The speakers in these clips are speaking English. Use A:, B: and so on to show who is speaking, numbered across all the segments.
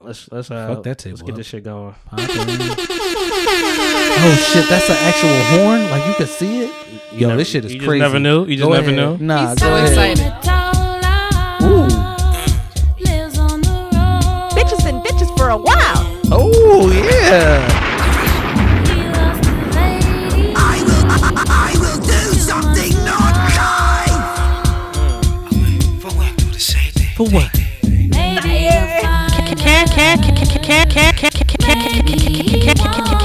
A: Let's let's uh,
B: Fuck that table
A: Let's get
B: up.
A: this shit going.
B: oh shit, that's an actual horn. Like you can see it. Yo,
A: never-
B: this shit is
A: you just
B: crazy.
A: never knew? You just
B: Go
A: never
B: ahead.
A: knew?
B: Nah,
C: He's so
B: go ahead.
C: excited.
D: Bitches and bitches for a while.
B: Oh yeah. For what?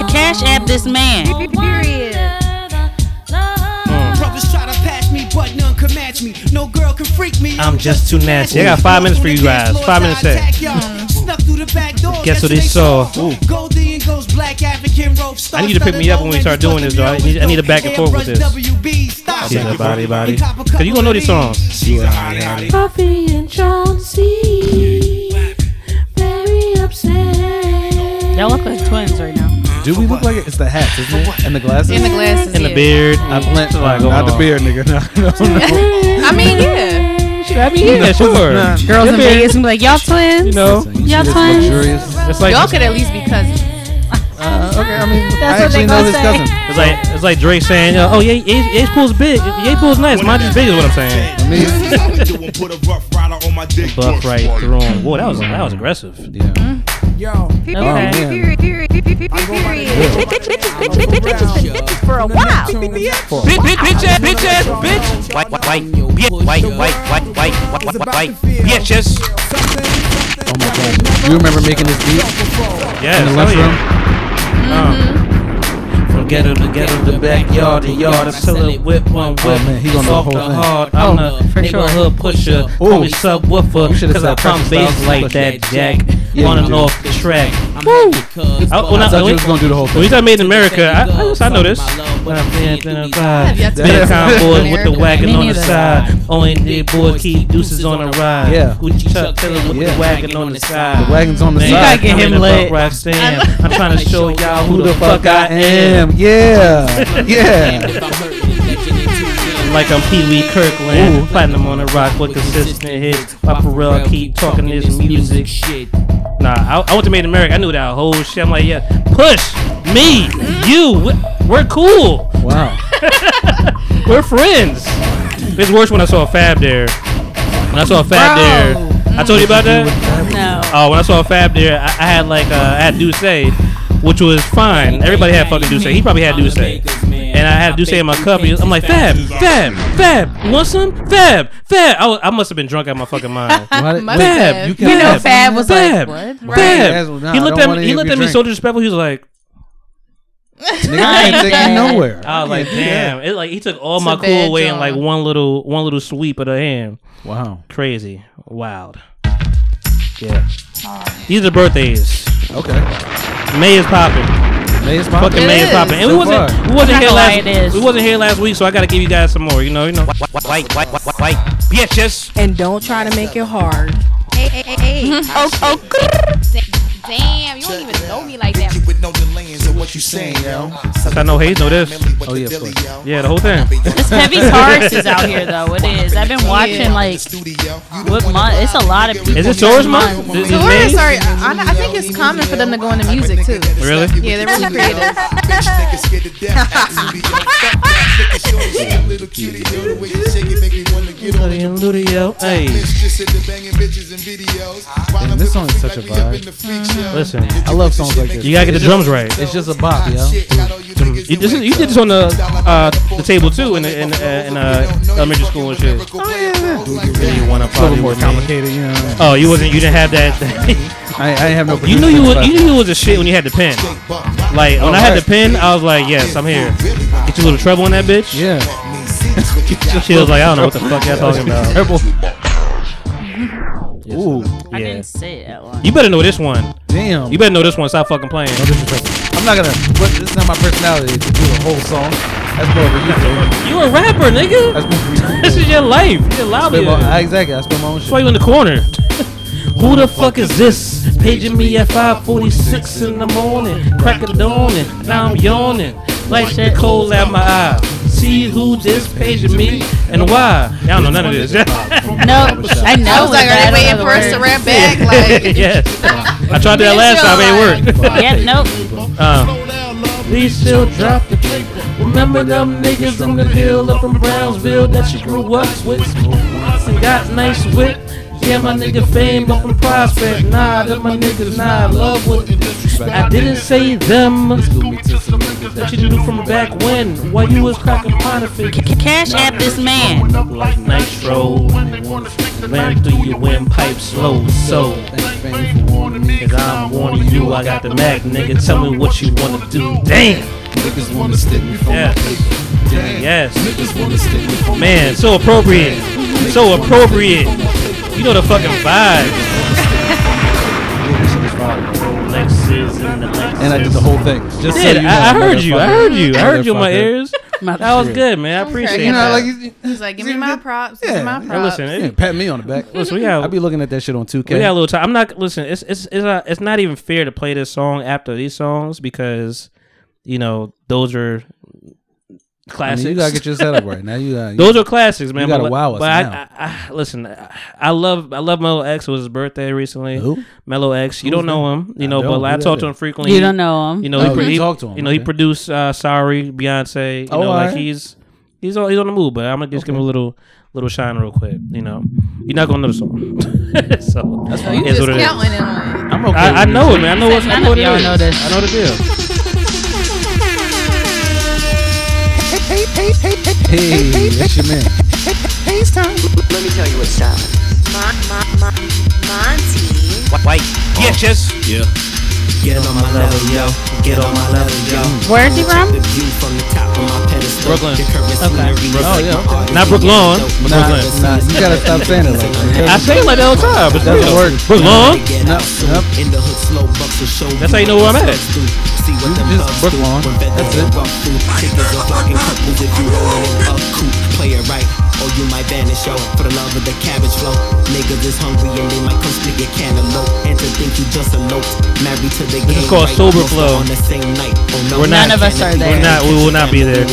E: Cash app this man.
D: Period.
F: Brothers try to pass me, but none can match me. No girl can freak me.
B: I'm just too nasty.
A: They got five minutes for you guys. Five minutes set. Guess
F: Guess
A: what they saw?
F: Goldie and goes black African rope.
A: I need you to pick me up when we start doing this, though. I need- I need a back and forth with this. She's a body, body. Cause you gonna know these songs.
B: She's a hottie, hottie.
C: Coffee and Chauncey. Very upset.
E: Y'all look like twins right now.
B: Do we look like it? It's the hats, isn't it? And the glasses.
C: In
B: And
C: the glass.
D: glasses.
A: And the
D: yeah.
A: beard.
B: I blanched
A: Like,
B: like
A: going
B: not the
A: on.
B: beard, nigga. No, no, no.
C: I mean, yeah.
A: I mean, yeah, sure.
B: Nah.
D: Girls in
A: Your beard,
D: Vegas and be like, y'all twins.
A: You know,
B: Y'all
D: twins?
B: luxurious.
A: it's like
C: Y'all could at least be cousins.
B: Uh, okay, I mean, I
D: That's what they
B: actually know
D: gonna
B: this
D: say.
B: cousin.
A: it's like it's like Drake saying, uh, "Oh yeah, Ye- Ye's pool's big. Ye's pool's nice. Mine just big is what I'm saying."
B: I mean,
G: Put a rough rider on my dick.
A: Buff right through him. Whoa, that was that was aggressive.
B: yeah.
F: Yo,
B: Oh, man.
D: Period. Period. Period. Period. Period.
B: Yeah.
D: Bitches, bitches, bitches, bitches, bitches been bitches for a while.
F: bitch, bitch, bitch, ass, bitch, ass, bitch. White, white, white, white, white, white, white, white, white, white, bitches.
B: Oh my god. You remember making this beat
A: Yeah, hell
B: in the lunchroom?
A: Oh, yeah. Uh-huh.
D: Mm-hmm.
H: From ghetto to ghetto, the backyard to yard. I sell it whip one whip.
B: Oh, man, he gonna know the whole
H: soft to
B: thing. Oh.
H: hard. I'm
D: oh,
H: a neighborhood pusher. Call me subwoofer.
B: You should've
H: Cause I
B: said
H: pump
B: Precious
H: bass
B: Styles
H: like
B: pusher.
H: that, Jack.
B: Yeah,
H: on
B: you
H: and
B: do.
H: off the track.
G: Woo!
A: I, when
B: I
A: I,
B: thought you
A: when,
B: was gonna do the whole
A: when we
B: thing.
A: started made in America, I, I, just- I know this.
H: When I'm playing thin and fly.
C: Have yet to
A: Big
C: be
A: time boy with the
C: American.
A: wagon
C: Me
A: on the
C: neither.
H: side.
A: side.
H: Only big boys keep deuces on a ride.
B: Yeah.
H: Gucci Chuck Taylor with
B: Yeah.
H: the wagon on the side.
B: Wagons on the
H: Man,
B: side.
D: gotta get
H: I'm
D: him
H: in a
D: lit.
H: Buck Roxanne. I'm trying to show y'all
B: Who the fuck I am? Yeah, yeah.
H: Like I'm Pee Wee Kirkland, platinum on the rock with consistent hits. Why Pharrell keep talking this music shit?
A: Nah, I, I went to Made in America. I knew that whole shit. I'm like, yeah, push me, you. we- We're cool.
B: Wow.
A: We're friends. It's worse when I saw Fab there. When I saw Fab there, I told you about that.
E: No.
A: Oh, when I saw Fab there, I, I had like uh, I had Duce, which was fine. Everybody had fucking Duce. He probably had Duce, and I had Duce in my cup. He was- I'm like Fab, Fab, Fab. You want some? Fab, Fab. I, was, I must have been drunk out of my fucking mind.
B: Why did-
C: Must
B: wait,
C: have.
A: Fab,
B: you
A: you
B: can
A: can
C: You know,
A: have-
C: Fab was
A: Fab,
C: like, what?
A: Fab.
B: Nah, I
A: he
B: don't
A: looked at
B: wanna
A: me.
B: hear
A: He looked
B: your
A: at me
B: drink.
A: so disrespectful. He was like.
B: Nigga, I ain't taking you nowhere.
A: I was like,
B: Yeah, yeah.
A: damn. It like he took all
C: It's
A: my
C: a bad
A: cool away in
C: job.
A: like one little one little sweep of the hand.
B: Wow.
A: Crazy. Wild. Yeah. These are birthdays.
B: Okay.
A: May is popping.
B: May is
A: Fucking
B: popping.
A: May is
C: is.
A: popping. And we
B: So
A: wasn't
B: far.
A: we wasn't
E: I'm not
A: here
E: gonna lie,
A: last
E: it is.
A: we wasn't here last week, so I gotta give you guys some more, you know, you know.
F: White, white, white, white, bitches.
C: And don't try to make it hard.
I: Damn, you don't even know me like that.
G: With no delays of what you saying, yo.
A: I know Hayes know this.
B: Oh, yeah, of course.
A: Yeah, the whole thing.
E: It's heavy Taurus is out here though. It is. I've been watching like what month? It's a lot of people.
A: Is it Taurus month? Is it May?
C: Taurus are, I, I think it's common for them to go into music too.
A: Really?
C: Yeah, they're really creative.
A: Bloody and Ludio. Hey.
B: Damn, this song is such a vibe.
A: Listen,
B: I love songs like this.
A: you gotta get the drums right.
B: It's just a bop, yo.
A: You, this is, you did this on the uh, the table too in the, in the, in uh, elementary school and shit.
B: Oh yeah, yeah.
A: Really wanna
B: It's a
A: party
B: little more
A: with me.
B: complicated, you know.
A: Oh, you wasn't. You didn't have that.
B: I, I didn't have no.
A: you knew you was.
B: producer,
A: You knew you was a shit when you had the pen. Like when I had the pen, I was like, yes, I'm here. Get you a little trouble in that bitch.
B: but- Yeah.
A: She was like, I don't know what the fuck y'all talking about.
B: Purple. Ooh,
E: I
A: Yeah.
E: didn't say that one.
A: You better know this one.
B: damn.
A: You better know this one. Stop fucking playing.
B: I'm not gonna. But this is not my personality to do a whole song. That's more of a you.
A: You a rapper, nigga.
B: That's more of a
A: This is your life. You're loud.
B: Spin
A: That's
B: my, exactly. I spin my own shit.
A: why you in the corner. Who the fuck is this? Paging me at 5:46 in the morning, crack of dawning. Now I'm yawning, like the cold out my eye. See who just paging me and why? Y'all know none of this.
E: No, I know.
C: I was like, are they
E: it's bad, I
C: waiting
E: don't know
C: for us
E: the
C: to
E: word.
C: rap back? Like,
A: yes. I tried that last time. It ain't work.
E: Yeah, nope.
A: Um, Please still drop the paper. Remember them niggas on the hill up from Brownsville that you grew up with. And got nice wit. Yeah, my nigga fame up from Prospect. Nah, them my niggas, nah, I love what I didn't say them. That you knew from back when, while you was cracking Pontifex.
E: Cash app this man.
A: Like nitro, ran through your windpipe slow, so. Cause I'm warning you, I got the Mac, nigga. Tell me what you wanna do. Damn!
F: Niggas wanna stick me for
A: Yeah.
F: my paper. Damn.
A: Yes.
F: Niggas wanna stick me for my
A: Man, so appropriate. So appropriate. You know the fucking vibe. Lexus and the Lexus.
B: And I did the whole thing. Just so
A: Did,
B: you know,
A: I, I heard you. I
B: motherfucker.
A: heard you. I heard you in my
B: Motherfucker.
A: ears. That was good, man. I appreciate
C: you
B: You know,
A: that.
B: like you-
C: he's like, give me my props. Give
B: Yeah.
C: me my props.
B: Now
A: Now listen,
B: yeah,
A: it,
B: pat me on the back.
A: listen, we got
B: I be looking at that shit on 2K.
A: We got a little time. I'm not listen. It's it's it's, uh, it's not even fair to play this song after these songs because you know those are
B: I
A: classics.
B: mean, you gotta get your setup right now. You gotta,
A: those are classics, man.
B: gotta
A: but,
B: wow us
A: but I,
B: now.
A: I, I, listen, I, I love I love Mellow X. It was his birthday recently.
B: Who?
A: Mellow X. You don't know him, you
B: I
A: know,
B: don't.
A: but I
B: Who
A: talk
B: that
A: to him
B: is?
A: frequently.
E: You don't know him.
A: You know,
B: Oh,
A: he, pro-
B: you
A: he-
B: talk to him,
A: You know, he
B: okay.
A: produced uh, "Sorry," Beyonce. You
B: Oh,
A: know, like
B: alright.
A: he's he's on he's on the move. But I'm gonna just give him a little little shine real quick. You know, you're not gonna know the song, so that's
C: So you just counting it on.
B: I'm okay.
A: I, I
B: with
A: know it, man. I know what's I
E: none
A: know what
E: of
A: it
E: y'all
A: is.
E: know this.
A: I know the deal.
B: it. Hey, that's your man.
F: White, white. Yeah, just. Yeah.
H: Get on my level, yo. Get on my level, yo.
E: Where's he from?
H: The view from the top of my pedestal.
A: Brooklyn.
H: The current scenery is like
B: yeah,
H: my
B: okay.
H: art.
A: Not Brooklyn,
H: Yeah,
B: Nah,
A: Brooklyn.
B: nah, you gotta stop saying it like that.
A: I say it like that all the time. It's
B: Doesn't
A: real.
B: work.
A: Brooklyn.
H: Get
B: Nope,
H: out soon.
B: nope.
H: In the hood, slow bucks will show
A: That's how you know where I'm at.
H: See what them
B: just
H: thugs
B: book
H: do.
B: lawn.
H: When feathers
B: That's it.
H: are rough through. Tickers are blocking couples if you rolling it up. Cool, play it right, or you might vanish. Yo, for the love of the cabbage flow, niggas is hungry and they might come stick your cantaloupe. And to think you just eloped, married to the game.
A: is called
H: right?
A: sober
H: Almost
A: flow.
H: On the same night. Oh, no,
A: We're
E: None
A: not-
E: of us are
A: We're
E: there.
A: not. We will not be there.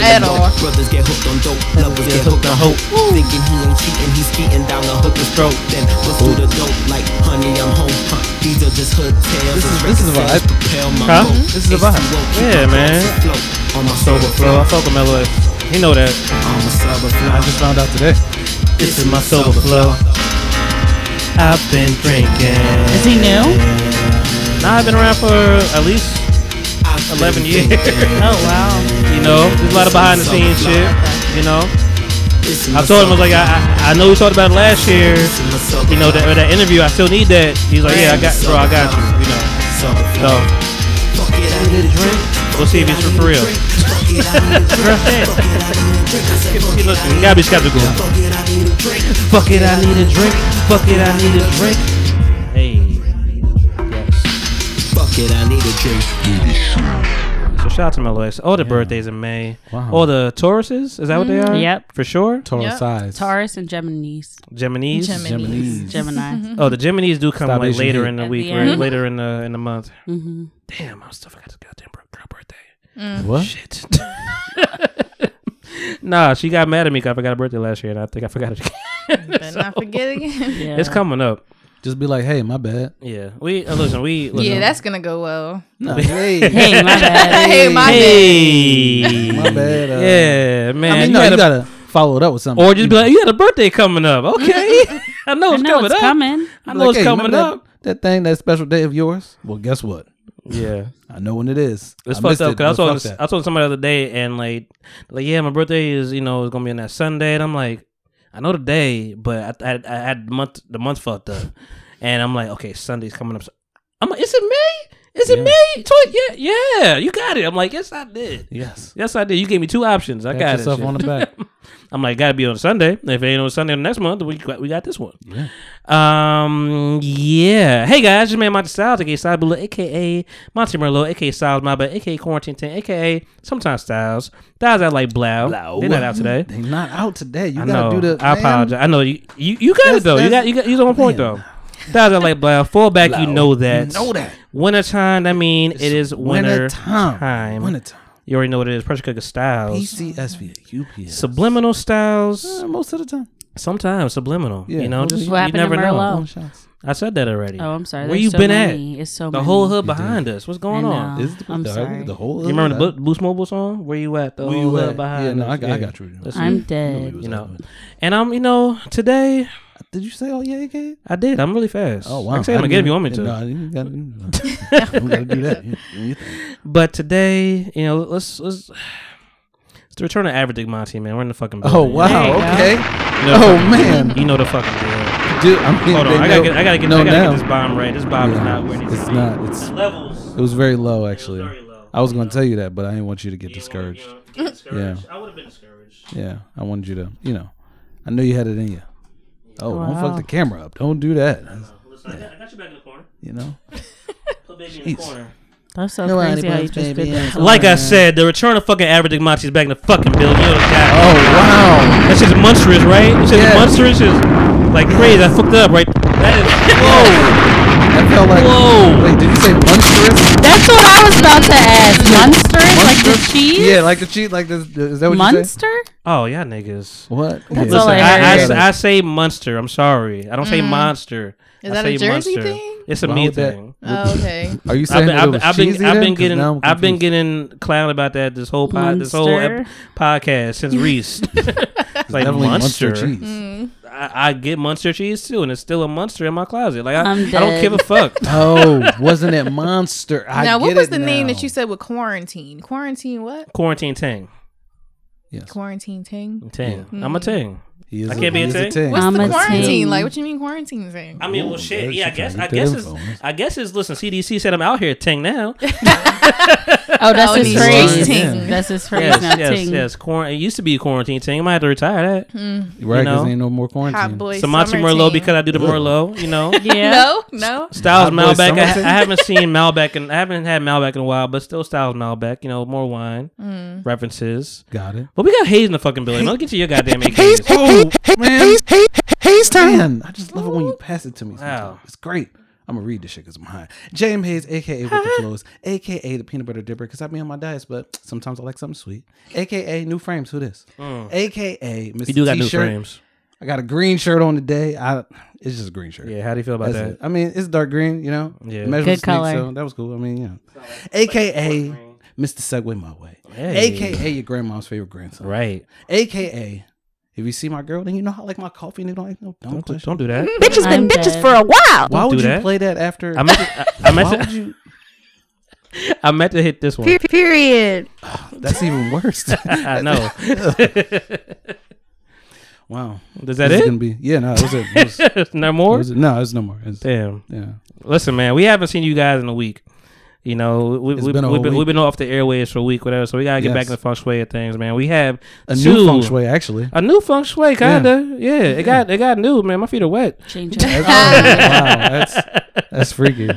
C: At all.
H: Brothers get hooked on dope, lovers get hooked on hope. Thinking he ain't cheating, he's cheating down the hooker's throat. Then bust through the dope like, honey, I'm home. Huh? These are just hood tales.
B: This is- this is a vibe.
A: Huh?
B: This is a vibe.
A: Yeah, man.
H: On my
A: Sober flow. I fuck with Mellow X. He know that.
H: On my sober
B: I
H: flow.
B: just found out today.
A: This is my sober flow. I've been drinking.
E: Is he new?
A: Now I've been around for at least 11 years.
E: Oh wow.
A: you know, there's a lot of behind the scenes shit. You know, I told him I was like, I, I, I know we talked about it last year. You know, that, or that interview. I still need that. He's like, Yeah, I got, bro, I got you. You know, so we'll see if it's for real. You listen, you gotta be skeptical. Fuck it, I need a drink. Fuck it, I need a drink. Hey, yes.
H: Fuck it, I need a drink.
A: So shout out to Mellow X. All the birthdays in May.
B: Wow.
A: All the Tauruses, is that what they are?
E: Yep.
A: For sure.
B: Total
C: Yep.
B: size.
E: Taurus and Geminis.
A: Geminis.
C: Gemini.
B: Gemini's.
E: Gemini.
A: Oh, the Geminis do come
B: Stop
A: like
B: Asian
A: later
B: hate.
A: in the
E: Mm-hmm. At
A: week,
E: the
A: right?
E: end.
A: Later in the in the month.
E: hmm
A: Damn, I still forgot this goddamn bro- girl birthday. Mm.
B: What?
A: Shit. nah, she got mad at me because I forgot her birthday last year, and I think I forgot it. again.
C: Better not forget again.
E: Yeah.
A: It's coming up.
B: Just be like, hey, my bad.
A: Yeah, we uh, listen. We listen.
C: Yeah, that's gonna go well.
B: No, hey,
E: Hey, my bad.
C: Hey, my bad.
A: hey.
B: my bad. Uh,
A: Yeah, man.
B: I mean,
A: you
B: no, you
A: had a-
B: gotta follow it up with something.
A: or just be like, you had a birthday coming up. Okay, I know
E: I
A: it's
E: know
A: coming
E: it's
A: up.
E: coming.
A: I
B: Be
A: know
B: like,
A: it's
B: "Hey,
A: coming
B: remember
A: up.
B: That, that thing, that special day of yours. Well, guess what?
A: Yeah.
B: I know when it is.
A: It's
B: I
A: fucked
B: missed
A: up
B: it,
A: because I
B: but
A: was
B: fuck
A: talking, I
B: that.
A: was talking to somebody the other day and like, like yeah, my birthday is you know it's gonna be on that Sunday and I'm like, I know the day, but I I, I had the month the month fucked up, and I'm like, okay, Sunday's coming up. So I'm like, is it May? Is it
B: Yeah.
A: May? Tw- yeah, yeah, you got it. I'm like, yes, I did.
B: Yes.
A: Yes, I did. You gave me two options. I
B: Pat
A: got
B: yourself
A: it.
B: on the back.
A: I'm like, gotta be on Sunday. If it ain't on Sunday next month, we got, we got this one.
B: Yeah.
A: Um, yeah. Hey guys, your man Monty Styles, aka Styles Bula, aka Monty Merlot, aka Styles Maba, aka Quarantine Ten, aka sometimes Styles. Styles out like Blau.
B: Blau.
A: They're not out today.
B: They not out today. You
A: I know.
B: gotta do the.
A: I
B: man,
A: apologize. I know you. You, you got
B: That's-
A: it though. You
B: that's-
A: got you got you on point
B: Man.
A: though. Styles out like Blau. Fallback, you know that.
B: Know that.
A: Wintertime. I mean, it is winter,
B: Winter time.
A: time.
B: Winter time.
A: You already know what it is. Pressure cooker Styles.
B: PCSV. UPS.
A: Subliminal Styles.
B: Uh, most of the time.
A: Sometimes subliminal. you know,
B: well,
A: just
B: we-
A: you
E: What happened to
A: never know.
E: Merlot?
B: Long shots.
A: I said that already.
E: Oh, I'm sorry.
A: Where
E: There's
A: you
E: so
A: been
E: many. It's so
A: at? The whole
E: many.
A: hood behind us. What's going
E: I
A: on?
E: know.
B: Is the,
E: I'm
B: the,
E: sorry.
B: the whole
A: You remember the Bo- Boost Mobile song? Where you at? The
B: Where
A: whole
B: you
A: hood
B: at?
A: behind
B: Yeah, no,
A: us.
B: I got- I got you.
A: That's
E: I'm
A: it.
E: dead.
A: You know, and I'm you know today
B: Did you say oh yeah again?
A: I did. I'm really fast.
B: Oh wow!
A: I can say it
B: I
A: again if
B: didn't-
A: you want me to.
B: No, I didn't gotta, no. I'm gonna do that. You- you think.
A: But today, you know, let's let's it's the return of Average Dick Monty, man. We're in the fucking.
B: Oh
A: building.
B: wow!
E: you go.
B: Okay.
A: You know the
B: Oh
A: fucking-
B: man,
A: You know the fucking deal.
B: dude. I mean,
A: Hold on,
B: they
A: I
B: know-
A: gotta get, I gotta get,
B: know
A: I gotta
B: now.
A: get this bomb right. This bomb is not where it needs
B: it's
A: to be.
B: not. It's
A: The levels.
B: it was very low actually.
A: very low.
B: I was gonna tell you that, but I didn't want you to get
A: You don't wanna,
B: discouraged.
A: you know, get discouraged. I would have been discouraged.
B: Yeah, I wanted you to, you know, I knew you had it in you. Oh, don't
E: Wow.
B: fuck the camera up. Don't do that.
A: Listen, I, got, I got you back in the corner.
B: You know.
A: Put baby in the corner.
E: That's so
B: No,
E: crazy how
B: Annie
E: you
B: Buns,
E: just
B: baby,
E: did that.
B: Annie
A: Like I said, the return of fucking Average Dick Monty is back in the fucking building. You know
B: Oh
A: that.
B: wow!
A: That shit's monstrous, right? That shit's
B: Yeah.
A: monstrous. Is like crazy. I fucked up, right? That is.
B: That felt like.
A: Whoa.
B: Wait, did you say monstrous?
E: That's what I was about to ask. Munster? Like the cheese?
B: Yeah, like the cheat. Like this. Is that what you said?
E: Munster?
A: Whoa. Oh, y'all niggas.
B: What?
E: That's all
A: Listen, I, I,
E: heard.
A: I say monster. I'm sorry. I don't say monster.
C: Mm. Is
A: I
C: that a
A: say
C: Jersey thing?
A: It's a
B: Why
A: me
B: would that-
A: thing.
C: Oh, okay.
B: Are you
A: I've
B: saying
A: been,
B: that it
A: I've,
B: was
A: been- I've been,
B: cheesy
A: I've been
B: then? 'Cause now I'm
A: getting I've been
B: confused.
A: getting clowned about that this whole pod, this whole ep- podcast since Reese. it's like
B: Definitely Munster
A: monster.
B: cheese.
C: Mm.
A: I, I get monster cheese too, and it's still a monster in my closet. Like I,
E: I'm
A: I don't
E: dead.
A: give a fuck.
B: Oh, wasn't it monster? I
C: now, what
B: get
C: was
B: it
C: the name
B: now.
C: that you said with quarantine? Quarantine what?
A: Quarantine tang,
B: Yes.
C: Quarantine ting.
A: tang. I'm
E: Mm.
A: a tang.
B: He is
A: I can't be
B: he
A: a
B: is
A: ting?
B: ting.
C: What's
E: I'm
C: the
E: a
C: quarantine?
E: ting.
C: Like, what you mean quarantine thing?
A: I mean, well,
B: Ooh,
A: shit.
B: there's
A: Yeah, I
B: your
A: guess.
B: tang.
A: I
B: Get
A: guess
B: the
A: it's.
B: info.
A: I guess it's. Listen, CDC said I'm out here tang now.
E: Oh, that's
C: Oh,
E: his
C: these
E: phrase.
B: cheese ting.
E: That's his phrase
A: yes,
E: now,
A: yes,
E: ting.
A: yes. Quarant- it used to be quarantine tang. I might have to retire that.
B: Right, because
A: know?
B: ain't no more quarantine.
C: Hot boy.
A: Some Monty
C: summer
A: Merlot
C: ting.
A: because I do the Merlot, you know.
E: Yeah.
C: No, no.
A: Styles
B: Hot boy
A: Malbec. I,
B: summertime.
A: I haven't seen Malbec and I haven't had Malbec in a while, but still Styles Malbec. You know, more wine
E: Mm.
A: references.
B: Got it.
A: But we got Hayes in the fucking building. Let's get to your goddamn
B: Hayes,
A: AKs.
B: oh, man. Hayes, Hayes, Hayes time. Man, I just love it when you pass it to me. sometimes.
A: Wow.
B: It's great. I'm gonna read this shit because I'm high. J.M. Hayes, aka With the Flows, aka the Peanut Butter Dipper, because I be on my diets, but sometimes I like something sweet. Aka New Frames, who this? Aka Mr.
A: You Mm. do got new
B: T-shirt.
A: frames.
B: I got a green shirt on today. I it's just a green shirt.
A: Yeah, how do you feel about
B: That's
A: that?
B: it. I mean, it's dark green, you know.
A: Yeah.
B: The measurement
E: Good
B: sneak,
E: color.
B: So that was cool. I mean, yeah. AKA Mr. Segway My Way.
A: Hey.
B: AKA your grandma's favorite grandson.
A: Right.
B: AKA if you see my girl, then you know how I like my coffee and you don't like no don't,
A: Don't do,
B: question.
A: don't do that.
D: Bitches
E: I'm
D: been bitches
E: dead.
D: for a
B: Why
D: while.
A: don't
B: would
A: do
B: you
A: that.
B: play that after?
A: I meant to, I, I meant
B: why would
A: to,
B: you?
A: I meant to hit this one.
D: Period.
B: That's even worse.
A: I know.
B: wow.
A: Is that
B: This is
A: it?
B: gonna be- yeah. No, it was it. It was- it
A: no more?
B: was- no, it's no more. It's,
A: Damn.
B: yeah.
A: Listen, man, we haven't seen you guys in a week. You know, we,
B: It's
A: we,
B: been a
A: we've,
B: whole
A: been,
B: week.
A: we've been off the airways for a week, whatever. So we gotta get back
B: Yes.
A: in the feng shui of things, man. We have
B: A
A: two,
B: new feng shui, actually.
A: a new feng shui, kinda. Yeah, it got it got new, man. My feet are wet.
E: Change it.
B: That's, wow, that's that's freaky.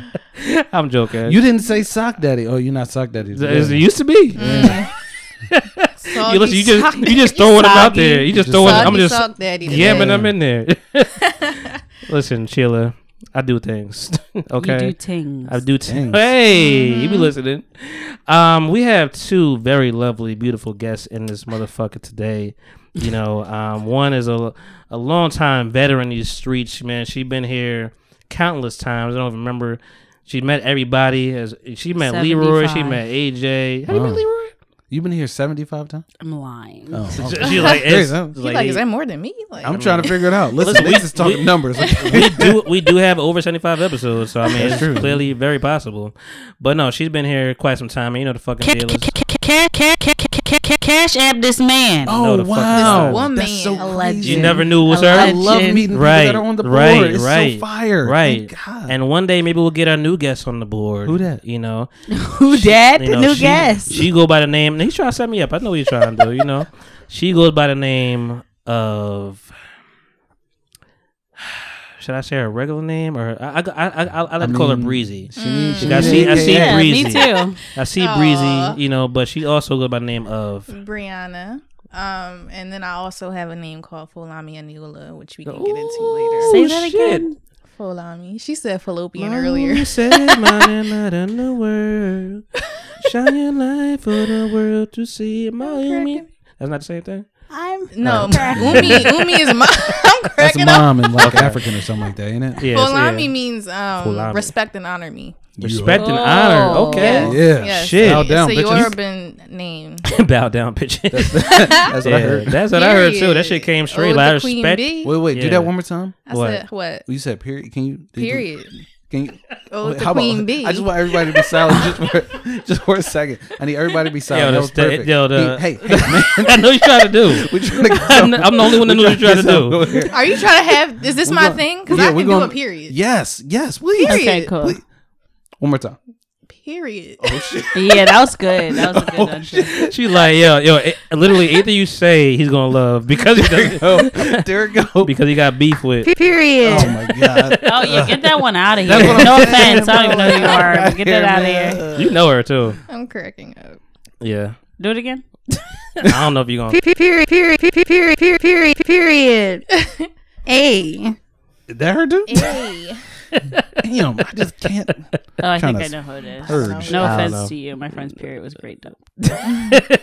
A: I'm joking.
B: You didn't say sock daddy. Oh, you're not sock daddy.
A: Th- it
B: Yeah.
A: used to be.
C: Oh, Mm. Soggy,
A: You listen, you just
C: sock
A: you just
C: daddy.
A: throwing them out
C: Soggy.
A: there. You just
B: Just
A: throwing.
B: sock-
A: I'm
C: Soggy
A: just
C: sock daddy. today.
A: yamming them in there. listen, Sheila, I do things. okay.
E: You do tings.
A: I do too.
B: Thanks.
A: Hey, you be listening. Um, we have two very lovely, beautiful guests in this motherfucker today. You know, um, one is a a long time veteran in these streets, man. She been here countless times. I don't even remember. She met everybody. As she met Leroy, she
E: 75.
A: met AJ.
E: Oh.
A: How you met
B: Wow.
A: Leroy?
B: You've been here 75 times?
E: I'm lying.
B: Oh, okay.
A: She- She like,
B: There you
A: it's,
B: go.
A: it's
C: He
A: like,
C: like, is
A: hey,
C: that more than me? Like,
B: I'm trying to figure it out. Listen,
A: we-
B: this is talking
A: we-
B: numbers.
A: we do we do have over seventy five episodes, so I mean, it's
B: true.
A: clearly very possible. But no, she's been here quite some time, and you know the fucking deal is
E: Cash app this man.
A: know the
B: oh,
A: fucking
B: wow.
A: vibe.
C: One
B: That's so
C: man.
B: crazy.
A: You never knew it was her.
B: I love
E: Legend.
B: meeting people
A: Right,
B: that are on the board.
A: right,
B: it's
A: right,
B: so fire.
A: right.
B: Thank God.
A: And one day maybe we'll get our new guest on the board.
B: Who dat?
A: You know,
E: Who dad?
A: You know, she- She go by the name. He's trying to set me up. I know what you're trying to do. You know, she goes by the name of. Should I say her regular name or I? I I I, I, I like to call her
B: mean,
A: Breezy.
B: she needs, she
A: I
B: needs
A: see- I
B: AKA.
A: see
E: Yeah,
A: breezy.
E: me too.
A: I see
C: Aw.
A: Breezy. You know, but she also goes by the name of.
C: Brianna. Um, and then I also have a name called Fulami Anula, which we can get into later.
E: Say that
A: again.
C: Fulami. She said fallopian earlier.
A: You said my name out in the world. Shine your light for the world to see. My
C: cracking.
A: That's not the same thing.
D: I'm
C: No, Umi, Umi is mom. I'm
B: That's
C: cracking up.
B: mom in like African or something like that, ain't it?
A: Yeah, it's-
C: Fulami
A: yeah.
C: means um,
A: Fulami.
C: respect and honor me.
A: Respect and
E: Oh.
A: honor.
B: Yeah.
A: Okay.
C: Yes.
A: Shit.
B: Bow
C: It's
B: down,
C: a
B: bitches.
C: Yoruban name.
A: Bow down, bitches. That's,
B: That's what I heard.
A: that's what I heard too. That
C: Period.
A: shit came
C: Oh,
A: straight.
C: the
A: Loud
C: queen
A: respect.
C: bee?
B: Wait, wait, do
A: Yeah.
B: that one more time.
C: I
A: What?
C: said what?
B: You said period. Can you? did you-
C: Period.
B: Can you?
C: Oh,
B: wait,
C: the
B: how about-
C: queen bee.
B: I just want everybody to be silent just for just for a second. I need everybody to be silent.
A: Yo,
B: that
A: the
B: was
A: sta-
B: perfect.
A: yo, the-
B: hey, hey, man,
A: I know you trying to do.
B: we trying to get
A: I'm the- I'm the only one that
B: we
A: knows what you're trying to do.
B: get something going here.
C: Are you trying to have? Is this
B: We
C: my
B: gon-
C: thing? Because
B: yeah,
C: I
B: we
C: can do
B: gon-
C: a period.
B: Yes, yes, please.
E: Okay,
C: Period.
E: cool.
B: Please. One more time.
C: Period.
E: Yeah, that was good. That was a
A: Oh,
E: good one.
A: She like, yo, yo, it, literally anything you say, he's gonna love because he doesn't,
B: Oh, there it goes.
A: because he got beef with.
D: Period.
B: Oh my god.
E: Oh yeah, get that one out of
B: That's
E: here.
B: what I'm
E: No
B: saying,
E: offense, I don't even
B: bro.
E: know who you are. Get that out of
B: man.
E: here.
A: You know her too.
C: I'm cracking up.
A: Yeah.
E: Do it again.
A: I don't know if you're gonna.
D: Period. Period. Period. Period. Period. Period. A.
B: Did that her do?
C: Hey.
B: Damn, I just can't.
E: Oh, I
B: Trying
E: think I
B: to
E: know who it is.
B: purge.
E: No
A: I don't know.
E: offense to you. My friend's period was great though.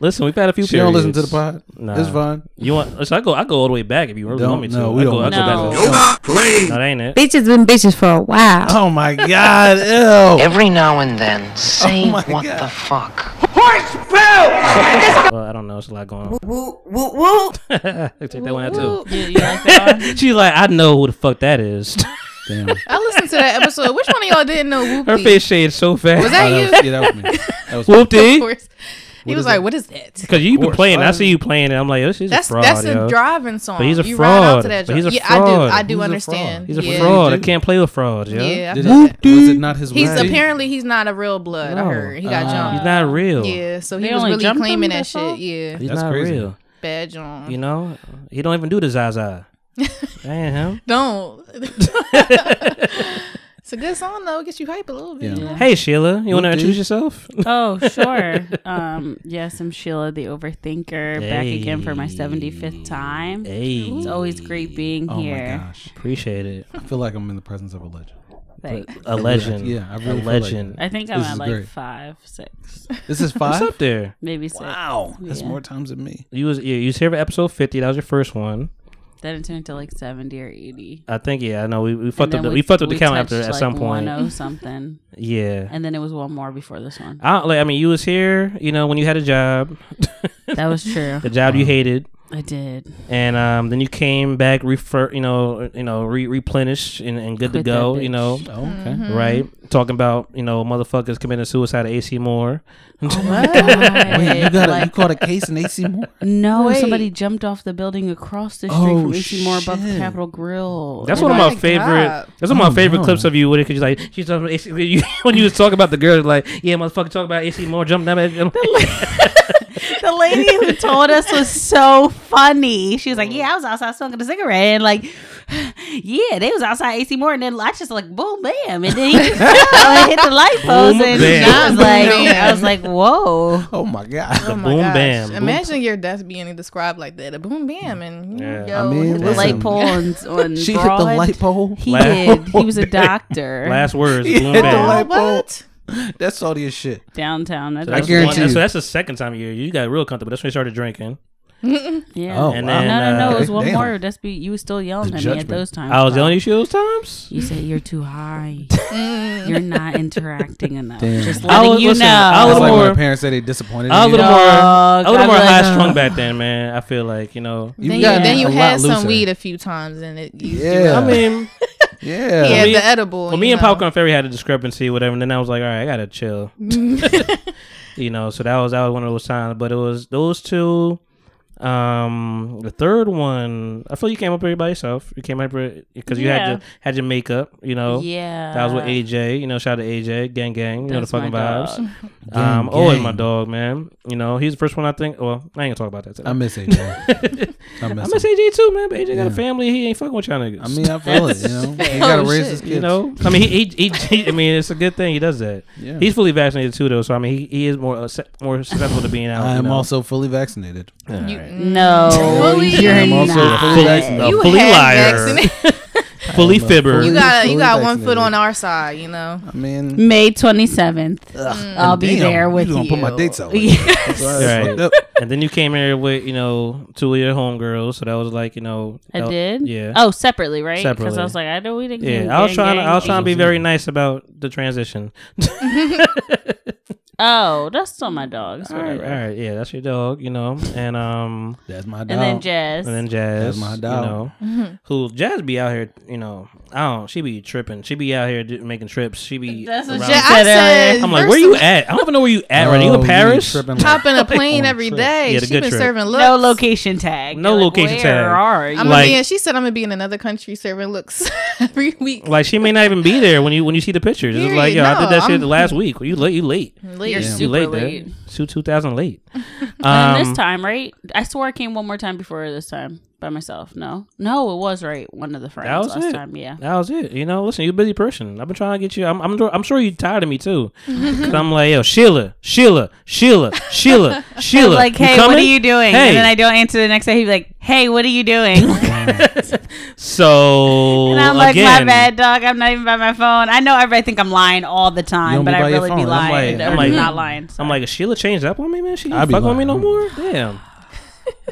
A: Listen, we've had a few.
B: She don't listen to the
A: periods.
B: pod.
A: Nah.
B: It's fine.
A: You want? So I go. I go all the way back if you really want
B: Don't
A: me to.
B: no,
A: I
B: we
A: go,
B: don't.
A: I go
E: No.
A: back.
E: Nope.
A: No, that ain't it.
D: Bitches been bitches for a while.
B: Oh my god. Ew. Oh
J: Every now and then, say
B: my
J: what
B: God.
J: the fuck.
A: Well, I don't know. It's a lot going on. Take that one out too.
E: You, you like that one?
A: She like, I know who the fuck that is.
B: Damn.
C: I listened to that episode. Which one of y'all didn't know Whoopty?
A: Her face shades so
C: Was
A: fast.
C: that
B: Oh,
C: you?
B: that was, yeah, that was me. That was
A: Whoop
C: Of
A: dee.
C: course. He was like, "What is that?"
A: Because you've been
B: course.
A: playing. I
B: Um,
A: see you playing, and I'm like, this is a
C: That's
A: fraud.
C: that's
A: yo.
C: a driving song.
A: But he's a
C: you ride out
A: fraud.
C: to
A: But
C: that drive.
A: he's a
C: yeah,
A: fraud.
C: I do. I do
B: He's a
C: understand.
B: fraud.
A: He's a
C: yeah.
A: fraud. I
B: do.
A: can't play with fraud. Yo.
C: Yeah, I
B: Did
C: feel
B: it,
C: that.
B: was it not his
C: He's
B: wife?
C: apparently he's not a real blood. I
A: No.
C: heard he got
B: Uh,
A: He's
C: jumped.
A: not real.
C: Yeah, so
E: They
C: he was
E: only
C: really
E: jumped
C: claiming
E: him,
C: that
E: that's
C: shit.
E: all?
C: Yeah,
A: He's
B: That's
A: not
B: crazy.
A: real.
C: bad jump.
A: You know, he don't even do the Zaza. that ain't him.
C: Don't. it's a good song though. It gets you hype a little bit.
B: Yeah.
A: Hey Sheila, you want to
B: Whoop-dee.
A: introduce yourself?
E: Oh sure. Um, yes, I'm Sheila, the overthinker, back again for my
A: Hey.
E: 75th time.
A: Hey,
E: It's always great being
B: Oh my
E: here.
B: gosh.
A: appreciate it.
B: I feel like I'm in the presence of a legend.
E: Like,
A: A legend.
B: Yeah, I really
A: a
B: feel like
A: legend.
E: I think I'm
B: This
E: at
B: is
E: like
B: great.
E: five, six,
B: This is
A: What's
B: five?
A: up there?
E: maybe six.
B: Wow. That's
E: Yeah.
B: more times than me.
A: You was yeah, you was here for episode fifty. That was your first one,
E: Then it turned to like 70 or 80.
A: I think. Yeah, I know we, we fucked
E: And
A: up.
E: then
A: The, we, fucked up the
E: we
A: count after
E: touched,
A: at
E: like,
A: some point.
E: 10 something.
A: Yeah,
E: And then it was one more before this one.
A: I like. I mean, you was here. You know, when you had a job,
E: That was true.
A: the job you hated,
E: I did.
A: and um, then you came back, refer, you know, you know, re- replenished and, and good
E: Quit
A: to
E: that
A: go.
E: bitch. Mm-hmm.
A: You know,
B: Oh, okay.
A: Mm-hmm. right? Talking about you know motherfuckers committing suicide at AC Moore.
E: Oh,
B: Wait, you got a, you
E: Like-
B: caught a case in AC Moore?
E: No,
C: Wait.
E: somebody jumped off the building across the street
B: Oh,
E: from AC Moore above
B: shit.
E: Capitol Grill.
A: That's
E: And
A: one of my
C: my
A: favorite.
C: God.
A: That's one of
B: Oh,
A: my favorite
B: no.
A: clips of you with it because you're like she's talking AC, you, when you was talking about the girl like yeah motherfucker talk about AC Moore jumping down. at-
E: the lady who told us was so funny. She was like, "Yeah, I was outside smoking a cigarette, and like, yeah, they was outside AC Moore, and then I just like, boom, bam, and then he just hit the light post, and
A: bam.
E: I was like,
C: Bam.
E: I was like, whoa,
B: Oh my god.
C: Oh my
A: boom
C: gosh.
A: bam, boom-
C: Imagine your death being described like that. A boom bam and
A: Yeah.
C: yo,
B: I mean,
C: hit the
E: the
B: Listen.
E: light pole on, on
B: She hit the
E: Broad.
B: light pole.
E: He
A: Last-
E: did. He was a doctor.
A: Last words.
B: He
A: boom,
B: hit the
A: bam.
B: light pole.
C: What?
B: That's salty as shit.
E: downtown. That
A: That's
B: I guarantee
A: the one-
B: you.
A: So that's the second time you you got real comfortable. That's when you started drinking.
E: Yeah.
B: Oh,
E: no,
A: And
B: wow.
A: then,
E: no, no.
A: uh,
E: It was one
B: Damn.
E: more. That's be you were still yelling
B: The
E: at
B: judgment.
E: me at those times.
A: I was
E: bro.
A: yelling at you those times.
E: You said you're too high.
C: Mm.
E: you're not interacting enough.
B: Damn.
E: Just
A: I
E: letting
A: was-
E: you
A: listen,
E: know.
A: I was
B: That's like when
A: more-
B: my parents say they disappointed
A: I was a
B: in you.
A: little more, I was a
E: I'd
A: little
E: be
A: more
E: like,
A: high
E: uh,
A: strung back then, man. I feel like you know.
B: You've
C: Then you,
B: gotten
C: then
B: a
C: you
B: lot
C: had some
B: looser.
C: weed a few times and it you
B: Yeah.
A: I mean,
B: Yeah.
C: yeah,
A: me-
C: the edible.
A: well,
C: you
A: me and
C: know.
A: Popcorn Fairy had a discrepancy, whatever. And then I was like, all right, I gotta chill. you know, so that was that was one of those times. But it was those two. Um, the third one, I feel you came up here by yourself. You came up because you
E: Yeah.
A: had your had your makeup. You know,
E: Yeah.
A: That was with AJ. You know, shout out to AJ, gang gang. You know the
E: That's
A: fucking
E: my
A: vibes.
E: dog.
A: um,
B: Gang,
A: always
B: gang.
A: my dog, man. You know, he's the first one I think. Well, I ain't gonna talk about that today.
B: I
A: i
B: miss AJ. I miss,
A: miss
B: him.
A: AJ too, man. But AJ got
B: Yeah.
A: a family. He ain't fucking with y'all niggas.
B: I mean, I feel it. You know, he gotta
C: Oh,
B: raise
C: shit.
B: his kids.
A: you know, I mean, he, he, he, I mean, it's a good thing he does that.
B: Yeah.
A: He's fully vaccinated too, though. So I mean, he, he is more uh, se- more susceptible to being out.
B: I
A: you
B: am
A: know?
B: also fully vaccinated.
C: You,
E: No,
C: Fully-
E: you're
B: I'm also
E: not.
B: fully vaccinated.
A: a
C: you
A: fully
C: had
A: liar.
C: vaccinated-
B: I
A: fully fibber.
C: You got you
B: fully
C: got one foot
B: vaccinated.
C: on our side, you know.
B: I mean,
E: May 27th. I'll
B: and
E: be
B: damn,
E: there with
B: you. Gonna put my
E: you.
B: dates out.
E: Yeah.
B: That's why I
A: Right.
B: fucked up.
A: and then you came here with you know two of your homegirls, so that was like you know.
E: I
A: that-
E: did.
A: Yeah.
E: Oh, separately, right? Because
A: Separately.
E: I was like, I know we didn't.
A: Yeah,
E: do
A: I was
E: gang,
A: trying. To, I was
E: gang.
A: trying to be very nice about the transition.
E: Oh, that's still my dogs.
A: All right,
E: whatever.
A: all right, yeah, that's your dog, you know, and um,
B: That's my dog.
E: And then Jazz.
A: and then Jazz,
B: That's my
A: you
B: dog.
A: know,
E: Mm-hmm.
A: who Jazz be out here, you know, I don't, she be tripping, she be out here do, making trips, she be.
E: That's what
A: around-
E: Jazz-
C: Yeah, I
E: said
C: said.
A: I'm like,
C: first
A: where you
C: of
A: at? I don't even know where you at right now. You
B: Oh,
A: in Paris?
B: tripping
C: all,
B: like-
C: Hopping a plane
A: Oh,
B: on
C: every
B: trip.
C: day.
A: Yeah, the
C: She
A: good
C: been
A: trip.
C: serving looks.
E: no location tag.
A: No
E: You're
A: location
E: where
A: tag.
E: Are you?
C: I'm
A: Like-
C: gonna be in, she said I'm gonna be in another country serving looks every week.
A: Like she may not even be there when you when you see the pictures. It's just like, yo,
C: Period.
A: I did that
C: No,
A: shit
C: I'm-
A: the last week. You late? You late?
C: Late.
E: You're
A: Yeah,
E: super
A: you late,
E: late.
A: late. Two two thousand late.
E: And
A: Um,
E: this time, right? I swore I came one more time before this time by myself. No, no, it was right. One of the friends
A: That was
E: last
A: it.
E: time. Yeah.
A: That was it. You know, listen, you're a busy person. I've been trying to get you. I'm, I'm, I'm sure you're tired of me too. Cause I'm like, yo, Sheila, Sheila, Sheila, Sheila, Sheila.
E: like,
A: you
E: hey, what are
A: coming?"
E: you doing?
A: Hey.
E: And then I don't answer the next day. He'd be like, hey, what are you doing? and
A: So
E: I'm like,
A: again,
E: my bad, dog. I'm not even by my phone. I know everybody think I'm lying all the
B: You
E: time,
B: don't
E: but
B: be by
E: I
B: your
E: really be
B: phone. I'm
E: lying.
B: like-
E: I'm
A: I'm like-
E: not lying.
A: I'm like, is Sheila changed up on me, man? She
B: I
A: didn't
B: be
A: fuck with me
B: lying.
A: no more. Damn.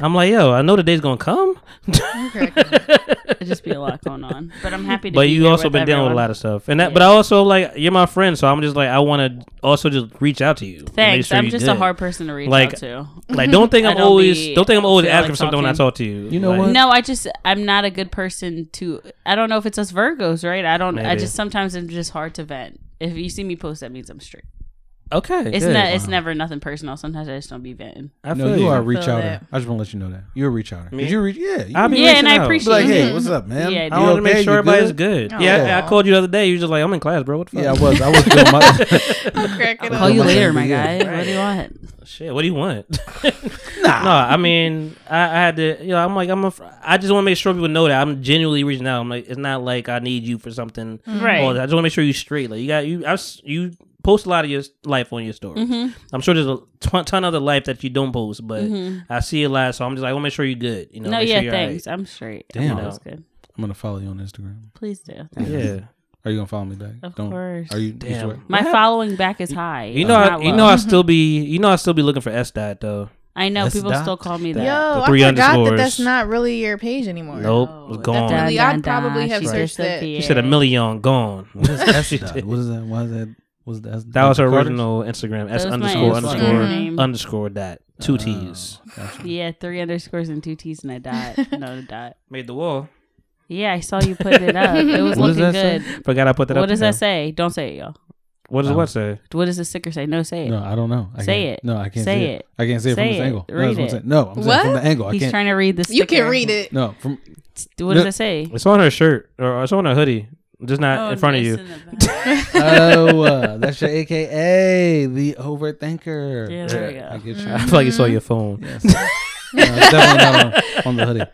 A: I'm like, yo, I know the day's gonna come,
E: It'd just be a lot going on. But I'm happy to
A: but
E: be
A: you
E: here
A: also
E: with
A: been dealing with a
E: everyone.
A: lot of stuff, and that. But I also like, you're my friend, so I'm just like, I want to also just reach out to you. and make
E: Thanks.
A: sure
E: I'm
A: you
E: just a
A: good.
E: hard person to reach
A: Like-
E: out to.
A: Like, don't think
E: I
A: I'm
E: don't
A: always.
E: be-
A: don't think I'm always
E: feel
A: asking
E: like
A: for something when I
E: talking.
A: talk to you.
B: You know
A: Like,
B: what?
E: No, I just I'm not a good person to. I don't know if it's us Virgos, right? I don't. I
A: Maybe.
E: just sometimes I'm just hard to vent. If you see me post, that means I'm straight.
A: Okay,
E: It's
A: good.
E: not. It's never nothing personal. Sometimes I just don't be venting.
A: I feel
B: No, you are a
C: I
B: reach
C: feel
B: outer.
C: that.
B: I just want to let you know that you're a reach outer.
A: Me?
B: Did you reach? Yeah, you
A: I'll be
B: reach-
E: Yeah,
A: reaching
E: and I
A: out.
B: be
E: appreciate
B: like,
E: it.
B: hey, what's up, man?
E: Yeah,
A: I
E: You
A: wanted to make
B: okay?
A: sure
B: You
A: everybody's
B: good?
A: good.
C: Aw.
A: Yeah, I, I called you the other day. You were just like, I'm in class, bro. What the fuck?
B: Yeah, I was. I was doing my.
C: Cracking
E: Call
C: up.
E: you
B: my
E: later,
B: thing,
E: my guy.
B: yeah.
E: What do you want?
A: Shit, what do you want? nah. No, I mean, I, I had to, you know, I'm like, I'm a, fr- I just want to make sure people know that I'm genuinely reaching out. I'm like, it's not like I need you for something.
E: Right.
A: Or that- I just want to make sure you're straight. Like, you got, you, I, s- you post a lot of your s- life on your story.
E: Mm-hmm.
A: I'm sure there's a ton, ton of the life that you don't post, but I see a lot. So I'm just like, I want to make sure you're good. You know,
E: Mm-hmm. no,
A: make
E: yeah,
A: sure you're
E: thanks. I'm straight.
B: Damn.
E: that was good.
B: I'm gonna follow you on Instagram.
E: Please do.
A: all
E: Thanks.
A: right. Yeah.
B: Are you gonna follow me back?
E: Of course.
B: Are you? you
A: Damn.
B: swear?
E: My
A: What hap-
E: following back is high.
A: You
E: It's
A: know, I,
E: not
A: you
E: low.
A: know, I still be, you know, I still be looking for S dot though.
E: I know
B: That's
E: people
B: not-
E: still call me
C: Yo,
E: that.
A: The
C: I
A: three
C: forgot that
A: underscores.
C: that's not really your page anymore.
A: Nope,
E: Oh,
A: was
E: dun,
A: gone.
E: dun,
C: Really, I
E: dun,
C: probably
E: dun.
C: have
E: She
C: searched that.
E: disappeared.
A: She said a million gone.
B: What is S
A: She
B: dot?
A: did.
B: What is that? Why is that? Was that?
A: That was her
B: Carter's?
A: original Instagram. S
E: That was
A: underscore
E: my Instagram
A: underscore
E: name.
A: underscore that. Two
B: Oh.
A: T's.
E: Yeah, three underscores and two T's and a dot. No a dot.
A: Made the wall.
E: Yeah, I saw you putting it up. It was
B: What does that
E: looking
B: say?
E: good.
A: Forgot I put that up.
E: What does
A: there.
E: that say? Don't say it, y'all.
A: What does
B: Um,
A: what say?
E: What does the sticker say? No, say it.
B: No, I don't know. I
E: Say
B: can't-
E: it.
B: No, I can't
E: Say
B: say
E: it.
B: it. I can't say it from
E: Say
B: this
E: it.
B: angle. No,
E: Read
B: that's what I'm
E: it.
B: saying. No, I'm saying
C: What?
B: from the angle. I
E: He's
B: can't.
E: trying to read the.
C: You can
E: sticker.
C: read it.
B: No, from
E: What does it say?
A: It's on her shirt or it's on her hoodie. Just not in front of you.
B: oh, uh, that's your AKA, the overthinker.
E: Yeah, there we go.
B: I get you.
A: I feel like you
C: Mm-hmm.
A: saw your phone.
B: Yes. No, it's definitely not on, on the hoodie.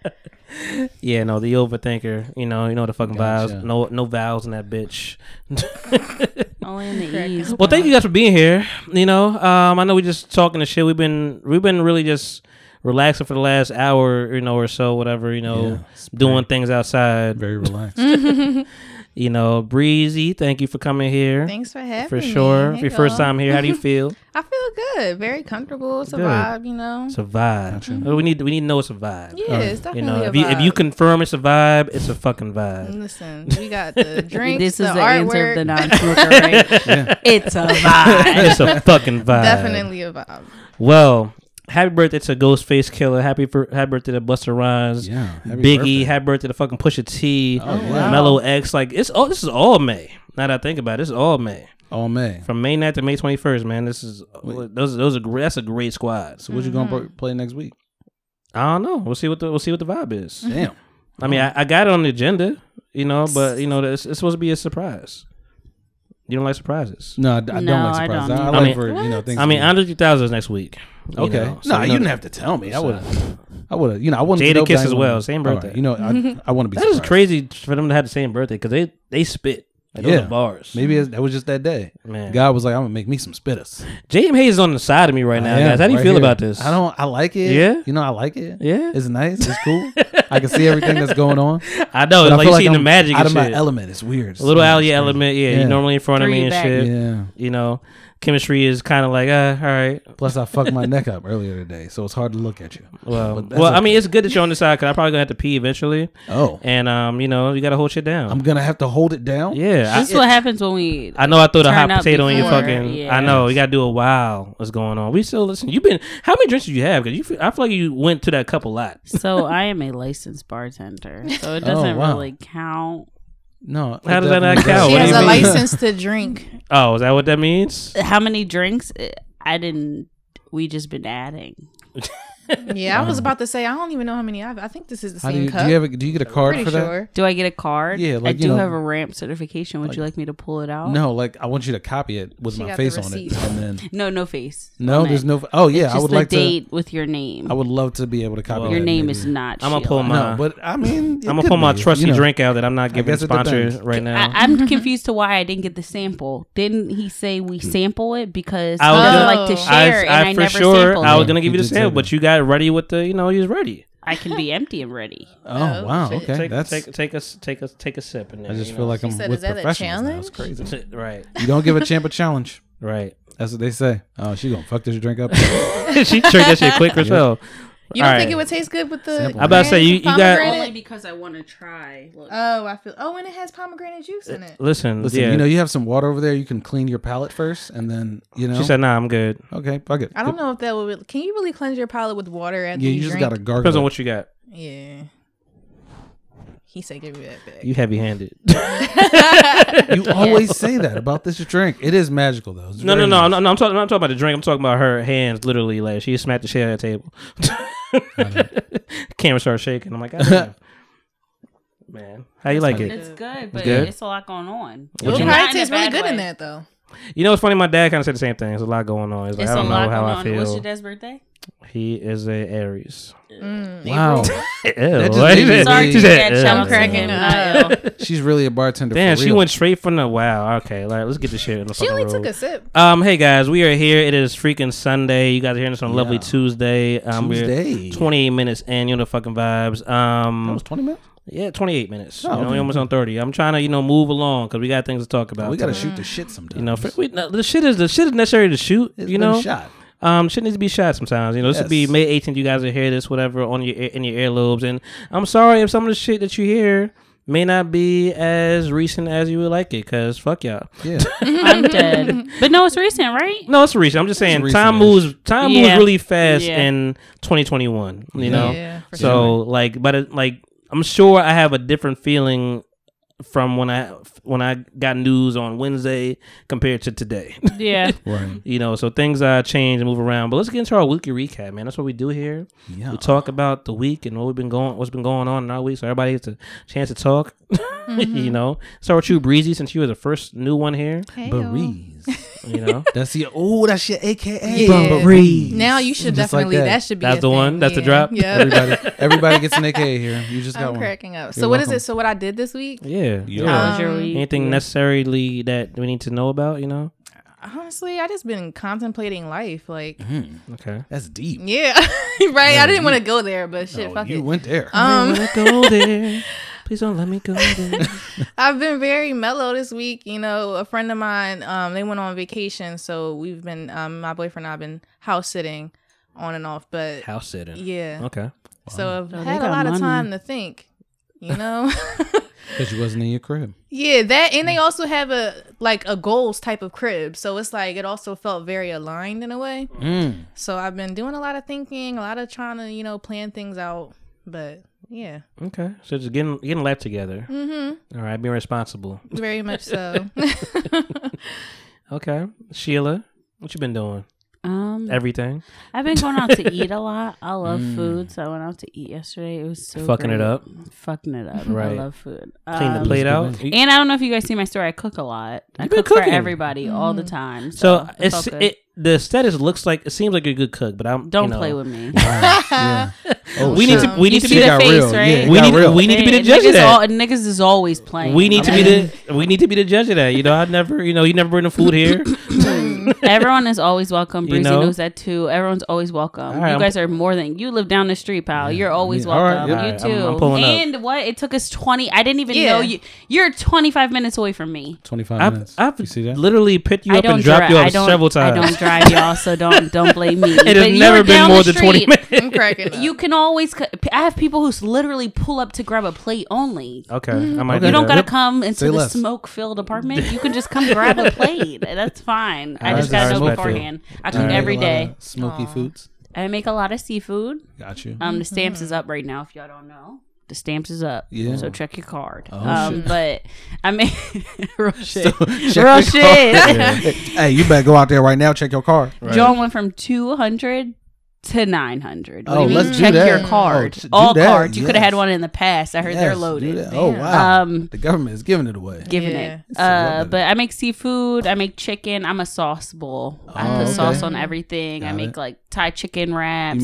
A: Yeah, no, the overthinker. You know, you know the fucking
B: Gotcha.
A: vowels. No, no vowels in that bitch.
E: Only in the east.
A: Well, thank you guys for being here. You know, um, I know we just talking the shit. We've been we've been really just relaxing for the last hour, you know, or so, whatever. You know,
B: Yeah,
A: doing things outside.
B: Very relaxed.
E: Mm.
A: You know, breezy. Thank you for coming here.
C: Thanks for having
A: for
C: me.
A: sure.
C: Hey,
A: If your first
C: y'all.
A: time here, how do you feel?
C: I feel good. Very comfortable. It's a
A: Good.
C: vibe, you know.
A: It's a vibe. We need we need to know it's a vibe.
C: Yeah, it's
A: uh, You
C: definitely
A: know,
C: a
A: if you,
C: vibe.
A: if you confirm it's a vibe, it's a fucking vibe.
C: listen, we got the drinks.
E: This
C: the
E: is the answer
C: artwork.
E: of the non-smoker, right? It's a vibe.
A: it's a fucking vibe.
C: definitely a vibe.
A: Well, happy birthday to Ghostface Killer. Happy for, happy birthday to Buster Rhymes.
B: Yeah, happy
A: Biggie.
B: birthday.
A: Happy birthday to fucking Pusha T.
B: Oh, wow.
A: Mellow X. Like it's all. This is all May. Now that I think about it, this is all May.
B: All May.
A: From May 9th to May twenty first, man. This is those those are great. That's a great squad.
B: So what you gonna
E: Mm-hmm.
B: pro- play next week?
A: I don't know. We'll see what the we'll see what the vibe is.
E: Mm-hmm.
B: Damn.
A: I mean, I, I got it on the agenda, you know, but you know, it's, it's supposed to be a surprise. You don't like surprises.
B: No, I, I don't
E: No,
B: like
E: I
B: surprises.
E: don't
B: I, I
E: either.
B: like
A: I mean-
B: for you know things.
A: I
B: to
A: mean,
B: be-
A: Andre 2000 is next week. you
B: okay.
A: know, so
B: no, you
A: know- uh,
B: didn't have to tell me. I would. have I would have. You know, I wouldn't.
A: Jada
B: know, but
A: Kiss
B: I
A: as
B: wouldn't-
A: well, same
B: All right,
A: birthday.
B: You know, I, I want to be.
A: That is
B: surprised.
A: crazy for them to have the same birthday because they they spit. Like, those are bars.
B: Maybe it's, that was just that day.
A: Man.
B: God was like, I'm gonna make me some spitters.
A: J.M. Hayes is on the side of me right now,
B: Yeah,
A: guys. How do you
B: right
A: feel
B: here.
A: about this?
B: I don't. I like it.
A: Yeah?
B: you know, I like it.
A: Yeah.
B: it's nice. It's cool. I can see everything that's going on.
A: I know.
B: But
A: Oh, It's like you
B: feel
A: seeing the
B: I'm
A: magic
B: out
A: and
B: of my
A: shit.
B: element. It's weird.
A: A little
B: It's
A: alley
B: weird.
A: element, yeah.
B: Yeah.
A: You're normally in front of
E: Throw
A: me
E: you
A: and
E: back.
A: shit.
B: Yeah.
A: You know, chemistry is kind of like, uh, all right.
B: Plus, I fucked my neck up earlier today, so it's hard to look at you.
A: Well,
B: But that's
A: Um, well, I
B: okay.
A: mean, it's good that you're on the side because I'm probably gonna have to pee eventually.
B: Oh.
A: and um, you know, you gotta hold shit down.
B: I'm gonna have to hold it down.
A: yeah,
E: This is what happens when we.
A: I know I threw the
E: Turn
A: hot
E: up
A: potato in your
E: before,
A: fucking.
E: yeah.
A: I know you gotta do a wow. What's going on? We still listen. You've been how many drinks did you have? Because you, feel- I feel like you went to that cup a lot.
E: So I am a licensed bartender, so it
B: Oh,
E: doesn't
B: wow.
E: really count.
B: No. it
A: How does that not
B: definitely
A: count?
B: does.
A: What
C: She
A: do
C: has
A: you
C: a
A: mean?
C: license to drink.
A: Oh, is that what that means?
E: How many drinks? Eh, I didn't. We just been adding.
C: Yeah, I was about to say I don't even know how many I've. I think this is the
B: Um, How do
C: same
B: you,
C: cup.
B: do you have a, do you get a card
C: Pretty
B: for that?
C: sure.
E: Do I get a card?
B: Yeah,
E: I
B: like, you
E: do
B: know-
E: have a ramp certification. Would you like me to pull it out?
B: No, like I want you to copy it with
C: Oh. She
B: my
C: got
B: face
C: the
B: on it,
C: receipt.
B: and then
E: no, no face.
B: no,
E: on
B: there's
E: it.
B: no. Oh yeah, I
E: It's just
B: would
E: the
B: like
E: date with your name.
B: to. I would love to be able to copy
E: your
B: that,
E: name
B: maybe.
E: is not.
A: I'm gonna pull
E: Sheila.
A: my.
B: No, but I mean, it
A: I'm gonna
B: could
A: pull my
B: be,
A: trusty
B: you know.
A: drink out that I'm not giving
B: guess it depends.
A: sponsors right now.
E: I, I'm confused to why I didn't get the sample. Didn't he say we
A: Hmm.
E: sample it because
A: I
E: I
A: was
E: would
A: gonna-
E: like to
C: I-
E: share and I
A: for
E: never
A: sure
E: sampled
A: I was
E: it.
A: gonna
B: You
A: give you the
B: did say
A: sample,
B: that.
A: but you got ready with the you know you was ready.
E: I can be empty and ready.
B: Oh wow,
C: shit.
B: okay,
A: Take
B: that's.
A: take take us take us take a sip. And
B: I just feel like I'm
C: said,
B: Um, with
C: "Is that a
B: professionals now. It's
C: challenge?"
B: crazy.
A: right,
B: You don't give a champ a challenge.
A: right.
B: That's what they say. Oh, she gonna fuck this drink up.
A: she tricked that shit quick herself.
C: You don't
A: All
C: think
A: right.
C: it would taste good with the?
B: Sample.
A: I about to say,
C: grand
A: you- you got-
C: pomegranate?
E: because I want to try. Look.
C: Oh, I feel. Oh, and it has pomegranate juice in
B: Uh,
C: it.
A: Listen,
B: Listen,
A: yeah.
B: you know you have some water over there. You can clean your palate first, and then you know.
A: she said, "Nah, I'm good."
B: "Okay, fuck it."
C: I don't know if that would. Can you really cleanse your palate with water after
B: Yeah, you
C: you,
B: just
C: drink?
B: gotta gargle.
A: Depends on
B: it.
A: what you got.
C: Yeah. He said, "Give me that back."
A: You heavy-handed.
B: You always say that about this drink. It is magical though. It's
A: no, no,
B: very
A: no,
B: nice.
A: no, no. I'm talking. I'm talking about the drink. I'm talking about her hands. Literally, like she smacked the shit out of the table. Camera started shaking. I'm like, God damn. man, how you like it?
E: It's good, but
A: good?
E: it's a lot going on.
C: It would
A: you-
C: probably
E: Not in a
C: taste really
E: bad
C: good in
E: way.
C: that though.
A: You know, it's funny. My dad kind of said the same thing. There's a lot going on. He's like,
E: It's
A: I don't
E: a lot
A: know how
E: going
A: I
E: on. What's your
A: feel.
E: dad's birthday?
A: He is a Aries.
C: Mm,
B: Wow,
A: Ew,
B: just
A: what?
B: made me
E: Sorry,
B: She
E: to
A: said,
E: that.
A: "Ew."
E: I'm cracking. up.
B: she's really a bartender.
A: Damn,
B: for
A: she
B: real.
A: went straight from the wow. Okay, like let's get this shit in the
C: She
A: fucking
C: only took
A: road.
C: a sip.
A: Um, hey guys, we are here. It is freaking Sunday. You guys are hearing this on a lovely
B: Yeah.
A: Tuesday. Um, we're
B: Tuesday.
A: 28 minutes in. You know the fucking vibes. Um,
B: That was twenty minutes.
A: yeah, 28 minutes.
B: Oh,
A: you know, we
B: okay. Oh,
A: almost on 30. I'm trying to, you know, move along because we got things to talk about.
B: we gotta
A: today.
B: shoot the shit sometimes.
A: You know, fr- we, no, the shit is the shit is necessary to shoot.
B: It's
A: you
B: been
A: know,
B: shot.
A: um, shit needs to be shot sometimes. You know, this will be
B: Yes.
A: May 18th. You guys are hear this, whatever, on your ear- in your earlobes. And I'm sorry if some of the shit that you hear may not be as recent as you would like it. Cause fuck y'all.
B: Yeah,
E: I'm dead. But no, it's recent, right?
A: No, it's recent. I'm just saying
B: recent,
A: time
B: yeah.
A: moves time moves
E: Yeah.
A: really fast
E: Yeah.
A: in 2021, you know.
C: Yeah, for
A: so like but it, like I'm sure I have a different feeling from when I when I got news on Wednesday compared to today.
E: Yeah.
B: right.
A: you know, so things uh change and move around. But let's get into our weekly recap, man. That's what we do here.
B: Yeah.
A: We talk about the week and what we've been going what's been going on in our week so everybody gets a chance to talk.
C: Mm-hmm.
A: you know. Start with you, Breezy, since you were the first new one here.
B: Breeze.
A: You know.
B: That's your oh, that's your AKA.
C: Yeah.
B: Breeze.
C: Now you should
B: Just like
C: definitely.
B: that.
C: that. should be.
A: That's
C: a
A: the
C: thing.
A: one? That's the drop?
C: Yeah.
B: Everybody, everybody gets an AKA here. You just got
C: I'm
B: one.
C: cracking up.
B: You're
C: So what is
B: welcome.
C: it? So what I did this week?
A: Yeah.
B: Yeah.
A: yeah.
E: How's your week?
A: Anything necessarily that we need to know about, you know?
C: Honestly, I just been contemplating life. Like,
B: Mm-hmm.
A: Okay.
B: That's deep.
C: yeah, right. I didn't want to go there, but shit,
B: Oh,
C: fuck
B: you
C: it.
B: went there.
C: Um,
A: Let go there. Please don't let me go there.
C: I've been very mellow this week. You know, a friend of mine, um, they went on vacation, so we've been, um, my boyfriend and I've been house sitting, on and off. But
A: House sitting.
C: yeah,
B: Oh,
A: Okay.
C: so I've
E: they
C: had a
E: got
C: lot
E: money.
C: of time to think. You know.
B: Because you wasn't in your crib.
C: Yeah, that
B: Mm.
C: and they also have a like a goals type of crib. So it's like it also felt very aligned in a way.
B: Mm.
C: So I've been doing a lot of thinking, a lot of trying to, you know, plan things out. But yeah.
A: Okay. So just getting getting life together.
C: Mhm.
E: Mm-hmm.
A: All right. Being responsible.
C: Very much so.
A: Okay. Sheila, what you been doing?
E: Um,
A: Everything.
E: I've been going out to eat a lot. I love
A: Mm.
E: food, so I went out to eat yesterday. It was so
A: Fucking it
E: great.
A: up.
E: Fucking it up. I
A: Right.
E: love food.
A: Clean the
E: Um,
A: plate out.
E: And I don't know if you guys see my story. I cook a lot. I
A: You been
E: cook for
A: cooking.
E: everybody all the time.
A: So
E: So, it's all
A: it's
E: good.
A: it, the status looks like it seems like a good cook, but I'm
E: Don't
A: you know,
E: play with me.
A: Oh, we need to we
E: You
A: need to
E: see
A: be
E: the
A: the
E: face, right?
A: We need we need to be the judge
E: niggas
A: of
E: All,
A: that.
E: niggas is always playing.
A: We need to be
E: Okay?
A: the we need to be the judge of that. You know, I never you know you never bring the food here.
E: Everyone is always welcome.
A: You
E: Breezy
A: know?
E: knows that too. Everyone's always welcome.
A: right,
E: you
A: I'm-
E: guys are more than you live down the street, pal. You're always
A: yeah. All right,
E: welcome.
A: yeah.
E: You
A: All right,
E: too.
A: I'm- I'm pulling up.
E: and what? It took us twenty. I didn't even
C: Yeah.
E: know you. You're twenty five minutes away from me.
B: Twenty five
A: I've,
B: minutes.
A: I've
B: you see that?
A: literally picked you
E: I
A: up
E: don't
A: and dropped
E: dri-
A: you
E: I
A: off
E: don't-
A: several times.
E: I don't drive y'all, so don't don't blame me.
A: It has never been more than twenty minutes.
C: I'm cracking up.
E: You can always. c- I have people who s- literally pull up to grab a plate only.
A: Okay, I might.
E: Mm-hmm. You don't
A: that.
E: gotta come into
B: Say
E: the
B: less.
E: smoke filled apartment. You can just come grab a plate. That's fine. I
B: Alright,
E: just gotta
B: alright,
E: know
A: respect it.
E: beforehand. I
B: Do you
E: cook
B: make a
E: every
B: lot
E: day.
B: of Smoky foods.
E: I make a lot of seafood.
B: Got you.
E: Um, the stamps is up right now. If y'all don't know, the stamps is up.
B: Yeah.
E: So check your card.
B: Oh,
E: um,
B: shit.
E: but I mean, real shit.
B: Check
E: real
B: your
E: shit.
B: car. hey, you better go out there right now. Check your car.
E: John went from two hundred to nine hundred.
B: Oh, let's do
E: check
B: that.
E: your card.
B: Oh, ch- do
E: All
B: that,
E: cards. You could have had
B: yes.
E: one in the past. I heard they're
B: Yes, do
E: loaded.
B: that. Oh
C: Damn.
B: wow.
E: Um,
B: the government is giving it away.
E: Giving
C: Yeah.
E: it.
B: a little
E: Uh,
B: bit.
E: but I make seafood. I make chicken. I'm a sauce bowl. I
B: Oh,
E: put
B: okay.
E: sauce on everything. I
B: Got
E: make
B: it.
E: like Thai chicken wraps.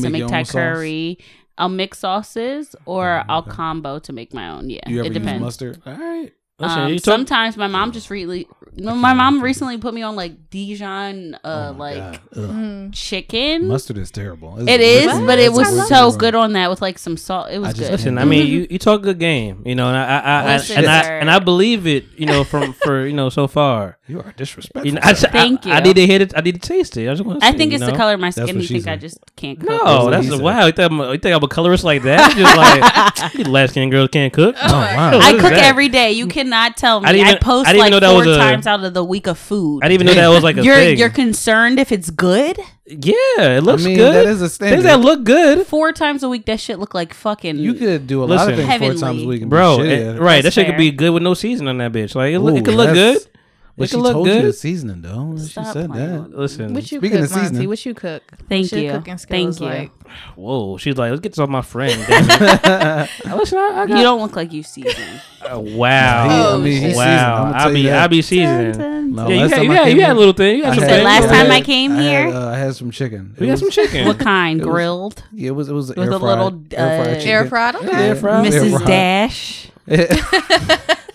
B: You
E: I
B: make
E: make
B: your
E: Thai
B: own sauce? Oh,
E: curry. I'll mix sauces or I'll combo to make my own. Yeah,
B: You ever
E: it
B: use
E: depends.
B: mustard? All right.
A: Okay,
E: Um,
A: Oh, you talk-
E: sometimes my mom just really, no, my mom recently put me on like Dijon, uh, like
B: Oh, God, ugh.
C: Mm-hmm.
E: chicken.
B: mustard is terrible. It's
E: It is,
B: really-
E: but it
B: it's
E: was
B: really
E: so
B: wrong.
E: good on that with like some salt. It was
B: just
E: good.
B: can't
A: Listen, I
B: Mhm.
A: mean, you, you talk good game, you know, and I, I, I,
E: Listen,
A: and I
E: sir.
A: and I believe it, you know, from for you know so far.
B: You are disrespectful.
A: You know, I,
E: Thank
A: I, I
E: you.
A: need to hit it. I need to taste it. I just want.
E: I think it's
A: know?
E: the color of my skin.
B: what
E: You
B: she
E: think I
B: said.
E: just can't cook?
A: No,
B: what
A: that's
B: he
A: a,
B: said.
A: wow. You think, I'm, a- you think I'm a colorist like that? Just like last skin girls can't cook. Oh,
B: wow.
E: I cook every day. You cannot tell me.
A: I
E: I,
A: didn't even-
E: post
A: I didn't
E: like
A: even know that
E: four
A: was a-
E: times out of the week of food.
A: I didn't even know that was like a
E: you're
A: thing.
E: you're concerned if it's good.
A: yeah, it looks
B: mean,
A: good.
B: that is a
A: Things
B: standard.
A: that look good,
E: Four times a week, that shit look like fucking.
B: You could do a lot
A: Listen.
B: of things
E: Heavenly.
B: four times a week, and
A: bro.
B: Be shit.
A: it- right, that
E: That's
A: shit could
E: fair.
A: be good with no season on that bitch. Like it, look-
B: Ooh,
A: it could look
B: that's-
A: good.
B: But
A: It
B: she
A: could look
B: told you the
A: good.
B: seasoning though. and She
E: Stop
B: said
E: playing
B: that.
E: with
A: Listen,
C: What you
B: Speaking
C: cook,
B: of seasoning-
C: Monty? What you cook?
E: Thank
C: What's your
E: you.
C: Cooking skills
E: Thank you.
C: Like?
A: whoa, she's like, let's get this off my friend. Damn it. Listen, I, I
E: You
A: got,
E: don't look like you season.
A: Uh, wow,
C: Oh, I mean, he's
B: seasoned,
A: wow.
B: I'ma
A: I
B: tell you
A: be,
B: that.
A: I be seasoning.
B: No,
A: Yeah, you
B: last
A: had,
B: time
A: you
B: I
A: had,
B: came
A: you had a
B: here,
A: little thing. You had
B: I
A: some
B: had-
E: said
A: thing.
E: last
A: Yeah.
E: time I came
B: I had,
E: here-
B: uh, I had some chicken.
A: We
B: It
A: got some
B: was-
A: chicken.
E: what kind?
B: It was-
E: Grilled.
B: Yeah, it was it was
E: With
B: air
E: a little,
B: fried- air
E: uh,
B: fried chicken.
C: Air fried? Okay.
B: Yeah, air fried. air
E: Mrs.
B: fried.
E: Dash.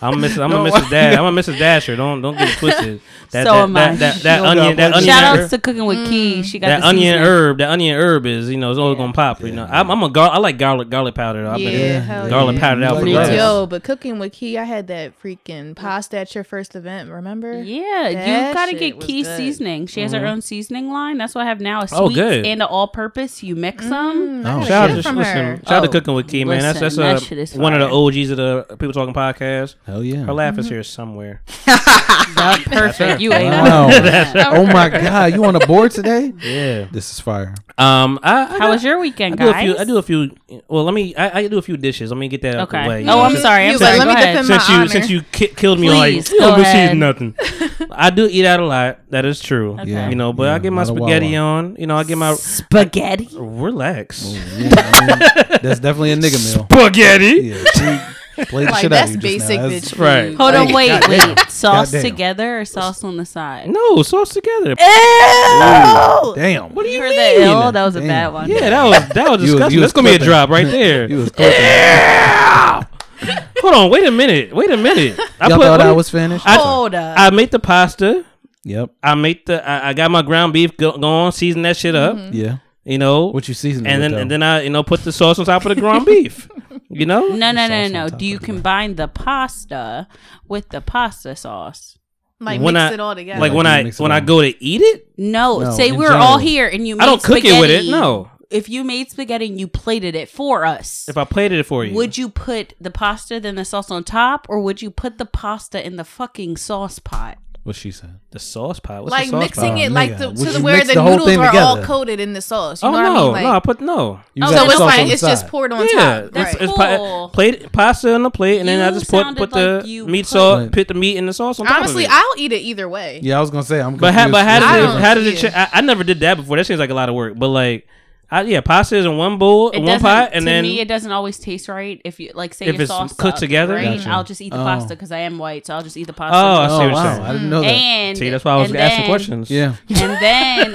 A: I'm miss, I'm a Mrs. Dash. I'm a Mrs. Dasher. Don't don't get it twisted. That,
E: So
A: that,
E: am
A: that,
E: I.
A: that, that
B: She don't Mm.
A: onion
B: got
A: that
B: one
A: onion
E: Shout
A: herb-
E: outs to cooking with Key. She got
A: that
E: the
A: onion
E: seasoning.
A: herb that onion herb is you know it's always gonna pop. You know I'm, I'm a gar- I like garlic garlic powder. I've
C: Yeah,
A: been
C: hell
A: garlic
C: yeah.
A: powdered out
B: Me
A: for
B: too.
A: years.
C: Yo, but cooking with Key, I had that freaking pasta at your first event. Remember?
E: Yeah, you
C: That
E: gotta
C: shit
E: get
C: was
E: Key
C: good.
E: seasoning. She has her own seasoning line. That's what I have now. A sweet
A: Mm-hmm. Oh, good.
E: and an all-purpose. You mix them.
C: I
B: Oh,
C: gotta
A: Shout
C: get
A: out
C: it
A: to
C: from
A: listen,
C: her.
A: shout out to
E: Oh,
A: cooking with Key man. That's that's
E: listen,
A: uh,
E: that shit is
A: one of the
E: fire. Mm-hmm.
A: OGs of the uh, people talking podcast.
B: Hell yeah.
A: Her laugh is here somewhere.
E: That's perfect. You ate
B: Wow.
E: that.
B: Oh my god, you on a board today?
A: Yeah.
B: This is fire.
A: Um. I, I
E: How
A: got-
E: was your
A: I
E: weekend,
A: do
E: guys?
A: a few. I do a few. Well, let me. I, I do a few dishes. Let me get that out the way.
E: Okay. Oh, I'm sorry. I'm
C: You- but
E: sorry.
C: let
E: Go
C: me
E: ahead.
C: defend
A: since
C: my
A: you
C: honor.
A: since you ki- killed me
E: Please,
A: on like you don't
E: go
A: receive
E: ahead.
A: nothing. I do eat out a lot. That is true.
B: Yeah.
A: You know, but I
B: Yeah,
A: get my
B: not a
A: spaghetti
B: Wawa.
A: on. You know, I get my
E: Spaghetti.
A: relax
B: Yeah, I mean, that's definitely a nigga meal.
A: spaghetti.
B: Yeah, she played the
C: Like,
B: shit out
C: that's
B: of you just
C: basic
B: now.
C: bitch food.
A: Right.
E: Hold on, wait,
B: goddamn.
E: wait. Sauce
B: Goddamn.
E: together or sauce on the side?
A: No, sauce together.
E: Ew!
B: Damn.
A: What do you
E: You heard
A: mean?
E: that ill? That was a
B: Damn.
E: bad one.
A: Yeah, that was that was
B: You was-
A: disgusting.
B: you
A: That's
B: was
A: gonna be a
B: clipping.
A: drop right there.
B: You was cooking.
A: Hold on, wait a minute, wait a minute. I
B: Y'all
A: put-
B: thought
A: let
B: I
A: me-
B: was finished?
A: I-
E: Hold up.
A: I made the pasta.
B: Yep.
A: I made the. I, I got my ground beef go- going, season that shit up.
E: Mm-hmm.
B: Yeah.
A: You know
B: What you season?
A: Mm. and then and then I you know put the sauce on top of the ground beef. You know?
E: no, no, no,
B: sauce
E: no.
B: on
E: no.
B: top
E: Do you
B: of it.
E: combine the pasta with the pasta sauce?
C: Like
A: When
C: mix
A: I-
C: it all together.
A: Like
B: Yeah,
A: when
B: you
A: I
B: mix it
A: when I
B: all.
A: go to eat it,
E: No,
B: No,
E: say
B: in
E: we were all
B: general.
E: here and you made
A: I don't cook it with it,
E: spaghetti.
A: no.
E: If you made spaghetti and you plated it for us,
A: if I plated it for you,
E: would you put the pasta then the sauce on top or would you put the pasta in the fucking sauce pot?
B: What she said.
A: The sauce pot. What's
C: like
A: the sauce
C: mixing
A: pot?
C: it like the,
B: nigga,
C: to
B: would
C: the
B: you
C: where
B: mix
C: the,
B: the whole
C: noodles
B: thing
C: are all
B: together?
C: coated in the sauce. You
A: Oh
C: know
A: no,
C: what I mean? Like,
A: no, I put no.
B: You
C: oh,
B: got
C: so it's
B: sauce on
C: like
B: the
C: it's just
B: side.
C: poured on
A: yeah,
C: top.
A: it's,
C: Right.
A: it's pa-
E: cool.
A: plate pasta on the plate, and then I
E: You
A: just put
E: sounded
A: put the
E: like you
A: meat
E: put-
A: sauce, put the meat and the sauce on top
C: Honestly,
A: of it.
C: I'll eat it either way.
B: Yeah, I was gonna say I'm.
A: but how,
B: confused
A: but how
B: too.
A: did
C: I
A: it,
C: don't
A: how did it?
C: see it.
A: Cha- I, I never did that before. That seems like a lot of work. But like, I, yeah, pasta is in one bowl, in one
E: doesn't-
A: pot, and
E: to
A: then
E: me, it doesn't always taste right. If you like, say
A: If
E: your
A: it's
E: sauce
A: cooked
E: up
A: together?
E: green,
B: Gotcha.
E: I'll just eat the
B: Oh.
E: pasta because I am white, so I'll just eat the pasta.
A: Oh, I see
B: Oh
A: what you're
B: wow,
A: saying.
B: I didn't know that.
E: and
A: see that's why I was
E: and
A: asking
E: then-
A: questions.
B: Yeah.
E: And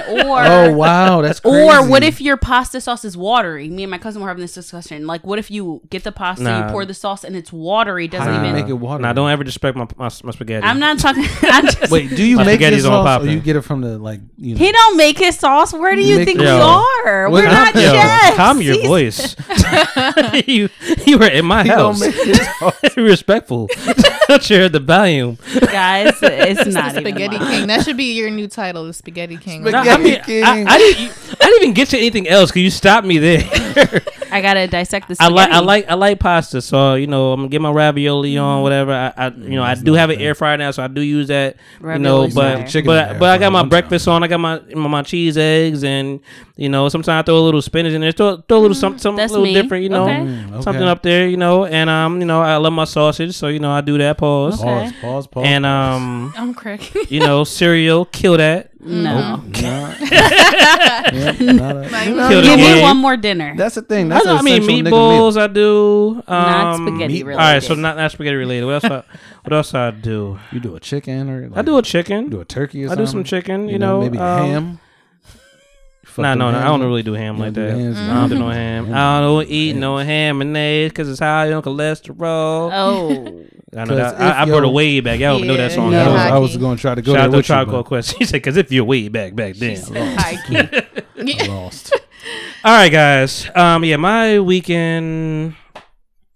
E: then, or
B: Oh wow, that's crazy.
E: Or what if your pasta sauce is watery? Me and my cousin were having this discussion. Like, what if you get the pasta,
A: Nah.
E: you pour the sauce, and it's watery? Doesn't
B: How do you
E: even.
B: make it water?
A: Nah, don't ever disrespect my my, my spaghetti.
E: I'm not talking. I'm just,
B: Wait, do you
A: My
B: make
A: spaghetti's
B: this
A: on
B: sauce, or
A: poppin'.
B: you get it from the like? You know,
E: He don't make his sauce. Where do you
B: Make
E: think
B: it-
E: we
A: Yo.
E: are?
B: What-
E: We're not
A: Yo,
E: chefs.
A: calm your
E: He's-
A: voice. you you were in my
B: He don't
A: house. Oh,
B: make this sauce.
A: Respectful. Share the volume.
E: guys. It's
C: The
E: not even
C: Spaghetti
E: mine.
C: King. That should be your new title, the Spaghetti King.
A: Nah,
B: Spaghetti-
A: I, mean,
B: King.
A: I, I didn't, I didn't even get to anything else because you stopped me there.
E: I gotta dissect this.
A: I like I like I like pasta, so you know I'm gonna get my ravioli
E: Mm-hmm.
A: on whatever. I, I you know I do have an air fryer now, so I do use that. you know,
E: Ravioli's
A: but
E: fire.
B: Chicken in the
A: but
B: air
A: but I
B: fryer
A: got my
B: one
A: breakfast on. I got my my, my cheese eggs, and you know sometimes I throw a little spinach in there, throw, throw a little something something a
E: Mm, that's
A: little
E: me.
A: different, you know,
E: Okay.
B: Mm, okay.
A: something up there, you know. And um, you know I love my sausage, so you know I do that. Pause.
B: Pause, pause, pause.
A: And um,
C: I'm cracking.
A: you know cereal, kill that. Oh.
E: No.
B: Nah. Yeah, not a- you know,
A: Kill the
E: Give me
A: game.
E: one more dinner.
B: that's the thing.
A: I,
B: That's
A: know, I mean
B: an essential nigga meal.
A: meatballs. I do um,
E: Not spaghetti
A: All right, so
E: related.
A: not not spaghetti related. What else? I, what else I do?
B: You do a chicken or like,
A: I do a
B: you do
A: chicken.
B: a turkey. Or
A: I do some
B: something,
A: chicken. You know,
B: maybe
A: um,
B: ham. Fuck
A: Nah,
B: them
A: no, no, I
B: hams.
A: don't really do ham
B: You
A: like
B: don't do
A: that.
B: hams,
A: I don't do no ham. I don't eat no
B: Hams.
A: ham and eggs because it's high on cholesterol.
E: Oh,
A: I know
B: 'Cause
A: that.
B: if
A: I, I brought
B: yo-
A: it way back. Y'all don't know that
C: Yeah,
A: song.
B: No,
C: Yeah,
A: at all.
B: I was
C: hockey.
B: going to try to go
A: Shout out
B: there
A: to
B: with
A: Tribe
B: you,
A: Called Quest. She said, "Because if you're way back back then."
B: but lost.
A: All right, guys. Um, yeah, my weekend.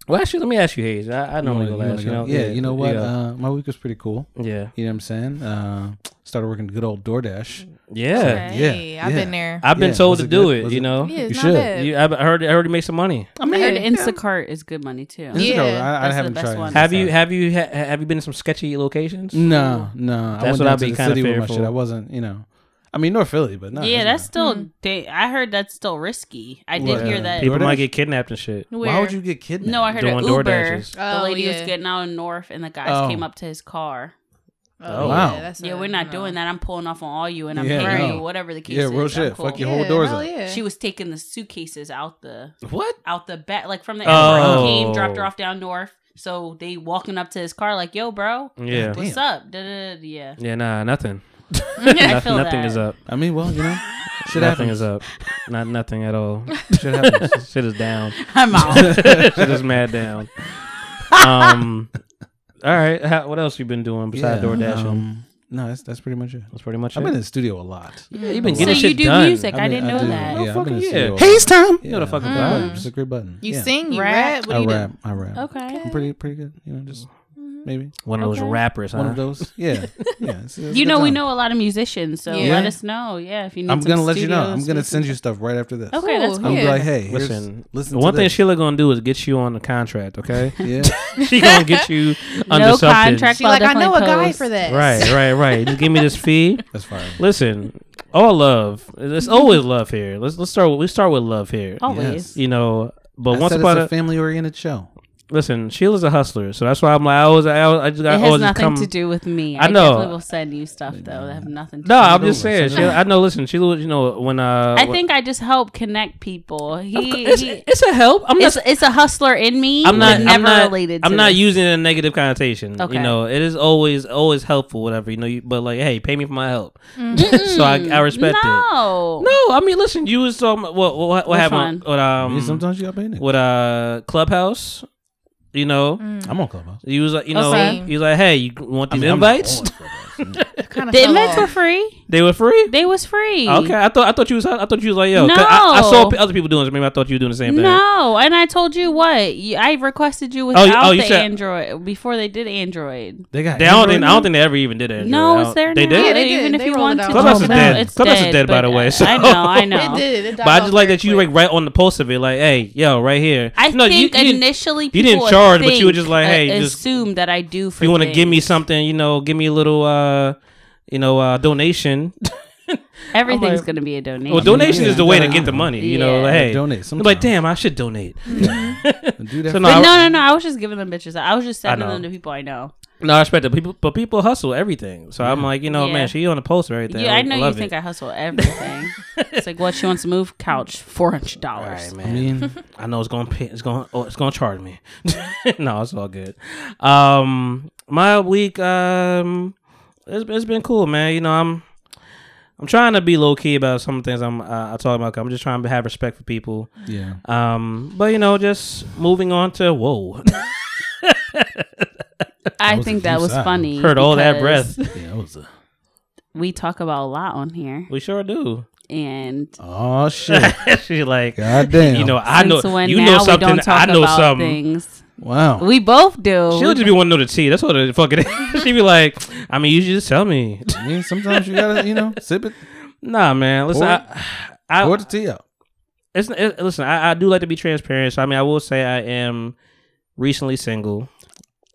A: Well, actually, let me ask you, Hayes. I, I
B: You
A: normally go
B: wanna- you
A: last. You
B: wanna
A: know,
B: go- yeah, you know what?
A: Yeah,
B: Uh, my week was pretty cool.
A: yeah.
B: You know what I'm saying? Uh, started working good old DoorDash.
A: Yeah.
C: Hey, I've
B: yeah.
C: been there.
A: I've been
B: Yeah,
A: told
B: was
A: to
B: it
A: do
B: good?
A: it.
B: Was
A: You
B: it-
A: know,
C: Yeah, it's
B: You
C: not
B: should.
C: bad.
A: you, I heard I already made some money.
E: I heard
C: Yeah.
E: Instacart is good money too.
B: Instacart,
C: Yeah,
B: I, I
E: that's the
B: haven't
E: best
B: tried.
E: one.
B: Instacart.
A: Have you have you ha- have you been in some sketchy locations?
B: No, no. I
A: That's what
B: went down
A: I'd
B: to
A: be
B: the
A: kinda
B: city with my
A: fearful.
B: shit. I wasn't, you know. I mean, North Philly, but no.
E: yeah,
B: you
E: that's
B: know.
E: still. da- I heard that's still risky. I did
B: What,
E: hear
B: uh,
E: that.
A: People might
B: DoorDash?
A: get kidnapped and shit.
B: Why
C: Where?
B: would you get kidnapped?
E: no, I heard an
A: Doing
E: Uber.
A: DoorDashes.
E: The
C: Oh,
E: lady was
C: yeah.
E: getting out in North, and the guys
B: Oh.
E: came up to his car.
A: Oh,
B: wow.
C: that's
E: Yeah,
C: not-
E: we're not
C: no.
E: doing that. I'm pulling off on all you, and I'm
B: Yeah,
E: paying
B: no.
E: you, whatever the case
B: Yeah,
E: is.
B: real
E: I'm
B: shit. Fuck
E: cool.
B: your whole door's
C: hell
B: up.
C: yeah.
E: She was taking the suitcases out the
A: What?
E: out the back, like from the airport. He
A: Oh.
E: Came, dropped her off down north. So they walking up to his car, like, "Yo, bro,
A: Yeah.
E: what's up?" Da, da, da, da, yeah,
A: Yeah, nah, nothing.
E: I
A: nothing
E: feel
A: nothing
E: that.
A: is up.
B: I mean, well, you know, shit
A: nothing
B: happens.
A: is up. Not nothing at all.
B: Shit happens.
A: shit is down.
E: I'm out.
A: shit is mad down. Um. All right. How, what else you been doing besides
B: Yeah,
A: DoorDash?
B: um, no, that's that's pretty much it.
A: That's pretty much it.
B: I've been in the studio a lot.
A: yeah, you been
B: So
A: getting
E: you
A: shit
E: do
A: done.
E: music. I
B: I've been-
E: didn't know
B: do-
E: that.
B: Oh, Yeah, I've been in
A: Motherfucker,
B: the studio.
A: yeah.
B: a lot.
A: Hayes
B: time.
A: You know the fucking
B: Yeah,
A: vibes.
B: It's a great button.
C: You
B: yeah.
C: sing, you
E: Rap?
C: rap. What do
B: I
C: you
B: rap.
C: do?
B: I rap.
E: okay. Mm-hmm.
B: I'm pretty pretty good. You know, just maybe
A: One of those
E: Okay.
A: rappers. Huh?
B: one of those. Yeah, yeah. it's- it's a
E: You
B: good
E: know, we
B: time.
E: know a lot of musicians, so
C: Yeah.
E: let us know. Yeah, if you need.
B: I'm
E: some
B: gonna let you know.
E: studio
B: I'm gonna
E: space.
B: send you stuff right after this.
E: Okay, that's
C: Cool,
E: cool.
B: I'm gonna be
C: Yeah.
B: like, hey, here's-
A: Listen,
B: listen.
A: the
B: to
A: one thing
B: this.
A: Sheila gonna do is get you on the contract. Okay.
B: Yeah.
A: she gonna get you under
E: no
A: something.
E: contract.
C: She
E: but I'll
C: like, I know a
E: definitely
C: guy
E: post.
C: for that.
A: Right, right, right. Just give me this fee.
B: That's fire.
A: Listen, all love. It's always love here. Let's let's start. With, we start with love here.
E: Oh. Always.
A: You know, but
B: I
A: once
B: said
A: upon
B: it's
A: a,
B: a family oriented show.
A: listen, Sheila's a hustler, so that's why I'm like I always I always, I just I
E: It
A: always
E: has
A: just
E: nothing
A: come.
E: to do with me.
A: I
E: I,
A: know.
E: definitely will send you stuff though that have nothing. to
A: No,
E: do
A: I'm
E: with
A: just
E: me.
A: saying. Sheila, I know. Listen, Sheila. You know when uh,
E: I
A: when-
E: think I just help connect people. He,
A: it's,
E: he-
A: it's a help. I'm not
E: it's, it's a hustler in me.
A: I'm not.
E: but
A: I'm
E: never
A: not,
E: related. To
A: I'm not
E: this.
A: using it in a negative connotation.
E: Okay.
A: You know, it is always always helpful, whatever. You know, you, but like, hey, pay me for my help. so I, I respect it.
E: No.
A: No, I mean, listen, you was um, what what, what
E: Oh. Which
A: happened with
B: Yeah,
A: um
B: sometimes you got paid.
A: with uh Clubhouse. You know,
B: I'm on Clubhouse.
A: you was like, you know,
E: Mm. Okay.
A: you was like, hey, you want these
B: I'm
A: invites?
B: on Clubhouse.
C: Kinda
E: The
C: fell
E: invites
C: off.
E: were free.
A: They were free.
E: They was free.
A: Okay, I thought I thought you was I thought you was like yo. 'cause I, I
E: No.
A: saw p- other people doing it. Maybe I thought you were doing the same thing.
E: No, and I told you what You- I requested you
A: oh,
E: without
A: you
E: the
A: said-
E: Android before they did Android.
B: They got.
A: They, I don't think I don't think they ever even did that.
E: No,
A: I
E: it's
A: don't-
E: there
A: They
E: now.
A: did.
C: Yeah, they
E: Even
C: did.
E: if
C: They
E: you
C: rolled
E: want
C: it
E: to,
C: out.
A: Clubhouse is
E: No,
A: dead.
E: it's
A: Clubhouse is
E: dead,
A: dead, by the
E: but
A: way,
E: I know, I know.
C: It did. It
A: But I just like that you like right on the pulse of it, like, hey, yo, right here.
E: I
A: no, you-
E: think
A: you, didn't-
E: initially
A: you didn't
E: people
A: charge, but you were
E: think-
A: just like,
E: uh,
A: hey, just-
E: assume that I do.
A: if
E: For
A: you want to give me
E: things.
A: something, you know, give me a little, uh, you know, uh, donation.
E: everything's gonna be a donation.
A: Well, donation
B: yeah,
A: is the way to
B: yeah.
A: get the money. You know,
E: Yeah.
A: like, hey,
B: Donate
A: I'm like,
B: sometimes.
A: damn, I should donate.
B: Do that
A: So
B: for-
A: no,
E: But
A: I-
E: no, no, no. I was just giving them bitches. I was just
A: I
E: sending
A: know.
E: them to people I know.
A: No, I respect it. People, but people hustle everything. So I'm like, you know,
E: Yeah.
A: man, she on the post and everything.
E: Yeah, I know you
A: love
E: think
A: it.
E: I hustle everything. it's like, what she wants to move couch four hundred dollars.
A: All right, man. I know it's gonna pay, it's gonna oh, it's gonna charge me. no, it's all good. Um, my week, um, it's, it's been cool, man. You know, I'm I'm trying to be low key about some things I'm uh, I talk about. I'm just trying to have respect for people.
B: Yeah.
A: Um, but you know, just moving on to whoa,
E: I
B: was a
E: think that
B: deep
E: was
B: sigh.
E: funny.
A: heard all that
E: because
A: breath.
B: Yeah, that was a.
E: We talk about a lot on here,
A: We sure do.
E: and
B: Oh shit!
A: she like,
B: God damn!
A: you know, I know
E: since when
A: you know
E: now
A: something.
E: We don't talk
A: I know
E: about
A: something.
E: Things
B: Wow.
E: we both do.
A: She'll just be wanting to know the tea. That's what the fucking. she be like, I mean, you should just tell me.
B: I mean, sometimes you gotta, you know, sip it,
A: nah, man. Listen,
B: Or-
A: I, I,
B: pour the tea out.
A: it's, it- listen. I, I do like to be transparent. So I mean, I will say I am recently single.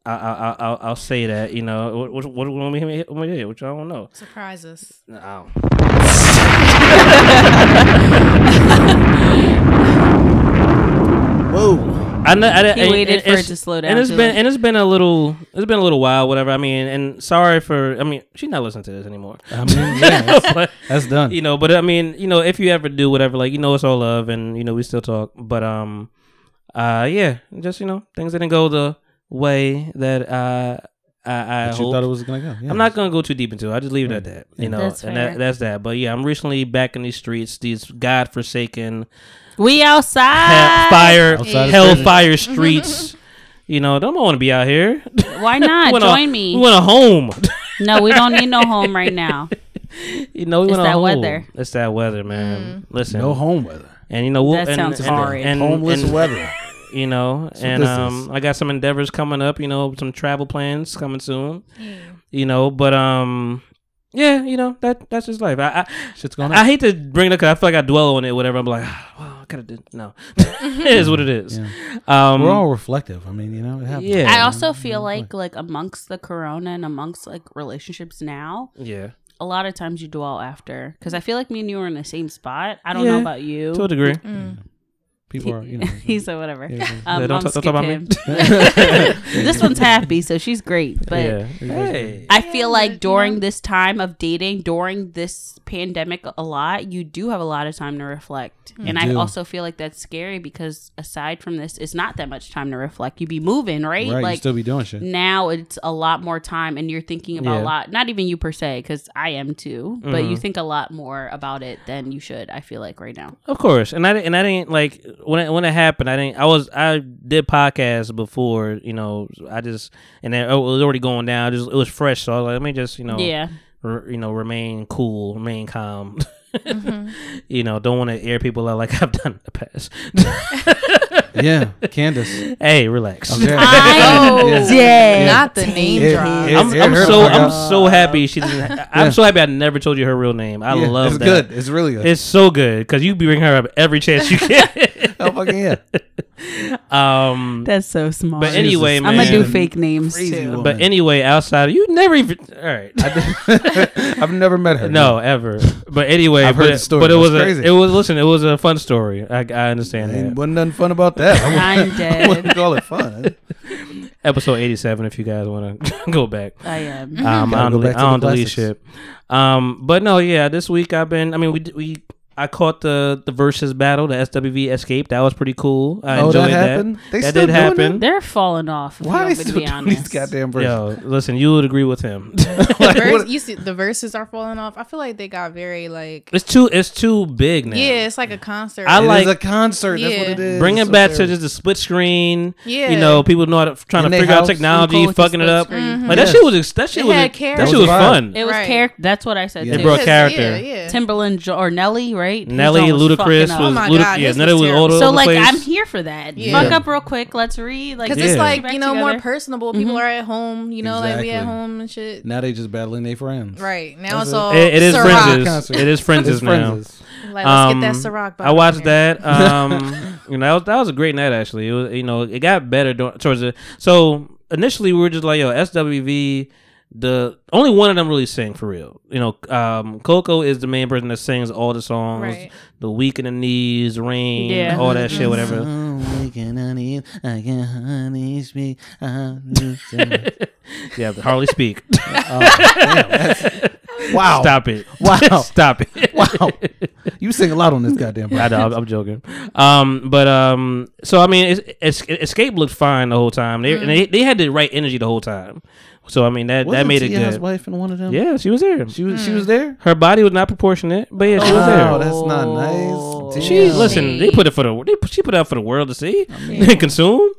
A: I, I, I I'll, I'll say that. You know, what what what, what, we hit- what, we hit, which I don't know.
C: Surprises.
A: I don't-
B: Whoa!
A: I know. I,
E: He
A: and-
E: waited
A: and
E: for it
A: it's-
E: to slow down
A: And it's
E: too
A: been
E: much.
A: and it's been a little it's been a little while. Whatever. I mean, and sorry for. I mean, she's not listening to this anymore.
B: I mean, yeah, that's, that's done.
A: you know but i mean you know if you ever do whatever like you know it's all love and you know we still talk but um uh yeah just you know things didn't go the way that uh i, I
B: But you
A: hoped.
B: thought it was gonna go. Yeah.
A: i'm not gonna go too deep into it i just leave it at
B: Right.
A: that you know
E: That's
A: and
E: fair.
A: that, that's that but yeah i'm recently back in these streets these godforsaken
E: we outside.
A: ha- fire
B: Outside of
A: hellfire streets you know don't want to be out here
E: Why not
A: We want a-
E: join me?
A: we want a home
E: no, we don't need no home right now.
A: you know we
E: It's
A: want a
E: that
A: home.
E: weather. Mm.
A: it's that weather man listen
B: No home weather.
A: And you know, we'll,
E: That
A: and,
E: sounds
A: and,
E: horrid.
A: And,
B: Homeless
A: and,
B: weather.
A: You know, and
B: this
A: um,
B: is.
A: I got some endeavors coming up. You know, some travel plans coming soon. You know, but um, yeah, you know that that's just life. I
B: Shit's
A: I,
B: going
A: I
B: on.
A: hate to bring it up 'cause I feel like I dwell on it. Whatever. I'm like, well, I could have did. No, it is what it is.
B: Yeah.
A: Um,
B: We're all reflective. I mean, you know, it happens.
A: Yeah.
E: I also feel
B: Yeah.
E: like like amongst the corona and amongst like relationships now,
A: yeah,
E: a lot of times you dwell after because I feel like me and you were in the same spot. I don't know
A: Yeah,
E: about you.
A: to a degree.
E: mm.
B: people are, you know.
E: he said whatever.
B: yeah, yeah.
E: Um,
A: Yeah, don't
E: don't
A: talk- don't talk about me.
E: this one's happy, so she's great. But
A: yeah. Hey.
E: I feel like during this time of dating, during this pandemic, a lot you do have a lot of time to reflect, and I
B: do.
E: also feel like that's scary because aside from this, it's not that much time to reflect. You be moving, right?
B: right, you
E: like
B: still be doing shit.
E: now it's a lot more time and you're thinking about
A: Yeah.
E: a lot not even you per se because i am too but you think a lot more about it than you should i feel like right now
A: Of course, and I di- and I didn't like when it, when it happened. I didn't. I was I did podcasts before, you know. I just and then, oh, it was already going down. Just it was fresh, so I was like, let me just you know,
E: yeah
A: re- you know, remain cool, remain calm. You know, don't want to air people out like I've done in the past.
B: yeah, Candace.
A: hey, relax.
B: Okay.
E: I
B: Yeah.
D: Dead.
C: Not the name
B: Yeah,
C: drop.
B: yeah,
A: I'm,
B: yeah,
A: I'm
B: her
A: so
B: fuck
A: I'm
B: up.
A: so happy she didn't. I'm
B: Yeah.
A: so happy I never told you her real name. I
B: Yeah,
A: love
B: It's
A: that.
B: good. It's really good.
A: It's so good because you bring her up every chance you can.
B: oh fucking yeah.
A: um,
E: that's so smart
A: but anyway,
B: I'm
A: man.
B: gonna do
E: fake names
B: Crazy woman.
A: But anyway, outside of you never even all right.
B: I've never met her.
A: no, ever. But anyway,
B: I've
A: but,
B: heard the story.
A: but it
B: That's
A: was
B: crazy.
A: a it was listen, it was a fun story. I, I understand
B: Ain't-
A: that.
B: wasn't nothing fun about that. I
E: i'm
B: wouldn't- I wouldn't
E: dead
B: call it fun.
A: Episode eighty seven if you guys wanna go back.
E: i am
A: Um I don't,
B: Gotta go
A: delete,
B: back to
A: I don't
B: the
A: delete shit. Um but no, yeah, this week I've been I mean we d- we I caught the the versus battle, the SWV escape. That was pretty cool. I
B: Oh, that
A: enjoyed that.
B: happened? They
A: that
B: still
A: did
B: doing
A: happen.
E: They're falling off.
B: Why
E: Why
B: are
E: they
B: they
E: to
B: still
E: be
B: doing these
E: honest.
B: goddamn verses?
A: Yo, listen, you would agree with him.
C: The verse, you see, the verses are falling off. I feel like they got very like
A: it's too it's too big now.
C: yeah, it's like a concert.
A: I
B: It is
A: like-
B: a concert. That's what
C: Yeah.
B: it is.
A: Bring it
B: So
A: back to
B: terrible.
A: just the split screen.
C: Yeah.
A: You know, people know how to, trying
B: In
A: to
B: they
A: figure out
B: house,
A: technology,
B: cool with the
A: fucking it
B: split
A: up.
E: Mm-hmm.
B: screen.
A: Like
B: Yes.
A: that shit was ex- that shit
C: It
A: was
C: had
A: ex- that
C: character.
A: shit was
B: That was
A: fun.
E: It was
C: Right.
E: character. That's what I said.
B: Yeah.
E: too.
A: It brought
C: Because-
A: character.
C: Yeah, yeah.
E: Timberland Jo- or Nelly, right? His
A: Nelly,
E: song was
A: Ludacris was
E: fucking up. Oh
C: my
A: Luda-
C: God,
A: yeah,
C: this
A: Nelly
C: was
A: was all
C: terrible.
A: over the
E: so like
A: place.
E: I'm here for that.
C: Yeah.
E: Fuck up real quick. Let's read. Like
C: because
A: Yeah.
C: it's like
E: Back
C: you know more
E: together.
C: personable. People are at home. You know, like we at
B: Exactly.
C: home and shit.
B: Now they just battling their friends.
C: Right now
B: That's
C: it's
B: it.
C: all
A: It- it is
C: Ciroc.
A: frenzies.
B: Concert.
A: It is frenzies
B: It's
A: now.
B: friends.
C: Like let's get that
A: Um,
C: Ciroc.
A: I
C: bottle
A: watched
C: here.
A: that. Um, you know, that was, that was a great night actually. It was, you know, it got better dur- towards the. So initially, we were just like, yo, SWV. The only one of them really sing for real. You know, um, Coco is the main person that sings all the songs.
C: Right.
A: The weak in the knees, rain,
E: Yeah.
A: all that shit, whatever.
B: Oh, we can honey, I can honey speak. I understand.
A: yeah, hardly speak.
B: wow.
A: Stop it.
B: Oh. Wow.
A: Stop it.
B: Wow. You sing a lot on this goddamn
A: I
B: podcast.
A: know, I'm, I'm joking. Um, but um, so I mean, it's, it's, Escape looked fine the whole time.
C: Mm-hmm.
A: They, and they they had the right energy the whole time. So I mean, that that
B: Wasn't
A: made it
B: T.I.'s
A: good.
B: wife in one of them?
A: Yeah, she was there.
B: She was,
E: Hmm.
B: she was there?
A: Her body was not proportionate, but yeah, she was
B: Oh,
A: there.
B: that's not
C: Oh.
B: nice. Damn.
A: She listen. They put it for the. They put, she put it out for the world to see, consume.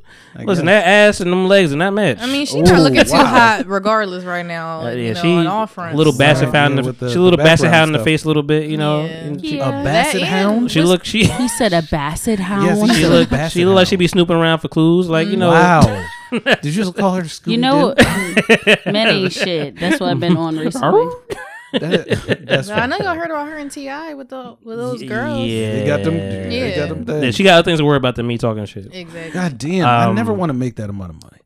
A: listen,
B: guess.
A: that ass and them legs are not match.
C: I mean, she's not
B: Ooh,
C: looking too
B: wow.
C: hot, regardlous right now.
A: Uh, yeah,
C: you know,
A: she
C: on all fronts.
A: little basset
B: Sorry,
A: hound.
B: yeah,
A: in the,
B: with the-
A: she a little
B: the
A: basset
B: background
A: hound in the
B: stuff.
A: face a little bit, you know.
C: Yeah.
A: and She,
E: Yeah.
B: A basset
C: That
B: hound?
A: she looked. She
E: He said a basset hound.
B: Yes, he
A: she
B: said
A: look
B: basset
A: she look like
B: hound.
A: she be snooping around for clues, like
C: Mm-hmm.
A: you know.
B: Wow. Did you just call her Scooby
E: you know,
B: Doo?
E: many shit. That's what I've been on recently.
B: That- that's
C: I know y'all heard about her and Ti with the with those girls.
A: Yeah,
B: They got them. They
C: Yeah.
B: got them
A: Yeah,
B: things.
A: she got other things to worry about than me talking shit.
C: exactly.
B: God damn! I
A: Um,
B: never want to make that amount of money.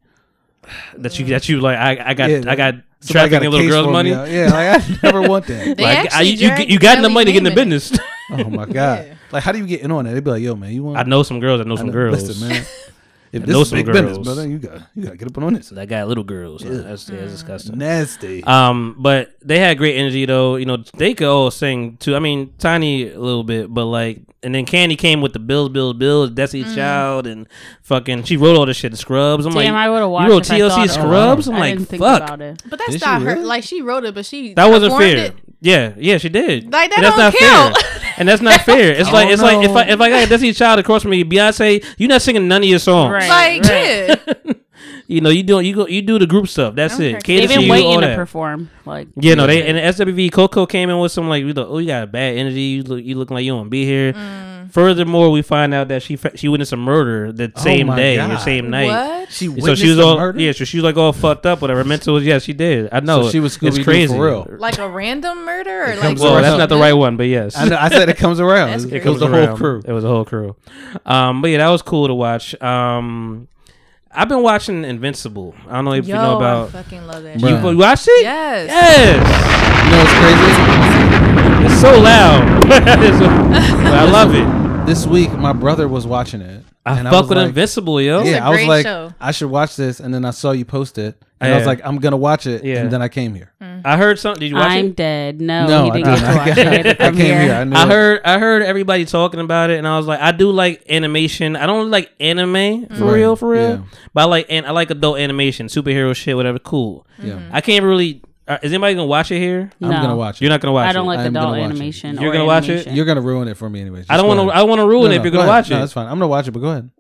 A: That you that you like. I I got
B: Yeah,
A: I got
B: Somebody
A: trafficking
B: a
A: little
B: case
A: girls
B: for me
A: money.
B: out. Yeah, like, I never want that.
C: They
A: Like I,
C: actually
A: you
C: dragged
A: you got the
C: Nelly
A: money to get in the
C: Naiman
A: business.
B: Oh my god! Like, how do you get in on that? They'd be like, "Yo, man, you want?"
A: I know some girls. I know some girls.
B: Listen, man. If
A: I
B: this
A: know
B: is
A: some
B: big business,
A: girls.
B: brother, you got you got to get up on this.
A: So that guy little girls. Uh, That's, yeah, that's disgusting.
B: Nasty.
A: Um, but they had great energy though. You know, they could all sing too. I mean, tiny a little bit, but like, and then Candy came with the bills, bills, bills. Destiny
C: Mm-hmm.
A: Child and fucking she wrote all this shit. The Scrubs. I'm
E: Damn,
A: like,
E: I would have watched.
A: You wrote
E: if I thought
A: TLC
E: about
A: Scrubs.
E: it.
A: I'm
E: I
A: like,
E: didn't think
A: fuck.
E: about it.
C: But that's
B: Did she
C: not her.
B: really?
C: Like she wrote it, but she
A: That wasn't
C: performed
A: fair.
C: it.
A: Yeah, yeah, she did.
C: Like, that
A: And
C: don't count.
A: fair. and that's not fair. It's
B: I
A: like
B: don't
A: it's like if I
B: know.
A: if I got Destiny Child across from me, Beyonce, you're not singing none of your songs.
E: Right.
C: Like yeah,
A: You know, you do you go you do the group stuff. That's
C: Okay.
A: it.
E: They've
A: Cater to
E: been
A: you, all
E: waiting to
A: that.
E: perform. Like,
A: Yeah, no, they and SWV Coco came in with some like, we look, oh, you got bad energy. You look, you looking like you don't be here.
C: Mm.
A: Furthermore, we find out that she fa- she witnessed a murder the
B: Oh
A: same
B: my
A: day,
B: God.
A: the same night.
C: what?
B: she
A: So
B: witnessed
A: she was
B: the
A: all
B: murder?
A: yeah. So she was like all fucked up, whatever. Mental, yeah, she did. I know.
B: So she was
A: it's
B: Scooby-Doo
A: crazy.
B: for real.
C: Like a random murder? Or like
B: comes
A: Well,
B: around.
A: that's not the right one, but yes,
B: I, know, I said it comes around.
C: That's
B: it
C: crazy.
B: comes the
A: around.
B: whole crew.
A: It was a whole crew. Um, but yeah, that was cool to watch. Um, I've been watching Invincible. I don't know if
C: Yo,
A: you know
C: I
A: about.
C: fucking love that.
B: Bruh.
C: shit.
A: You you watched it?
C: Yes.
A: Yes.
B: You know what's crazy?
A: It's so loud. It's so- but I love it.
B: This week, my brother was watching it.
A: I
B: and
A: fuck
B: was
A: with
B: like-
A: Invincible, yo.
C: It's
B: Yeah,
C: a
B: I was
C: great
B: like,
C: show.
B: I should watch this, and then I saw you post it, and I
A: Yeah.
B: was like, I'm gonna watch it,
A: Yeah.
B: and then I came here.
A: I heard something. Did you watch
E: I'm
A: it?
E: dead. No,
B: no,
E: he
B: I,
E: didn't get to
B: I,
E: watch it.
B: I
E: I'm
B: came
E: here.
B: here. I, knew
A: I
B: it.
A: heard I heard everybody talking about it, and I was like, I do like animation. I don't like anime for
B: Right.
A: real, for real.
B: Yeah.
A: But I like and I like adult animation, superhero shit, whatever. Cool.
B: Yeah.
A: I can't really. Uh, is anybody gonna watch it here?
B: I'm
E: No.
B: gonna watch it.
A: You're not gonna watch it.
E: I don't like
B: I am
E: adult
B: gonna watch it.
E: animation.
A: You're
E: or
A: gonna watch it?
E: animation.
B: You're gonna ruin it for me anyways.
A: I don't want to. I want to ruin it if you're gonna watch
B: No,
A: it.
B: that's fine. I'm gonna watch it, but go ahead.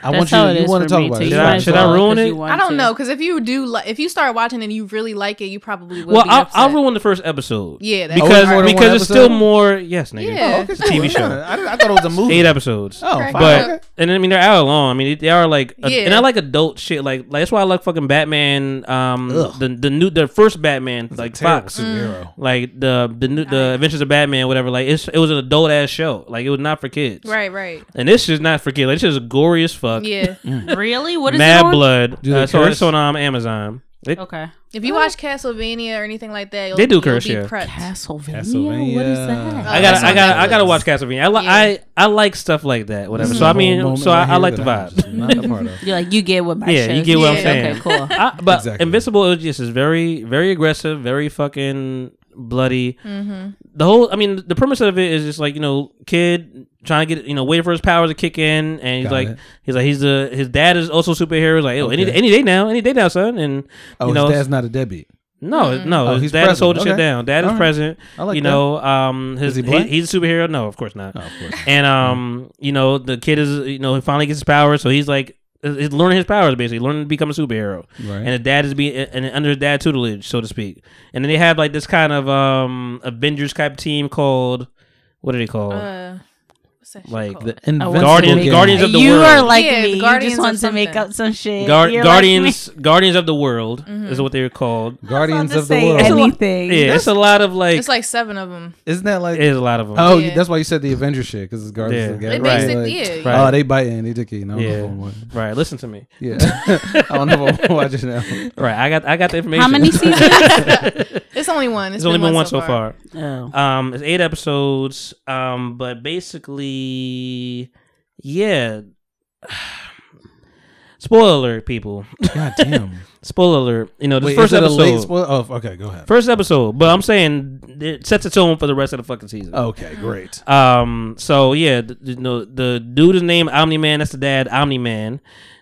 B: I
E: That's
B: want
E: how it
B: you. You
E: is
B: want to
E: for
B: talk
E: me
B: about
E: too.
B: it?
E: You
A: Should I-
E: might as
A: should I
E: well,
A: ruin
E: 'cause
A: it?
E: you want
C: I don't
E: to.
C: know because if you do like if you start watching and you really like it, you probably will.
A: well,
C: be
A: I'll,
C: upset.
A: I'll ruin the first episode.
C: Yeah, that's
A: because
B: Oh, it's more than
A: because
B: one
A: it's still
B: episode?
A: more. Yes, nigga.
C: Yeah. Oh, okay,
A: it's a TV show.
B: I, didn't- I thought it was a movie.
A: Eight episodes.
B: Oh,
C: Correct.
B: fine.
A: But
B: Okay.
A: and I mean they're hour long. I mean they are like, a-
C: Yeah.
A: and I like adult shit. Like, like that's why I like fucking Batman. Um,
B: Ugh.
A: the the new the first Batman like
B: Terrible
A: Fox,
B: superhero.
A: like the the new the Adventures of Batman, whatever. Like it's it was an adult ass show. Like it was not for kids.
C: Right, right.
A: And this is not for kids. Like, this is gory as fuck.
C: Yeah.
E: Really? What is it
A: Mad
E: on?
A: blood.
B: Do they
A: Uh, so it's
B: curse?
A: on um, Amazon. They,
E: Okay.
C: If you watch Castlevania or anything like that, you'll,
A: They do
C: you'll
A: curse,
C: be
A: yeah.
C: prepped.
E: Castlevania.
B: Castlevania.
E: What is that?
A: I
C: that's
A: gotta, I
C: on
A: gotta, I
B: Netflix.
A: gotta watch Castlevania. I, li-
C: Yeah.
A: I, I like stuff like that, whatever.
B: This
A: So I
B: is a whole
A: mean,
B: moment
A: so I,
B: right
A: I like the
B: here that
A: vibe.
B: I'm just Not a part of.
E: You're like you get what my
A: Yeah,
E: show
A: you get what I'm
E: is.
A: saying.
E: Okay, cool.
A: I, but
B: Exactly.
A: Invincible is just is very, very aggressive, very fucking bloody.
C: Mhm.
A: The whole, I mean, the premise of it is just like you know, kid trying to get you know, wait for his powers to kick in, and he's
B: Got
A: like,
B: it.
A: he's like, he's a his dad is also a superhero. He's like, oh, any
B: Okay.
A: any day now, any day now, son, and
B: Oh,
A: you know,
B: his dad's not a deadbeat.
A: no, no,
B: Oh,
A: his
B: he's
A: dad is
B: present.
A: holding shit
B: Okay.
A: down. Dad is
B: All right.
A: present.
B: I like
A: you
B: that.
A: know, um, his
B: Is he
A: he
B: black?
A: he's a superhero. No, of course not.
B: Oh, of course.
A: And um, you know, the kid is you know he finally gets his powers, so he's like he's learning his powers basically, learning to become a superhero.
B: Right.
A: And the dad is being and under his dad tutelage, so to speak. And then they have like this kind of um Avengers type team called what are they called?
C: Uh, what's that shit
A: like
C: called?
A: the
B: Invincible
A: Guardians,
B: Gang.
A: Guardians of the
E: you
A: World.
E: are like
C: Yeah, the
E: me. You
C: Guardians
E: just want
C: of
E: to make
C: something.
E: up some shit.
A: Guar-
E: You're like me. Mm-hmm.
A: Guardians, Guardians of the World is what they're called.
B: Guardians
E: I'll
B: of the
E: just say
B: World.
E: Anything.
A: Yeah, it's a lot of like,
C: It's like seven of them.
B: Isn't that like?
A: it is a lot of them.
B: oh,
C: Yeah.
B: that's why you said the Avengers shit because it's Guardians
A: Yeah.
B: of the
A: They
B: Galaxy.
C: basically-
B: Like,
A: yeah. Right.
B: Oh, they biting, they dicky. I don't
A: Yeah.
B: know if I want.
A: Right, listen to me.
B: Yeah, I don't know if I'm watching now.
A: Right, I got I got the information.
E: How many seasons?
C: It's only one.
A: It's only been one so far.
E: oh.
A: Um, it's eight episodes. Um, but basically, yeah. Spoiler alert, people.
B: God damn.
A: Spoiler alert. You know, this
B: Wait,
A: first
B: is it a
A: episode.
B: late spoil- oh, okay, go ahead.
A: first episode, but I'm saying it sets its tone for the rest of the fucking season.
B: Okay, great.
A: Um. So yeah, the, you know, the dude is named Omni Man. That's the dad, Omni Man.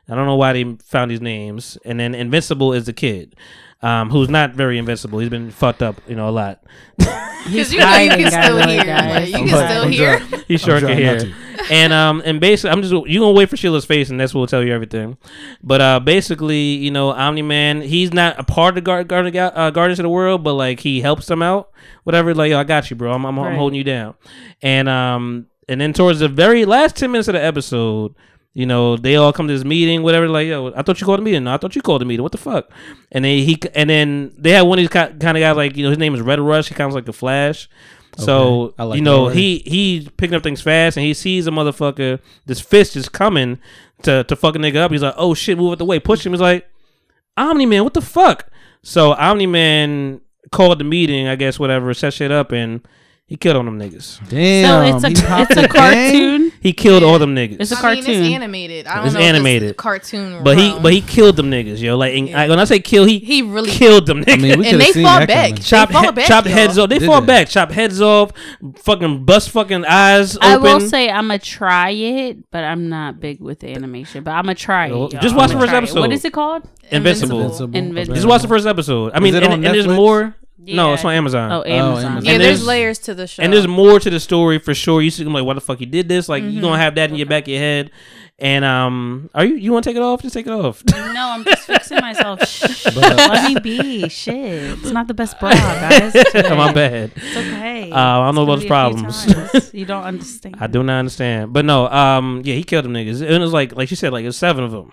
A: I don't know why they found these names. And then Invincible is the kid, um, who's not very invincible. He's been fucked up, you know, a lot.
C: Because you know you
E: Guardian
C: can still
E: guy,
C: hear.
E: guy.
C: Like, you
A: Oh
B: I'm
C: can
B: drunk,
C: still
B: I'm
C: hear.
B: drunk.
A: He sure can
B: trying
A: hear.
B: not to.
A: And um and basically I'm just you gonna wait for Sheila's face and that's what will tell you everything. But uh basically, you know, Omni Man, he's not a part of the guard, guard, uh, Guardians of the World, but like he helps them out. Whatever, like yo, I got you, bro. I'm I'm, I'm
E: Right.
A: holding you down. And um and then towards the very last ten minutes of the episode, you know, they all come to this meeting, whatever. Like, yo, I thought you called a meeting. No, I thought you called a meeting. What the fuck? And then he, and then they had one of these kind of guys, like, you know, his name is Red Rush. He kind of like the Flash. So
B: Okay. I like
A: you know
B: that word.
A: he he's picking up things fast, and he sees a motherfucker. This fist is coming to to fuck a nigga up. He's like, oh shit, move out the way, push him. He's like, Omni Man, what the fuck? So Omni Man called the meeting, I guess, whatever, set shit up, and he killed all them niggas.
B: Damn.
E: so
B: he
E: it's a
B: popped
E: it's a
B: the gang?
E: cartoon.
A: He killed all them niggas.
E: It's a
C: I mean, it's
E: cartoon.
C: animated. I don't
A: It's
C: know. if
A: animated.
C: It's cartoon.
A: But he
C: realm.
A: but he killed them niggas, yo. Like and I, when I say kill, he
C: He really-
A: killed them niggas.
B: I mean, we coulda
C: and they
B: seen
C: fall
B: that
C: back.
B: coming.
A: chop
C: they fall
A: he-
C: back,
A: chop
C: y'all.
A: heads off. They
B: Did
A: fall
B: they?
A: back. Chop heads off. Fucking bust fucking eyes
E: I
A: open.
E: will say I'm gonna try it, but I'm not big with the animation. But I'm gonna try it.
A: Well,
E: y'all.
A: Oh, just
E: I'ma
A: watch the first
E: try it.
A: episode.
E: What is it called?
A: Invincible.
C: Invincible.
E: Invincible.
A: Just watch the first episode. I mean,
B: it
A: and,
B: on
A: and there's
B: Netflix?
A: more. No,
E: Yeah.
A: it's on Uh, um, Amazon.
E: Oh, Amazon.
B: Amazon.
C: yeah,
A: and
C: there's,
A: there's-
C: layers to the show.
A: And there's more to the story for sure. You see, I'm like, why the fuck you did this? Like,
E: Mm-hmm.
A: you gonna have that in your back of your head. And um, are you you want to take it off? Just take it off.
E: No, I'm just fixing myself. Shh. Let me be. Shit, it's not the best bra, guys. It's
A: Oh, My bad.
E: okay.
A: Uh, I Uh, don't know about
E: It's
A: his
E: gonna be a few
A: problems.
E: times. you don't understand.
A: I do not understand. But no, um, yeah, he killed them niggas. And it was like, like she said, like it was seven of them,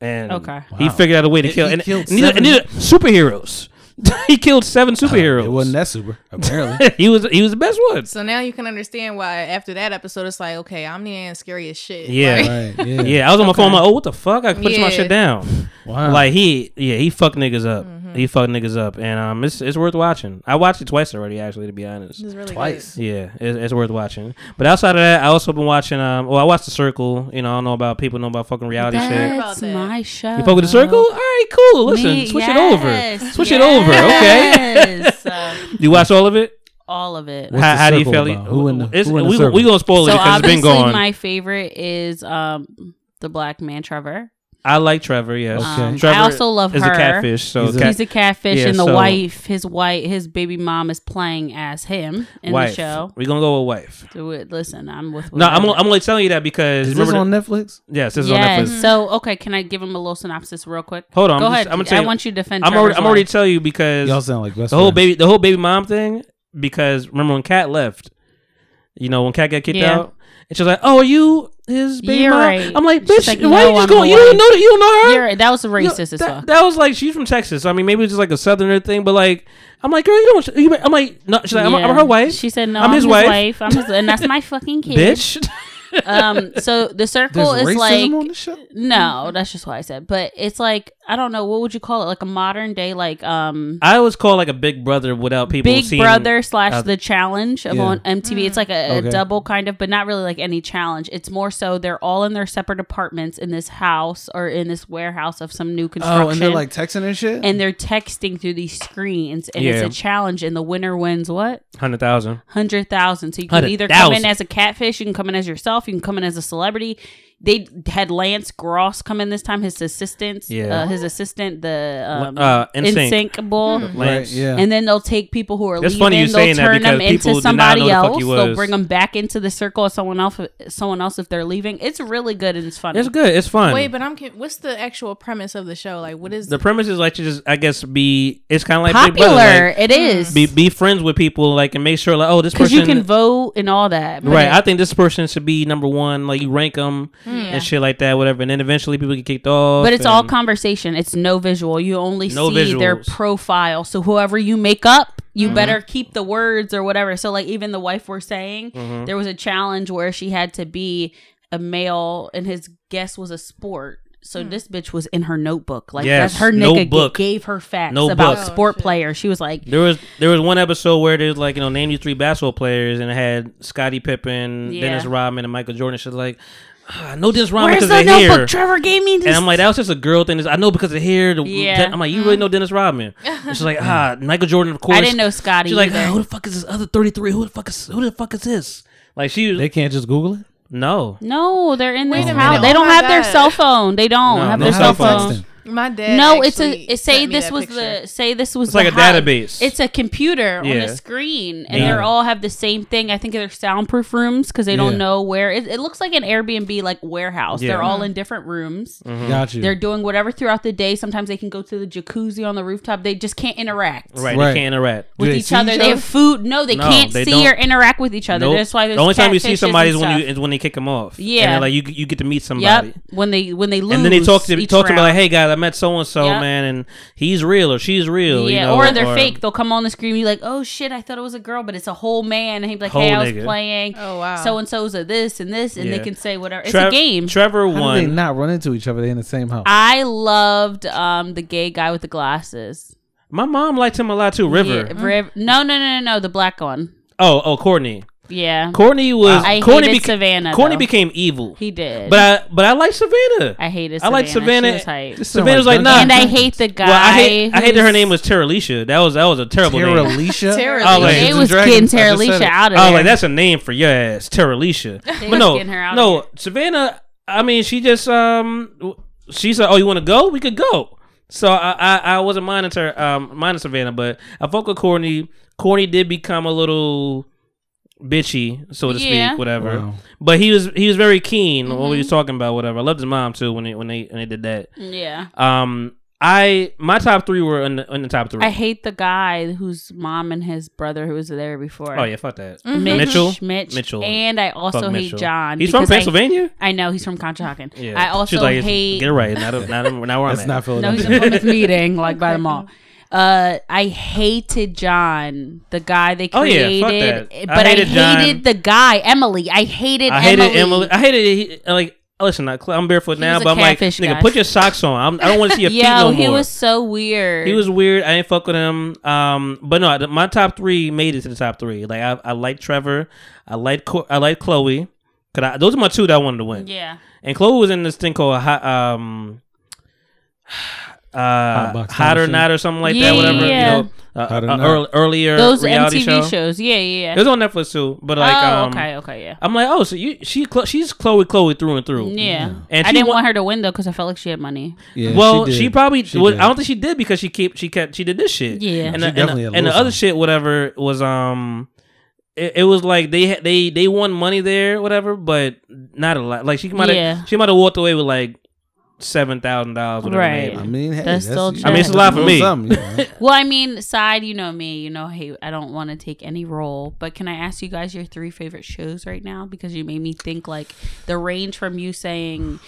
A: and
E: Okay.
A: he
B: Wow.
A: figured out a way to
B: He-
A: kill.
B: he
A: and,
B: killed
A: and these are- and these are superheroes. he killed seven superheroes.
B: It wasn't that super, apparently.
A: he was he was the best one.
C: So now you can understand why after that episode it's like okay, Omni Man scary as shit.
A: Yeah.
C: Like,
B: right, yeah.
A: Yeah, I was on my phone. like, oh, what the fuck? I put my
C: Yeah.
A: shit down.
B: Wow.
A: Like he, yeah, he fucked niggas up.
E: Mm-hmm.
A: He fucked niggas up, and um, it's it's worth watching. I watched it twice already, actually, to be honest.
C: it's really
B: Twice.
A: Yeah, it's, it's worth watching. But outside of that, I also been watching. Um, well, I watched The Circle. You know, I don't know about people know about fucking reality shit.
C: about
E: That's
C: that.
E: my show.
A: You fuck with the circle? All right, cool. Listen,
E: Me-
A: switch it
E: yes,
A: over. Switch it over. Okay.
E: yes. Uh,
A: You watch all of it?
E: all of it.
B: What's
A: how
B: the
A: how do you
B: circle
A: feel?
B: about? Who in the-
A: It's-
B: who in the
A: we,
B: circle?
A: we gonna spoil it
E: so
A: because it's
E: obviously,
A: been gone.
E: my favorite is um the black man Trevor.
A: I like Trevor. Yes.
B: Okay. Um, I
A: Trevor
E: also love
A: is
E: her.
A: a catfish. So
B: He's a-
A: cat-
E: He's a catfish,
A: Yeah,
E: and the
A: so-
E: wife, his wife, his baby mom is playing as him in
A: wife.
E: the show.
A: We're gonna go with wife.
E: Do it. Listen, I'm with.
A: No, I'm,
E: whatever.
A: I'm only telling you that because
B: Is this
A: remember the-
B: on Netflix?
A: yes, this is
E: yes.
A: on Netflix.
E: So okay, can I give him a little synopsis real quick?
A: Hold on,
E: Go
A: I'm just-
E: ahead.
A: I'm gonna
E: I
A: tell you-
E: want you to defend.
A: I'm already,
E: Trevor's
A: I'm already
E: wife.
A: telling you because
B: Y'all sound like best
A: the whole
B: friends.
A: baby the whole baby mom thing because remember when Kat left, you know when Kat got kicked
E: Yeah.
A: out, and she was like, "Oh, are you his baby
E: You're
A: mom?"
E: right.
A: I'm like,
E: She's
A: "Bitch,
E: like,
A: why
E: "No,
A: you just
E: I'm
A: going? You
E: the
A: don't
E: wife."
A: know that you don't know her."
E: You're right. That was
A: You know,
E: racist as
A: that,
E: fuck.
A: that was like she's from Texas. I mean, maybe it's just like a southerner thing, but like I'm like, girl, you don't. You, I'm like, no, she's like, I'm,
E: Yeah.
A: I'm her wife,
E: She said, "No,
A: I'm
E: I'm,
A: his
E: his,
A: wife.
E: wife. I'm his, and that's my fucking kid."
A: bitch.
E: Um. So the
B: There's
E: circle is
B: racism
E: like
B: on the show?
E: no, that's just what I said. But it's like I don't know what would you call it like a modern day like um
A: I always call like a Big Brother without people
E: Big
A: seeing.
E: Brother slash
A: uh,
E: the challenge of
A: Yeah.
E: on MTV. It's like a, a
A: Okay.
E: double kind of, but not really like any challenge. It's more so they're all in their separate apartments in this house or in this warehouse of some new construction.
B: Oh, and they're like texting and shit.
E: and they're texting through these screens, and
A: Yeah.
E: it's a challenge. And the winner wins what
A: hundred thousand.
E: hundred thousand. So you can either come in
A: 100,000.
E: as a catfish, you can come in as yourself, you can come in as a celebrity. They had Lance Gross come in this time, his assistant,
A: Yeah.
E: uh, his assistant, the um,
A: Uh, NSYNC.
E: NSYNC bull,
A: Lance. Right, yeah.
E: and then they'll take people who are
A: It's
E: leaving,
A: funny you
E: they'll
A: saying that
E: turn them
A: because people
E: into
A: did not
E: somebody
A: know the fuck
E: else,
A: you
E: they'll
A: was.
E: bring them back into the circle of someone else, someone else if they're leaving. It's really good and it's funny.
A: It's good. It's fun.
C: Wait, but I'm. con- What's the actual premise of the show? Like, what is
A: the premise is like to just I guess be it's kind of like Big
E: popular.
A: Brother, like,
E: it is
A: Be be friends with people like and make sure like oh this
E: because
A: person
E: you can vote and all that. but
A: right
E: it- Hmm,
A: I think this person should be number one like you rank them
E: Yeah.
A: and shit like that whatever and then eventually people get kicked off
E: But it's
A: and-
E: all conversation. It's no visual. You only
A: No
E: see their
A: visuals.
E: profile. So whoever you make up, you
A: Mhm.
E: better keep the words or whatever. So like even the wife we're saying,
A: Mhm.
E: there was a challenge where she had to be a male and his guess was a sport. So
C: Hmm.
E: this bitch was in her notebook. Like
A: Yes,
E: that's her nigga g-
A: notebook.
E: gave her facts
A: Notebook.
E: about
A: Oh,
E: sport players. She was like
A: There was there was one episode where there's like you know name these three basketball players and it had Scottie Pippen,
E: Yeah.
A: Dennis Rodman, and Michael Jordan. She's like, "Ah, I know Dennis Rodman
E: Where's
A: because
E: the
A: they're
E: notebook?
A: here.
E: Trevor gave me this.
A: And I'm like, that was just a girl thing. It's- I know because of here. The,
E: Yeah. Mm-hmm.
A: I'm like, you really know Dennis Rodman? And she's like, ah, Michael Jordan, of course.
E: I didn't know Scotty.
A: She's like,
E: either.
A: "Ah, who the fuck is this other 33? Who the fuck is who the fuck is this? Like she,
B: they can't just Google it.
A: no.
E: No, they're in
C: Wait
E: this
C: a
E: house.
C: minute.
E: They
C: Oh
E: don't
C: my
E: have their
C: God.
E: cell phone. They don't
A: No,
E: have
A: no
E: their
A: how
E: cell
A: to text
E: phone.
A: them.
C: my dad?
E: no, it's a
C: actually
E: it, say
C: sent me
E: this
C: that
E: was
C: picture.
E: the say this was
A: It's like
E: the
A: a
E: hot-
A: database.
E: It's a computer on
A: Yeah.
E: a screen, and
A: Yeah.
E: they all have the same thing. I think they're soundproof rooms because they don't
A: Yeah.
E: know where. It, it looks like an Airbnb like warehouse.
A: Yeah.
E: They're all in different rooms.
A: Mhm.
B: Got you.
E: They're doing whatever throughout the day. Sometimes they can go to the jacuzzi on the rooftop. They just can't interact
A: Right,
B: Right.
A: they can't interact.
E: with
B: they
E: each
B: see
E: other.
B: each
E: they
B: other?
E: have food. No, they
A: No,
E: can't
A: they
E: see
A: don't.
E: or interact with each other.
A: Nope.
E: That's why
A: the
E: there's
A: only time you see somebody is when you
E: Yep.
A: is when they kick them off. and
E: Yeah.
A: then, like you you get to meet somebody.
E: Yep. When they when they lose.
A: And then they talk to
E: each
A: talk to me
E: round.
A: like, "Hey guys, I met so and so
E: Yep.
A: man, and he's real or she's real."
E: Yeah,
A: you know,
E: or they're fake. They'll come on the screen. You're like, oh shit, I thought it was a girl, but it's a whole man. And he'd be like, hey,
A: Whole
E: I was
A: nigga.
E: playing.
C: Oh, wow.
E: So and so's a this and this, and
A: Yeah.
E: they can say whatever. It's
A: Trev-
E: a game.
A: Trevor
B: How do they
A: won.
B: not run into each other? They in the same house.
E: I loved um the gay guy with the glasses.
A: My mom liked him a lot too. River.
C: Mm-hmm.
E: Yeah, Riv- no, no, no, no, no, the black one.
A: Oh, oh, Courtney.
E: Yeah,
A: Courtney was
E: I
A: Courtney
E: hated
A: beca-
E: Savannah,
A: Courtney
E: though.
A: became evil.
E: he did.
A: But I but I like Savannah.
E: I hated.
A: I
E: Savannah.
A: like Savannah.
E: She was hype.
B: This
A: Savannah
B: sound
A: was like,
B: Dungeon
A: nah.
E: And I hate the guy.
A: well, I hate I hate that her
E: who's-
A: name was Terralicia. That was that was a terrible
B: Tara
A: name.
B: Alicia?
C: Tara
A: Oh, like-
E: They
A: Dungeons
E: was
B: and Dragons.
E: getting
B: I
E: Tara
B: just said
E: Alicia
B: it.
E: out of
A: Oh,
E: there.
A: like that's a name for your ass, Terralicia.
E: They
A: But
E: was
A: no,
E: getting her out of
A: no,
E: here.
A: Savannah. I mean, she just um, w- she said, "Oh, you want to go? We could go." So I I, I wasn't minding her, um, minding Savannah, but I fuck with Courtney. Courtney did become a little bitchy, so to
E: Yeah. Mm-hmm.
A: speak, whatever.
B: Wow.
A: But he was he was very keen on what we was talking about, whatever. I loved his mom too when they when they when they did that.
E: Yeah.
A: Um, I my top three were in the, in the top three.
E: I hate the guy whose mom and his brother who was there before.
A: oh yeah, fuck that.
E: Mitch,
A: Mitchell,
E: Mm-hmm. Mitch,
A: Mitchell.
E: and I
A: Fuck
E: also hate
A: Mitchell.
E: John.
A: He's from
E: because I-
A: Pennsylvania.
E: I, know he's from Conshohocken.
A: yeah,
E: I also
A: She's like,
E: hate.
A: Get it right. Not a, not a, not where I'm at.
B: That's not
E: no, he's
B: Philadelphia.
E: from this meeting, like by the mall. Uh, I hated John, the guy they
A: Oh, yeah,
E: created,
A: fuck that. I
E: but I
A: hated
E: hated,
A: John.
E: the guy Emily. I hated.
A: I hated Emily. I hated he, like. Listen, I, I'm barefoot
E: He
A: now,
E: was a
A: but I'm like,
E: catfish,
A: nigga,
E: guys.
A: put your socks on. I'm, I don't want to see your feet
E: Yo,
A: no
E: he
A: more.
E: was so weird.
A: he was weird. I didn't fuck with him. Um, but no, th- my top three made it to the top three. Like I, I like Trevor. I like Co- I like Chloe. Cause I, those are my two that I wanted to win.
E: Yeah.
A: And Chloe was in this thing called hot, um, uh, hot,
B: Box Type
A: or
B: Shit.
A: not or something like
E: Yeah,
A: that. Whatever.
E: yeah,
A: You know, uh,
B: Hot or
A: uh,
B: Not.
A: earl- earlier
E: Those
A: reality show.
E: MTV shows. Yeah, yeah.
A: It was on Netflix too. But like,
E: oh,
A: um,
E: okay, okay, yeah.
A: I'm like, oh, so you she Chlo- she's Chloe Chloe through and through.
E: Yeah,
A: And
E: I
A: she
E: didn't
A: wa-
E: want her to win though because I felt like she had money.
B: Yeah,
A: well, she,
B: did.
A: probably.
B: She
A: well,
B: did.
A: I don't think she did because she kept she kept she did this shit.
E: Yeah.
A: and
B: She
A: the, and,
B: definitely
A: the,
B: had
A: and the
B: Lil
A: other
B: Jon.
A: shit, whatever was um, it, it was like they had- they they won money there, whatever, but not a lot. Like she might have
E: Yeah.
A: she might have walked away with like seven thousand dollars, whatever.
E: Right.
A: maybe.
B: I mean, hey, that's,
E: That's still
B: you
E: I mean, it's a
B: know,
A: lot for
B: little
A: me.
B: something, you know.
E: Well, I mean, side, you know me, you know, hey, I don't want to take any role, but can I ask you guys your three favorite shows right now? Because you made me think like the range from you saying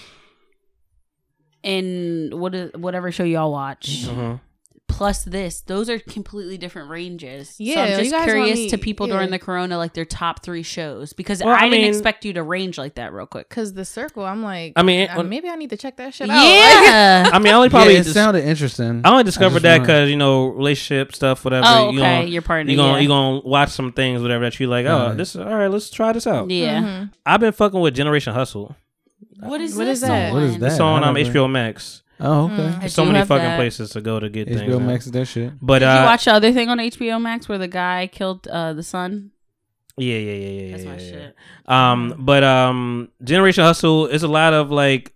E: in what is, whatever show y'all watch,
A: Mhm.
E: plus this. Those are completely different ranges.
C: Yeah,
E: so I'm
C: you
E: just
C: guys want
E: curious
C: me-
E: to people
C: yeah.
E: during the corona, like their top three shows, because
A: Well,
E: I,
A: I mean-
E: didn't expect you to range like that real quick.
C: Cause the circle, I'm like,
A: I mean,
C: uh,
A: when-
C: maybe I need to check that shit out.
E: Yeah.
A: I mean, I only probably
B: yeah, it
A: dis-
B: sounded interesting.
A: I only discovered
B: just
A: that
B: wanna-
A: because you know relationship stuff, whatever.
E: Oh,
A: you
E: okay,
A: gonna-
E: your partner,
A: You gonna
E: yeah.
A: you gonna watch some things, whatever that you like. Oh,
B: Right.
A: this all right. Let's try this out.
E: yeah.
A: I've been fucking with Generation Hustle.
E: What is
C: Mm-hmm. What
E: this
C: is that?
E: on?
B: What is that?
A: It's on
B: I
A: um,
B: never-
A: HBO Max.
B: Oh, okay.
E: I
A: so
E: do
A: many
E: have
A: fucking
E: that.
A: places to go to get things.
B: HBO
A: now.
B: Max is that shit.
A: But
E: Did you
A: uh,
E: watch the other thing on HBO Max where the guy killed uh, the son?
A: yeah, yeah, yeah, yeah, yeah.
E: That's my
A: yeah, yeah.
E: shit.
A: Um, but um, Generation Hustle is a lot of like,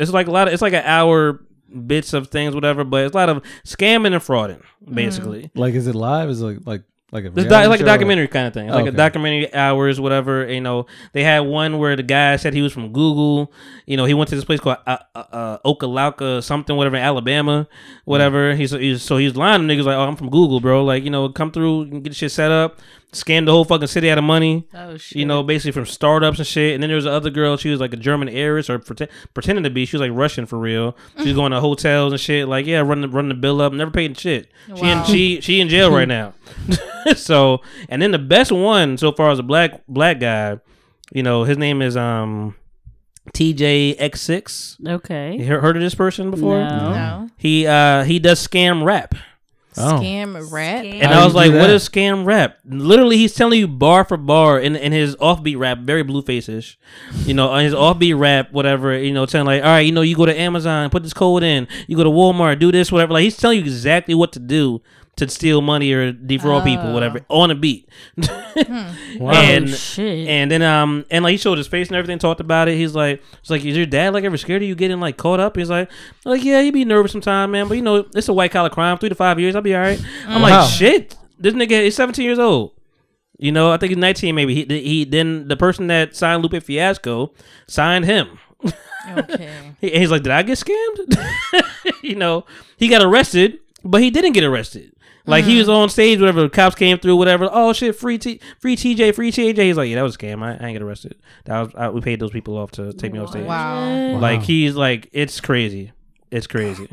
A: it's like a lot of it's like an hour bits of things, whatever. But it's a lot of scamming and frauding,
E: Mm-hmm.
A: basically.
B: Like, is it live? Is it like like like a
A: It's,
B: reality
A: do- like a
B: show?
A: documentary kind of thing. It's
B: Oh,
A: like a
B: okay.
A: documentary hours, whatever. You know, they had one where the guy said he was from Google. You know, he went to this place called uh, uh, uh, Okalaka something, whatever, in Alabama, whatever. He's, he's so he's lying to niggas like, oh, I'm from Google, bro. Like, you know, come through, and get shit set up, scam the whole fucking city out of money.
E: Oh shit!
A: You know, basically from startups and shit. And then there was the other girl. She was like a German heiress or pretend, pretending to be. She was like Russian for real. She was going to hotels and shit. Like, yeah, run the run the bill up. Never paid shit. She in,
C: Wow.
A: she she in jail right now. so and then the best one so far is a black black guy. You know, his name is um TJX6.
E: Okay.
A: You heard heard of this person before?
E: No.
C: No.
A: He uh he does scam rap.
B: Oh.
C: Scam rap.
E: Scam.
A: And
B: How
A: I
B: you
A: was
B: do
A: like, what
B: that?
A: is scam rap? Literally, he's telling you bar for bar in, in his offbeat rap, very blueface ish. You know, on his offbeat rap, whatever, you know, telling like, all right, you know, you go to Amazon, put this code in, you go to Walmart, do this, whatever. Like, he's telling you exactly what to do to steal money or defraud people, whatever, on a beat. And
E: Oh, shit.
A: and then um and like he showed his face and everything, talked about it. He's like, it's like, is your dad like ever scared of you getting like caught up? He's like, like yeah, he'd be nervous sometime, man. But you know, it's a white collar crime, three to five years, I'll be all right. I'm
B: Wow.
A: like, shit, this nigga is 17 years old. You know, I think he's 19 maybe. He he then the person that signed Lupe Fiasco signed him.
C: Okay.
A: He- and he's like, did I get scammed? you know, he got arrested, but he didn't get arrested. Like he was
C: Mm.
A: on stage, whatever. The cops came through, whatever. Oh shit, free T, free TJ, free TJ. He's like, yeah, that was a scam. I, I ain't get arrested. That was I, we paid those people off to take me off stage.
C: Wow.
A: Like he's like, it's crazy, it's crazy.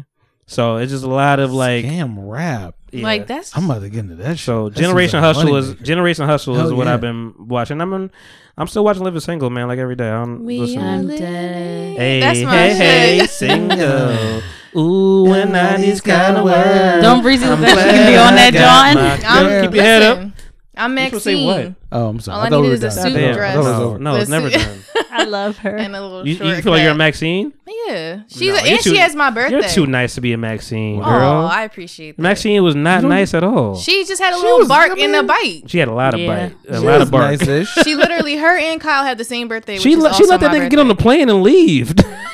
A: So it's just a lot of like,
B: damn rap.
A: yeah.
C: Like that's
B: I'm about to get into that. shit.
A: So
B: That seems
A: Generation
B: like a
A: Hustle is
B: moneymaker.
A: Generation Hustle is
B: Hell
A: what
B: yeah.
A: I've been watching. I'm in, I'm still watching Living Single, man. Like every day, I'm listening.
E: I'm dead.
A: Hey,
C: That's my
A: hey, hey,
C: shit.
A: single. Ooh, when I these kind of words.
E: Don't breeze it
B: I'm
E: with that. You
B: glad
E: can be on
B: I got
E: that,
B: my
C: I'm
B: girl.
A: Keep your head up.
C: listen, I'm Maxine.
A: supposed to say what?
B: Oh, I'm sorry.
C: All I
B: thought we
C: needed
B: were
C: is a
B: done.
C: suit
B: Damn, I
A: Damn,
C: dress.
B: thought it was
A: no,
B: over.
A: no, it's never
C: Let's see.
A: done.
E: John. I love her.
C: And a little
A: You,
C: short.
A: you feel like you're a
C: cut.
A: Maxine?
C: Yeah. She's
A: No,
C: a,
A: you
C: and
A: too-
C: she has my birthday.
A: You're too nice to be a Maxine,
C: Oh,
A: girl.
C: I appreciate that.
A: Maxine was not nice at all. She,
C: She just had a little
B: was-
C: bark
B: I
C: and a
B: mean-
C: bite.
A: had a lot of
E: Yeah.
A: bite, a
B: She
A: lot
B: was eh?
A: of bark.
B: nice-ish.
C: She literally, her and Kyle had the same birthday. Which
A: She
C: is
A: let, she
C: also
A: let that
C: my
A: nigga get on the
C: birthday.
A: plane and leave.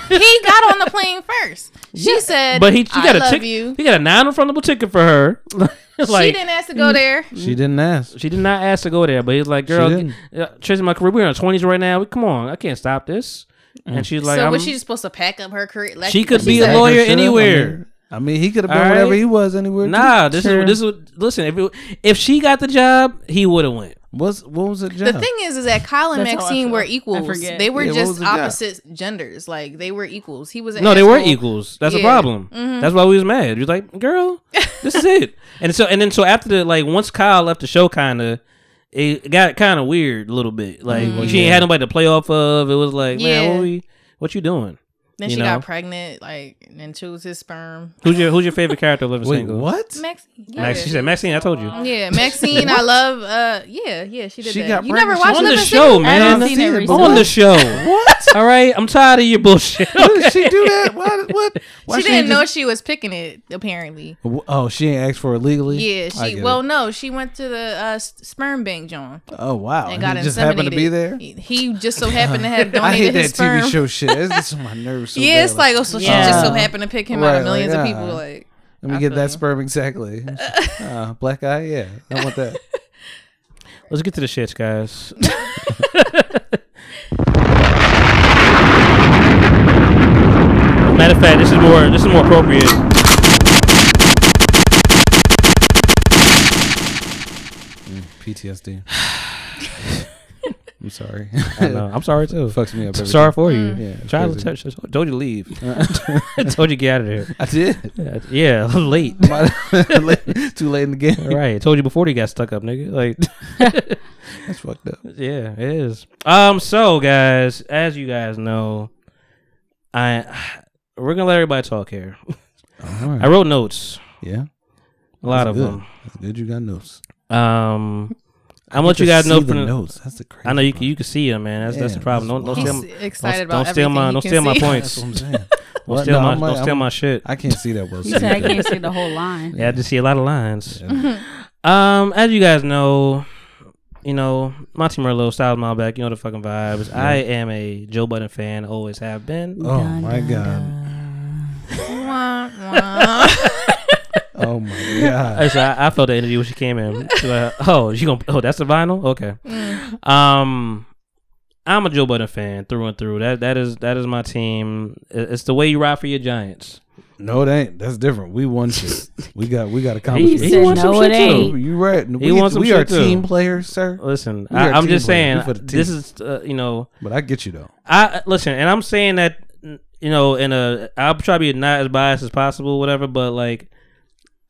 C: He got on the plane first. She said,
A: but he, he got
C: I
A: a
C: love
A: ticket.
C: you."
A: He got a non-refundable ticket for her. like "Mm."
C: she didn't ask to go there.
B: She didn't ask.
A: She did not ask to go there, but he's like, "Girl,
B: didn't.
A: uh, chasing my career. We're in our twenties right now. Come on, I can't stop this." And she's like,
C: Mm. so
A: I'm-
C: was she supposed to pack up her career? Like,
A: She could
C: she
A: be a
C: said-
A: lawyer
B: Shut up, I
A: anywhere.
B: mean- I mean, he could have been
A: All right.
B: whatever he was anywhere.
A: Nah,
B: too.
A: this is this is listen. If it, if she got the job, he would have went.
B: What's what was the job?
C: The thing is, is that Kyle and
E: That's how I
C: Maxine
E: feel.
C: were
E: I
C: equals.
E: forget.
C: They were
B: Yeah, what was
C: just
B: the job?
C: opposite genders. Like they were equals. He was an
A: No, they were
C: asshole.
A: equals. That's a
C: Yeah. Mm-hmm.
A: problem. That's why we was mad. He was like, "Girl, this is it." And so and then so after the like once Kyle left the show, kind of it got kind of weird a little bit. Like she ain't had nobody to play off of. It was like, man,
C: Mm-hmm. Yeah.
A: what we what you doing?
C: Then
A: you
C: she
A: know?
C: got pregnant, like, and then chose his sperm.
A: Who's your who's your favorite character? of Living
B: Wait,
A: single.
B: what?
C: Max, yeah.
A: Max, she said, Maxine, I told you.
C: yeah, Maxine, I love. Uh, yeah, yeah, she did
B: She
C: that.
B: got
C: you never
B: pregnant.
C: watched
A: on the
C: Living
A: show,
E: I haven't
A: man.
E: seen it recently.
A: On the show. what? All right, I'm tired of your bullshit.
B: How did she do that? What? What? Why
C: She didn't know
B: just-
C: she was picking it. Apparently,
B: W- Oh, she ain't asked for it legally.
C: yeah.
B: I
C: She
B: get
C: well,
B: it.
C: no, she went to the uh, s- sperm bank, John,
B: Oh wow.
C: and
B: And
C: got
B: he just happened to be there.
C: inseminated. He, he just so happened to have
B: I hate
C: donated
B: that
C: his sperm.
B: TV show shit. It's just on my nerves. So
C: yeah,
B: bad.
C: it's like oh, so
E: Yeah.
C: she just so happened to pick him out
B: Right,
C: of millions
B: like,
C: of people.
B: ah.
C: Like,
B: let me
C: I
B: get
C: feel
B: that
C: you.
B: sperm exactly. uh, black eye. Yeah, I want that.
A: Let's get to the shits, guys. Matter of fact, this is more this is more appropriate.
B: Mm, PTSD. I'm sorry.
A: I know. I'm sorry too.
B: Fucks me up. every
A: sorry
B: time.
A: for you.
B: Yeah, it's
A: Try to
B: Mm. crazy.
A: touch. Told you to leave. told you to get out of there.
B: I did.
A: Yeah, Yeah, late.
B: Late- Too late in the game.
A: right. Told you before you got stuck up, nigga. Like,
B: That's fucked up.
A: yeah, it is. Um. So, guys, as you guys know, I we're gonna let everybody talk here.
B: All right.
A: I wrote notes.
B: yeah.
A: A lot of
B: Mm. That's good.
A: them.
B: That's good. You got notes.
A: Um, I'm gonna
B: You
A: let you
B: can
A: guys know.
B: see
A: From
B: the
A: the,
B: notes. That's the crazy.
A: I know you can,
B: part.
A: you can see them, man. That's that's the
B: Yeah,
A: problem.
B: that's
A: Don't don't
B: wild.
A: steal,
C: He's
A: my-
C: excited
A: don't,
C: about
A: don't steal my
C: everything
A: don't
C: he
A: steal
C: can
A: my
C: see.
B: That's
A: points.
B: what
A: don't
B: I'm saying. What?
A: steal
B: No,
A: my
B: I'm like-
A: don't steal
B: I'm-
A: my shit.
B: I can't see that well.
E: He said I can't see the whole line.
A: Yeah, I just see a lot of lines. Um, as you guys know, you know Monty Merlot, Styles Malbec, you know the fucking vibes. I am a Joe Budden fan, always have been.
B: Oh my god.
C: Wah, wah.
B: Oh my god.
A: Uh, so I, I felt the energy when she came in. She was like, oh, you gonna? Oh, that's the vinyl. Okay.
E: Mm.
A: Um, I'm a Joe Budden fan through and through. That that is that is my team. It- It's the way you ride for your Giants.
B: No, it ain't. That's different. We won shit. We got we got
E: He
B: accomplishments.
E: said
A: wants some
E: no, it
A: shit, too.
E: ain't.
B: You right. We,
A: wants some
B: we are
A: shit, too.
B: team players, sir.
A: Listen,
B: We
A: I,
B: are
A: I'm
B: team
A: just
B: players.
A: saying
B: We for the team.
A: this is uh, you know
B: But I get you though.
A: I listen, and I'm saying that n- you know, in a I'll try to be not as biased as possible, whatever. But like,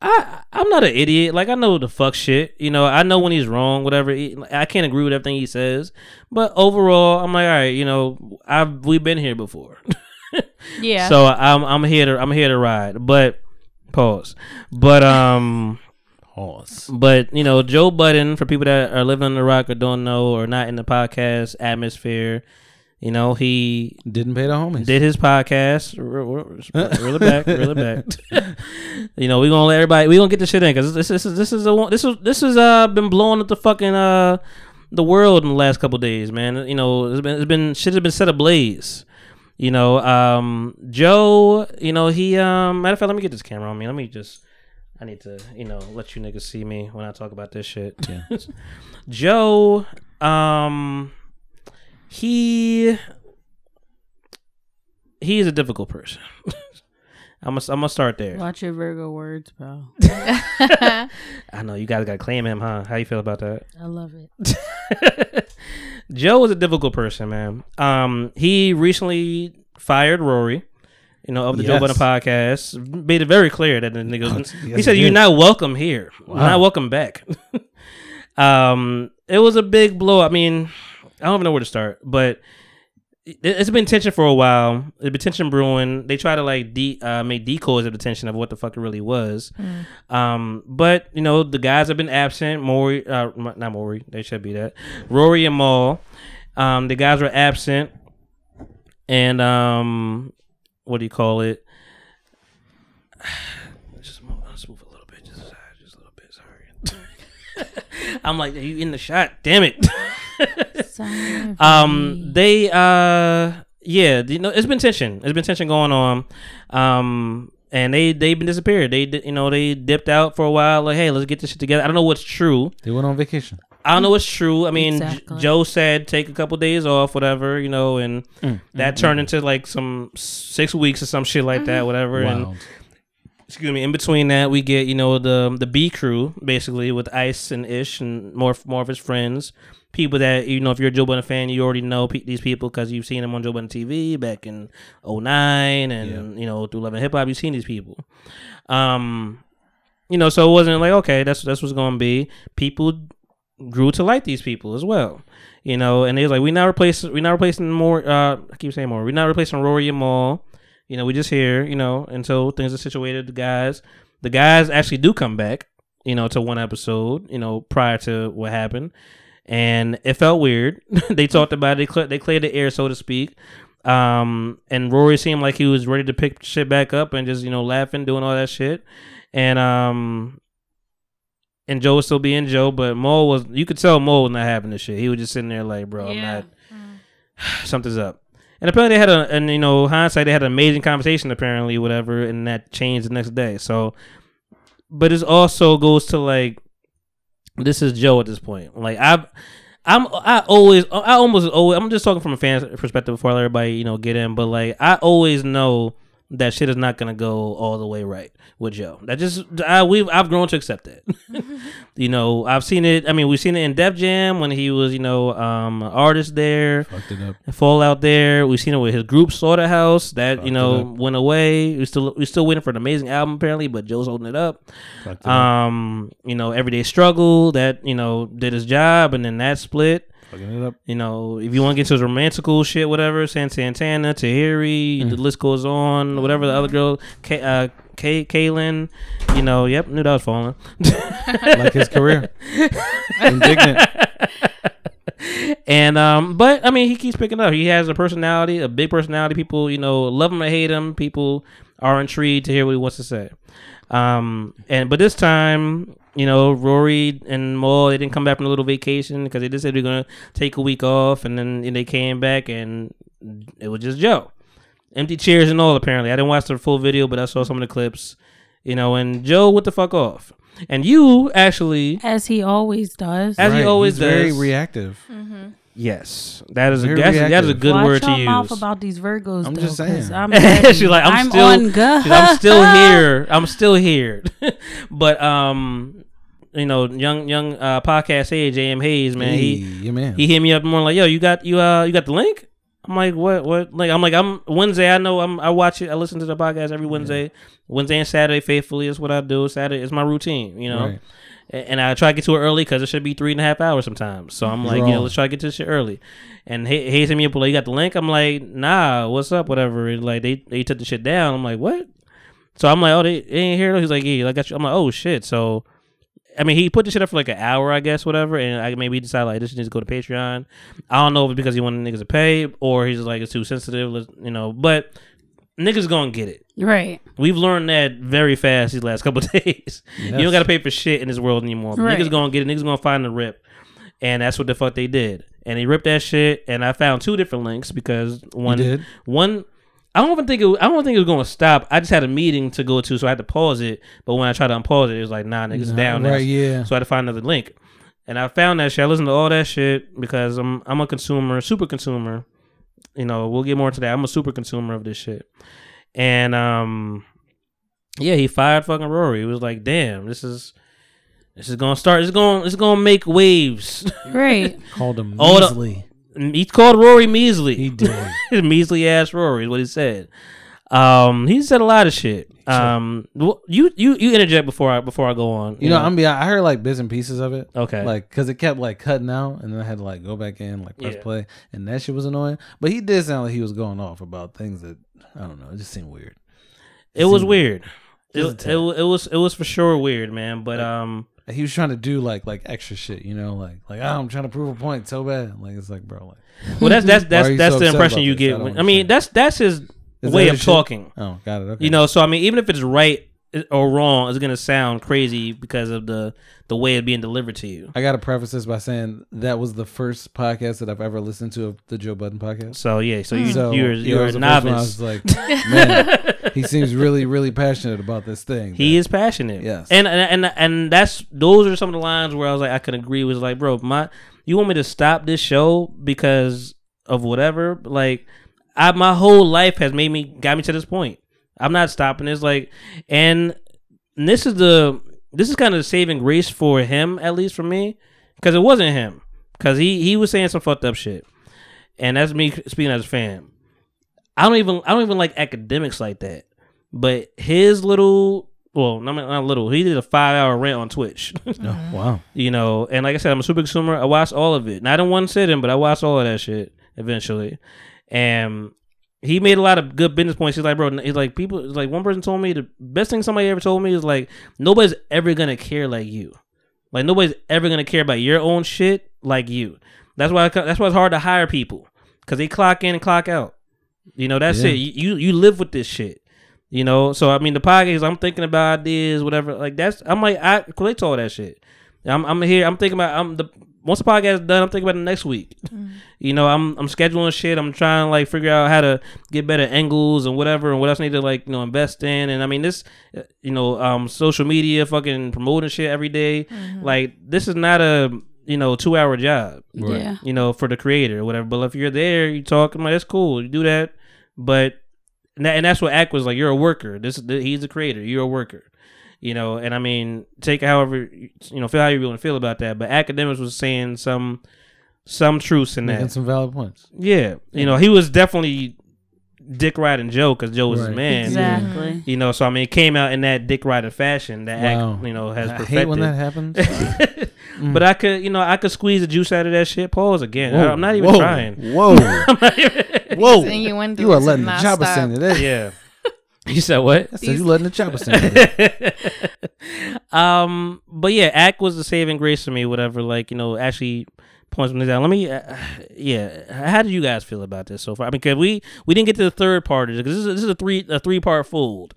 A: I I'm not an idiot. Like I know the fuck shit. You know, I know when he's wrong, whatever. He- I can't agree with everything he says, but overall, I'm like, all right, you know, I've we've been here before,
C: yeah.
A: so I'm I'm here to I'm here to ride. But pause. But um.
B: Pause.
A: But you know, Joe Budden, for people that are living on the rock or don't know or not in the podcast atmosphere, you know, he
B: Didn't pay the homies.
A: did his podcast. Re- re- Reel it back, reel it back. you know, we gonna let everybody. We gonna get this shit in because this, this is this is a one- this is this has uh been blowing up the fucking uh the world in the last couple days, man. You know, it's been it's been shit has been set ablaze. You know, um, Joe. You know, he. Um, matter of fact, let me get this camera on me. Let me just. I need to, you know, let you niggas see me when I talk about this shit. Joe, um, he he is a difficult person. I'm gonna I'm gonna start there.
E: Watch your Virgo words, bro.
A: I know you guys got to claim him, huh? How you feel about that?
E: I love it.
A: Joe is a difficult person, man. Um, he recently fired Rory. You know, of the Joe
B: Yes.
A: Budden podcast, made it very clear that the nigga.
B: yes,
A: he said,
B: he
A: "You're
B: did.
A: not welcome here. You're not welcome back." um, it was a big blow. I mean, I don't even know where to start, but it, it's been tension for a while. It's been tension brewing. They try to like de- uh, make decoys of the tension of what the fuck it really was. Um, but you know the guys have been absent. Maury, uh, m- not Maury. They should be that. Rory and Maul. Um, the guys were absent, and um, what do you call it? Just move, let's move a little bit, just aside, just a little bit. Sorry. I'm like, are you in the shot? Damn it. um, they uh, yeah, you know, it's been tension. It's been tension going on. Um, and they they've been disappeared. They di- you know they dipped out for a while. Like, hey, let's get this shit together. I don't know what's true.
B: They went on vacation.
A: I don't know what's true. I mean, J-
E: Exactly.
A: Joe said take a couple days off, whatever, you know, and that turned into like some six weeks or some shit like that, whatever. And
B: Wild.
A: excuse me, in between that, we get you know the the B crew basically with Ice and Ish and more more of his friends, people that you know if you're a Joe Budden fan, you already know pe- these people because you've seen them on Joe Budden TV back in 09 and you know through Love and Hip Hop, you've seen these people. Um, you know, so it wasn't like okay, that's that's what's gonna be. People grew to like these people as well. You know, and they was like, we not replacing, we not replacing more. Uh, I keep saying more. We not replacing Rory and Maul. You know, we just here. You know, until things are situated. The guys, the guys actually do come back. You know, to one episode. You know, prior to what happened, and it felt weird. they talked about it. They, cl- they cleared the air, so to speak. Um, and Rory seemed like he was ready to pick shit back up and just you know laughing, doing all that shit. And um, and Joe was still being Joe, but Mo was you could tell Mo was not having this shit. He was just sitting there like, bro,
E: Yeah.
A: I'm not something's up. And apparently they had a and you know, hindsight they had an amazing conversation apparently, whatever, and that changed the next day. So but it also goes to like this is Joe at this point. Like I've I'm I always I almost always I'm just talking from a fan perspective before I let everybody, you know, get in, but like I always know that shit is not gonna go all the way right with Joe. That just I we've I've grown to accept that. you know, I've seen it. I mean, we've seen it in Def Jam when he was, you know, um, an artist there.
B: Fucked it up.
A: Fallout there. We've seen it with his group Slaughterhouse that you
B: it
A: know
B: up.
A: went away. We still we still waiting for an amazing album apparently, but Joe's holding it up.
B: Fucked it up.
A: Um, you know, Everyday Struggle that you know did his job, and then that split.
B: Fucking it up.
A: You know, if you want to get to his romantical shit, whatever, San Santana, Tahiri, the list goes on, whatever the other girl, Kay, uh, Kay, Kaylin, you know, yep, knew that was falling.
B: Like his career. Indignant.
A: And, um, but I mean, he keeps picking up. He has a personality, a big personality. People, you know, love him or hate him. People are intrigued to hear what he wants to say. Um, and, but this time, you know, Rory and Maul, they didn't come back from a little vacation because they just said they're going to take a week off. And then and they came back and it was just Joe. Empty chairs and all, apparently. I didn't watch the full video, but I saw some of the clips, you know, and Joe, what the fuck off. And you actually,
E: As he always does.
A: as he
B: Right,
A: always
B: he's
A: does,
B: Very reactive.
A: Yes, that is a
B: Very
A: that's, that is a
B: reactive.
A: good
E: Watch
A: word to
E: your mouth
A: use.
E: about these Virgos.
B: I'm
E: though,
B: just
E: 'cause
B: saying.
E: I'm ready.
A: she's like, I'm, still,
E: on go.
A: she's, I'm still here. I'm still here. but um, you know, young young uh, podcast hey JM Hayes man,
B: Hey,
A: he
B: your man.
A: he hit me up more like, yo, you got you uh you got the link. I'm like, what what like I'm like I'm Wednesday. I know I'm I watch it. I listen to the podcast every Wednesday, Wednesday and Saturday faithfully. is what I do. Saturday is my routine. You know. A-
B: Right.
A: and I try to get to it early because it should be three and a half hours sometimes. So I'm like, you know, let's try to get to this shit early. And he, he sent me up, like, you got the link? I'm like, nah, what's up, whatever. And like, they, they took the shit down. I'm like, what? So I'm like, oh, they, they ain't here. He's like, yeah, I got you. I'm like, oh, shit. So, I mean, he put the shit up for like an hour, I guess, whatever. And I maybe decided, like, this needs to go to Patreon. I don't know if it's because he wanted niggas to pay or he's just like, it's too sensitive, let's- you know, but niggas gonna get it.
E: Right.
A: We've learned that very fast these last couple of days. You
B: Yes.
A: don't gotta pay for shit in this world anymore.
E: Right.
A: Niggas gonna get it. Niggas gonna find the rip, and that's what the fuck they did. And they ripped that shit. And I found two different links because one,
B: did?
A: one. I don't even think it. I don't think it was gonna stop. I just had a meeting to go to, so I had to pause it. But when I tried to unpause it, it was like, nah, niggas
B: Nah,
A: down.
B: right,
A: That's-
B: yeah.
A: So I had to find another link, and I found that shit. I listened to all that shit because I'm I'm a consumer, super consumer. You know, we'll get more into that. I'm a super consumer of this shit, and um, yeah, he fired fucking Rory. It was like, damn, this is this is gonna start. It's gonna it's gonna make waves.
E: Right.
B: Called him
A: All the-
B: measly.
A: he called Rory measly.
B: He did.
A: measly ass Rory is what he said. Um, he said a lot of shit. Um, wh- you you you interject before I before I go on.
B: You know, I'm be. I heard like bits and pieces of it.
A: Okay.
B: Like, cause it kept like cutting out, and then I had to like go back in, like press
A: Yeah.
B: play, and that shit was annoying. But he did sound like he was going off about things that I don't know. It just seemed weird.
A: it was
B: seemed-
A: weird. It,
B: Just a
A: it,
B: tad.
A: it was it was for sure weird, man. But um,
B: Like, he was trying to do like like extra shit, you know, like like oh, I'm trying to prove a point so bad. Like it's like bro, like
A: well, that's that's that's
B: are you
A: that's
B: so
A: the
B: upset
A: impression
B: about
A: you
B: this? I
A: get.
B: don't
A: when- I mean,
B: understand.
A: that's that's his
B: Is
A: way
B: that
A: of
B: his shit?
A: talking.
B: oh got it. Okay.
A: You know, so I mean, even if it's right or wrong, it's gonna sound crazy because of the the way it's being delivered to you.
B: I gotta preface this by saying that was the first podcast that I've ever listened to of the Joe Budden podcast.
A: So yeah, so you
B: So,
A: you're
B: yeah,
A: you're
B: that
A: a
B: was the first one I
A: novice.
B: was like, man, he seems really, really passionate about this thing.
A: He is passionate.
B: Yes.
A: And, and and and that's those are some of the lines where I was like I can agree was like bro my you want me to stop this show because of whatever like I my whole life has made me got me to this point. I'm not stopping this like and this is the this is kind of the saving grace for him at least for me because it wasn't him because he he was saying some fucked up shit and that's me speaking as a fan. I don't even I don't even like academics like that. But his little well, not, not little. He did a five hour rant on Twitch,
B: Oh, wow.
A: you know. And like I said, I'm a super consumer. I watched all of it, not in one sitting, but I watched all of that shit eventually. And he made a lot of good business points. He's like, bro, he's like, people, it's like one person told me the best thing somebody ever told me is like, nobody's ever gonna care like you. Like nobody's ever gonna care about your own shit like you. That's why that's why it's hard to hire people because they clock in and clock out. You know that's
B: Yeah.
A: it. You, you you live with this shit. You know, so I mean, the podcast. I'm thinking about ideas, whatever. Like that's I'm like I collect all that shit. I'm I'm here. I'm thinking about I'm the once the podcast is done, I'm thinking about the next week. You know, I'm I'm scheduling shit. I'm trying to like figure out how to get better angles and whatever, and what else I need to like you know invest in. And I mean, this uh, you know um social media, fucking promoting shit every day. Like this is not a you know two hour job
E: Yeah.
A: you know, for the creator or whatever. But if you're there, you talk, I'm like, that's cool, you do that. But and, that- and that's what Act was like. You're a worker. This th- he's a creator. You're a worker. You know, and I mean, take it however you you know feel how you want to feel about that. But academics was saying some some truths in
B: Making
A: that.
B: some valid points.
A: Yeah, you know, he was definitely dick riding Joe because Joe was his
B: Right.
A: man.
E: Exactly.
A: You know, so I mean, it came out in that dick rider fashion that
B: Wow.
A: act, you know has
B: I
A: perfected.
B: hate when that happens.
A: But I could, you know, I could squeeze the juice out of that shit. Pause again. I, am not even
B: whoa,
A: trying.
B: Whoa, whoa!
C: Innuendos
B: You are letting the
C: nonstop.
B: chopper stand it. That-
A: Yeah. You said what?
B: I said you letting the chopper stand it.
A: um, but yeah, act was the saving grace for me. Whatever, like you know, actually points me down. Let me, uh, yeah. How do you guys feel about this so far? I mean, cause we we didn't get to the third part of this because this is, this is a three a three part fold.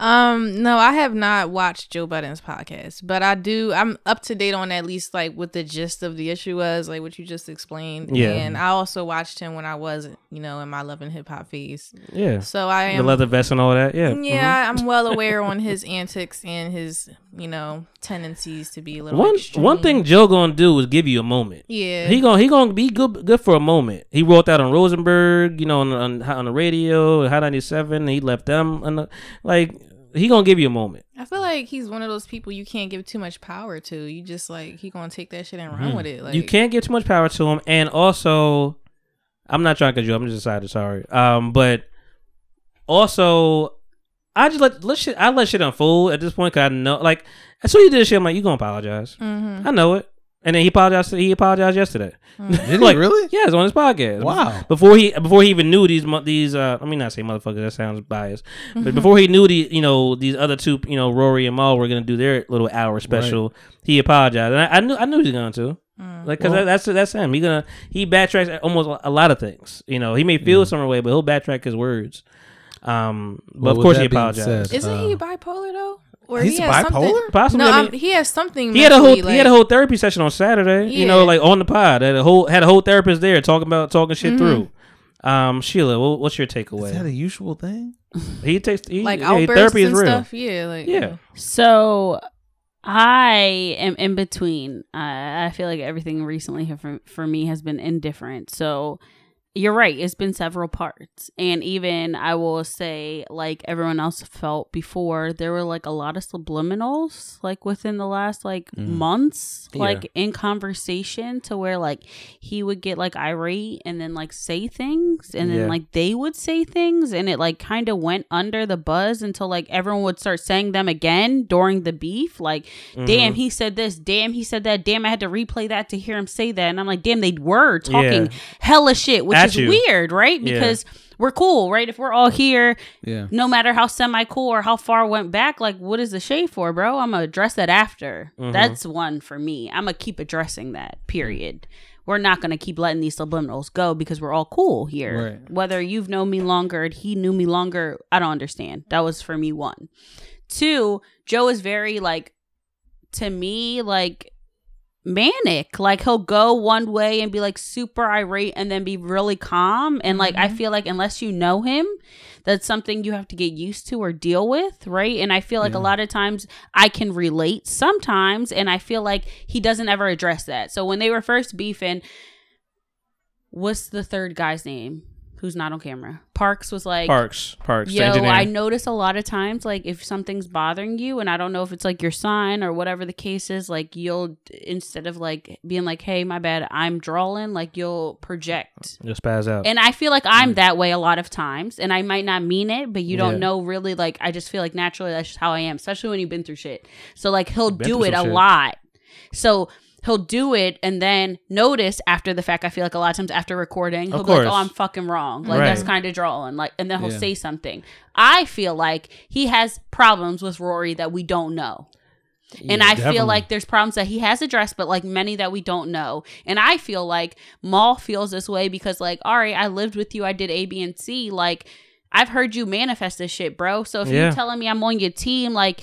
C: Um, no, I have not watched Joe Budden's podcast, but I do. I'm up to date on at least like what the gist of the issue was, like what you just explained.
A: Yeah.
C: and I also watched him when I was, you know, in my love and hip hop phase.
A: yeah,
C: So I
A: the
C: am.
A: leather vest and mm-hmm. all that. Yeah,
C: yeah, I'm well aware on his antics and his, you know, tendencies to be a little
A: Mm-hmm. One
C: extreme.
A: one thing Joe gonna do is give you a moment.
C: Yeah.
A: He gonna he gonna be good good for a moment. He rolled out on Rosenberg, you know, on on, on the radio, Hot ninety seven. He left them, on the, like he gonna give you a moment.
C: I feel like he's one of those people you can't give too much power to. You just like he gonna take that shit and run with it. Like
A: Mm. you can't give too much power to him, and also, I'm not trying to cut you. off, I'm just excited. Sorry, um, but also, I just let let shit. I let shit unfold at this point because I know, like, as soon as you did this shit, I'm like, you gonna apologize.
C: Mhm.
A: I know it. And then he apologized. He apologized yesterday.
B: Did
A: Like,
B: he really?
A: Yeah, it's on his podcast.
B: Wow.
A: Before he before he even knew these mo- these uh, I mean not say motherfuckers that sounds biased,
C: Mm-hmm.
A: but before he knew the you know these other two you know Rory and Maul were gonna do their little hour special, he apologized, and I, I knew I knew he was going to.
C: Mm.
A: Like, cause
B: Well-
A: that's that's him. He gonna he backtracks at almost a lot of things. You know, he may feel some way, but he'll backtrack his words. Um, but
B: Well,
A: of
B: with
A: course
B: that
A: he
B: being
A: apologized.
B: said-
C: Isn't
B: Uh,
C: he bipolar though? Or
B: he's
C: has
B: bipolar?
C: Something,
A: Possibly,
C: No,
A: I
C: I'm-
A: mean-
C: he has something.
A: He had a whole
C: mentally,
A: he had a
C: like-
A: whole therapy session on Saturday. You know,
C: Yeah.
A: like on the pod, had a whole had a whole therapist there talking about talking shit
C: Mm-hmm.
A: through. Um, Sheila, wha- what's your takeaway?
B: Is that a usual thing?
A: He takes he,
C: like
A: yeah,
C: outbursts
A: therapy is
C: and
A: real.
C: stuff. Yeah, like
A: Yeah.
E: So I am in between. I I feel like everything recently ha- for, for me has been indifferent. So you're right. It's been several parts. And even I will say, like everyone else felt before, there were like a lot of subliminals, like within the last like
B: Mm.
E: months,
A: Yeah.
E: like in conversation to where like he would get like irate and then like say things and
A: Yeah.
E: then like they would say things and it like kind of went under the buzz until like everyone would start saying them again during the beef like
A: Mm-hmm.
E: damn he said this damn he said that damn i had to replay that to hear him say that and i'm like damn they were talking
A: Yeah.
E: hella shit which
A: At
E: is
A: you.
E: weird right
A: Yeah.
E: because we're cool right if we're all here
B: Yeah.
E: no matter how semi cool or how far it went back, like what is the shade for, bro? I'm gonna address that after.
A: Mm-hmm.
E: That's one for me. I'm gonna keep addressing that. Period. We're not gonna keep letting these subliminals go because we're all cool here.
B: Right.
E: Whether you've known me longer, and he knew me longer, I don't understand. That was for me one. Two, Joe is very like to me like manic like he'll go one way and be like super irate and then be really calm and like i feel like unless you know him that's something you have to get used to or deal with right and i feel like a lot of times i can relate sometimes and i feel like he doesn't ever address that so when they were first beefing what's the third guy's name who's not on camera parks was like
A: Parks, Parks, the
E: Yo,
A: engineer.
E: I notice a lot of times, like if something's bothering you, and I don't know if it's like your sign or whatever the case is, like you'll instead of like being like, "Hey, my bad, I'm drawing," like you'll project.
A: You'll spaz out.
E: And I feel like I'm that way a lot of times, and I might not mean it, but you don't
A: Yeah.
E: know really. Like I just feel like naturally that's just how I am, especially when you've been through shit. So like he'll
A: Been
E: do
A: through
E: it a
A: some shit.
E: lot. So. He'll do it and then notice after the fact. I feel like a lot of times after recording, he'll
A: Of
E: be like, "Oh,
A: course.
E: I'm fucking wrong." Like
A: Right.
E: that's kind of drawing. Like, and then he'll
B: Yeah.
E: say something. I feel like he has problems with Rory that we don't know. And I feel like there's problems that he has addressed, but like many that we don't know. And I feel like Maul feels this way because, like, all right, I lived with you, I did A, B, and C. Like, I've heard you manifest this shit, bro. So if
A: Yeah.
E: you're telling me I'm on your team, like,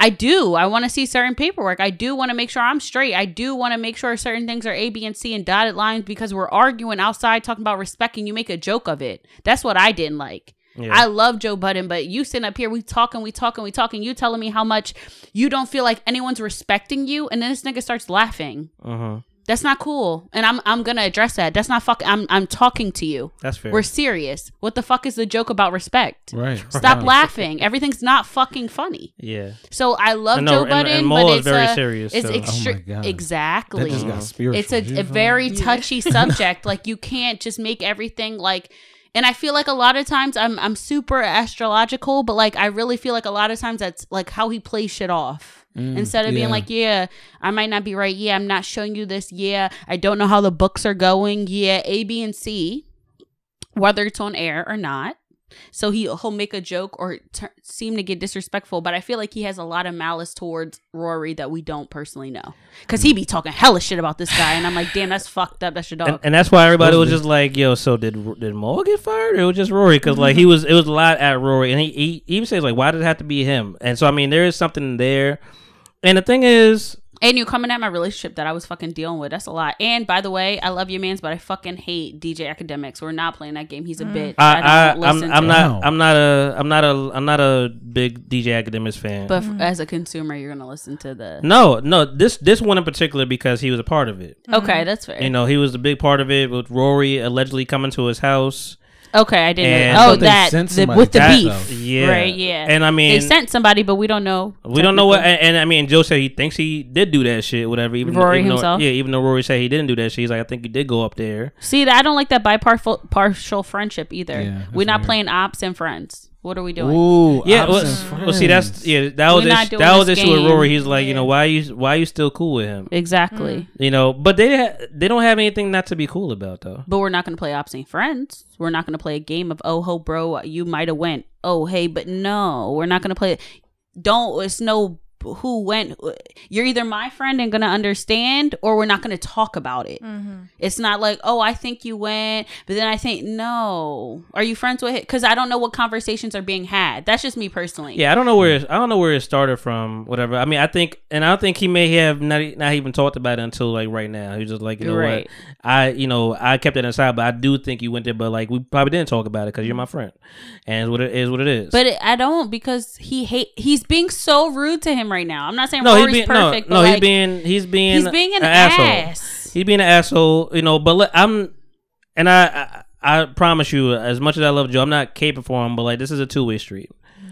E: I do. I want to see certain paperwork. I do want to make sure I'm straight. I do want to make sure certain things are A, B, and C and dotted lines because we're arguing outside, talking about respect, and you make a joke of it. That's what I didn't like.
A: Yeah.
E: I love Joe Budden, but you sitting up here, we talking, we talking, we talking. You telling me how much you don't feel like anyone's respecting you, and then this nigga starts laughing.
A: Mhm.
E: That's not cool. And I'm I'm gonna address that. That's not fuck. I'm I'm talking to you.
A: That's fair.
E: We're serious. What the fuck is the joke about respect?
B: Right.
E: Stop
A: Right.
E: laughing. Everything's not fucking funny.
A: Yeah.
E: So I
A: I
E: love
A: know,
E: Joe
A: and-
E: Budden,
A: and
E: but
A: Moa is
E: it's
A: very
E: a,
A: serious,
E: It's
A: so-
B: Oh my
E: extre-
B: God.
E: exactly.
B: That just got spiritual.
E: it's a,
B: You
E: a
B: feel
E: very
B: me?
E: touchy subject. Like you can't just make everything like. And I feel like a lot of times I'm I'm super astrological, but like I really feel like a lot of times that's like how he plays shit off. Instead of
B: Mm, yeah.
E: being like, yeah, I might not be right. Yeah, I'm not showing you this. Yeah, I don't know how the books are going. Yeah, A, B, and C, whether it's on air or not. So he he'll make a joke or t- seem to get disrespectful, but I feel like he has a lot of malice towards Rory that we don't personally know, cause he be talking hella shit about this guy, and I'm like, damn, that's fucked up. That's your
C: uh,
E: dog.
A: And, and that's why everybody was just like, "Yo, so did did Moa get fired? Or it was just Rory because like
C: Mm-hmm.
A: he was it was a lot at Rory, and he, he he even says like, why did it have to be him? And so I mean, there is something there. And the thing is,
E: And you coming at my relationship that I was fucking dealing with. That's a lot. And by the way, I love your man's, but I fucking hate DJ Academics. We're not playing that game. He's a bitch.
A: I,
E: don't
A: I I'm
E: listen
A: I'm
E: to him.
A: not I'm not a I'm not a I'm not a big DJ Academics fan.
E: But f- as a consumer, you're gonna listen to the.
A: no, no, this this one in particular because he was a part of it.
E: Okay, that's fair.
A: Mm. You know, he was a big part of it with Rory allegedly coming to his house.
E: okay, I didn't.
A: And-
E: Know.
A: I
E: Oh,
A: thought
B: they
E: that
B: sent
E: the,
B: somebody
E: with the
B: to
E: beef.
B: though.
A: Yeah.
E: Right. Yeah.
A: And I mean,
E: they sent somebody, but we don't know.
A: We don't know what,
E: technically.
A: and, and I mean, Joe said he thinks he did do that shit, whatever. Even though-
E: Rory
A: even though,
E: himself?
A: yeah. Even though Rory said he didn't do that shit, he's like, I think you did go up there.
E: See, I don't like that bipartial partial friendship either.
B: Yeah, that's
E: We're not
B: weird.
E: playing ops and friends. What are we doing?
B: Ooh,
A: Yeah, well,
B: options friends.
A: well, see, that's yeah, that was
E: We're
A: the
E: not
A: issue-
E: doing
A: that was the
E: this
A: issue with
E: game.
A: Rory. He's like, you know, why you why you still cool with him?
E: Exactly.
A: You know, but they ha- they don't have anything not to be cool about though.
E: But we're not going to play ops and friends. We're not going to play a game of oh ho bro, you might have went. Oh hey, but no, we're not going to play. Don't. It's no who went. You're either my friend and going to understand, or we're not going to talk about it.
C: mm-hmm.
E: It's not like oh I think you went, but then I think no. Are you friends with? Because I don't know what conversations are being had. That's just me personally.
A: Yeah, I don't know where it, I don't know where it started from. Whatever. I mean, I think, and I don't think he may have not e- not even talked about it until like right now. He's just like, you know
E: Right.
A: what, I you know I kept it inside, but I do think you went there. But like we probably didn't talk about it because you're my friend, and it's what it is what it is.
E: But it, I don't because he hate. He's being so rude to him right now. I'm not saying
A: no, he's
E: Rory's
A: being
E: perfect.
A: no, no,
E: but like,
A: he's being he's being
E: he's being an ass.
A: He's being an asshole, you know. But look, I'm, and I, I I promise you, as much as I love Joe, I'm not caping for him. But like this is a two way street.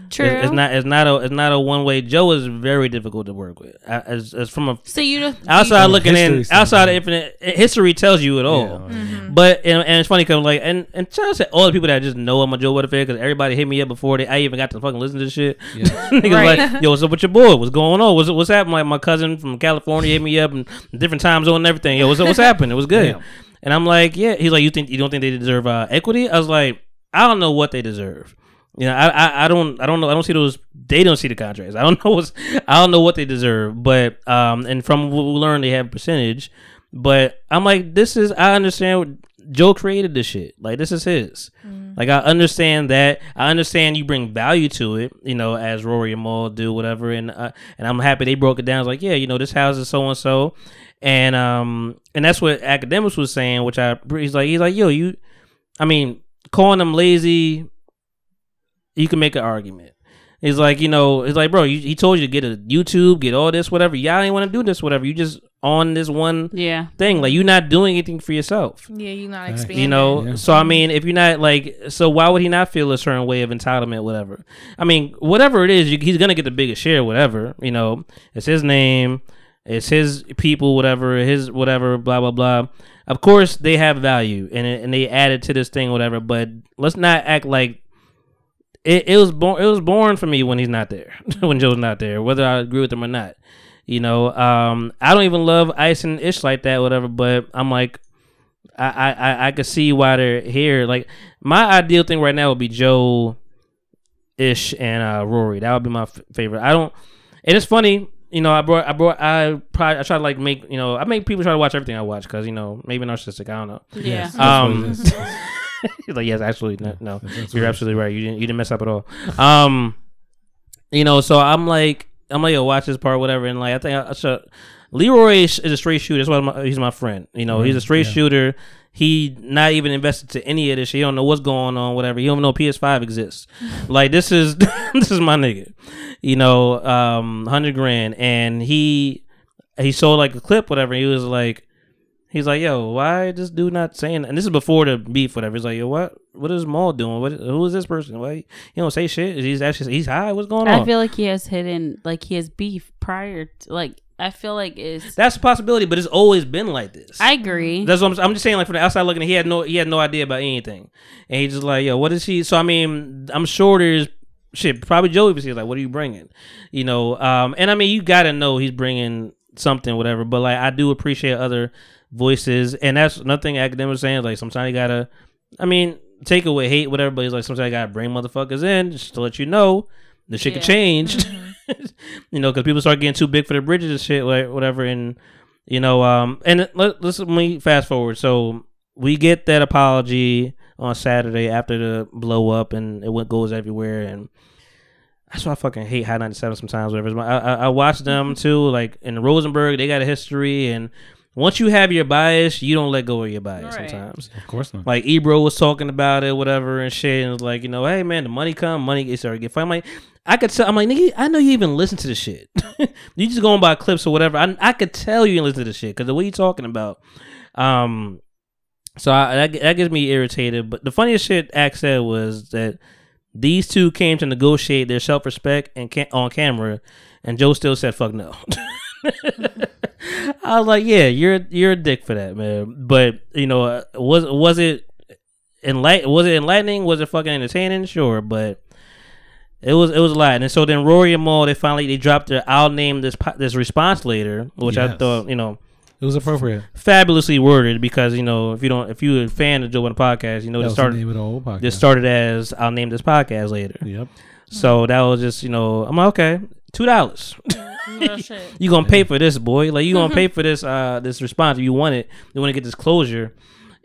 E: true.
A: It's, it's not. It's not a. It's not a one way. Joe is very difficult to work with. I, as, as from a
E: so you just
A: outside
B: From a
A: looking in,
B: history
A: outside of
B: standpoint.
A: infinite eh, history tells you it all.
B: Yeah.
A: But and, and it's funny because like and and shout out to all the people that just know I'm a Joe Weatherford because everybody hit me up before they I even got to fucking listen to this shit. Niggas like, yo, what's up with your boy? What's going on? What's what's happening? Like my cousin from California hit me up and different time zone and everything. Yo, what's up? What's happening? It was good.
B: Damn.
A: And I'm like, yeah. He's like, you think you don't think they deserve uh, equity? I was like, I don't know what they deserve. You know, I, I I don't I don't know I don't see those they don't see the contracts. I don't know what's I don't know what they deserve. But um and from what we learned they have a percentage. But I'm like, this is I understand what Joe created this shit. Like this is his. Like I understand that. I understand you bring value to it. You know, as Rory and Maul do whatever. And uh, and I'm happy they broke it down. It's like, yeah, you know, this house is so and so, and um and that's what academics was saying. Which I he's like he's like yo you, I mean calling them lazy. You can make an argument. He's like, you know, he's like, bro, you, he told you to get a YouTube, get all this, whatever. Y'all ain't want to do this, whatever. You just on this one
E: yeah.
A: thing. Like, you're not doing anything for yourself.
C: Yeah, you not
B: Facts.
C: expanding.
A: You know,
B: Yeah.
A: so I mean, if you're not like, so why would he not feel a certain way of entitlement, whatever? I mean, whatever it is, you, he's gonna get the biggest share, whatever. You know, it's his name, it's his people, whatever, his whatever, blah blah blah. Of course, they have value and it- and they added to this thing, whatever. But let's not act like it, it was born. It was born for me when he's not there, when Joe's not there, whether I agree with him or not. You know, um, I don't even love Ice and Ish like that, whatever. But I'm like, I, I, I, I could see why they're here. Like my ideal thing right now would be Joe, Ish, and uh, Rory. That would be my f- favorite. I don't. And it's funny, you know. I brought, I brought, I probably, I try to like make, you know, I make people try to watch everything I watch because you know maybe narcissistic. I don't know.
E: Yeah.
A: Um, He's like, yes, absolutely. No, no. you're absolutely right. You didn't, you didn't mess up at all. Um, you know, so I'm like, I'm like, yo, watch this part, whatever. And like, I think I, I should. Leroy is is a straight shooter. That's why my, he's my friend. You know, he's a straight shooter. He not even invested to any of this. shit. He don't know what's going on. Whatever. He don't even know PS5 exists. like this is this is my nigga. You know, um, hundred grand, and he he sold like a clip, whatever. He was like, He's like, yo, why this dude not saying? And this is before the beef, whatever. He's like, yo, what? What is Maul doing? What? Who is this person? Why he don't say shit? He's actually he's high. What's going on?
E: I feel like he has hidden, like he has beef prior. To, like I feel like it's.
A: That's a possibility, but it's always been like this.
E: I agree.
A: That's what I'm, I'm just saying. Like from the outside looking, in, he had no he had no idea about anything, and he just like, yo, what is he? So I mean, I'm sure there's shit. Probably Joey was here. Like, what are you bringing? You know, um, and I mean, you gotta know he's bringing something, whatever. But like, I do appreciate other voices, and that's nothing academic was saying. Like, sometimes you gotta, I mean, take away hate, whatever. But he's like, sometimes I gotta bring motherfuckers in just to let you know the shit
E: Yeah.
A: can change. you know, because people start getting too big for their bridges and shit, like whatever. And you know, um, and let, let's let me fast forward. So we get that apology on Saturday after the blow up, and it went goes everywhere, and that's why I fucking hate High 97 sometimes. Whatever. I, I, I watch them too. Like in Rosenberg, they got a history, and once you have your bias, you don't let go of your bias
E: Right.
A: sometimes.
B: Of course not.
A: Like Ebro was talking about it, whatever, and shit, and it was like, you know, hey man, the money come, money gets started get fine. I'm like, I could tell. I'm like, nigga, I know you even listen to this shit. you just going by clips or whatever. I, I could tell you listen to this shit because the way you talking about. Um, so I, that that gets me irritated. But the funniest shit Axe said was that these two came to negotiate their self respect and ca- on camera, and Joe still said fuck no. I was like, yeah, you're you're a dick for that, man. But you know, uh, was was it enlight was it enlightening? Was it fucking entertaining? Sure, but it was it was a lot. And so then Rory and Maul, they finally they dropped their I'll name this po- this response later, which I
B: Yes.
A: thought you know
B: It was appropriate.
A: fabulously worded because you know if you don't if you're a fan of Joe and the podcast, you know
B: That
A: this
B: was the name
A: started
B: of the whole podcast.
A: this started as I'll name this podcast later.
B: Yep.
A: So that was just you know I'm like okay two dollars.
E: Real shit.
A: you gonna pay for this, boy. Like you gonna pay for this uh this response. You want it. You want to get this closure.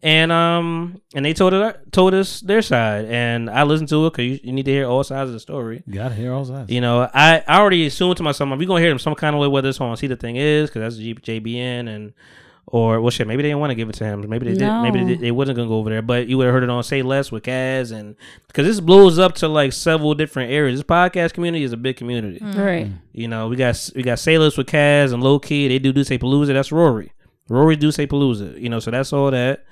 A: And um and they told it told us their side, and I listened to it because you, you need to hear all sides of the story.
B: You gotta hear all sides.
A: You know, I, I already assumed to myself, we're gonna hear them some kind of way, whether it's on see the thing is, because that's G- JBN and or well shit, maybe they didn't want to give it to him. Maybe they did. Maybe they,
E: No.
A: did- they wasn't gonna go over there. But you would have heard it on Say Less with Kaz, and because this blows up to like several different areas. This podcast community is a big community.
E: Right.
A: You know, we got we got Sailors with Kaz and Low Key. They do do say Palooza. That's Rory. Rory do say Palooza. You know, so that's all that.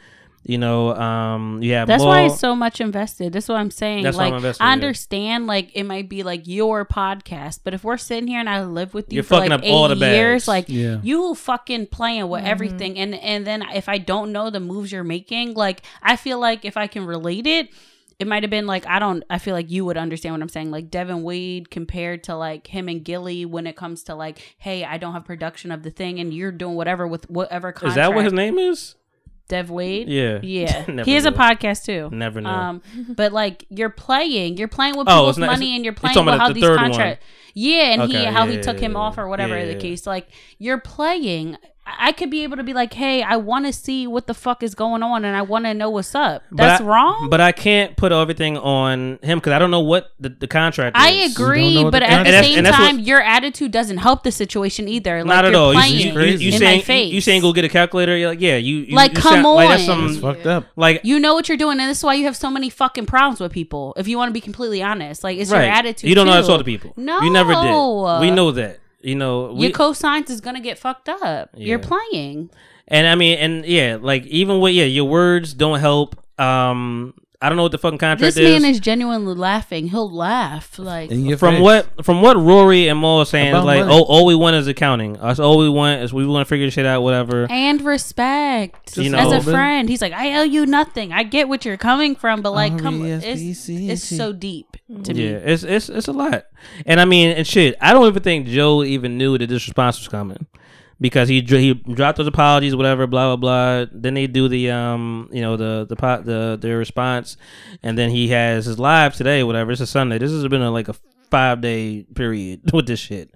A: You know, um, yeah.
E: That's why it's so much invested. That's what I'm saying.
A: That's why
E: like
A: I'm invested, yeah.
E: I understand, like it might be like your podcast, but if we're sitting here and I live with you
A: You're
E: for
A: fucking
E: like
A: up all
E: eight
A: the
E: years,
A: bags.
E: like
B: Yeah.
E: you fucking playing with everything, and and then if I don't know the moves you're making, like I feel like if I can relate it. It might have been like I don't. I feel like you would understand what I'm saying. Like Devin Wade compared to like him and Gilly when it comes to like, hey, I don't have production of the thing, and you're doing whatever with whatever
A: Is
E: contract.
A: that what his name is?
E: Dev Wade?
A: Yeah.
E: Yeah.
A: Never
E: he has a
A: knew.
E: podcast too.
A: Never knew.
E: Um, but like you're playing, you're playing with
A: Oh,
E: people's
A: it's not-
E: money
A: it's-
E: and you're
A: you're
E: playing
A: talking
E: with
A: about
E: how
A: the
E: these
A: third
E: contracts. Yeah, and he
A: Okay,
E: how he
A: yeah,
E: took him
A: yeah,
E: off or whatever
A: yeah,
E: the
A: yeah.
E: case. Like you're playing. I I could be able to be like, hey, I want to see what the fuck is going on, and I want to know what's up.
A: But
E: That's
A: I-
E: wrong.
A: But I can't put everything on him because I don't know what the, the contract.
E: I
A: is.
B: You don't
E: agree,
B: know
E: but
B: the
E: at the
A: contract- And that's-
E: same
A: and that's what-
E: time, your attitude doesn't help the situation either. Like,
A: Not at
E: you're
A: all. You,
E: Playing
A: you, you,
B: crazy.
A: you
E: in
A: saying
E: my face.
A: you saying go get a calculator? You're like yeah, you, you
E: Like,
A: you
E: come
A: sound- Like, that's
E: on.
A: some
B: It's fucked up.
A: like
E: you know what you're doing, and this is why you have so many fucking problems with people. If you want to be completely honest, like it's
A: right.
E: your attitude.
A: You don't know how to
E: too.
A: talk to people.
E: No,
A: you never did. We know that. You know, we,
E: your cosigns is gonna get fucked up. You're
A: Yeah.
E: playing.
A: And I mean, and yeah, like even with yeah, your words don't help. Um, I don't know what the fucking contract
E: This man
A: is.
E: is genuinely laughing. He'll laugh like
B: In your
A: From
B: face.
A: what from what Rory and Mo are saying, is
B: About
A: like,
B: money.
A: oh, all we want is accounting. That's all we want is we want to figure this shit out, whatever.
E: and respect
A: You
E: as
A: know-
E: a friend. He's like, I owe you nothing. I get what you're coming from, but like,
A: Oh,
E: come, it's,
B: R.E.S.P.C.T..
E: it's so deep to
A: yeah,
E: me.
A: it's it's it's a lot. And I mean, and shit, I don't even think Joe even knew that this response was coming because he dr- he dropped those apologies, whatever, blah blah blah. Then they do the um, you know, the the pot the their response, and then he has his live today, whatever. It's a Sunday. This has been a, like a five day period with this shit.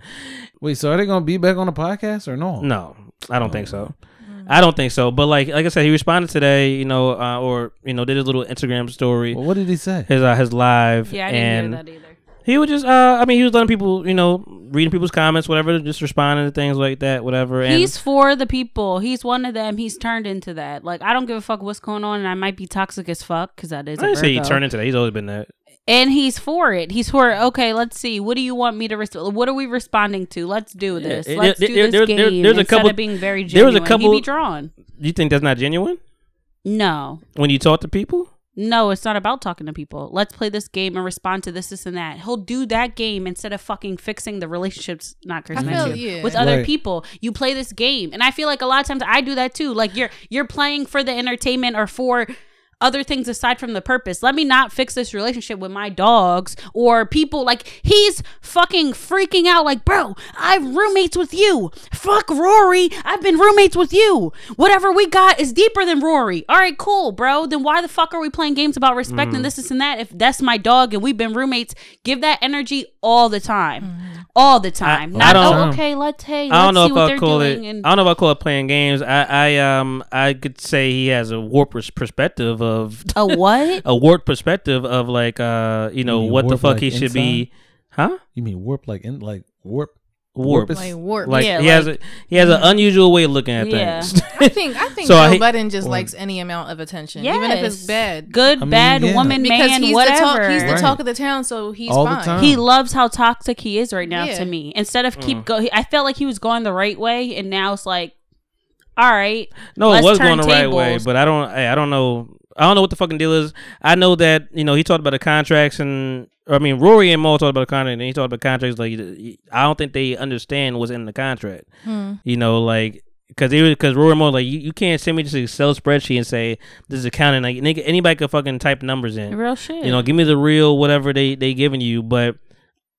B: Wait, so are they gonna be back on the podcast or no?
A: No, I don't think so.
E: Mm.
A: I don't think so. But like like I said, he responded today, you know, uh, or you know, did his little Instagram story,
B: Well, what did he say?
A: his uh, his live,
E: Oh. Yeah, I didn't
A: and
E: hear that either.
A: He would just, uh, I mean, he was letting people, you know, reading people's comments, whatever, just responding to things like that, whatever. And
E: He's for the people. He's one of them. He's turned into that. Like I don't give a fuck what's going on, and I might be toxic as fuck because that is.
A: I
E: a
A: didn't say he
E: Virgo.
A: turned into that. He's always been that.
E: And he's for it. He's for it. Okay, let's see. What do you want me to respond? What are we responding to? Let's do this.
A: Yeah,
E: let's
A: there-
E: do
A: there-
E: this
A: there-
E: game
A: there- there's a
E: instead
A: couple-
E: of being very
A: there
E: genuine.
A: was a
E: He
A: couple-
E: be drawn.
A: You think that's not genuine
E: No,
A: when you talk to people?
E: no, it's not about talking to people. Let's play this game and respond to this, this, and that. He'll do that game instead of fucking fixing the relationships. Not Chris
C: I
E: Matthew,
C: feel you.
E: with other
B: Right.
E: people. You play this game, and I feel like a lot of times I do that too. Like you're you're playing for the entertainment or for other things aside from the purpose. Let me not fix this relationship with my dogs or people. Like he's fucking freaking out. Like bro, I'm roommates with you. Fuck Rory. I've been roommates with you. Whatever we got is deeper than Rory. All right, cool, bro. Then why the fuck are we playing games about respect
A: Mm.
E: and this, this, and that? If that's my dog and we've been roommates, give that energy all the time.
C: Mm.
E: All the time.
A: I
E: Not,
A: don't-
E: oh, okay, let's, hey,
A: I don't
E: let's
A: know
E: see
A: if
E: what
A: I'll
E: they're
A: call it.
E: doing. And,
A: I don't know if I call it playing games. I, I, um, I could say he has a warped pers- perspective of
E: a what?
A: a warped perspective of like, uh, you know,
B: mean
A: what the
B: warped,
A: fuck
B: like,
A: he should be, huh?
B: You mean warp like in like warp?
A: Warped.
B: is-
C: Like warp.
A: Like
E: Yeah,
A: he has a, he has an unusual way of looking at
E: Yeah.
A: things.
C: I think I think
A: So I
C: Joe
A: hate-
C: Budden just
B: Or-
C: likes any amount of attention, even if it's
E: Yes.
C: bad.
E: Good,
B: I mean,
E: bad,
B: yeah.
E: woman,
C: because
E: man,
C: he's
E: whatever.
C: the talk. He's the
B: Right.
C: talk of the town, so he's
B: All the
C: fine.
B: time.
E: he loves how toxic he is right now
C: Yeah.
E: to me. Instead of
A: Mm.
E: keep go, I felt like he was going the right way, and now it's like, all right,
A: No,
E: let's
A: it was
E: turn
A: going the right way,
E: tables.
A: but I don't. I, I don't know. I don't know what the fucking deal is. I know that you know he talked about the contracts and or, I mean Rory and Mo talked about the contract and he talked about contracts like I don't think they understand what's in the contract.
E: Hmm.
A: You know, like because they because Rory and Mo like you, you can't send me just an Excel spreadsheet and say this is accounting like nigga, anybody could fucking type numbers in.
E: real shit.
A: You know, give me the real whatever they they giving you. But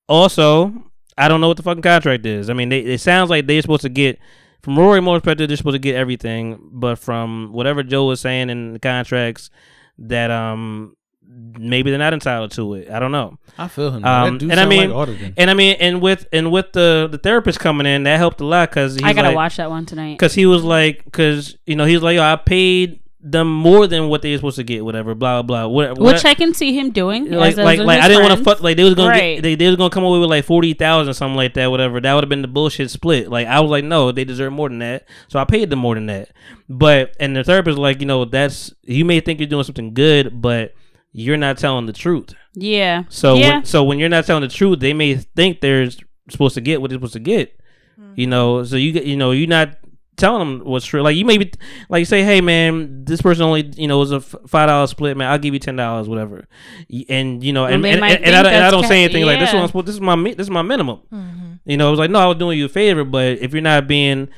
A: also, I don't know what the fucking contract is. I mean, they, it sounds like they're supposed to get from Rory Moore's perspective, they're supposed to get everything. But from whatever Joe was saying in the contracts, that um maybe they're not entitled to it. I don't know.
B: I feel him.
A: Um,
B: that dude
A: and I
B: sound
A: mean,
B: like auditing.
A: and I mean, and with and with the the therapist coming in, that helped a lot because
E: I gotta watch that one tonight.
A: because he was like, because you know, he was like, yo, I paid them more than what they were supposed to get, whatever, blah blah, whatever.
E: Which I can see him doing.
A: like
E: as a-
A: like,
E: with
A: like
E: his
A: I didn't want to
E: friends.
A: fuck like they was gonna
E: Right.
A: get, they, they was gonna come away with like forty thousand something like that whatever that would have been the bullshit split like I was like no they deserve more than that so I paid them more than that but and the therapist was like you know that's you may think you're doing something good but you're not telling the truth
E: Yeah.
A: so
E: yeah.
A: when, so when you're not telling the truth they may think they're supposed to get what they're supposed to get
E: Mm-hmm.
A: you know so you get- you know you're not telling them what's true like you maybe like say hey man this person only you know was a f- five dollar split man i'll give you ten dollars whatever Y- and you know
E: Well,
A: and
E: they
A: and,
E: might
A: and, and I,
E: think
A: don't- and I
E: that's
A: don't
E: ca-
A: say anything like this is
E: yeah.
A: what I'm supposed, this is my mi- this is my minimum you know it was like no i was doing you a favor but if you're not being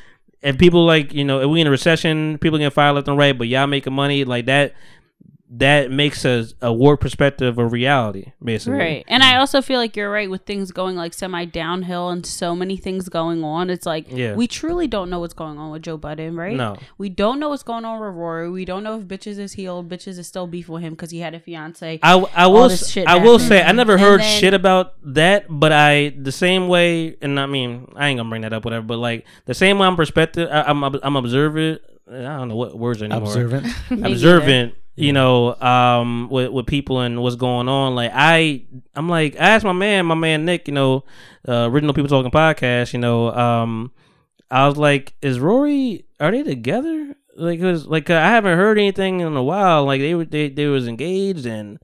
A: and people like you know if we in a recession people getting fired left and right but y'all making money like that that makes a, a warped perspective of reality basically
E: Right. And I also feel like you're right with things going like semi downhill and so many things going on. It's like
A: Yeah.
E: we truly don't know what's going on with Joe Budden, right?
A: No.
E: We don't know what's going on with Rory. We don't know if bitches is healed. Bitches is still beef with him because he had a fiance.
A: I, I
E: all
A: will
E: this
A: s-
E: shit
A: I will
E: happened.
A: say I never
E: And
A: heard
E: then-
A: shit about that, but I the same way, and I mean I ain't gonna bring that up, whatever. But like the same way I'm perspective, I, I'm I'm observant. I don't know what words anymore.
B: Observant.
E: neither.
A: observant. You know, um, with with people and what's going on. Like I, I'm like I asked my man, my man Nick. You know, uh, original people talking podcast. You know, um, I was like, is Rory? Are they together? Like, 'cause, like uh, I haven't heard anything in a while. Like they were they, they was engaged, and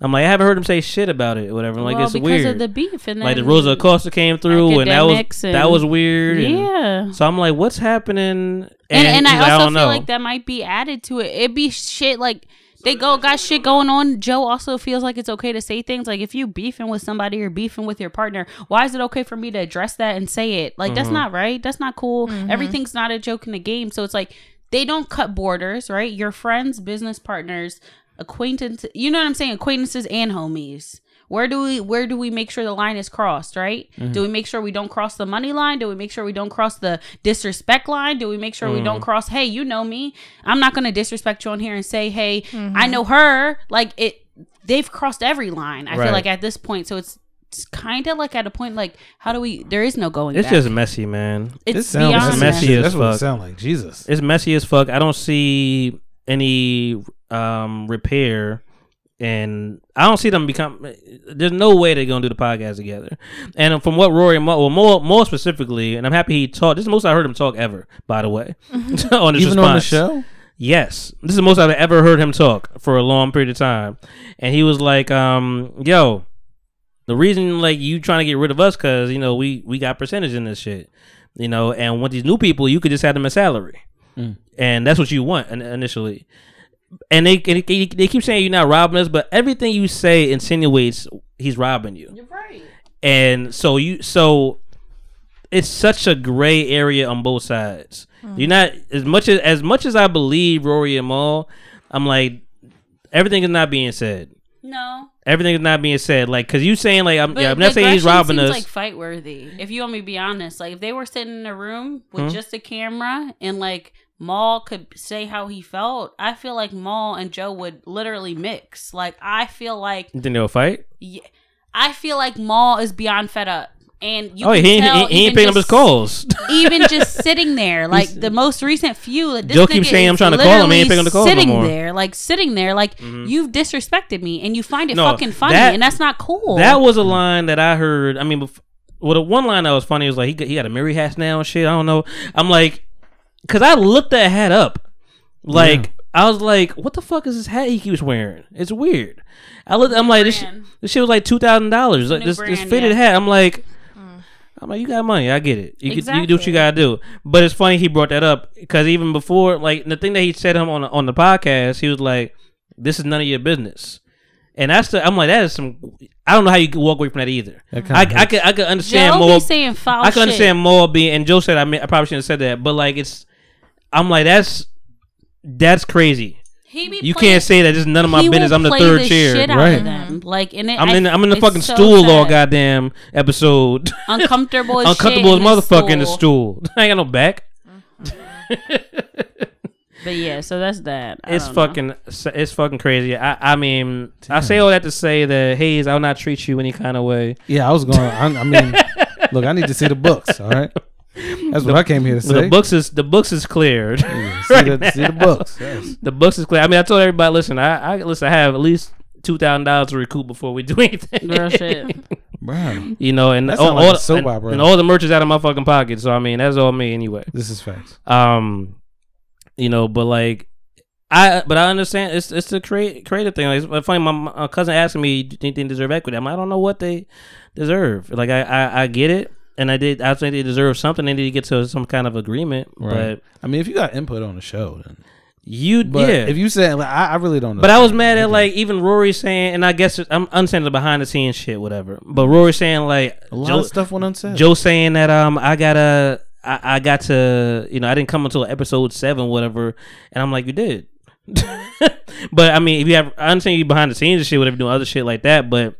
A: I'm like I haven't heard him say shit about it. Whatever. I'm like
E: Hmm. well,
A: it's
E: because
A: weird.
E: of the beef and then
A: like the Rosa Acosta came through, and that was
E: academics and-
A: that was weird. and-
E: Yeah.
A: so I'm like, what's happening?
E: and, and
A: he's
E: I
A: like,
E: also
A: don't
E: feel
A: know.
E: like that might be added to it. It'd be shit like they go got shit going on. Joe also feels like it's okay to say things like if you beefing with somebody or beefing with your partner, why is it okay for me to address that and say it? Like that's not right. That's not cool. Everything's not a joke in the game. So it's like they don't cut borders, right? Your friends, business partners, acquaintances, you know what I'm saying? Acquaintances and homies. Where do we where do we make sure the line is crossed, right?
A: Mm-hmm.
E: Do we make sure we don't cross the money line? Do we make sure we don't cross the disrespect line? Do we make sure we don't
A: Mm.
E: cross, hey, you know me. I'm not gonna disrespect you on here and say, hey, I know her. Like it they've crossed every line, I
A: Right.
E: feel like at this point. So it's it's kind of like at a point like how do we there is no going
A: it's
E: back.
A: just messy, man.
E: it's
B: This sounds
E: beyond
A: messy
E: that.
A: as
B: That's what it
A: fuck.
B: sound like. Jesus.
A: It's messy as fuck. I don't see any um repair and I don't see them become. There's no way they're gonna do the podcast together. And from what Rory, Mo, well, more more specifically, and I'm happy he talked. This is the most I heard him talk ever. By the way, on his
B: Even on the
A: response.
B: show?
A: Yes, this is the most I've ever heard him talk for a long period of time, and he was like, um, "Yo, the reason like you trying to get rid of us because you know we we got percentage in this shit, you know, and with these new people, you could just have them a salary,
B: Mm.
A: and that's what you want in- initially." And they, and they they keep saying you're not robbing us, but everything you say insinuates he's robbing you. You're right. And so you so it's such a gray area on both sides.
E: Mm.
A: You're not as much as as much as I believe Rory and Maul. I'm like everything is not being said.
E: No,
A: Everything is not being said. Like because you saying like I'm,
E: but
A: yeah, I'm not saying he's
E: aggression
A: robbing
E: seems
A: us.
E: Like fight worthy. If you want me to be honest, like if they were sitting in a room with
A: Hmm?
E: just a camera and like Maul could say how he felt, I feel like Maul and Joe would literally mix. Like I feel like
A: you think they'll fight?
E: Yeah, I feel like Maul is beyond fed up, and you
A: oh, he
E: can
A: ain't,
E: tell
A: he, he ain't
E: even
A: picking up his
E: just-
A: calls.
E: even just sitting there, like the most recent few. Like, this
A: Joe keeps
E: nigga
A: saying
E: is
A: I'm trying to call him, he ain't
E: literally
A: picking the call no
E: Sitting
A: more. Mm-hmm.
E: there, like sitting there, like you've disrespected me, and you find it
A: No,
E: fucking funny,
A: that-
E: and that's not cool.
A: That was a line that I heard. I mean, bef- well, the one line that was funny was like he got, he got a Mary hat now and shit. I don't know. I'm like, cause I looked that hat up. Like I was like, what the fuck is this hat he keeps wearing? It's weird. I looked. I'm like, this, sh- this shit was like two thousand dollars. Like
E: New
A: this this
E: brand,
A: fitted
E: yeah. Mm.
A: hat. I'm like. I'm like, you got money. I get it. You, can, you can do what you gotta do. But it's funny he brought that up because even before, like the thing that he said to him on the- on the podcast, he was like, "This is none of your business," and that's the. I'm like, that is some. I don't know how you can walk away from that either.
B: That
A: I,
B: kinda
A: I could I could understand
E: Joe be
A: more.
E: saying foul
A: I could understand
E: shit.
A: more being and Joe said I mean, I probably shouldn't have said that, but like it's. I'm like that's that's crazy.
E: He be
A: You
E: playing-
A: can't say that. This is none of my
E: he will
A: business. I'm the
E: play
A: third
E: the
A: chair.
E: shit out
B: Right.
E: of them. Like, and it,
A: I'm
E: I-
A: in. I'm in the
E: it's
A: fucking
E: so
A: stool all
E: sad.
A: goddamn episode.
E: Uncomfortable. As
A: Uncomfortable as
E: shit in the
A: motherfucker in the stool. I ain't got no back.
E: Mm-hmm. But yeah, so that's that. I
A: It's
E: don't know.
A: fucking. It's fucking crazy. I. I mean, I say all that to say that Hayes, I'll not treat you any kind of way.
B: Yeah, I was going. I, I mean, look, I need to see the books. All right, that's what I came here to say.
A: The books is the books is cleared.
B: see, the, see the books. Yes.
A: the books is clear. I mean, I told everybody, listen, I, I listen, I have at least two thousand dollars to recoup before we do anything.
E: real shit.
B: Wow,
A: You know, and
B: That
A: all,
B: sound like
A: all
B: a soap
A: and,
B: opera.
A: and all the merch is out of my fucking pocket. So I mean, that's all me anyway.
B: this is facts.
A: Um, you know, but like, I but I understand it's it's the create creative thing. Like, it's funny, my, my cousin asked me, "Do you think they deserve equity?" I'm, like, I don't know what they deserve. Like, I I, I get it, and I did. I think they deserve something. They need to get to some kind of agreement.
B: Right.
A: But
B: I mean, if you got input on the show, then.
A: you,
B: But
A: yeah.
B: if you said, like, I, I really don't know.
A: But I was mad at like even Rory saying, and I guess it- I'm understanding the behind the scenes shit, whatever. But Rory saying like
B: a lot
A: Joe,
B: of stuff went unsaid.
A: Joe saying that um I gotta I, I got to you know I didn't come until episode seven whatever, and I'm like you did. but I mean if you have I understand you behind the scenes and shit whatever doing other shit like that, but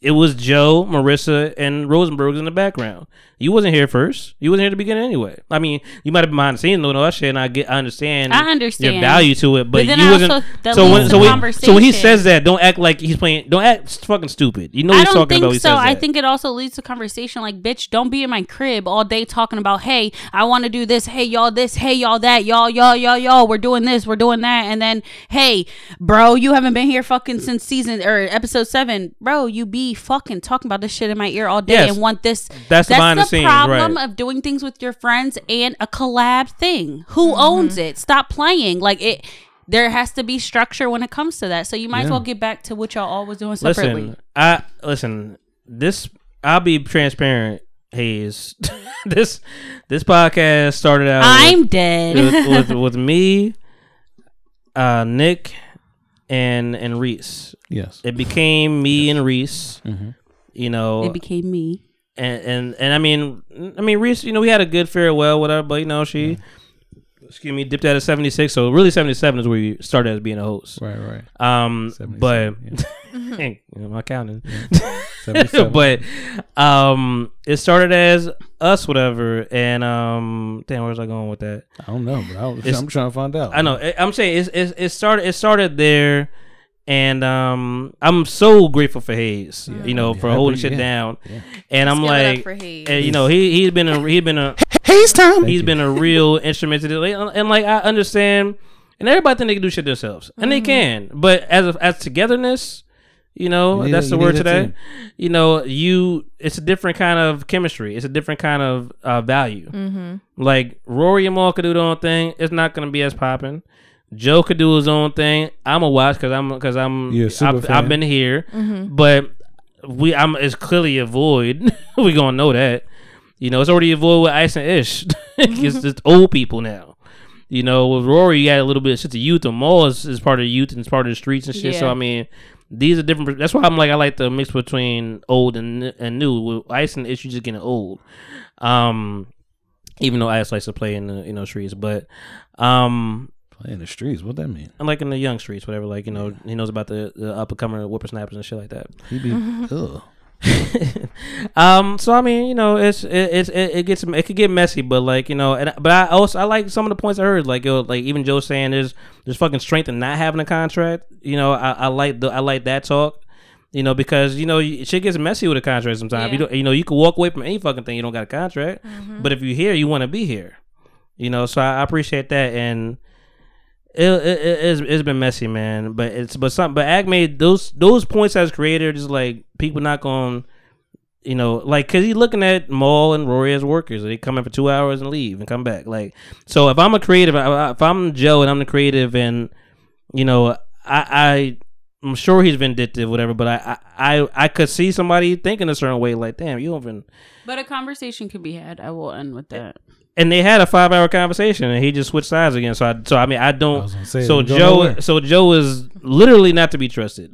A: it was Joe, Marissa, and Rosenberg's in the background. You wasn't here first. You wasn't here at the beginning anyway. I mean, you might have been behind the scenes doing all that shit, and I get I understand.
E: I understand.
A: your value to it, but,
E: But then
A: you
E: I
A: wasn't.
E: also- that
A: so when
E: leads
A: so
E: to
A: when, so when he
E: conversation.
A: says that, don't act like he's playing. Don't act fucking stupid. You know
E: I
A: he's
E: don't
A: talking
E: think
A: about. when he
E: so.
A: says
E: I
A: that.
E: think it also leads to conversation like, bitch, don't be in my crib all day talking about, hey, I want to do this, hey, y'all this, hey, y'all that, y'all, y'all, y'all, y'all, we're doing this, we're doing that. And then, hey, bro, you haven't been here fucking since season or episode seven. Bro, you be fucking talking about this shit in my ear all day
A: Yes.
E: and want this.
A: That's the behind the
E: the
A: scenes,
E: problem
A: right.
E: of doing things with your friends and a collab thing. Who owns it? Stop playing. Like, it. There has to be structure when it comes to that. So you might as
B: Yeah.
E: well get back to what y'all always doing separately.
A: Listen, I listen. This I'll be transparent. Hayes, this this podcast started out.
E: I'm
A: with,
E: dead.
A: with, with, with me, uh, Nick, and and Reese.
B: yes.
A: It became me and Reese. You know,
E: it became me.
A: and and and I mean, I mean, Reese, you know, we had a good farewell, whatever. But you know, she, excuse me, dipped out at seventy six. So really, seventy seven is where you started as being a host.
B: Right, right.
A: Um,
B: 77,
A: but you know, my counting. but um, it started as us, whatever. And um, damn, where's I going with that?
B: I don't know, but I was,
A: It's-
B: I'm trying to find out.
A: I know. I- I'm saying it's, it's, it started. It started there, and um, I'm so grateful for Hayes. You know, for
B: I
A: holding
B: appreciate-
A: shit
B: yeah,
A: down. And I'm
C: give it up
A: like,
C: for Hayes.
A: and, you know, he he's been a he's been a
B: Hayes time.
A: he's been a real instrument to this, and like I understand. And everybody think they can do shit themselves, and
B: Mm-hmm.
A: they can. But as as togetherness, you know,
B: You need
A: that's
B: a-
A: the
B: you
A: word
B: need a
A: today.
B: team.
A: You know, you it's a different kind of chemistry. It's a different kind of uh, value.
C: Mhm.
A: Like Rory and Maul could do their own thing. It's not gonna be as popping. Joe could do his own thing. I'm a watch because I'm because I'm
B: You're a super
A: I've, I've
B: fan.
A: been here,
C: Mhm.
A: but we I'm it's clearly a void. we gonna know that. You know, it's already a void with Ice and Ish. it's just old people now. You know, with Rory, you got a little bit of shit to youth, and Maul is, is part of youth and it's part of the streets and shit. So
C: Yeah.
A: I mean, these are different. That's why I'm like I like the mix between old and and new. With Ice and Ish, you just getting old. Um, even though Ice likes to play in the you know streets, but um,
B: Play in the streets. What that mean?
A: and like in the young streets, whatever. Like you know, he knows about the, the up and coming whippersnappers and shit like that.
B: He be ugh.
A: um, so I mean, you know, it's it, it's it, it gets it could get messy, but like you know, and but I also I like some of the points I heard, like yo, like even Joe saying there's there's fucking strength in not having a contract. You know, I, I like the I like that talk. You know, because you know you- shit gets messy with a contract sometimes. You
C: Yeah.
A: don't, you know, you can walk away from any fucking thing. You don't got a contract, but if you're here, you want to be here. You know, so I, I appreciate that and. It, it, it, it's, it's been messy, man. But it's but some but Agme those those points as creator just like people not going you know, like because he's looking at Maul and Rory as workers. They come in for two hours and leave and come back. Like, so if I'm a creative, I- I- if I'm Joe and I'm the creative, and you know, I, I I'm sure he's vindictive, whatever. But I, I, I- I could see somebody thinking a certain way, like, damn, you don't even.
E: But a conversation could be had. I will end with that.
A: And they had a five hour conversation, and he just switched sides again. So I, so I mean, I don't.
B: I was gonna say,
A: so
B: it don't go
A: Joe,
B: nowhere.
A: so Joe is literally not to be trusted.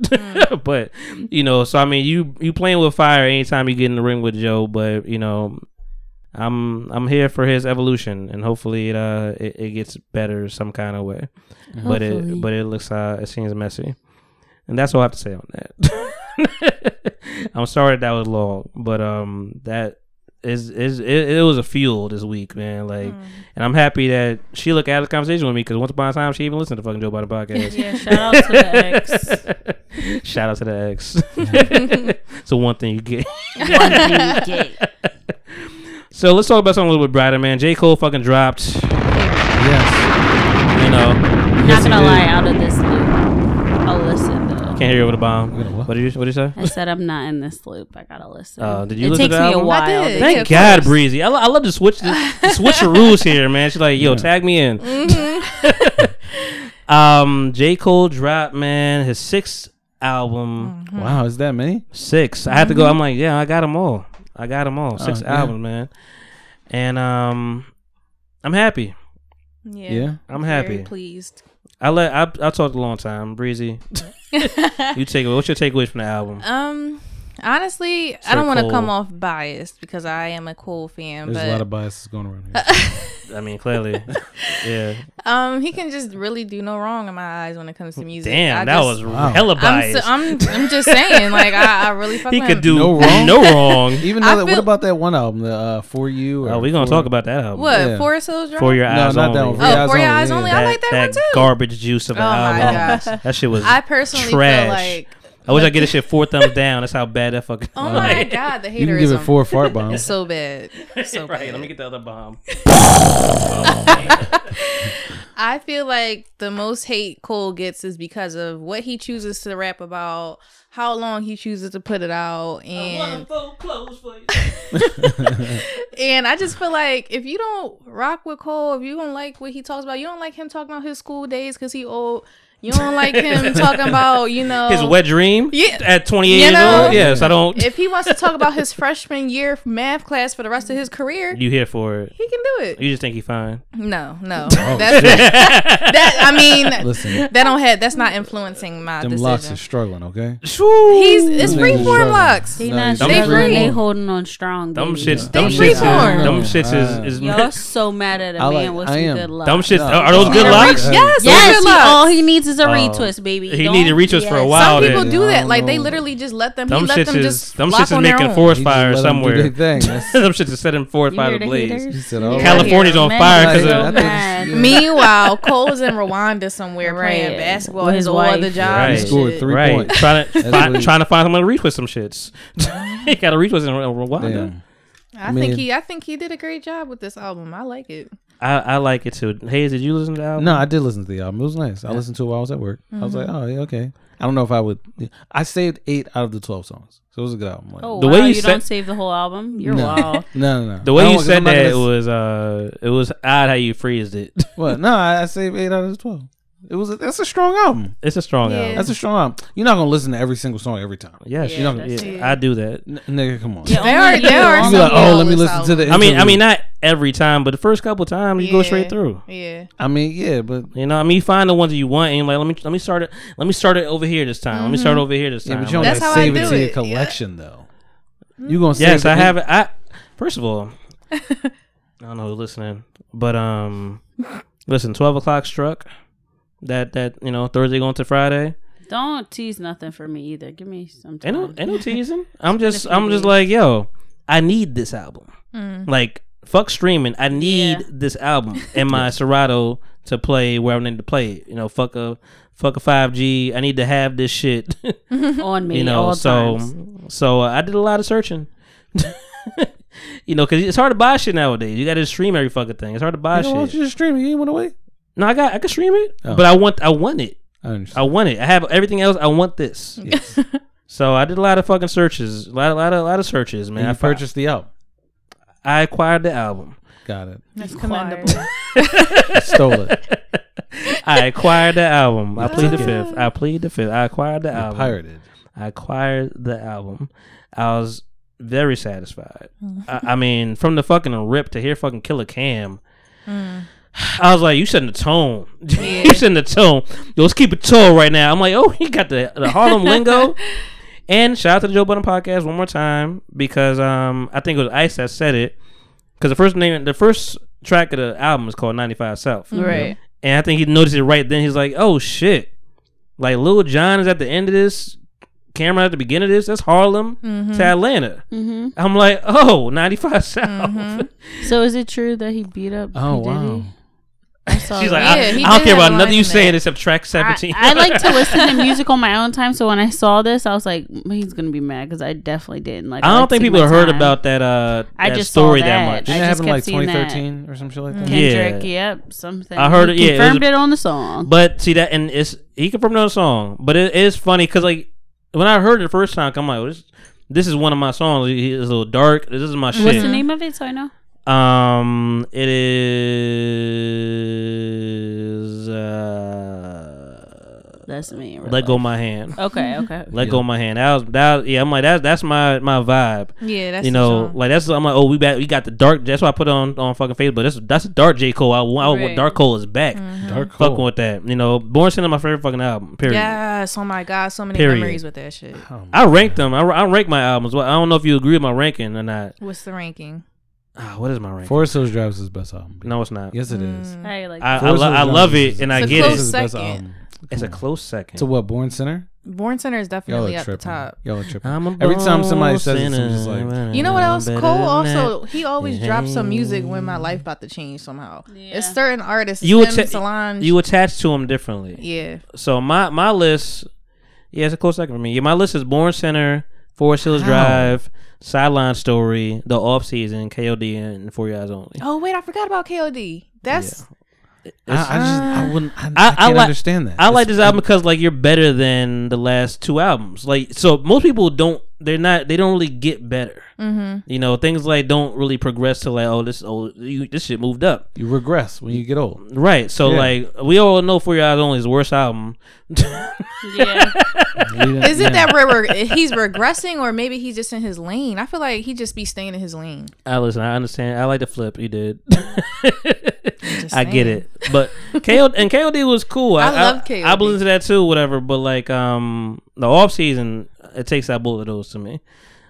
A: but you know, so I mean, you you playing with fire anytime you get in the ring with Joe. But you know, I'm I'm here for his evolution, and hopefully it uh it, it gets better some kind of way. But it but it looks uh it seems messy, and that's all I have to say on that. I'm sorry that was long, but um that is is it, it was a fuel this week, man. Like,
E: Mm.
A: and I'm happy that she looked at the conversation with me because once upon a time she even listened to fucking Joe about the podcast.
E: Yeah, shout out to the ex.
A: Shout out to the ex. so one thing you get. So let's talk about something a little bit brighter, man. J. Cole fucking dropped.
B: Yes.
A: You know,
E: Not gonna
B: it
E: lie,
B: is.
E: out of this loop. I'll listen though.
A: can't hear you over the bomb.
B: You know what?
A: What did you What did you say?
E: I said I'm not in this loop. I gotta listen.
A: Uh, did you
E: it
A: listen to
E: takes
A: the
E: me a
A: album?
E: while.
C: I did.
E: to-
A: Thank
C: of
A: God,
C: course.
A: Breezy. I, lo- I love to switch the, the switch the rules here, man. She's like, yo, tag me in.
E: Mm-hmm.
A: um, J. Cole dropped, man, his sixth
E: Mm.
A: album.
B: Wow, is that many?
A: Six. I had to go.
C: Mm-hmm.
A: I'm like, yeah, I got them all. I got them all. Six
B: Oh, yeah.
A: albums, man. And um, I'm happy.
C: Yeah.
B: Yeah.
A: I'm
C: Very
A: happy.
C: pleased.
A: I let I, I talked a long time, Breezy. you take what's your takeaway from the album?
C: Um, honestly, I
A: Sir
C: don't want to
A: Cole.
C: come off biased because I am a Cole fan,
B: There's a lot
C: but
B: of biases going around here.
A: I mean, clearly, yeah.
C: um, he can just really do no wrong in my eyes when it comes to music.
A: Damn,
C: I
A: that
C: just-
A: was
B: Wow.
A: hella
C: I'm,
A: biased.
C: so, I'm I'm just saying, like I, I really fuck
A: he
C: with
A: could
C: him.
A: do no
B: No
A: wrong.
B: wrong? Even though
C: I
B: that, what
C: feel-
B: about that one album, the uh, For You? Or
A: Oh, we're gonna
B: For-
A: talk about that album.
C: what
B: Yeah.
C: Forest Hills Drive.
A: For your
B: No,
A: eyes
B: not that
A: only.
B: one. For Your
C: Oh,
B: Eyes
C: For Your
B: Only,
C: Eyes
B: yeah.
C: Only. I
A: That,
C: like that,
A: that
C: one too.
A: garbage juice of an
C: Oh my
A: album.
C: gosh.
A: That shit was
C: I personally
A: trash.
C: feel like
A: I wish I get this shit four thumbs down. That's how bad that fucking.
C: oh my god, the
B: You
C: hater
B: can give
C: is
B: it four fart bombs.
C: so bad, so bad.
A: right, let me get the other bomb.
C: I feel like the most hate Cole gets is because of what he chooses to rap about, how long he chooses to put it out, and and I just feel like if you don't rock with Cole, if you don't like what he talks about, you don't like him talking about his school days because he old. You don't like him talking about you know
A: His wet dream.
C: Oh. Yeah.
A: At 28
C: You
A: years
C: know?
A: old. Yes, I don't.
C: If he wants to talk about his freshman year math class for the rest of his career,
A: you here for it?
C: he can do it.
A: You just think he fine?
C: No, no, that's that. I mean,
B: Listen.
C: that don't have. That's not influencing my
B: Them
C: decision.
B: locks are struggling, okay?
C: He's it's
B: Them
C: free
B: niggas
C: form
B: struggling.
C: locks.
E: They
B: No,
E: not
B: you-
A: They
E: struggling.
A: free.
E: They holding on strong.
A: Dumb
E: baby.
A: shits. Dumb
C: They
A: shits. Is,
C: freeform.
A: dumb shits is. is
E: Y'all so mad at a
B: I like-
E: man with
B: I
E: some
B: am.
E: good luck.
A: dumb shits.
B: No.
A: Are, are those
B: He
A: good
B: need a
A: locks?
B: reach-
C: Yes, good
E: Yes, he-
C: locks.
E: all he needs is a
A: Oh.
E: retwist, baby.
A: He
E: Don't-
A: needed retwist for a
E: Yes.
A: while.
C: Some people
A: then.
C: do
B: I
C: that.
B: don't
C: Like they
B: know.
C: literally just let them.
A: Dumb
C: he let
A: shits
C: them
A: is.
C: just
A: Dumb
C: lock
A: shits is
C: on their
A: making
C: own.
A: forest
B: He just
A: fire
B: let 'em do
A: somewhere.
B: their thing. That's-
A: Dumb shits is setting forest
E: You
A: fire
E: hear
A: to
E: the
A: blaze.
E: haters?
B: He said,
E: You
B: "Oh,
E: hear
A: California's
E: the
A: on
E: haters?
A: fire 'cause
E: Man,
A: of-
E: so
A: I
B: think it's-
E: mad.
B: yeah.
C: Meanwhile, Cole's in Rwanda somewhere playing
E: Right.
C: basketball.
E: With
C: His
E: his
C: whole
E: wife.
C: other job.
A: Right.
C: and
A: He
B: scored
C: shit.
B: three
A: right.
B: points.
A: Trying to
B: That's
A: find,
B: what he-
A: trying to find someone to retwist some shits. he got a retwist in Rwanda.
B: Damn.
C: I
B: Man.
C: think he. I think he did a great job with this album. I like it.
A: I, I like it too. Hayes, did you listen to the album?
B: No, I did listen to the album. It was nice. I listened to it while I was at work. I was
A: Mhm.
B: like, oh, yeah, okay. I don't know if I would. I saved eight out of the twelve songs, so it was a good album. Like,
E: Oh,
A: The
E: the
A: way
E: way
A: you
E: you
A: said-
E: don't save the whole album. You're
B: No.
E: wild.
B: No, no, no.
A: The way
B: I
A: you
B: don't- I'm
A: said
B: not
A: that it
B: gonna-
A: was uh it was odd how you phrased it.
B: What? No, I I saved eight out of the twelve. It was. A, that's a strong album.
A: It's a strong album.
B: That's a strong album. You're not gonna listen to every single song every time.
A: Yes,
B: you're not
A: yeah,
B: gonna.
A: I do that.
B: N- nigga, come on.
E: Yeah,
C: There
E: only
C: are- there
E: you.
C: are
B: You
C: some
B: be like, oh, let me
C: flawless
B: listen to the.
A: I mean, I
B: interlude.
A: mean, not every time, but the first couple times you go straight
C: Yeah.
A: through.
C: Yeah.
B: I mean, yeah, but
A: You know, what I mean, you find the ones that you want, and you're like, let me, let me start it, let me start it over here this time. Let me start over here this
B: yeah,
A: time.
B: but you don't
C: Mm-hmm. That's
B: like
C: how I
B: save it
C: do
B: to your
C: it, yeah. Hmm?
B: collection though. You gonna save
A: yes,
B: the
A: I
B: in-
A: have. I first of all, I don't know who's listening, but um, listen, twelve o'clock struck. That that you know Thursday going to Friday.
E: Don't tease nothing for me either. Give me some time.
A: Ain't no, ain't no teasing. I'm just, I'm just like, yo, I need this album. Like, fuck streaming. I need
E: Yeah.
A: this album and my Serato to play where I need to play it. You know, fuck a, fuck a five G. I need to have this shit.
E: on me.
A: you know,
E: all
A: so,
E: times.
A: so uh, I did a lot of searching. you know, because it's hard to buy shit nowadays. You got to stream every fucking thing. It's hard to buy
B: You know, why don't
A: shit.
B: you just stream it? You ain't want to wait.
A: No, I got, I can stream it,
B: Oh.
A: but I want, I want it.
B: I
A: I
B: understand.
A: want it. I have everything else. I want this.
B: Yes.
A: So I did a lot of fucking searches, a lot, a lot, a lot of searches, Oh, man.
B: and
A: I
B: you
A: fi-
B: purchased the album.
A: I acquired the album.
B: Got it.
C: That's
D: Choir.
C: commendable.
B: Stole it.
A: I acquired the album. I plead the
B: took
A: fifth. I plead the fifth. I acquired the
B: You
A: album.
B: pirated.
A: I acquired the album. I was very satisfied. I, I mean, from the fucking rip to hear fucking Killer Cam, I was like, you setting the tone. you setting the tone. Yo, let's keep it tone right now. I'm like, oh, he got the, the Harlem lingo. And shout out to the Joe Budden podcast one more time because um I think it was Ice that said it because the first name the first track of the album is called 95 South
C: Right.
A: and I think he noticed it right then. He's like, "Oh shit!" Like Lil John is at the end of this, Cameron at the beginning of this. That's Harlem
E: Mm-hmm.
A: to Atlanta.
E: hmm
A: I'm like, "Oh, 95 South."
E: So is it true that he beat up?
B: Oh
E: P. Diddy?
B: wow.
E: I saw
A: She's
E: that.
A: like,
C: Yeah,
A: I,
C: he
A: "I don't
C: did
A: care
C: have a
A: about nothing
C: line
A: you
C: in
A: saying
C: there.
A: except track 17."
E: I, I like to listen to music on my own time. So when I saw this, I was like, he's gonna be mad because I definitely didn't like.
A: I don't
E: like,
A: think
E: take
A: people
E: my
A: have heard
E: time.
A: about that uh
E: I
A: that
E: just saw
A: story
E: that.
A: much.
E: I
B: Didn't it
E: just
B: happen
E: kept
B: like
E: seeing that.
B: 2013 or something
C: Mm.
B: like that?
A: Yeah.
E: Kendrick. Yep, something.
A: I heard it-
E: He
A: yeah, it was
E: confirmed
A: a-
E: it, on the song.
A: But see that, and it's he confirmed another song. But it is funny because like when I heard it the first time, I'm like, oh, this, "This is one of my songs. It- It's a little dark. This is my shit."
E: What's the name of it? So I know.
A: Um, it is uh,
E: That's me. in real
A: let go
E: life.
A: my hand.
C: Oh.
E: Okay. Okay.
A: Let go my hand. That was that. Was, yeah, I'm like that's that's my my vibe.
C: Yeah, that's
A: you
C: the
A: know,
C: song.
A: like that's I'm like oh we back we got the dark. That's why I put it on on fucking Facebook. That's that's dark J Cole. I want
E: Right.
A: dark Cole is back.
C: Mm-hmm.
B: Dark
A: Fucking
B: Hole.
A: with that. You know, Born Sinner my favorite fucking album. Period.
C: Yes. Oh my God. So many
A: Period.
C: memories with that shit.
B: Oh, my
A: I ranked them. I, I rank my albums. Well, I don't know if you agree with my ranking or not.
C: What's the ranking?
A: Ah, what is my ranking?
B: Forest Hills Drive is his best album.
A: No, it's not.
B: Yes, it is.
E: I like.
A: I, I,
B: Forest
A: lo-
B: Hills
A: I
B: Drive
A: love
B: is-
A: it and I
C: It's a
A: get
C: Mm. close
A: it.
B: his best
C: second.
B: album.
A: It's a
B: Come on.
A: close second.
B: To what? Born Sinner?
C: Born Center is
B: Y'all
C: definitely
B: are
C: at the
B: tripping.
C: top.
B: Y'all are tripping.
A: I'm a
B: Every time somebody
A: bone
B: says it, I'm just
A: sinner.
B: like-
C: You know what
A: I'm
C: else?
A: better
C: Cole
A: than
C: also
A: that.
C: he always
A: Yeah.
C: drops some music when my life about to change somehow.
E: Yeah.
C: It's certain artists.
A: You
C: You
A: would
C: him,
A: ta-
C: Solange.
A: You attach to them differently.
C: yeah.
A: So my my list, yeah, it's a close second for me. Yeah, my list is Born Center, Forest Hills Drive, Sideline Story, The Off Season, KOD, and For Your Eyes Only.
C: Oh wait, I forgot about KOD. That's
B: I, I just, I wouldn't, I, I,
A: I- I
B: can't
A: like-
B: understand that.
A: I like
B: It's-
A: this album because like you're better than the last two albums. Like so, most people don't. They're not. They don't really get better.
C: Mm-hmm.
A: You know, things like don't really progress to like oh this oh you, this shit moved up.
B: You regress when you get old.
A: Right. So
B: Yeah.
A: like we all know For Your Eyes Only is the worst album.
E: yeah.
C: is it that we're, we're- he's regressing or maybe he's just in his lane? I feel like he just be staying in his lane.
A: I listen. I understand. I like the flip. You did.
C: just
A: I get
C: saying.
A: it. But KOD and KOD was cool.
C: I love KOD.
A: I believe to that too. Whatever. But like um the off season, it takes out both of those to me.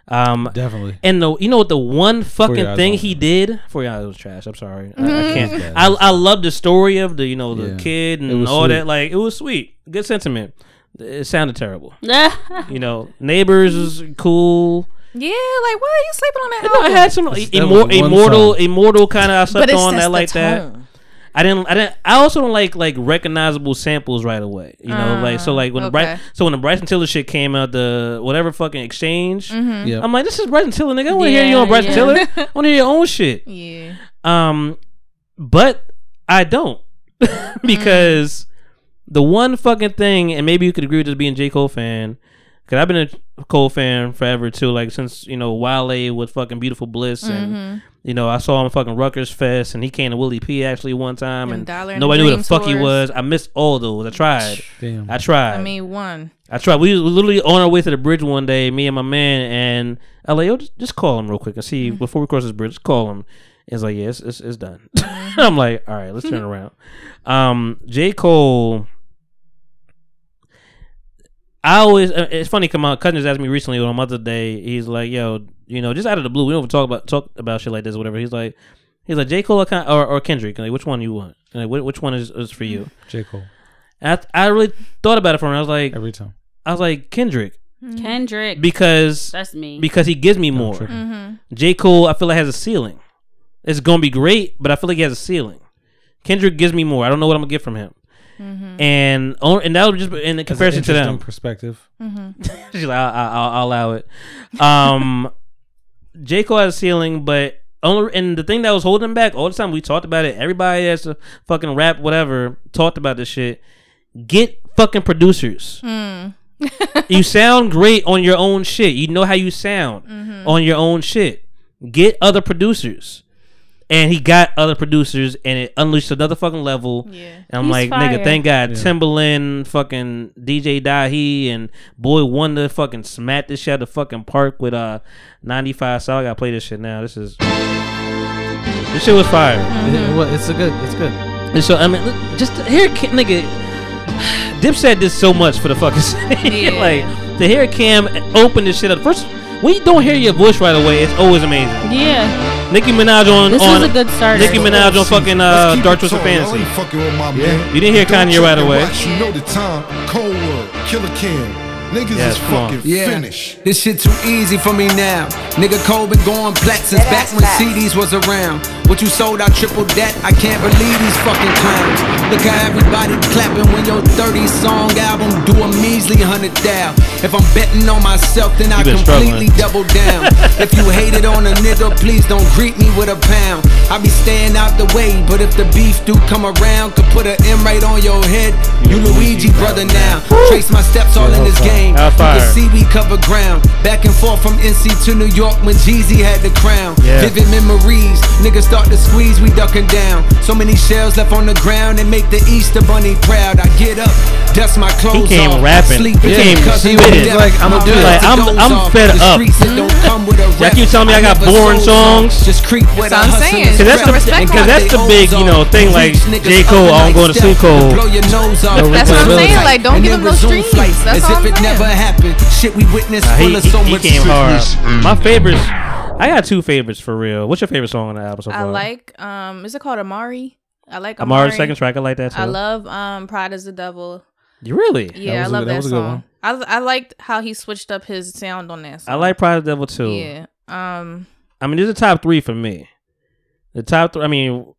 A: Um
B: Definitely.
A: and the you know what the one fucking
B: Eyes
A: thing
B: Only.
A: he did for y'all it was trash. I'm sorry. I, I
C: Mm-hmm.
A: can't. I I love the story of the you know the
B: Yeah.
A: kid
B: It
A: and
B: was
A: all
B: sweet.
A: that. Like it was sweet. Good sentiment. It sounded terrible.
E: yeah.
A: You know, neighbors is cool.
C: Yeah, like why are you sleeping on that?
A: No, I
C: album?
A: had some
B: that
A: immor-
B: was one
A: immortal,
B: song.
A: immortal kind of. I
C: but
A: slept
C: it's
A: on
C: sets
A: that
C: the
A: like that.
C: tone.
A: I didn't. I didn't. I also don't like like recognizable samples right away. You know, like so like when the Bryce,
C: Ah, okay.
A: so when the Bryson Tiller shit came out, the whatever fucking exchange.
C: Mm-hmm.
B: Yeah.
A: I'm like, this is Bryson Tiller, nigga. I want to hear you
E: Yeah,
A: on Bryson
E: yeah.
A: Tiller. I want to hear your own shit.
C: Yeah.
A: Um, but I don't because the one fucking thing, and maybe you could agree with this being J Cole fan, because I've been a Cole fan forever too. Like since you know Wale with fucking Beautiful Bliss, and
C: Mhm.
A: you know I saw him at fucking Rutgers Fest, and he came to Willie P actually one time,
C: Them
A: and,
C: Dollar and
A: nobody knew who the
C: Dream
A: fuck he
C: tours.
A: was. I missed all those. I tried.
B: Damn.
A: I tried.
C: I mean, one.
A: I tried. We was literally on our way to the bridge one day, me and my man, and I like, yo, just, just call him real quick and see before we cross this bridge. Just call him. It's like, yeah, it's, it's, it's done. I'm like, all right, let's turn around. Um, J. Cole. I always uh, it's funny. Come on, cousin just asked me recently on Mother's Day. He's like, "Yo, you know, just out of the blue, we don't talk about talk about shit like this, or whatever." He's like, "He's like J Cole or, Ken- or, or Kendrick. Like, which one you want? Like, wh- which one is, is for you?"
B: J. Cole.
A: And I, th- I really thought about it for a minute. I was like,
B: Every time.
A: I was like Kendrick
E: Kendrick.
A: because
E: That's me.
A: Because he gives me more.
B: tripping.
A: J Cole, I feel like has a ceiling. It's gonna be great, but I feel like he has a ceiling. Kendrick gives me more. I don't know what I'm gonna get from him. And on- and that was just in
B: That's an
A: comparison to them.
B: interesting Perspective.
A: She's like, I'll, I'll, I'll allow it. Um, J. Cole has a ceiling, but only and the thing that was holding him back all the time, we talked about it. Everybody that's a fucking rap, whatever, talked about this shit. Get fucking producers.
E: Hmm.
A: you sound great on your own shit. You know how you sound
E: Mm-hmm.
A: on your own shit. Get other producers. And he got other producers, and it unleashed another fucking level.
C: Yeah.
A: And I'm
E: He's
A: like, nigga,
E: fire.
A: thank God Timberland, fucking DJ Dahi, and Boy Wonder fucking smacked this shit out of the fucking park with uh 95 So I gotta play this shit now. This is this shit was fire.
B: It- well, it's a good. It's good.
A: And so I mean, look, just to hear Ki- nigga, Dipset did so much for the fucking shit.
C: Yeah.
A: like to hear Cam open this shit up. First, when you don't hear your voice right away, it's always amazing.
E: yeah.
A: Nicki Minaj on
E: This
A: on
E: was a good starter.
A: Nicki Minaj on fucking uh,
F: Let's keep
A: Dark
F: it
A: Twisted
F: tall. I
A: Fantasy.
F: ain't fucking with my man.
A: You didn't hear
F: Don't
A: Kanye
F: check
A: right
F: the
A: away.
F: watch, You know the time. Cold War, Killer Kim. Niggas
A: Yes,
F: is
A: come on.
F: fucking
H: Yeah.
F: finished.
H: This shit too easy for me now. Nigga Cole been going black since back when CDs was around. What you sold, I tripled that. I can't believe these fucking clowns. Look how everybody clapping when your 30 song album do a measly hundred thou. If I'm betting on myself, then I
A: been
H: completely double down. if you hated on a nigga, please don't greet me with a pound. I be staying out the way, but if the beef do come around, could put an M right on your head. You Luigi brother now. Trace my steps all in this game.
A: How
H: You can
A: fire.
H: see we cover ground. Back and forth from NC to New York when Jeezy had the crown.
A: Yeah.
H: Vivid memories, niggas start to squeeze, we ducking down. So many shells left on the ground and make the Easter Bunny proud. I get up, dust my clothes
A: came
H: off,
A: rapping.
H: sleep
A: He
H: in,
A: came
H: cause
A: spitting.
H: was
A: He's
H: deaf.
B: like, "I'ma
H: My
A: do it."
H: mouth
A: Like, I'm-
H: goes
A: I'm
H: off.
A: fed
H: The
A: up.
H: streets that don't come with a rep.
A: you telling me I got
H: never
A: boring
H: sold
A: songs?
H: Just creep with
C: That's what I'm saying.
A: Cause that's the,
C: Respect
A: cause that's the big, you know, thing like J. Cole, I'm going to sue
H: Blow
A: Cole.
H: your nose off.
C: That's what I'm saying, like, don't
H: And
C: give
H: then
C: him no
H: resume
C: streets.
H: flights
C: That's
H: as
C: all
H: if
C: I'm
H: it never
C: saying.
H: happened. Shit, we witnessed
A: Nah,
H: full
A: he,
H: of so
A: he, he
H: much
A: came hard.
H: sickness.
A: My favorites, I got two favorites for real. What's your favorite song on the album so far?
C: I like um is it called Amari? I like Amari.
A: Amari's second track. I like that too.
C: I love um Pride is the Devil.
A: you really.
C: Yeah, I
B: was a-
C: love
B: that
C: that,
B: was a good one.
C: song. I I liked how he switched up his sound on that song.
A: I like Pride of the Devil too.
C: Yeah. Um
A: I mean, there's a top three for me. The top three. I mean,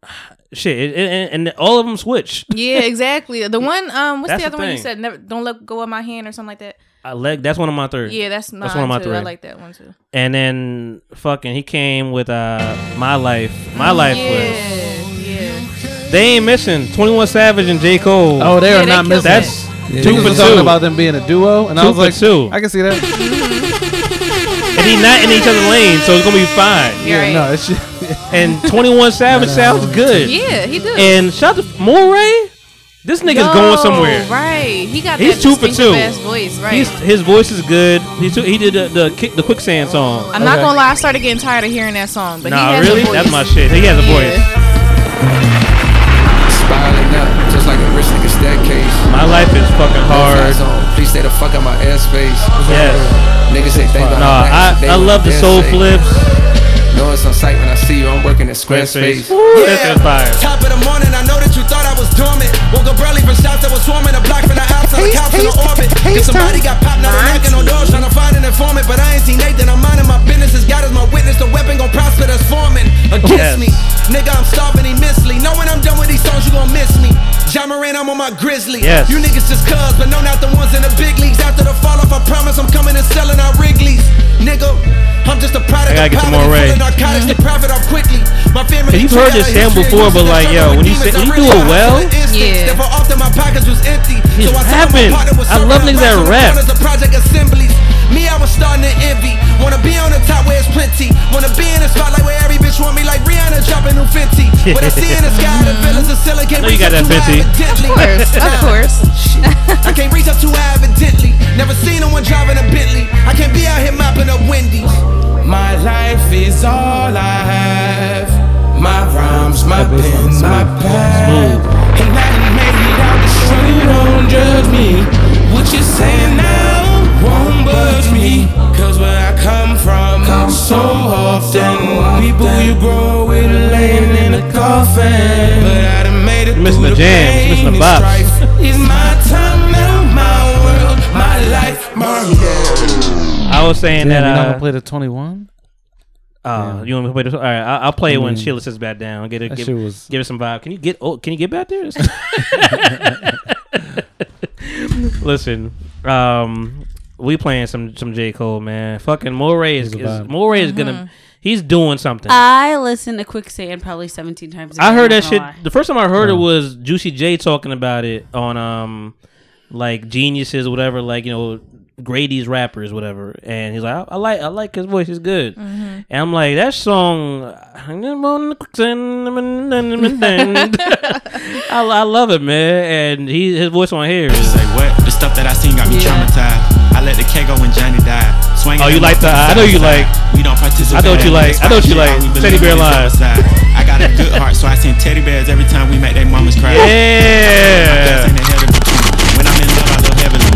A: shit, it, it- and, and all of them switch.
C: yeah, exactly. The one um what's
A: That's
C: the
A: the
C: other one you
A: thing.
C: said? Never don't let go of my hand or something like that.
A: I like that's one of my three.
C: Yeah, that's not
A: That's one of my
C: too.
A: three.
C: I like that one too.
A: And then fucking, he came with uh, my life. My life was.
C: Yeah. Yeah.
A: They ain't missing. Twenty One Savage and J Cole.
B: Oh, they
C: Yeah,
B: are
C: they
B: not missing.
C: killed
A: that's
B: Yeah,
A: two
B: you
A: for
B: were talking
A: two.
B: about them being a duo, and I
A: Two
B: was
A: for
B: like,
A: two.
B: I can see that.
A: and he not in each other's lane, so it's gonna be fine.
C: You're right.
B: No, it's just,
A: And 21 Savage sounds good.
C: Yeah, he did.
A: And shout out to Moray. This nigga's going somewhere.
C: Right. He got
A: He's
C: that
A: two for
C: distinctive
A: two.
C: ass voice, right?
A: He's, his voice is good. He took, he did the the, kick, the quicksand song.
C: I'm not gonna lie, I started getting tired of hearing that song, but he
A: nah,
C: has a
A: really?
C: voice.
A: That's my shit. He has a voice.
C: Yeah.
K: Spiraling up, just like a rich nigga staircase.
A: My life is fucking hard.
K: Fly zone, Please stay the fuck out my airspace.
A: Yes.
K: Niggas say thank
A: Nah, I, I love the soul flips.
K: No, it's on site when I see you. I'm working at
A: Squarespace.
K: Squarespace.
A: This is fire.
H: Top of the morning, I know that you thought I was dormant. Woke up early from shots that was swarming, a block from the outs, on the couch in the orbit. If somebody got popped, now they knocking on doors, trying to find an informant. But I ain't seen Nathan, I'm minding my business. As God is my witness, the weapon gon' prosper that's forming
A: Yes.
H: against me. Nigga, I'm starving immensely. Know when I'm done with these songs, you gon' miss me. John Moran, I'm on my grizzly.
A: Yes.
H: You niggas just cuz, but no, not the ones in the big leagues. After the fall off, I promise I'm coming and selling out Wrigley's. Nigga, I'm
F: just a product
A: I gotta
F: of
A: get some more
F: poverty,
A: Ray.
F: full of narcotics, they profit off quickly. My family
A: Cause you've heard this sound before, but like, yo, when you say, when you do it well,
F: yeah. often my pockets was empty.
A: it happened. I love niggas that rap.
F: Corners of project assemblies. Me, I was starting to envy. Wanna be on the top where it's plenty. Wanna be in the spotlight where every bitch want me like Rihanna dropping new Fenty. What I see in the sky, the villains of silicon.
A: Know you got that Fenty.
F: Of
C: course, of course.
F: I can't reach up too high evidently. Never seen no one driving a Bentley. I can't be out here mopping up Wendy's.
L: My life is all I have. My rhymes, my pen, my pad. And I done made it out the struggle. Don't judge me. What you saying now won't budge me. Cause where I come from, so often. People you grow with laying in a coffin. But I done made it
A: Missing
L: through
A: the jams,
L: pain
A: missing the
L: and
A: bops.
L: strife. It's my time now, my world, my life, my world.
A: I was saying
B: Damn,
A: that.
B: you're not
A: uh,
B: gonna play the 21?
A: Uh, You want me to play this? All right, I'll, I'll play it when
B: Mm.
A: Sheila sits back down. Get it.
B: That
A: Give,
B: shit was-
A: give it some vibe. Can you get? Oh, can you get back there? Listen, um, we playing some some J Cole man. Fucking Moray is,
B: He's a
A: is
B: vibe.
A: Moray is gonna. He's doing something.
E: I listened to Quicksand probably 17 times. a
A: I
E: day,
A: heard
E: I'm
A: that
E: not
A: shit.
E: gonna lie.
A: The first time I heard it was Juicy J talking about it on um, like geniuses, whatever, like you know, Grady's rappers, whatever. And he's like, I, I like, I like his voice. It's good. And I'm like, that song. I, I love it, man. And he his voice on here. Is
M: Say what? The stuff that I seen got me traumatized. I let the K go when Johnny died. Swing
A: Oh, you like the- I know you like-
M: We don't participate.
A: I know what you
M: in
A: like-
M: this
A: I know what you
M: fight.
A: like.
M: We believe
A: Teddy Bear
M: in this
A: Lies.
M: homicide. I got a good heart, so I send teddy bears every time we make their mamas cry.
A: Yeah.
M: My guts ain't ahead of me, 21. When I'm in love, I love heavily.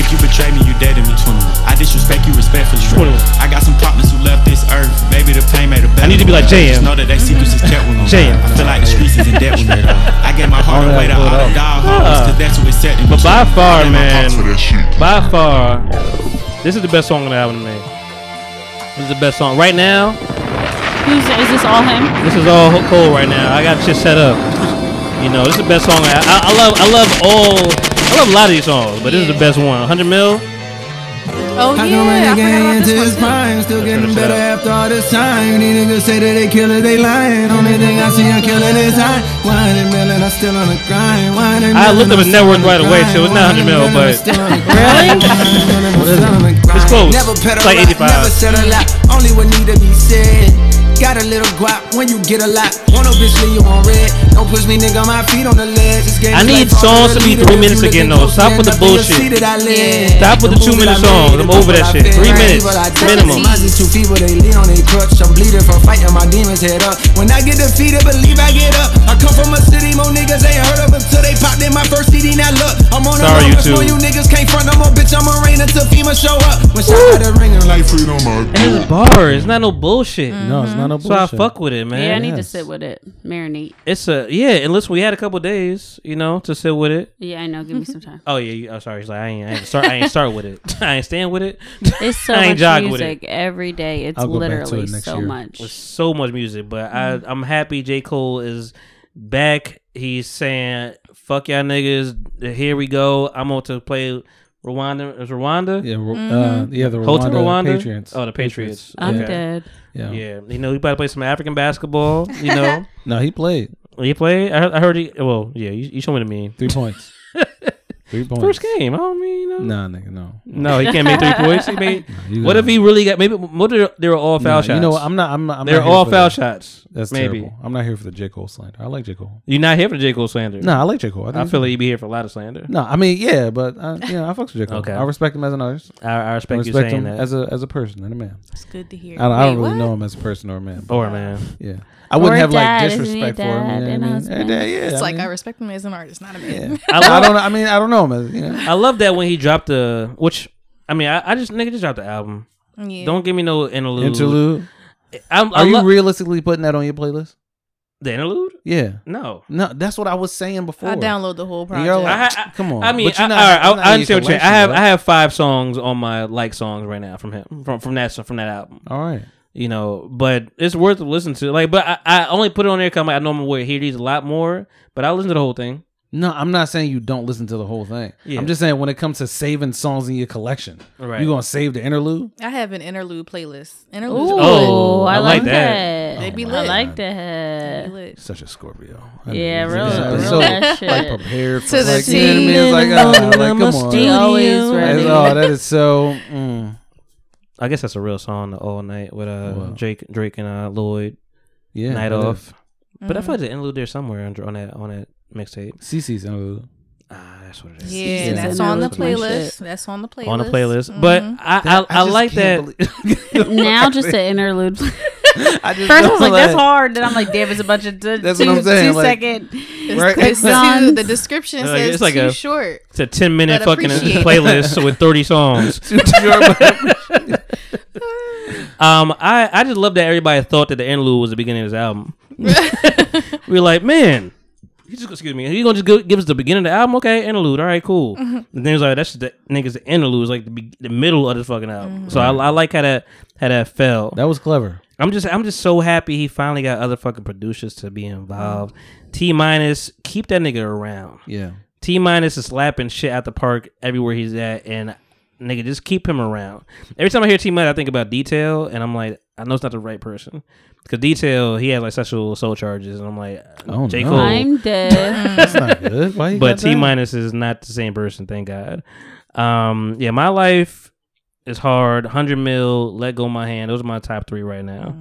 M: If you betray me, you dead to me. 21. I disrespect you respectfully.
A: 21.
M: I got some partners who left this earth. Maybe the pain made a better.
A: need to be like
M: one.
A: JM.
M: Just know that their secrets is kept with me.
A: JM.
M: I feel like the streets is in debt with me. though. I gave my heart
A: All that
M: away to all the
A: put up.
M: dog
A: Yeah.
M: cause that's what it's set in
A: But by
M: between.
A: far,
M: I gave my
A: man,
M: heart for that shit.
A: by far, this is the best song on the album to me. This is the best song right now.
E: Who's, is this all him?
A: This is all cool right now. I got shit set up. You know, this is the best song. I, I, I love. I love all. I love a lot of these songs, but this is the best one. 100 mil.
C: Oh yeah, I
N: I know my nigga
C: forgot about
N: into
C: this
N: his
C: one too.
N: prime, still
A: getting
N: better after all this time. These niggas say that they killer, they lying. Only thing I see I'm killing is I. Wine and melon, I'm still on the grind. Wine and
A: I looked up
N: melon,
A: his net worth right away, so it's not 100 mil, but it's close.
N: Never
A: It's
N: pedal
A: like
N: rock, never
A: 85.
N: settle out. Only what need to be said. Got a little guap when you get a lot. Want no bitch leave you on red. Don't push me, nigga, my feet on the ledge. This game
A: I
N: is
A: need
N: like falling
A: songs to
N: a
A: be
N: leader
A: three
N: if you
A: minutes again,
N: looking
A: though.
N: close,
A: Stop
N: end
A: with the
N: up in your
A: bullshit.
N: seat that I live.
A: Stop with the two minute songs. I'm over that shit. Three minutes minimum.
N: Minds is too feeble, they lean on their crutch. I'm bleeding from fighting my demons head up. When I get defeated, believe I get up. I come from a city, more niggas ain't heard of until they popped in my first CD. Now look, I'm on
A: Sorry,
N: the
A: you
N: road.
A: two.
N: Before you niggas can't front, I'm on bitch. I'm a rain until FEMA show up. When shots got a ring, I'm like freedom.
A: And it's bar. It's not no bullshit.
B: No, it's not no
N: Mm-hmm.
A: So I
B: bullshit.
A: fuck with it, man.
E: Mm. Yeah, I need to sit with it. Marinate.
A: It's a yeah. Unless we had a couple days, you know, to sit with it.
E: Yeah, I know. Give me some time.
A: Oh yeah. You, oh, sorry. He's like, I ain't, I ain't start. I ain't start with it. I ain't stand with it.
E: It's so
A: I ain't
E: much
A: jog with it.
E: music every day. It's
B: I'll go back to it
E: literally
B: next
E: so
B: year.
E: much.
A: With so much music, but
B: Mm.
A: I, I'm happy J. Cole is back. He's saying, fuck y'all niggas. Here we go. I'm going to play Rwanda. Is Rwanda?
B: Yeah, Ru-
N: Mm-hmm.
B: uh, yeah, the
A: Hotel
B: Rwanda Patriots.
A: Oh, the Patriots.
E: I'm
A: Okay.
E: dead.
A: Yeah.
B: Yeah.
A: You know, he about to play some African basketball, you know.
B: No, he played
A: he played? I, I heard he, well, yeah, you, you showed me the meme.
B: three points. three points.
A: First game. I don't mean, you know.
B: Nah, nigga, no.
A: No, he can't make three points. He made.
B: you
A: what
B: gotta-
A: if he really got? Maybe. What if they were all foul
B: Nah,
A: shots?
B: You know what? I'm not. I'm not. I'm
A: They're
B: not here
A: all
B: for
A: foul
B: that.
A: shots.
B: That's
A: maybe.
B: terrible. I'm not here for the J Cole slander. I like J Cole.
A: You're not here for the J Cole slander.
B: No, I like J Cole. I think
A: I
B: he's
A: feel
B: good.
A: like you'd be here for a lot of slander.
B: No, I mean yeah, but I, yeah, I fucks with J Cole.
A: Okay.
B: I respect him as an artist.
A: I- I respect you saying
B: him
A: that.
B: as a as a person and a man.
C: It's good to hear.
B: I don't, I don't
C: Wait,
B: really
C: what?
B: know him as a person or a man.
A: Or a man.
B: Yeah, I wouldn't
E: Or a
B: have
E: dad,
B: like
E: isn't he a
B: disrespect for him.
E: dad
B: You know
E: and
B: what I mean?
E: husband?
B: Yeah, yeah,
C: it's
B: I
C: like
B: mean,
C: I respect him as an artist, not a man.
A: I
B: I,
A: love-
B: don't. know- I mean, I don't know him. As, you know.
A: I love that when he dropped the which I mean I, I just nigga just dropped the album.
C: Yeah.
A: Don't give me no interlude.
B: Interlude.
A: I'm, I
B: Are you
A: lo-
B: realistically putting that on your playlist?
A: the interlude?
B: Yeah.
A: No.
B: No, that's what I was saying before.
C: I download the whole
B: And
C: project.
B: you're like,
A: I, I,
B: Oh, come on.
A: I mean,
B: But you're
A: I,
B: not-
A: all
B: you're
A: right,
B: not
A: I, I
B: in
A: understand what you're saying. I
B: collection,
A: have
B: though.
A: I have five songs on my like songs right now from him from from that from that album.
B: All right.
A: You know, but it's worth listening to. Like, but I, I only put it on there because I know I'm gonna hear these a lot more. But I listen to the whole thing.
B: No, I'm not saying you don't listen to the whole thing.
A: Yeah.
B: I'm just saying when it comes to saving songs in your collection,
A: Right.
B: you're gonna save the interlude.
C: I have an interlude playlist. Interludes.
E: Ooh,
C: are lit.
B: Oh,
E: I,
B: I
E: like
B: like
E: that.
B: that.
C: They be
E: I
C: lit.
E: like that.
B: Such a Scorpio.
E: Yeah,
B: mean,
E: real-
B: it's
E: real
B: so
E: that shit.
B: like prepared for
E: To the
B: like, you know what I mean? It's like, ah,
E: team in
B: like, come
E: my
B: on.
E: studio. Always ready.
B: Like, oh, that is so. Mm.
A: I guess that's a real song, the All Night with uh
B: Wow.
A: Drake, Drake and uh Lloyd.
B: Yeah,
A: Night
B: it is.
A: off. But I feel like the interlude there somewhere on, on that on that mixtape.
B: CC's interlude.
A: Ah, that's what it is.
C: Yeah,
A: Yeah.
C: that's on the
A: That's my
C: playlist.
A: shit.
C: That's on the playlist.
A: On the playlist, but
C: Mhm.
A: I I, I, like that.
E: now just an interlude.
B: I just
E: First, I was
B: know,
E: like, "That's
B: like-
E: hard." Then I'm like, "Damn, it's a bunch of d-
B: That's
E: two,
B: what I'm saying,
E: two
B: like,
E: second
C: It's,
B: Right.
C: it's
E: Done.
C: too, the description
A: Like,
C: says
A: it's like
C: too
A: a
C: short.
A: It's a ten minute
C: But
A: fucking
C: appreciate.
A: playlist with thirty songs. um, I I just love that everybody thought that the interlude was the beginning of his album. we were like, man, he just excuse me, he gonna just go, give us the beginning of the album? Okay, interlude. All right, cool.
M: Mhm.
A: And then it's like that's just the niggas the interlude is like the, be- the middle of the fucking album. So I, I like how that how that fell.
B: That was clever.
A: I'm just I'm just so happy he finally got other fucking producers to be involved. T minus, keep that nigga around.
B: Yeah.
A: T minus is slapping shit out the park everywhere he's at, and nigga, just keep him around. Every time I hear T minus, I think about Detail, and I'm like, I know it's not the right person because Detail he has like sexual soul charges, and I'm like,
B: Oh,
A: J
B: no.
A: Cole.
E: I'm dead.
B: That's not good. Why you
A: but
B: got that?
A: T minus is not the same person, thank God. Um, yeah, my life is hard. Hundred mil, let go of my hand. Those are my top three right now.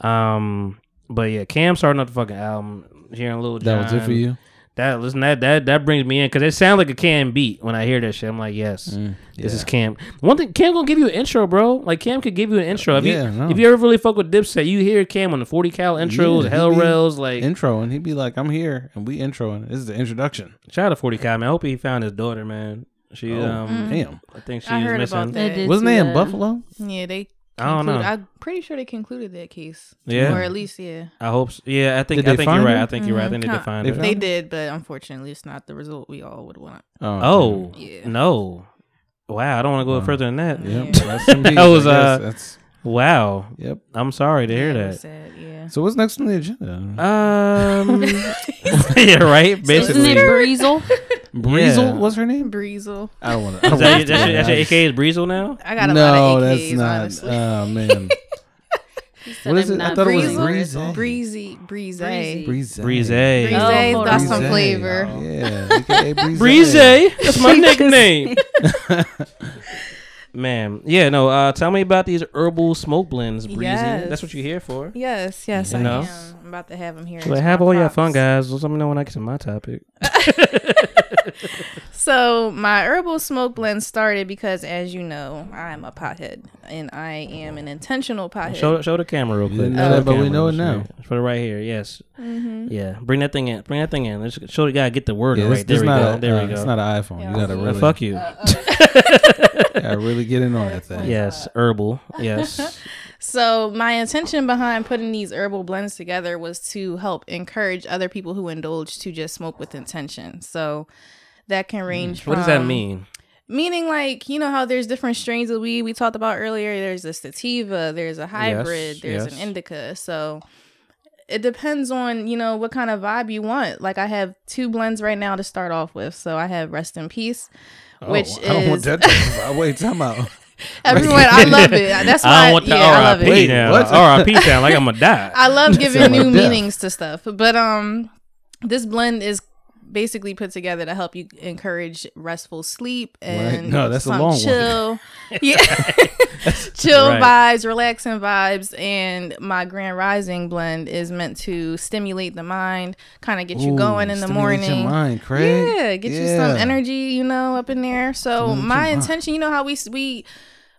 A: Um, but yeah, Cam starting up the fucking album, hearing little.
B: That was it for you?
A: That listen that that that brings me in because it sounds like a Cam beat when I hear that shit. I'm like, yes,
B: Mm,
A: this is Cam. One thing Cam gonna give you an intro, bro. Like Cam could give you an intro. If
B: Yeah,
A: you
B: no.
A: if you ever really fuck with Dipset, you hear Cam on the 40 cal intros,
B: Yeah,
A: hell
B: he be
A: rails, like
B: intro, and he'd be like, "I'm here," and we introing. This is the introduction.
A: Shout out to 40 Kai, man. I hope he found his daughter, man. She,
B: Oh,
A: um,
E: Mm.
B: damn.
A: I think she
C: Mm. I
A: is
C: heard
A: missing.
C: about that.
B: Wasn't they in Buffalo?
C: Yeah, they.
A: I don't know.
C: concluded- I'm pretty sure they concluded that case.
A: Yeah.
C: or at least yeah.
A: I hope. So. Yeah, I think
B: Did
A: I
B: they
A: think you're
B: find
A: right.
B: her?
A: I think you're right. I think they
C: Mhm.
A: did find
B: They
A: her.
B: found
C: They did, but unfortunately, it's not the result we all would want.
A: Oh,
C: Yeah.
A: no! Wow, I don't want to go
B: Wow.
A: further than that.
B: Yep,
A: Yeah.
B: rest in peace,
A: that
B: I
A: was
B: guess.
A: uh,
B: That's-
A: wow.
B: Yep.
A: I'm sorry to hear
C: it
A: that.
C: was sad, yeah.
B: So what's next on the agenda?
A: Um, yeah, right. Basically,
E: Isn't it Breezel?
B: Breezel,
A: Yeah.
B: what's her name?
C: Breezel.
B: I don't want
A: Is that your- that's your- that's your AKA is Breezel now?
C: I got a
B: no,
C: lot of AKs,
B: that's not.
C: honestly.
B: Oh man,
E: said
B: what is
E: I'm
B: it? I
E: not
B: thought it
E: Breezel.
B: was Breezel.
C: Breezy,
B: Breezy.
C: breezy,
A: Breezy.
C: Breezy
A: Oh,
C: got
A: hold
C: some
A: on.
C: flavor.
B: Yeah, AKA Breezy.
A: Breezy. That's my nickname. Man, yeah, no. Uh, tell me about these herbal smoke blends, Breezy. That's what you're here for.
C: Yes, yes,
A: You
C: I
A: know?
C: am. I'm about to have him here.
A: Well,
C: It's
A: have
C: my
A: all your
C: props.
A: fun, guys. Let me know when I get to my topic.
C: So my herbal smoke blend started because, as you know, I'm a pothead, and I am an intentional
E: Uh,
C: pothead.
A: Show, show the camera real
B: We
A: quick.
B: didn't
A: Show
B: know
A: the
B: that, but we
A: camera.
B: know it
A: Show
B: now.
A: it. Put it right here. Yes.
E: Mm-hmm.
C: Mhm.
A: Yeah. Bring that thing in. Bring that thing in. Let's show the guy. Get the word
B: Yeah,
A: right.
B: it's-
A: There
B: it's
A: we
B: not
A: go.
B: a-
A: there
B: uh,
A: we go.
B: it's not an iPhone. You gotta
A: Uh,
B: really-
A: Fuck you.
B: I really get in on that thing.
A: yes. Herbal. Yes.
C: So my intention behind putting these herbal blends together was to help encourage other people who indulge to just smoke with intention. So that can range.
A: What does that
C: from-
A: mean?
C: Meaning, like you know how there's different strains of weed we talked about earlier. There's a sativa, there's a hybrid, there's
I: yes.
C: an indica. So it depends on you know what kind of vibe you want. Like I have two blends right now to start off with. So I have Rest in Peace,
B: Oh,
C: which
B: I don't
C: is
B: want that. To, wait, time out.
C: Everyone, I love it. That's why.
A: I don't want the
C: yeah, I love
A: RIP
C: it.
A: now.
B: What?
A: RIP sound like I'm gonna die.
C: I love giving
A: Sound
C: new
A: like death.
C: meanings to stuff. But um this blend is basically put together to help you encourage restful sleep and
B: No, that's a
C: some
B: long one.
C: chill. yeah. chill
B: Right.
C: vibes, relaxing vibes, and my Grand Rising blend is meant to stimulate the mind, kind of get you
B: Ooh,
C: going in the
B: stimulate
C: morning.
B: your mind, Craig.
C: Yeah, get you
B: Yeah.
C: some energy, you know, up in there. So
B: Stimulate your
C: my
B: mind.
C: intention, you know how we s- we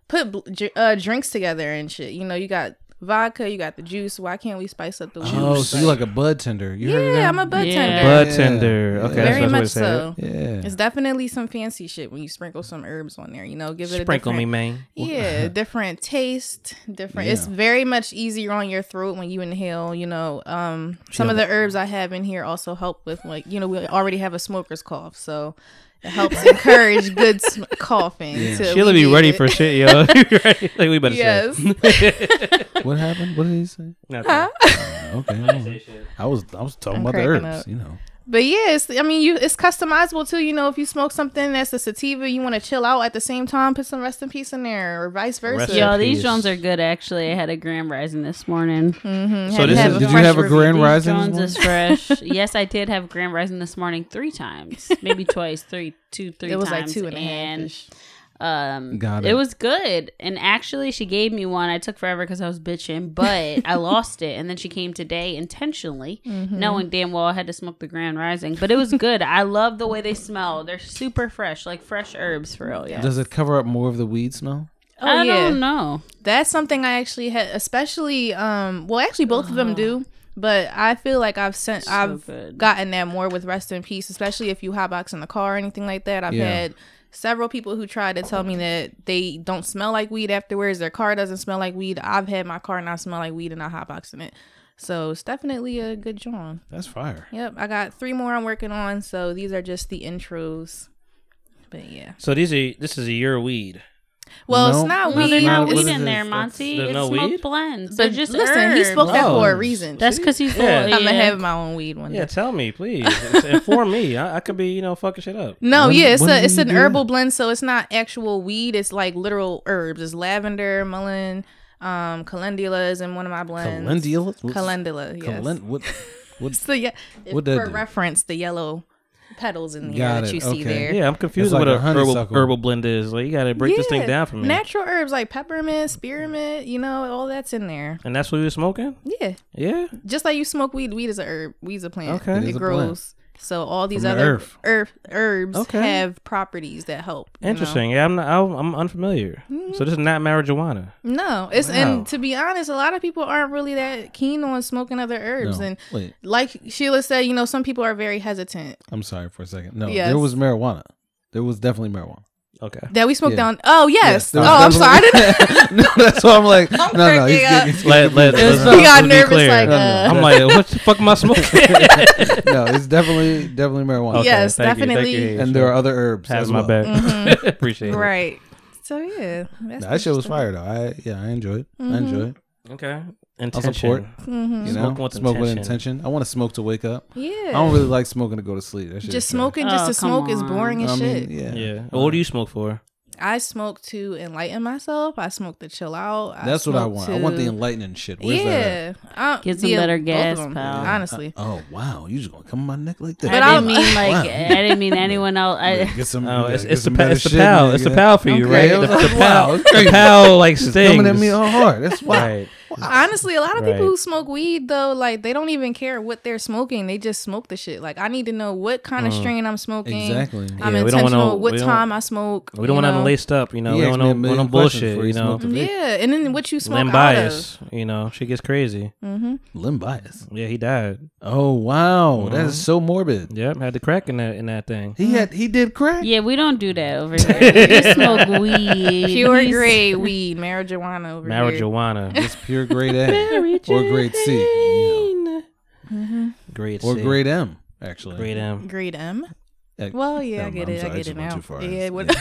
C: put bl- dr- uh, drinks together and shit. You know, you got vodka, you got the juice. Why can't we spice up the juice?
B: Oh, so you like a bud tender? You heard of
C: Yeah,
B: that?
C: I'm a bud Yeah. tender.
A: Bud tender. Okay, that's-
C: Very
A: that's what
C: much
A: it said.
C: so.
A: Yeah.
C: It's definitely some fancy shit when you sprinkle some herbs on there. You know, give it a
A: Sprinkle me,
C: different-
A: man.
C: Yeah, different taste, different. It's
A: Yeah.
C: very much easier on your throat when you inhale. You know, um, some of
A: Yeah.
C: the herbs I have in here also help with like you know we already have a smoker's cough, so it helps encourage good sm- coughing.
A: Yeah.
C: to
A: She'll be
C: alleviate
A: ready
C: it.
A: for shit, yo. Like, we better
C: yes.
B: what happened? What did he say?
A: Nothing.
B: Oh, okay. I was I was talking
C: I'm
B: about the
C: cracking
B: herbs.
C: up.
B: You know.
C: But yeah, it's, I mean, you it's customizable too. You know, if you smoke something that's a sativa, you want to chill out at the same time, put some rest in peace in there, or vice versa.
E: Yo, these drones are good. Actually, I had a grand rising this morning. Mm-hmm.
B: So Had- this had is- a did you fresh have a review. Grand
E: these
B: Rising this
E: Drones is fresh. yes, I did have grand rising this morning three times, maybe twice, three, two, three.
C: It was like
E: times,
C: two and a half
E: Um,
B: Got
E: it.
B: it.
E: was good, and actually, she gave me one. I took forever because I was bitching, but I lost it, and then she came today intentionally,
C: Mhm.
E: knowing damn well I had to smoke the Grand Rising. But it was good. I love the way they smell. They're super fresh, like fresh herbs for real. Yeah.
B: Does it cover up more of the weed smell?
E: Oh, I don't know.
C: That's something I actually had, especially. Um, well, actually, both of
E: Oh.
C: them do. But I feel like I've sent, I've gotten that more with rest in peace, especially if you hotbox in the car or anything like that. I've
E: Yeah.
C: had several people who try to tell me that they don't smell like weed afterwards. Their car doesn't smell like weed. I've had my car not smell like weed and I hotbox in it. So it's definitely a good job.
B: That's fire.
C: Yep, I got three more I'm working on. So these are just the intros. But yeah.
A: So these are this is a year weed.
C: Well, it's not
E: No,
C: weed.
E: there's not
C: It's-
E: weed in there, Monty.
A: there's
E: It's
A: no
E: smoke
A: weed?
E: blends.
C: But
E: They're just
C: listen, he
E: herbs.
C: spoke that for a reason.
E: That's because he's
A: Yeah.
E: full.
C: I'm gonna
E: yeah.
C: have my own weed one
A: Yeah,
C: day.
A: tell me, please. Inform me. I, I could be, you know, fucking shit up.
C: No, yeah, it's a it's an
A: herbal.
C: herbal blend, so it's not actual weed. It's like literal herbs. It's lavender, mullein, um, calendula is in one of my blends.
B: Calendula?
C: calendula, yes.
B: Calen- what, what,
C: so yeah, if-
B: what that
C: for
B: do?
C: reference, the yellow petals in the air
B: Got
C: that
B: it,
C: you see
B: okay.
C: there.
A: Yeah, I'm confused
B: It's like
A: what
B: a
A: a, herbal,
B: honeysuckle.
A: herbal blend is. Like, you got to break this thing
C: Yeah,
A: down for me.
C: Natural herbs like peppermint, spearmint, you know, all that's in there.
A: and that's what we were smoking.
C: Yeah,
A: Yeah.
C: just like you smoke weed. Weed is a herb. Weed's a plant.
A: Okay. It
C: it,
A: is a plant.
C: grows. So all these
A: From the
C: other
A: earth.
C: earth- herbs
A: Okay.
C: have properties that help. you know?
A: Interesting. Yeah, I'm not, I'm, I'm unfamiliar.
C: Mm-hmm.
A: So this is not marijuana.
C: No, it's
A: Wow.
C: and to be honest, a lot of people aren't really that keen on smoking other herbs,
B: No,
C: and
B: wait.
C: like Sheila said, you know, some people are very hesitant
B: I'm sorry for a second. No,
C: Yes.
B: there was marijuana. There was definitely marijuana.
A: Okay.
C: that we smoked
B: Yeah.
C: down. Oh yes,
B: there
C: oh
B: was
C: I'm sorry, I didn't-
B: definitely- no, that's why I'm like, no, no. He's
C: freaking out.
B: getting, he's
A: Let,
B: getting
A: let,
B: confused.
A: let's-
C: He got
A: let's be
C: nervous,
A: clear.
C: like,
B: No, no. uh,
A: I'm like, what the fuck am I smoking?
B: no, it's definitely definitely marijuana.
A: Okay,
C: Yes,
A: thank you, thank
C: definitely.
A: you, Hayes.
B: And there are other herbs
A: Have
B: as
A: my
B: well.
A: back.
C: Mhm.
A: Appreciate it.
C: right. So yeah, that's
B: Nah, that shit was
C: interesting.
B: fire though. I yeah, I enjoyed.
C: Mhm.
B: I enjoyed.
A: Okay.
B: I'll
A: Intention.
B: support.
C: Mhm.
B: You know,
A: Smoke
B: smoke,
A: with
B: with,
A: intention.
B: intention. I want to smoke to wake up.
C: Yeah.
B: I don't really like smoking to go to sleep. That shit
C: Just
B: is trash.
C: smoking, just
E: Oh,
C: to
E: come
C: smoke is
E: on.
C: boring as
B: I mean,
C: shit.
B: yeah.
A: Yeah. Well, what do you smoke for?
C: I smoke to enlighten myself. I smoke to chill out.
B: That's what I
C: smoke
B: want. I want the
C: to-
B: enlightening shit. Where's that at?
C: yeah, I-
E: Get some
C: yeah,
E: better
C: both of
E: gas,
C: them,
E: pal.
C: Honestly,
B: Uh, oh wow, you just gonna come on my neck like that?
E: I
C: I'll-
E: didn't mean like
B: Wow.
E: I didn't mean anyone else. I,
B: Yeah, get some.
A: Oh,
B: Um, yeah,
A: it's,
B: get
A: it's, the,
B: some
A: pa-
B: better
A: it's the
B: shit,
A: pal. It's the
B: nigga.
A: pal for you,
B: Okay,
A: right? The,
B: it was
A: the
B: like,
A: pal.
B: wow,
A: The pal like
B: It's
A: stings.
B: coming at me all hard. That's why.
A: Right.
C: Honestly, a lot of
A: Right.
C: people who smoke weed though, like they don't even care what they're smoking. They just smoke the shit. Like I need to know what kind of
A: Mm.
C: strain I'm smoking.
B: Exactly.
C: I'm
A: Yeah, we don't wanna-
C: intentional. what
A: we don't-
C: time I smoke.
A: We don't
C: you
A: want nothing
C: know?
A: laced up, you know.
B: He
A: we
B: asked
A: don't
B: me a
A: want no,
B: million
A: want no
B: questions
A: bullshit,
B: before he
A: you know.
B: smoked the vape.
C: Yeah, and then what you smoke
A: Lim
C: out
A: bias, you know. She gets crazy.
C: of. hmm
B: Limb bias.
A: Yeah, he died.
B: Oh wow, that
A: Mhm.
B: is so morbid.
A: Yep, had the crack in that in that thing.
C: Mm.
B: He had he did crack.
E: yeah, we don't do that over here. We just smoke weed.
C: Pure grade weed, marijuana over here.
A: Marijuana,
B: It's pure grade A or grade C you
E: Mm-hmm.
A: It's grade
B: know, or
A: C.
B: grade M actually.
A: grade M.
C: Grade M.
B: Eh,
C: Well, yeah, I
B: um,
C: get
B: I'm
C: it.
B: sorry,
C: I get
B: just
C: it
B: went
C: now.
B: Too far.
C: Yeah,
B: It's-
C: what-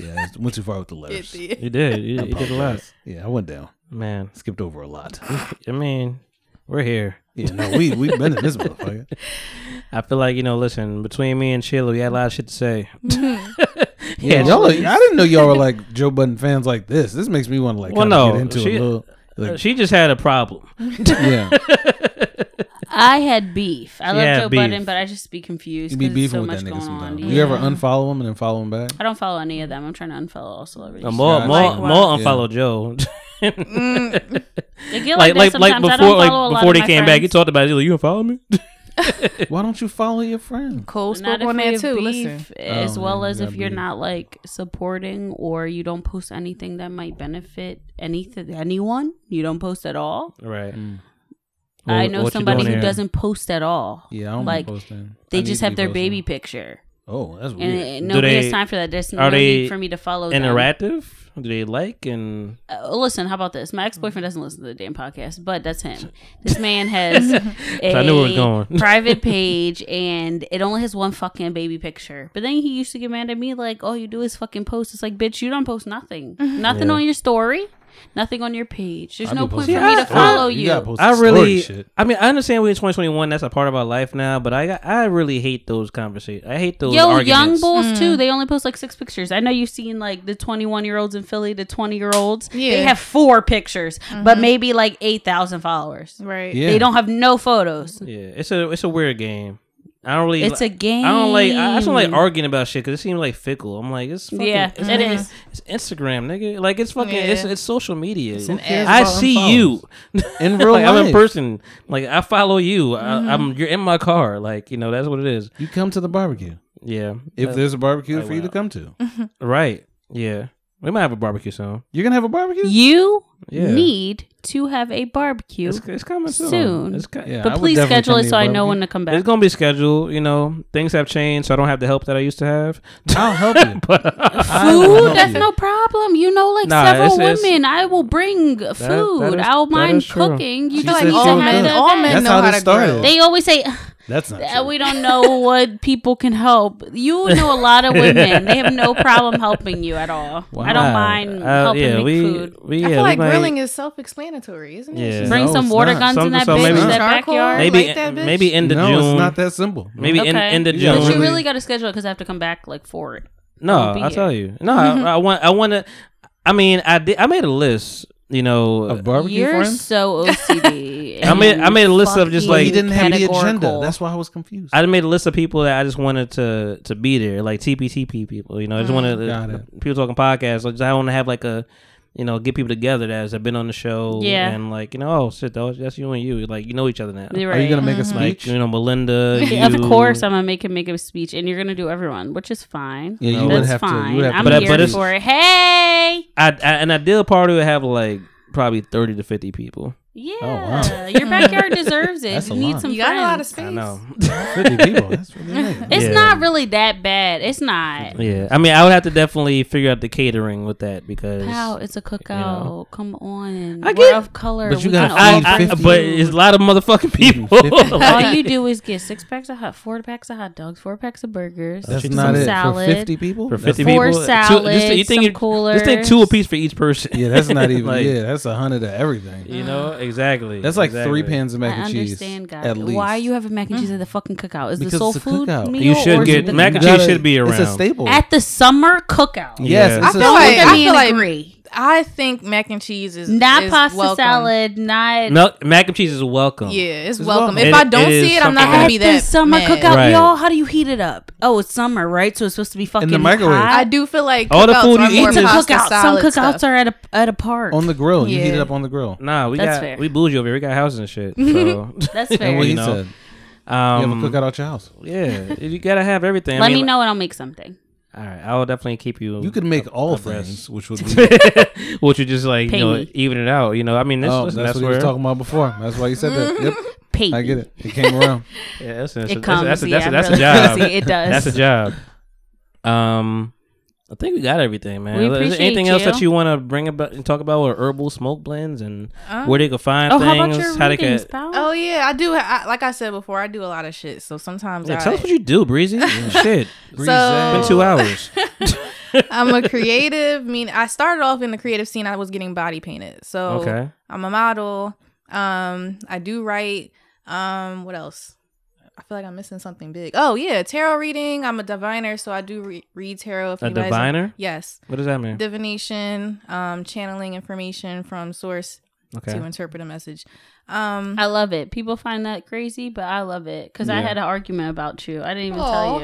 B: yeah, yeah, I went too far with the letters.
C: did.
A: You did. You, you
B: I
A: did a lot,
B: apologize. Yeah, I went down.
A: man.
B: Skipped over a lot.
A: I mean, we're here.
B: Yeah, no, we we've been in this motherfucker.
A: I feel like you know. Listen, between me and Sheila, we had a lot of shit to say.
E: Mm-hmm.
B: Yeah, y'all. Are, I didn't know y'all were like Joe Budden fans like this. This makes me want to like
A: Well,
B: kinda
A: no,
B: get into
A: she-
B: a little.
A: Uh,
B: Like,
A: She just had a problem.
B: yeah,
E: I had beef. I love
A: Yeah,
E: Joe
A: beef.
E: Budden, but I just be confused.
B: you be
E: 'cause there's
B: beefing
E: so
B: with
E: much
B: that nigga
E: going on.
B: sometimes.
E: Yeah.
B: You ever unfollow him and then follow him back?
E: I don't follow any of them. I'm trying to unfollow all celebrities.
A: Uh, more,
B: Gotcha.
A: more, more
B: Likewise. Yeah.
A: unfollow Joe.
E: They get like, that sometimes.
A: before,
E: I don't
A: like
E: follow a lot
A: before
E: of
A: they
E: my
A: came back,
E: friends.
A: he talked about it. He's Like, you don't follow me?
B: Why don't you follow your friend?
C: Cole
E: Not
C: spoke
E: if
C: on
E: we
C: that
E: have
C: too.
E: beef,
C: Listen.
E: as
B: Oh,
E: well
B: yeah,
E: as
B: you
E: if
B: got
E: you're
B: beef.
E: not like supporting or you don't post anything that might benefit anything anyone. You don't post at all.
A: Right.
E: I
A: Well,
E: know
A: what you
E: somebody
A: doing
E: who
A: here?
E: doesn't post at all.
B: Yeah, I don't be
E: like
B: posting. I
E: they
B: need
E: just
B: to
E: have
B: be
E: their
B: posting.
E: baby picture,
B: Oh, that's
E: and,
B: weird.
E: and
A: Do
E: nobody
A: they-
E: has time for that. There's no
A: Are they
E: need for me to follow them.
A: interactive? Do they like and
E: uh, listen, how about this? My ex boyfriend doesn't listen to the damn podcast, but that's him. This man has a
A: I knew where it was going.
E: private page, and it only has one fucking baby picture. But then he "Oh, used to get mad at me, like, "All you do is fucking post." It's like, bitch, you don't post nothing, nothing
A: Yeah.
E: on your story. nothing on your page. There's
B: I
E: no
B: be
E: point for
B: posting
E: me to
B: story-
E: follow
B: you
E: you.
B: gotta post-
A: I really,
B: story shit.
A: I mean, I understand we're in 2021. That's a part of our life now. But I, I really hate those conversations. I hate those.
E: Yo, young
A: arguments.
E: bulls too. They only post like six pictures. I know you've seen like the twenty-one year olds in Philly, the twenty-year-olds. They
C: Yeah.
E: have four pictures, but maybe like eight thousand followers.
C: Right.
A: Yeah.
E: They don't have no photos.
A: Yeah, it's a it's a weird game. I don't really.
E: It's a
A: I don't like. I, I just don't like
E: game.
A: arguing about shit because it seems like fickle. I'm like, it's fucking,
E: Yeah,
A: it's
E: it
A: fucking-
E: is.
A: It's Instagram, nigga. Like it's fucking. It's
E: Yeah.
A: it's social media.
E: an
A: I
E: ass button
A: see you
B: in real
A: like, I'm in
B: life.
A: person. Like I follow you.
E: Mm-hmm.
B: Mhm.
A: I, I'm you're in my car. Like you know that's what it is.
B: You come to the barbecue.
A: Yeah.
B: If
A: That-
B: there's a barbecue
A: like,
B: for you to
A: wow.
B: come to.
A: Right. Yeah. We might have a barbecue soon.
B: You're gonna have a barbecue?
E: You
A: Yeah.
E: need to have a barbecue.
A: It's, it's coming soon.
E: soon.
A: It's co-
E: but please schedule it so I know when to come back.
A: It's gonna be scheduled. You know, things have changed, so I don't have the help that I used to have.
B: I'll help you.
E: food that's no problem you know like
A: Nah,
E: several
A: it's- it's-
E: women i will bring food
A: that is-
E: i'll
A: that
E: mind
A: is true.
E: cooking you
A: She
E: just
A: said
E: need to
A: she was
E: have
A: good.
E: the
A: All
E: event.
A: men That's know how how
B: this to grill. started.
E: they always say
B: That's not
E: "Uh, we don't know what people can help you know a lot of women they have no problem helping you at all i
A: Wow.
E: don't mind
A: Uh,
E: helping
A: yeah,
E: make
A: we-
E: food
A: we- yeah,
E: I
A: we
E: feel
C: like
A: might-
C: grilling is self-explanatory, isn't it?
A: Yeah.
E: Bring No, some it's water not. guns in that bitch, that
C: Charcoal,
E: backyard.
A: Maybe
C: light that bitch.
A: maybe end of
B: No,
A: June.
B: it's not that simple.
A: Maybe in
E: Okay.
A: end of June.
E: but you really got to schedule it because i have to come back like for it
A: No,
E: I'll be
A: I'll
E: here.
A: tell you. No, I, I want. I want to. I mean, I did. I made a list. You know, of
B: barbecue
E: you're so ocd
A: I made. I made a list of just like
B: he didn't have the agenda.
E: categorical.
B: That's why I was confused.
A: I made a list of people that I just wanted to to be there, like TPTP people. You know, I just
B: Mm.
A: wanted to-
B: Got it.
A: people talking podcasts. Like, just, I want to have like a, you know, get people together that have been on the show.
E: Yeah.
A: and like you know, oh shit, that was, that's you and you. Like you know each other now.
E: You're Are you right. gonna make a Mhm.
A: Mm-hmm. Like,
B: speech?
A: you know, Melinda.
E: of
A: you-
E: course, I'm gonna make him make a speech, and you're gonna do everyone, which is fine.
B: Yeah, you
E: That's
B: would have to- you
E: fine.
B: would have to
E: I'm
A: But I-
E: here
A: but it's-
E: for it. Hey,
A: I, I an ideal party would have like probably thirty to fifty people.
E: yeah,
A: wow.
E: your backyard deserves it.
A: That's
E: you
A: a
E: need
A: lot.
E: some
C: You got a lot of
E: friends.
C: space.
A: I know.
B: 50 people. That's really nice.
E: It's
A: Yeah.
E: not really that bad. It's not.
A: Yeah, I mean, I would have to definitely figure out the catering with that because.
E: Pow, it's a cookout. Come on,
A: I
E: we're
A: get-
E: of color.
A: But you
E: We
A: got,
E: can all
A: I, I,
E: eat
A: but
E: food.
A: it's a lot of motherfucking people.
E: all
A: Like-
E: you do is get six packs of hot, four packs of hot dogs, four packs of burgers,
B: That's
E: some
B: not it. For
E: salad
B: 50 people?
A: for
B: That's
A: fifty
B: not-
A: people.
E: Four
A: Two-
E: salads,
A: you
E: some
A: you- Just take two
E: coolers.
A: apiece for each person.
B: Yeah, that's not even.
A: Like,
B: yeah, that's a hundred of everything.
A: You know exactly.
B: That's like
A: exactly.
B: three pans of mac
E: I
B: and cheese.
E: understand, guys.
B: At least.
E: Why are you having mac and cheese at the fucking cookout? Is
B: Because
E: the soul
B: it's a
E: food
B: cookout.
E: meal?
A: You should
E: or is it
A: get
E: the
A: mac and
E: cookout?
A: cheese should be around.
B: It's a staple.
E: at the summer cookout.
B: yes,
A: Yeah.
B: it's
C: I
B: a
C: feel like
E: Look at
C: I
E: me
C: feel
E: and
C: like
E: agree.
C: I think mac and cheese is
E: Not
C: is
E: pasta
C: welcome.
E: salad, not
A: No, mac and cheese is welcome.
C: Yeah, it's,
B: It's
C: welcome.
B: welcome.
C: If
A: It-
C: I don't
A: it is
C: see it, I'm not
A: something-
C: gonna
E: at
C: be
E: the
C: that
E: summer
C: mad.
E: cookout,
A: Right.
E: y'all. How do you heat it up? Oh, it's summer, right? So it's supposed to be fucking
B: microwave.
E: hot.
C: I do feel like
A: All the
C: cookouts
A: food you
C: are more
A: eat
E: It's a
A: is-
C: pasta
E: cookout. Some
C: salad
E: cookouts
C: stuff.
E: are at a at a park.
B: on the grill. You heat
C: Yeah.
B: it up on the grill.
A: Nah, we
E: That's
A: got
E: fair.
A: we bougie over here. We got houses and shit. So,
E: That's fair.
B: And what
A: You
B: he
A: know.
B: said.
A: um,
B: you have a cookout at your house.
A: Yeah, you gotta have everything. I
E: Let
A: mean,
E: me know and I'll make something.
A: All right, I will definitely keep you.
B: You could make all
A: abreast.
B: things, which would be.
A: which would just like
E: Pay
A: you know
E: me.
A: even it out. You know, I mean, this,
B: oh,
A: listen, that's,
B: that's what he was
A: where
B: talking about before. That's why you said that. Yep.
E: Pay.
B: I get it. It came around.
A: Yeah, that's, that's,
E: It
A: that's,
E: comes.
A: that's,
E: yeah,
A: that's, that's,
E: I'm
A: a
E: really
A: job.
E: busy. It does.
A: That's a job. Um, I think we got everything, man.
E: We
A: Is there
E: appreciate
A: anything else that
E: you.
A: you want to bring about and talk about with herbal smoke blends and where they can find
E: Oh,
A: things?
E: how about your
A: they
E: readings,
A: can?
E: pal?
C: Oh yeah, I do. I, like I said before, I do a lot of shit. So sometimes
A: Yeah,
C: I,
A: tell us what you do, Breezy. Shit,
B: Breeze
C: So-
A: been
B: ass.
A: two hours.
C: I'm a creative. mean, I started off in the creative scene. I was getting body painted, so
A: Okay.
C: I'm a model. Um, I do write. Um, what else? I feel like I'm missing something big. Oh yeah, tarot reading. I'm a diviner, so I do re- read tarot. If
A: A
C: you guys-
A: diviner?
C: yes,
A: What does that mean?
C: divination, um, channeling information from source
A: Okay.
C: to interpret a message. Um,
E: I love it. People find that crazy, but I love it because I
A: Yeah.
E: had an argument about you. I didn't even
C: Aw. Oh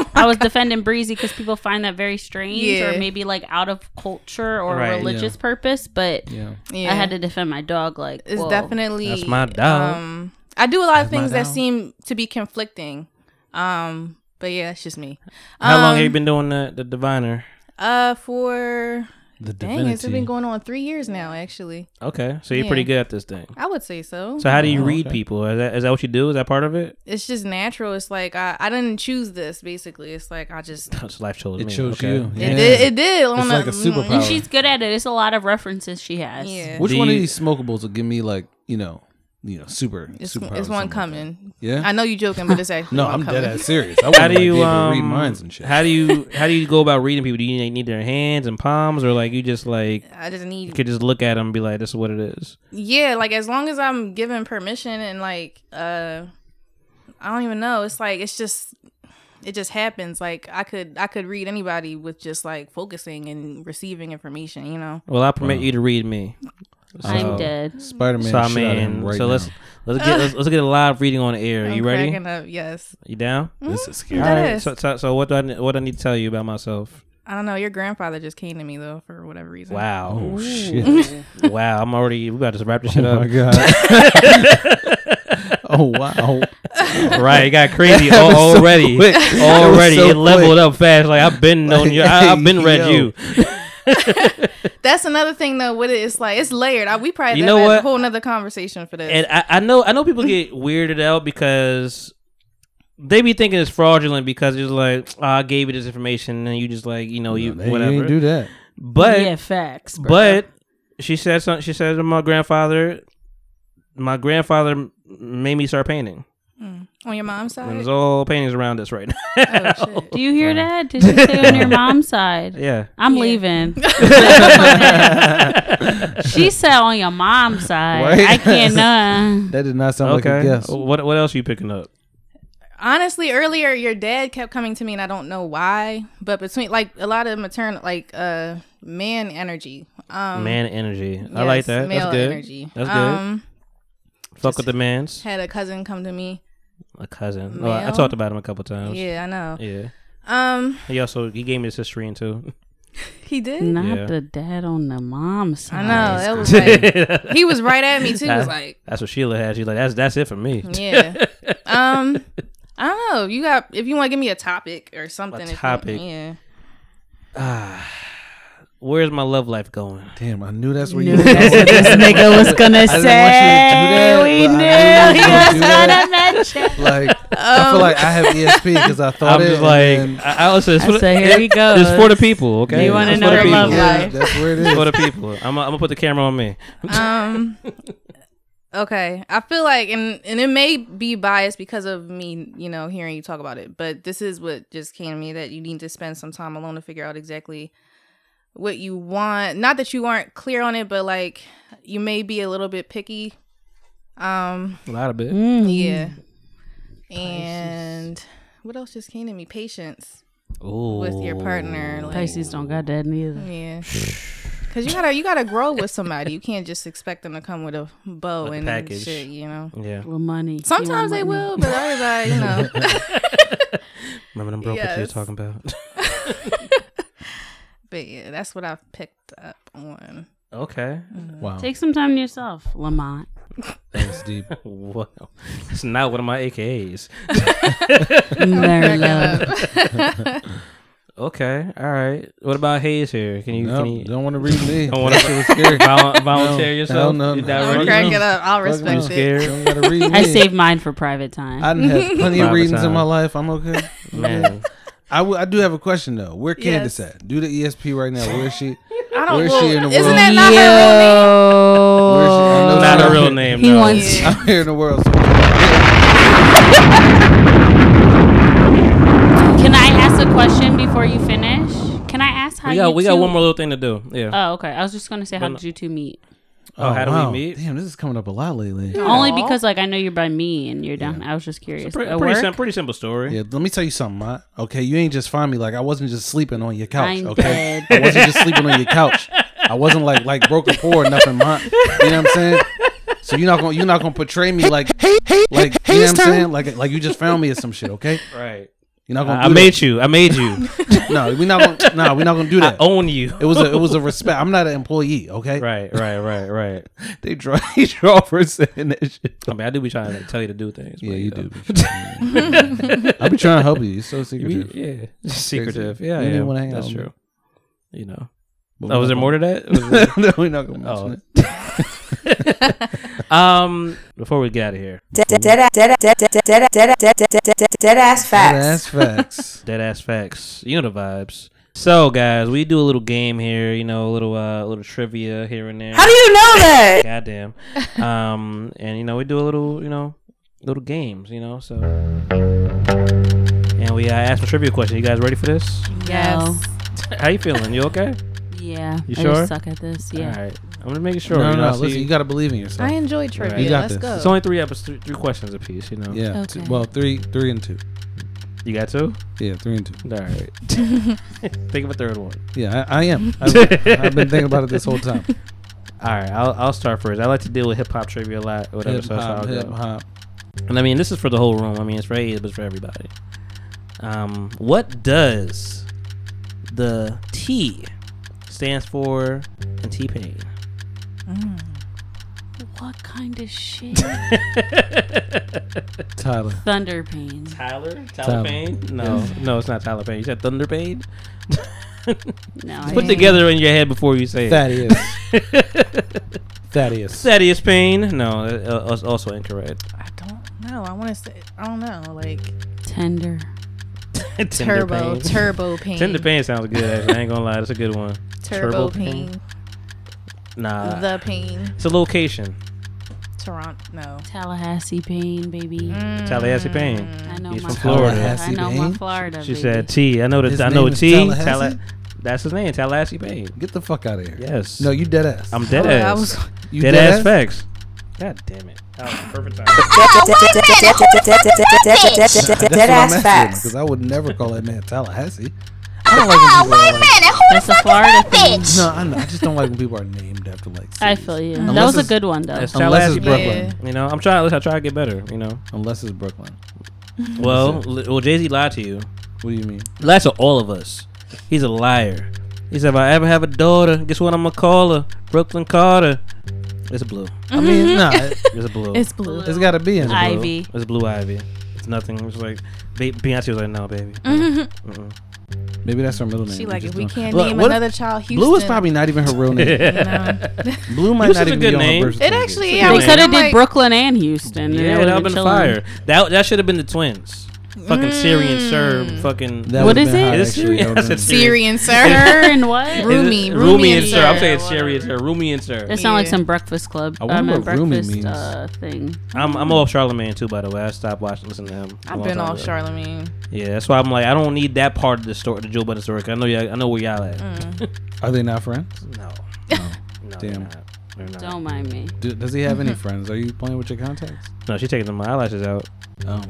E: you. I was defending Breezy because people find that very strange
C: Yeah.
E: or maybe like out of culture or
A: Right.
E: religious purpose. But
B: Yeah.
C: yeah.
E: I had to defend my dog. Like
C: It's
E: whoa.
C: definitely
A: That's my dog.
C: Um, I do a lot of
B: That's my
C: things that
B: dog.
C: seem to be conflicting. Um, but yeah, it's just me.
A: How long have you
C: Um,
A: been doing the, the diviner?
C: Uh, for
B: The
C: dang, it's
B: divinity.
C: been going on three years now. Actually,
A: Okay, so you're
C: yeah.
A: pretty good at this thing.
C: I would say so.
A: So how do you
B: Oh,
A: read
B: okay.
A: people? Is that is that what you do? Is that part of it?
C: It's just natural. It's like I, I didn't choose this. Basically, it's like I just
A: It's life chose
B: It
A: me.
B: chose
A: Okay.
B: you. Yeah.
C: it mm, did. It did.
B: It's like a superpower.
E: And she's good at it. It's a lot of references she has.
C: Yeah.
B: Which
A: Do
B: one
A: you-
B: of these smokables will give me like you know you know, super.
C: It's,
B: superpower
C: it's
B: or
C: one
B: something.
C: coming.
B: Yeah?
C: I know you joking, but it's actually
B: No,
C: one
B: I'm
C: coming.
B: dead ass serious. I wouldn't like, be able to read minds and shit.
A: um, How do you how do you go about reading people? Do you need their hands and palms, or like you just like
C: I just need-
A: you could just look at them and be like, "This is what it is."
C: Yeah, like as long as I'm given permission and like uh I don't even know. It's like it's just it just happens. Like I could I could read anybody with just like focusing and receiving information, you know.
A: Well, I permit you to read me.
C: I'm dead.
B: Spider-Man
A: So I
B: Uh-huh. shit out of him
A: mean,
B: right
A: so let's
B: now.
A: let's get let's, let's get a live reading on the air.
C: I'm
A: you ready?
C: cracking up, yes.
A: You down?
C: This is Mhm, scary.
A: All
C: that
A: right.
C: is.
A: So, so so what do I ne- what do I need to tell you about myself?
C: I don't know. Your grandfather just came to me though for whatever reason.
A: Wow.
C: Ooh.
A: wow. I'm already. We about to wrap this shit
B: Oh
A: up.
B: my God. Oh, wow.
A: Right. It got crazy
B: That
A: al-
B: was so
A: already.
B: quick. That was
A: Already.
B: so
A: it leveled
B: quick.
A: up fast. Like I've been known you. I, I've been read
B: yo.
A: you.
C: That's another thing though with it. It's like it's layered. I, we probably
A: You
C: have
A: know
C: had a
A: what?
C: whole nother conversation for this.
A: And I, I know I know people get weirded out because they be thinking it's fraudulent because it's like "Ah, I gave you this information and you just like you know you
B: they ain't
A: whatever
B: do that.
A: But
E: Yeah, facts, bro.
A: But she said something. She said to my grandfather, my grandfather m- made me start painting.
C: Mm. On your mom's Oh,
A: And
C: side?
A: there's all paintings around us right now.
E: Do you hear that? Did you say on your mom's side?
A: Yeah.
E: I'm leaving. she said on your mom's side.
B: Right?
E: I can't uh,
B: That did not sound like
A: Okay. Oh.
B: a guess.
A: What what else are you picking up?
C: honestly earlier your dad kept coming to me and i don't know why but between like a lot of maternal like uh man energy um
A: man energy. I
C: yes,
A: like that.
C: male
A: That's good.
C: energy.
A: That's good.
C: Um,
A: Fuck with the man's.
C: had a cousin come to me
A: A cousin. Oh, I I
C: Male?
A: talked about him a couple times.
C: Yeah, I know.
A: Yeah.
C: Um,
A: He also he gave me his history and too.
C: he did
E: not
A: Yeah.
E: the dad on the mom's side.
C: i know that was like he was right at me too he was
A: That-
C: like
A: That's what Sheila had. She's like, that's that's it for me.
C: yeah um i don't know you got if you want to give me a topic or something if you-
A: topic.
C: yeah
A: Ah, where's my love life going?
B: Damn, I knew that's where
E: you Knew were that's going. what this nigga was gonna say. We knew he was gonna mention.
B: Like I feel
E: Um,
B: like I have E ESP because I thought
A: I'm
B: it.
A: just
B: and
A: like,
B: then-
A: I, I was just,
E: I said, here he goes.
A: It's for the people, okay?
E: You wanna
A: It's for
E: know
A: the
E: her
A: people.
E: love Yeah, life.
B: that's where it
A: It's
B: is.
A: for the people. I'm gonna put the camera on me.
C: um okay i feel like and and it may be biased because of me you know hearing you talk about it but this is what just came to me that you need to spend some time alone to figure out exactly what you want not that you aren't clear on it but like you may be a little bit picky um
A: A lot of it.
E: Mm,
C: yeah and what else just came to me patience with your partner like
E: Pisces don't got that neither.
C: yeah. Cause you gotta you gotta grow with somebody. You can't just expect them to come with a bow
E: With a
C: and
E: package.
C: shit. You know.
A: Yeah.
E: With money. You
C: Sometimes
E: want
C: they
E: money.
C: will, but others I, you know.
A: Remember them broke bitches you were talking about?
C: but yeah, that's what I've picked up on.
A: Okay. Wow.
E: Take some time to yourself, Lamont.
A: That's deep. wow. It's not one of my AKAs.
E: Never
C: love.
A: okay. All right. What about Hayes here? Can you?
B: Nope,
A: can you
B: don't wanna read me.
A: Don't want
B: That shit was scary.
A: Vol-
B: No,
A: volunteer
B: hell
A: yourself.
B: no,
A: You
B: no.
A: that
B: I'm
A: ready?
C: cracking up. I'll
A: Fuck
C: respect
A: you.
C: it.
A: Scared?
C: Don't gotta read
E: I
C: me.
E: saved mine for private time.
B: I done had plenty of
A: Private
B: readings in
A: time.
B: my life. I'm okay.
A: Man.
B: I, w- I do have a question though. Where Candace
C: Yes.
B: at? Do the ESP right now. Where is she?
C: I don't-
B: Where is
C: well,
B: she in the world?
C: isn't that not her
A: Not her real
B: Where is she? I know she's out here.
C: real
A: name, He no. wants-
B: out here in the world. So
E: Can I ask a question before you finish? Can I ask how
A: We
E: you
A: got we
E: two...
A: got one more little thing to do. Yeah.
E: Oh, okay. I was just gonna say, how
A: But-
E: did you two meet?
A: Oh, how do we meet?
B: Damn, this is coming up a lot lately.
E: Only because like I know you're by me and you're down. I was just curious.
A: It's a pretty,
E: At
A: pretty,
E: work?
A: sim- pretty simple story.
B: Yeah, let me tell you something, Mott. Okay, you ain't just find me like I wasn't just sleeping on your couch.
E: I'm
B: okay,
E: dead.
B: I wasn't just sleeping on your couch. I wasn't like like broken poor or nothing, Mott. You know what I'm saying? So you're not gonna you're not gonna portray me like hey hey like
A: hey,
B: you know
A: it's
B: what I'm
A: time.
B: saying like like you just found me or some shit. Okay,
A: Right.
B: You're not gonna.
A: I- I
B: do
A: made
B: that.
A: you. I made you.
B: no, we're not gonna. No, we're not gonna do that.
A: own you.
B: It was a it was a respect. I'm not an employee. Okay.
A: Right. Right. Right. Right.
B: they draw they draw for saying that shit.
A: I mean, I do be trying to like, tell you to do things.
B: Yeah,
A: but, uh,
B: you do.
A: know.
B: I be trying to help you. You're so secretive.
A: yeah,
B: Crazy.
A: secretive. Yeah,
B: you
A: yeah,
B: didn't want to hang
A: that's
B: out. with me.
A: true. You know.
B: But
A: oh,
B: we're
A: was
B: not
A: there more to that? Oh.
B: gonna-
A: Was there-
B: No, we're not gonna mention
A: it. um, before we get out of here,
O: Dead ass facts.
B: Dead ass facts.
A: Dead ass facts. You know the vibes. So guys, we do a little game here, you know, a little uh, little trivia here and there.
D: How do you know that?
A: Goddamn. Um, and you know, we do a little, you know, little games, you know. So, and we uh, ask a trivia question. You guys ready for this?
E: Yes.
A: How you feeling? You okay?
E: Yeah.
A: You
E: I
A: sure?
E: just suck at this. Yeah.
A: All right. I'm gonna make sure.
B: No,
A: you
B: no,
A: know,
B: no,
A: see-
B: listen, you gotta believe in yourself.
C: I enjoy trivia.
A: You
C: Let's go.
A: It's only three episodes, three, three questions apiece. You know.
B: Yeah. t- well, three, three and two.
A: You got two?
B: Yeah, three and two.
A: All right. Think of a third one.
B: Yeah, I, I am. I've, I've been thinking about it this whole time.
A: All right, I'll, I'll start first. I like to deal with hip hop trivia a lot, whatever. so that's how
B: Hip-hop,
A: I'll go.
B: hip-hop.
A: And I mean, this is for the whole room. I mean, it's for A's, but it's for everybody. Um, what does the T stands for in T Pain?
C: Mm,
E: What kind of shit?
B: Tyler.
E: Thunder pain.
A: Tyler?
B: Tyler.
A: Payne? No, no, it's not Tyler Payne. You said Thunder Payne.
E: No,
A: Put together in your head before you say
B: Thaddeus.
A: it.
B: Thaddeus.
A: Thaddeus Payne. No, uh, uh, also incorrect.
C: No, I want to say I don't know, like
E: Tender.
A: Tender
C: Turbo-
A: Pain.
C: Turbo Pain.
A: Tender Pain sounds good. Actually, I ain't gonna lie, that's a good one.
C: Turbo, Pain,
A: Nah.
C: The Pain,
A: It's a location.
C: Toronto. No,
E: Tallahassee pain, baby.
A: Tallahassee Payne.
E: I
C: Mm.
E: know
A: He's
E: my
A: from Florida.
E: Mm. Tallahassee I know my Payne? Florida,
A: She
E: baby.
A: said T. I know
B: His
A: that. I know
B: name is
A: T.
B: Tallahassee?
A: Talla- that's his name, Tallahassee Payne.
B: Get the fuck out of here.
A: Yes.
B: No, you dead ass.
A: I'm dead
B: Oh, I
A: ass.
B: was- You
A: dead,
B: dead
A: ass,
B: ass?
A: facts. God damn it. That was the perfect time.
B: That's
A: Dead
B: what I'm asking Because I would never call that man Tallahassee. I don't like when people are like,
E: That's a Florida thing.
B: No, I, know. I just don't like when people are named after like.
E: I feel you.
B: Unless
E: that was Mm. a
B: it's-
E: good one though.
A: That's
B: Unless
A: Tallahassee
B: it's
A: Brooklyn.
B: Brooklyn.
A: You know, I'm trying. Listen, I try to get better. You know.
B: Unless it's Brooklyn.
A: Well, li- well, Jay Z lied to you.
B: What do you mean?
A: Lies to all of us. He's a liar. He said, if I ever have a daughter, guess what I'm gonna call her? Brooklyn Carter. It's blue.
B: I mean, nah.
A: It's blue.
C: It's blue.
B: It's gotta be in
A: It's
B: blue.
E: Ivy.
A: It's blue ivy. It's nothing. It's like ba- Beyonce was like, no, baby.
C: Mhm.
A: Mm-mm.
B: Maybe that's her middle name.
C: She like,
B: just
C: if we
B: don't-
C: can't
B: Look,
C: name
B: what if-
C: another child
B: Blue is
C: Houston.
B: probably not even her real name. Blue might
A: Houston's
B: not
A: a
B: even
A: good
B: be on
A: name.
B: her birth
A: It
B: certificate.
C: actually-
E: they
A: Yeah,
E: could have
C: I'm
E: did
C: like-
E: Brooklyn and Houston.
A: Yeah, that would have been fire. That that should have been the twins. Fucking Syrian Serb. Fucking
B: That
E: What
B: would've
E: is
B: been
E: it?
B: hot,
A: Is it
B: actually.
A: Syrian?
B: That would've
A: I said
B: been-
C: Syrian
E: Her
C: sir.
E: and what?
C: Roomy,
A: Roomy and Serb.
C: sir.
A: I'm saying Syrian Serb. Roomy and Serb.
E: That sound like
C: Yeah.
E: some Breakfast Club.
B: I
E: I,
B: wonder
E: mean,
B: what Roomy
E: breakfast
B: means.
E: Uh, thing.
A: I'm I'm off Charlemagne too, by the way. I stopped watching, listening to him. a
C: I've
A: long
C: been
A: time
C: off
A: ago.
C: Charlemagne.
A: Yeah, that's why I'm like, I don't need that part of the story, the Joe Budden story. 'cause I know y'all, I know where y'all at.
C: Mm.
B: Are they not friends?
A: No,
B: No.
A: no, they're
B: Damn.
A: not. They're not.
E: Don't mind me.
B: Do, does he have any friends? Are you playing with your contacts?
A: No, she's taking my eyelashes out.
B: Oh.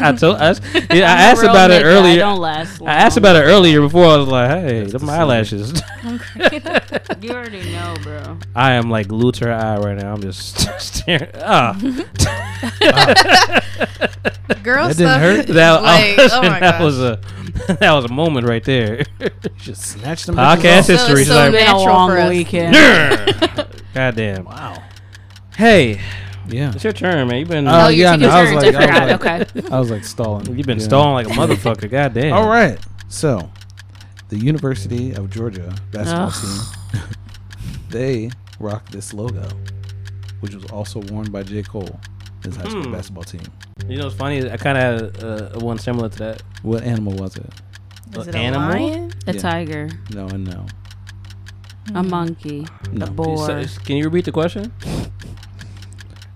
A: I told us. Yeah, I
E: I'm a
A: asked
E: real
A: about
E: nigga.
A: it earlier.
E: I don't last
A: I asked
E: long.
A: about it earlier before I was like, hey,
B: That's
A: them
B: the
A: my
B: same.
A: eyelashes.
E: You already know, bro.
A: I am like glued to her eye right now. I'm just staring. Ah,
C: Girl
B: That didn't
C: stuff.
B: hurt.
C: is
A: that,
C: like, oh
A: that
C: my gosh.
A: was a that was a moment right there.
B: Just snatch them.
A: Podcast
B: bitches off.
A: history. She's
C: so
A: like,
E: Been a
C: natural
E: long
C: for us.
E: weekend.
A: yeah. Goddamn. Wow. Hey, Uh,
B: Yeah.
A: it's your turn, man. You've been
B: Oh,
E: Oh, you
B: yeah,
E: took
B: no,
E: your
B: I was
E: turns.
B: like,
E: I
B: I was
E: forgot.
B: like, I was like stalling.
A: you've been
B: Yeah.
A: stalling like a motherfucker. Goddamn.
B: All right. So, the University of Georgia basketball
E: Ugh.
B: team, they rocked this logo, which was also worn by J. Cole, his high school
A: Hmm.
B: basketball team.
A: You know what's funny? I kind of had uh, one similar to that.
B: What animal was it?
C: Is
A: An
C: it a
A: animal?
C: lion?
E: A
B: Yeah.
E: tiger,
B: No, and no.
E: a monkey,
B: No.
E: a
A: You
E: boar.
A: said- Can you repeat the question?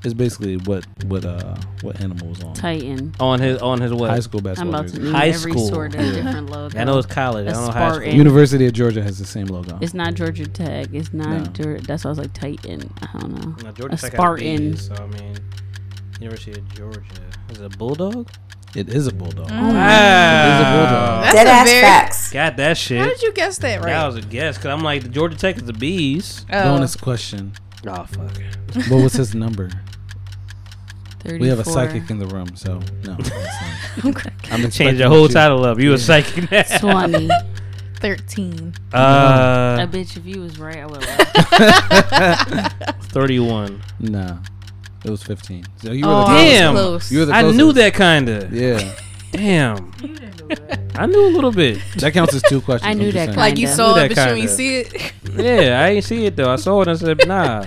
B: It's basically what what uh what animal was on
E: Titan.
A: On his on his what?
B: high school
E: I'm
B: basketball
E: about to
B: jersey.
E: name
A: High
E: every
A: school.
E: sort of
B: Yeah.
E: different logo.
A: I know it's college. I
E: A
A: don't know high
E: Spartan.
A: school.
B: University of Georgia has the same logo.
E: It's not Georgia Tech. It's
B: No.
E: not Geor- That's why I was like Titan. I don't know.
A: Now, Georgia
E: a
A: Tech has
E: Spartan.
A: bees, so I mean, University of Georgia is it a bulldog.
B: It is a bulldog.
C: Mm.
A: Wow.
C: That's a very.
A: Got that
C: How
A: shit.
C: did you guess that
A: That
C: right?
A: was a guess because I'm like the Georgia Tech is the bees.
C: Oh.
B: Bonus question:
A: Oh fuck.
B: What was his number?
E: 34.
B: We have a psychic in the room, so no. that's not- I'm gonna
A: Change the whole title up. You a psychic now.
E: Swanee.
C: Thirteen.
E: I
A: Uh,
E: bitch if you was right, I would have
A: thirty-one.
B: Nah, it was 15. So you
C: Oh,
B: were the
A: Damn.
C: I was close.
B: You were the
A: I
B: closest.
A: knew that kinda.
B: Yeah,
A: Damn. I knew a little bit.
B: that counts as two questions.
E: I knew
B: I'm just
E: that
B: saying.
E: kind.
C: Like you
E: Kinda.
C: saw
A: Look
C: it,
A: at
C: but you
A: kinda.
C: ain't see it.
A: Yeah, I ain't see it though. I saw it and I said, nah.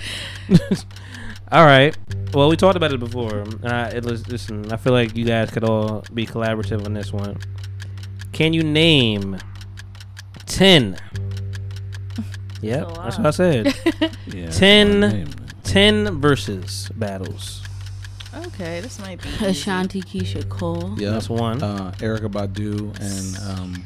A: all right. Well, we talked about it before. And I, it was, listen, I feel like you guys could all be collaborative on this one. Can you name ten. Yep, that's what I said.
B: Yeah, that's
A: ten,
B: my name,
A: 10 versus battles.
C: Okay, this might be.
E: Ashanti Keisha Cole.
B: Yeah,
A: That's one.
B: Uh, Erica Badu and um,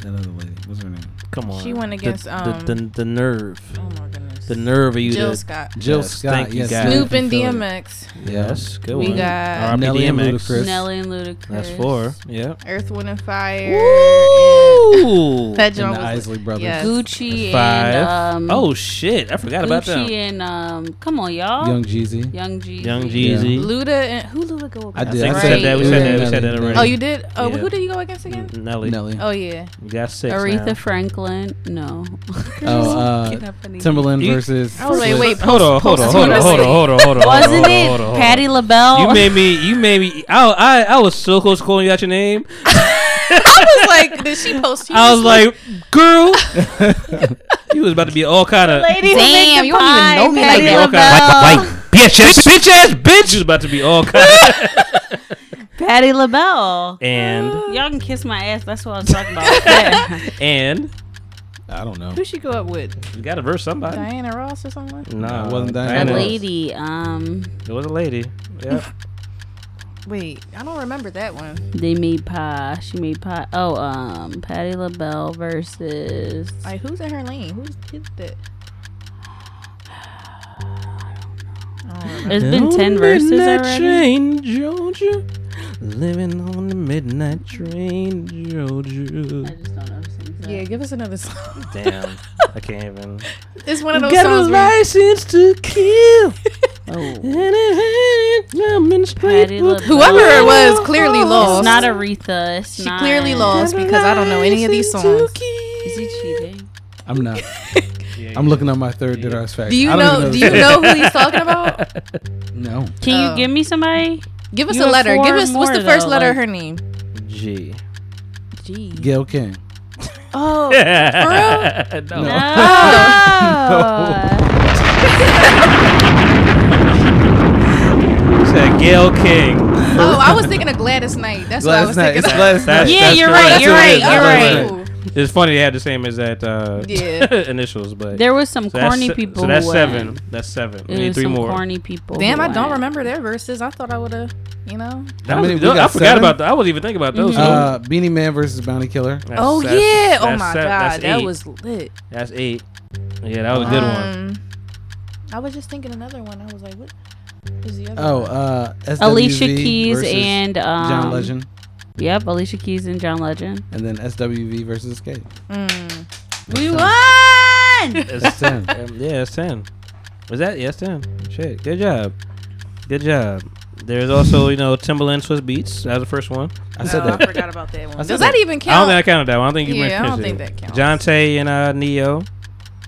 B: that other lady. What's her name?
A: Come on.
C: She went
A: The-
C: against,
A: the,
C: um,
A: the, the nerve. Oh my goodness. The nerve of you.
C: Jill
A: to-
C: Scott.
B: Jill
A: Yes,
B: Scott,
A: Thank you,
B: yes,
A: guys.
C: Snoop and DMX.
A: Yes, good
C: We
A: one.
C: got-
A: R.I.P.
B: Nelly and
A: DMX.
B: Ludacris.
E: Nelly and Ludacris.
A: That's four. Yep.
C: Earth, Wind, and Fire.
A: Ooh.
C: That joint
B: the
C: was-
B: Isley Brothers.
C: yes.
E: Gucci
A: Five.
E: and um,
A: oh shit! I forgot about
E: Gucci
A: them.
E: and um, come on, y'all.
B: Young Jeezy.
E: Young Jeezy.
A: Young Jeezy.
C: Luda and who Luda go
B: I
C: against?
B: did.
A: I
B: I
A: think
B: said
A: we said that. We
B: Nelly.
A: said that. We said that
B: Nelly.
A: already.
C: Oh, you did. Oh,
A: Yeah.
C: who did you go against again?
A: Nelly.
B: Nelly.
C: Oh yeah.
A: You got six.
E: Aretha
A: now.
E: Franklin. No.
B: Oh, uh, Timberland
A: You- Oh,
B: versus.
C: I was like, wait,
A: Hold on, hold on, hold on, hold on, hold on, hold on. hold on,
E: Wasn't
A: hold on,
E: it
A: hold on, hold on.
E: Patty LaBelle?
A: You made me. You made me. I, I, I was so close to calling you out your name.
C: I was like, did she post?
A: I was like, girl, you was about to be all kind of
E: Lady who
I: Damn,
E: make the
I: you don't even
E: pie,
I: know me like
E: Patti
A: all
I: that.
A: kind of
E: LaBelle.
A: like, bitch ass, bitch ass, bitch. You was about to be oh, all kind.
E: Patty LaBelle.
A: and
E: Y'all can kiss my ass. That's what I was talking about.
A: and
B: I don't know.
C: who she go up with?
A: you got to verse somebody.
C: Diana Ross or someone?
A: Nah,
B: It wasn't
E: A
B: Diana. I know.
E: lady. Um,
A: It was a lady. Yeah.
C: Wait, I don't remember that one.
E: they made pie. She made pie. Oh, um, Patty LaBelle versus.
C: Like, who's in her lane? Who's who's that?
E: There's been ten verses
A: midnight
E: already.
A: train, Georgia. Living on the midnight train,
E: I
A: Georgia.
E: just don't know. who sings that.
C: Yeah, give us another song.
A: Damn, I can't even.
C: It's one of those
A: Got
C: songs.
A: a
C: where-
A: license to kill.
E: Oh.
A: And I had it, I'm in the street
E: Patti
A: with-
E: LaBelle.
C: Whoever it was clearly lost.
E: It's not Aretha. It's
C: She
E: not.
C: clearly lost because I don't know any of these songs.
E: Is he cheating?
B: I'm not. I'm looking at my third yeah. Deadass fact.
C: Do you
B: I don't
C: know?
B: even
C: Do you know who he's talking about?
B: No.
E: Can
C: Oh.
E: you give me somebody?
C: Give us
E: You
C: a
E: have
C: letter.
E: four
C: Give us what's
E: more,
C: the first
E: though,
C: letter of her
E: like-
C: name?
A: G.
E: Gee.
B: Gail King.
E: Oh.
A: no.
E: No. Uh,
A: She said Gail King.
C: Oh, I was thinking of Gladys Knight. That's what I
B: Gladys
C: was
B: Knight.
C: thinking.
B: It's
C: of.
B: Gladys Knight.
A: That's-
E: Yeah,
A: that's
E: you're
A: correct.
E: right.
A: That's what it is.
E: You're right. You're
A: That's
E: right.
A: what it is.
C: Ooh.
A: It's funny they had the same as that uh,
C: Yeah.
A: initials, but
E: There was some
A: so that's
E: corny
A: se-
E: people.
A: So that's
E: who
A: seven.
E: went.
A: That's seven. We
E: It
A: need
E: was
A: three
E: some
A: more.
E: corny people.
C: Damn,
E: who
C: I don't
E: went.
C: remember their verses. I thought I would have, you know.
A: That
B: How
A: was-
B: many- we
A: tho- I
B: got
A: forgot
B: seven?
A: about that. I wasn't even thinking about
E: Mm-hmm.
A: those.
B: Uh, Beanie Man versus Bounty Killer.
A: That's-
C: Oh
A: that's-
C: yeah! Oh
A: that's
C: my
A: se-
C: god,
A: that's
C: that
A: eight.
C: was lit.
A: That's eight. Yeah, that was a good one.
C: Um, I was just thinking another one. I was like, what was the other?
B: Oh, uh, SWV
E: Alicia Keys
B: versus
E: and um,
B: John Legend,
E: Yep, Alicia Keys and John Legend.
B: and then SWV versus Escape.
C: one? Mm.
E: We won.
A: It's
B: ten.
A: Um, yeah, it's ten. Was that? Yes, ten. Shit. Good job. Good job. There's also you know Timberland Swiss Beats. That was the first one.
B: I said
C: Oh, I
B: that.
C: forgot about that one.
B: said
C: Does
B: that.
C: that even
A: I don't
C: count?
A: think I counted that one. I don't think you
C: Yeah,
A: mentioned
C: I don't
A: it.
C: think that counts.
A: Jonte and uh, Neo.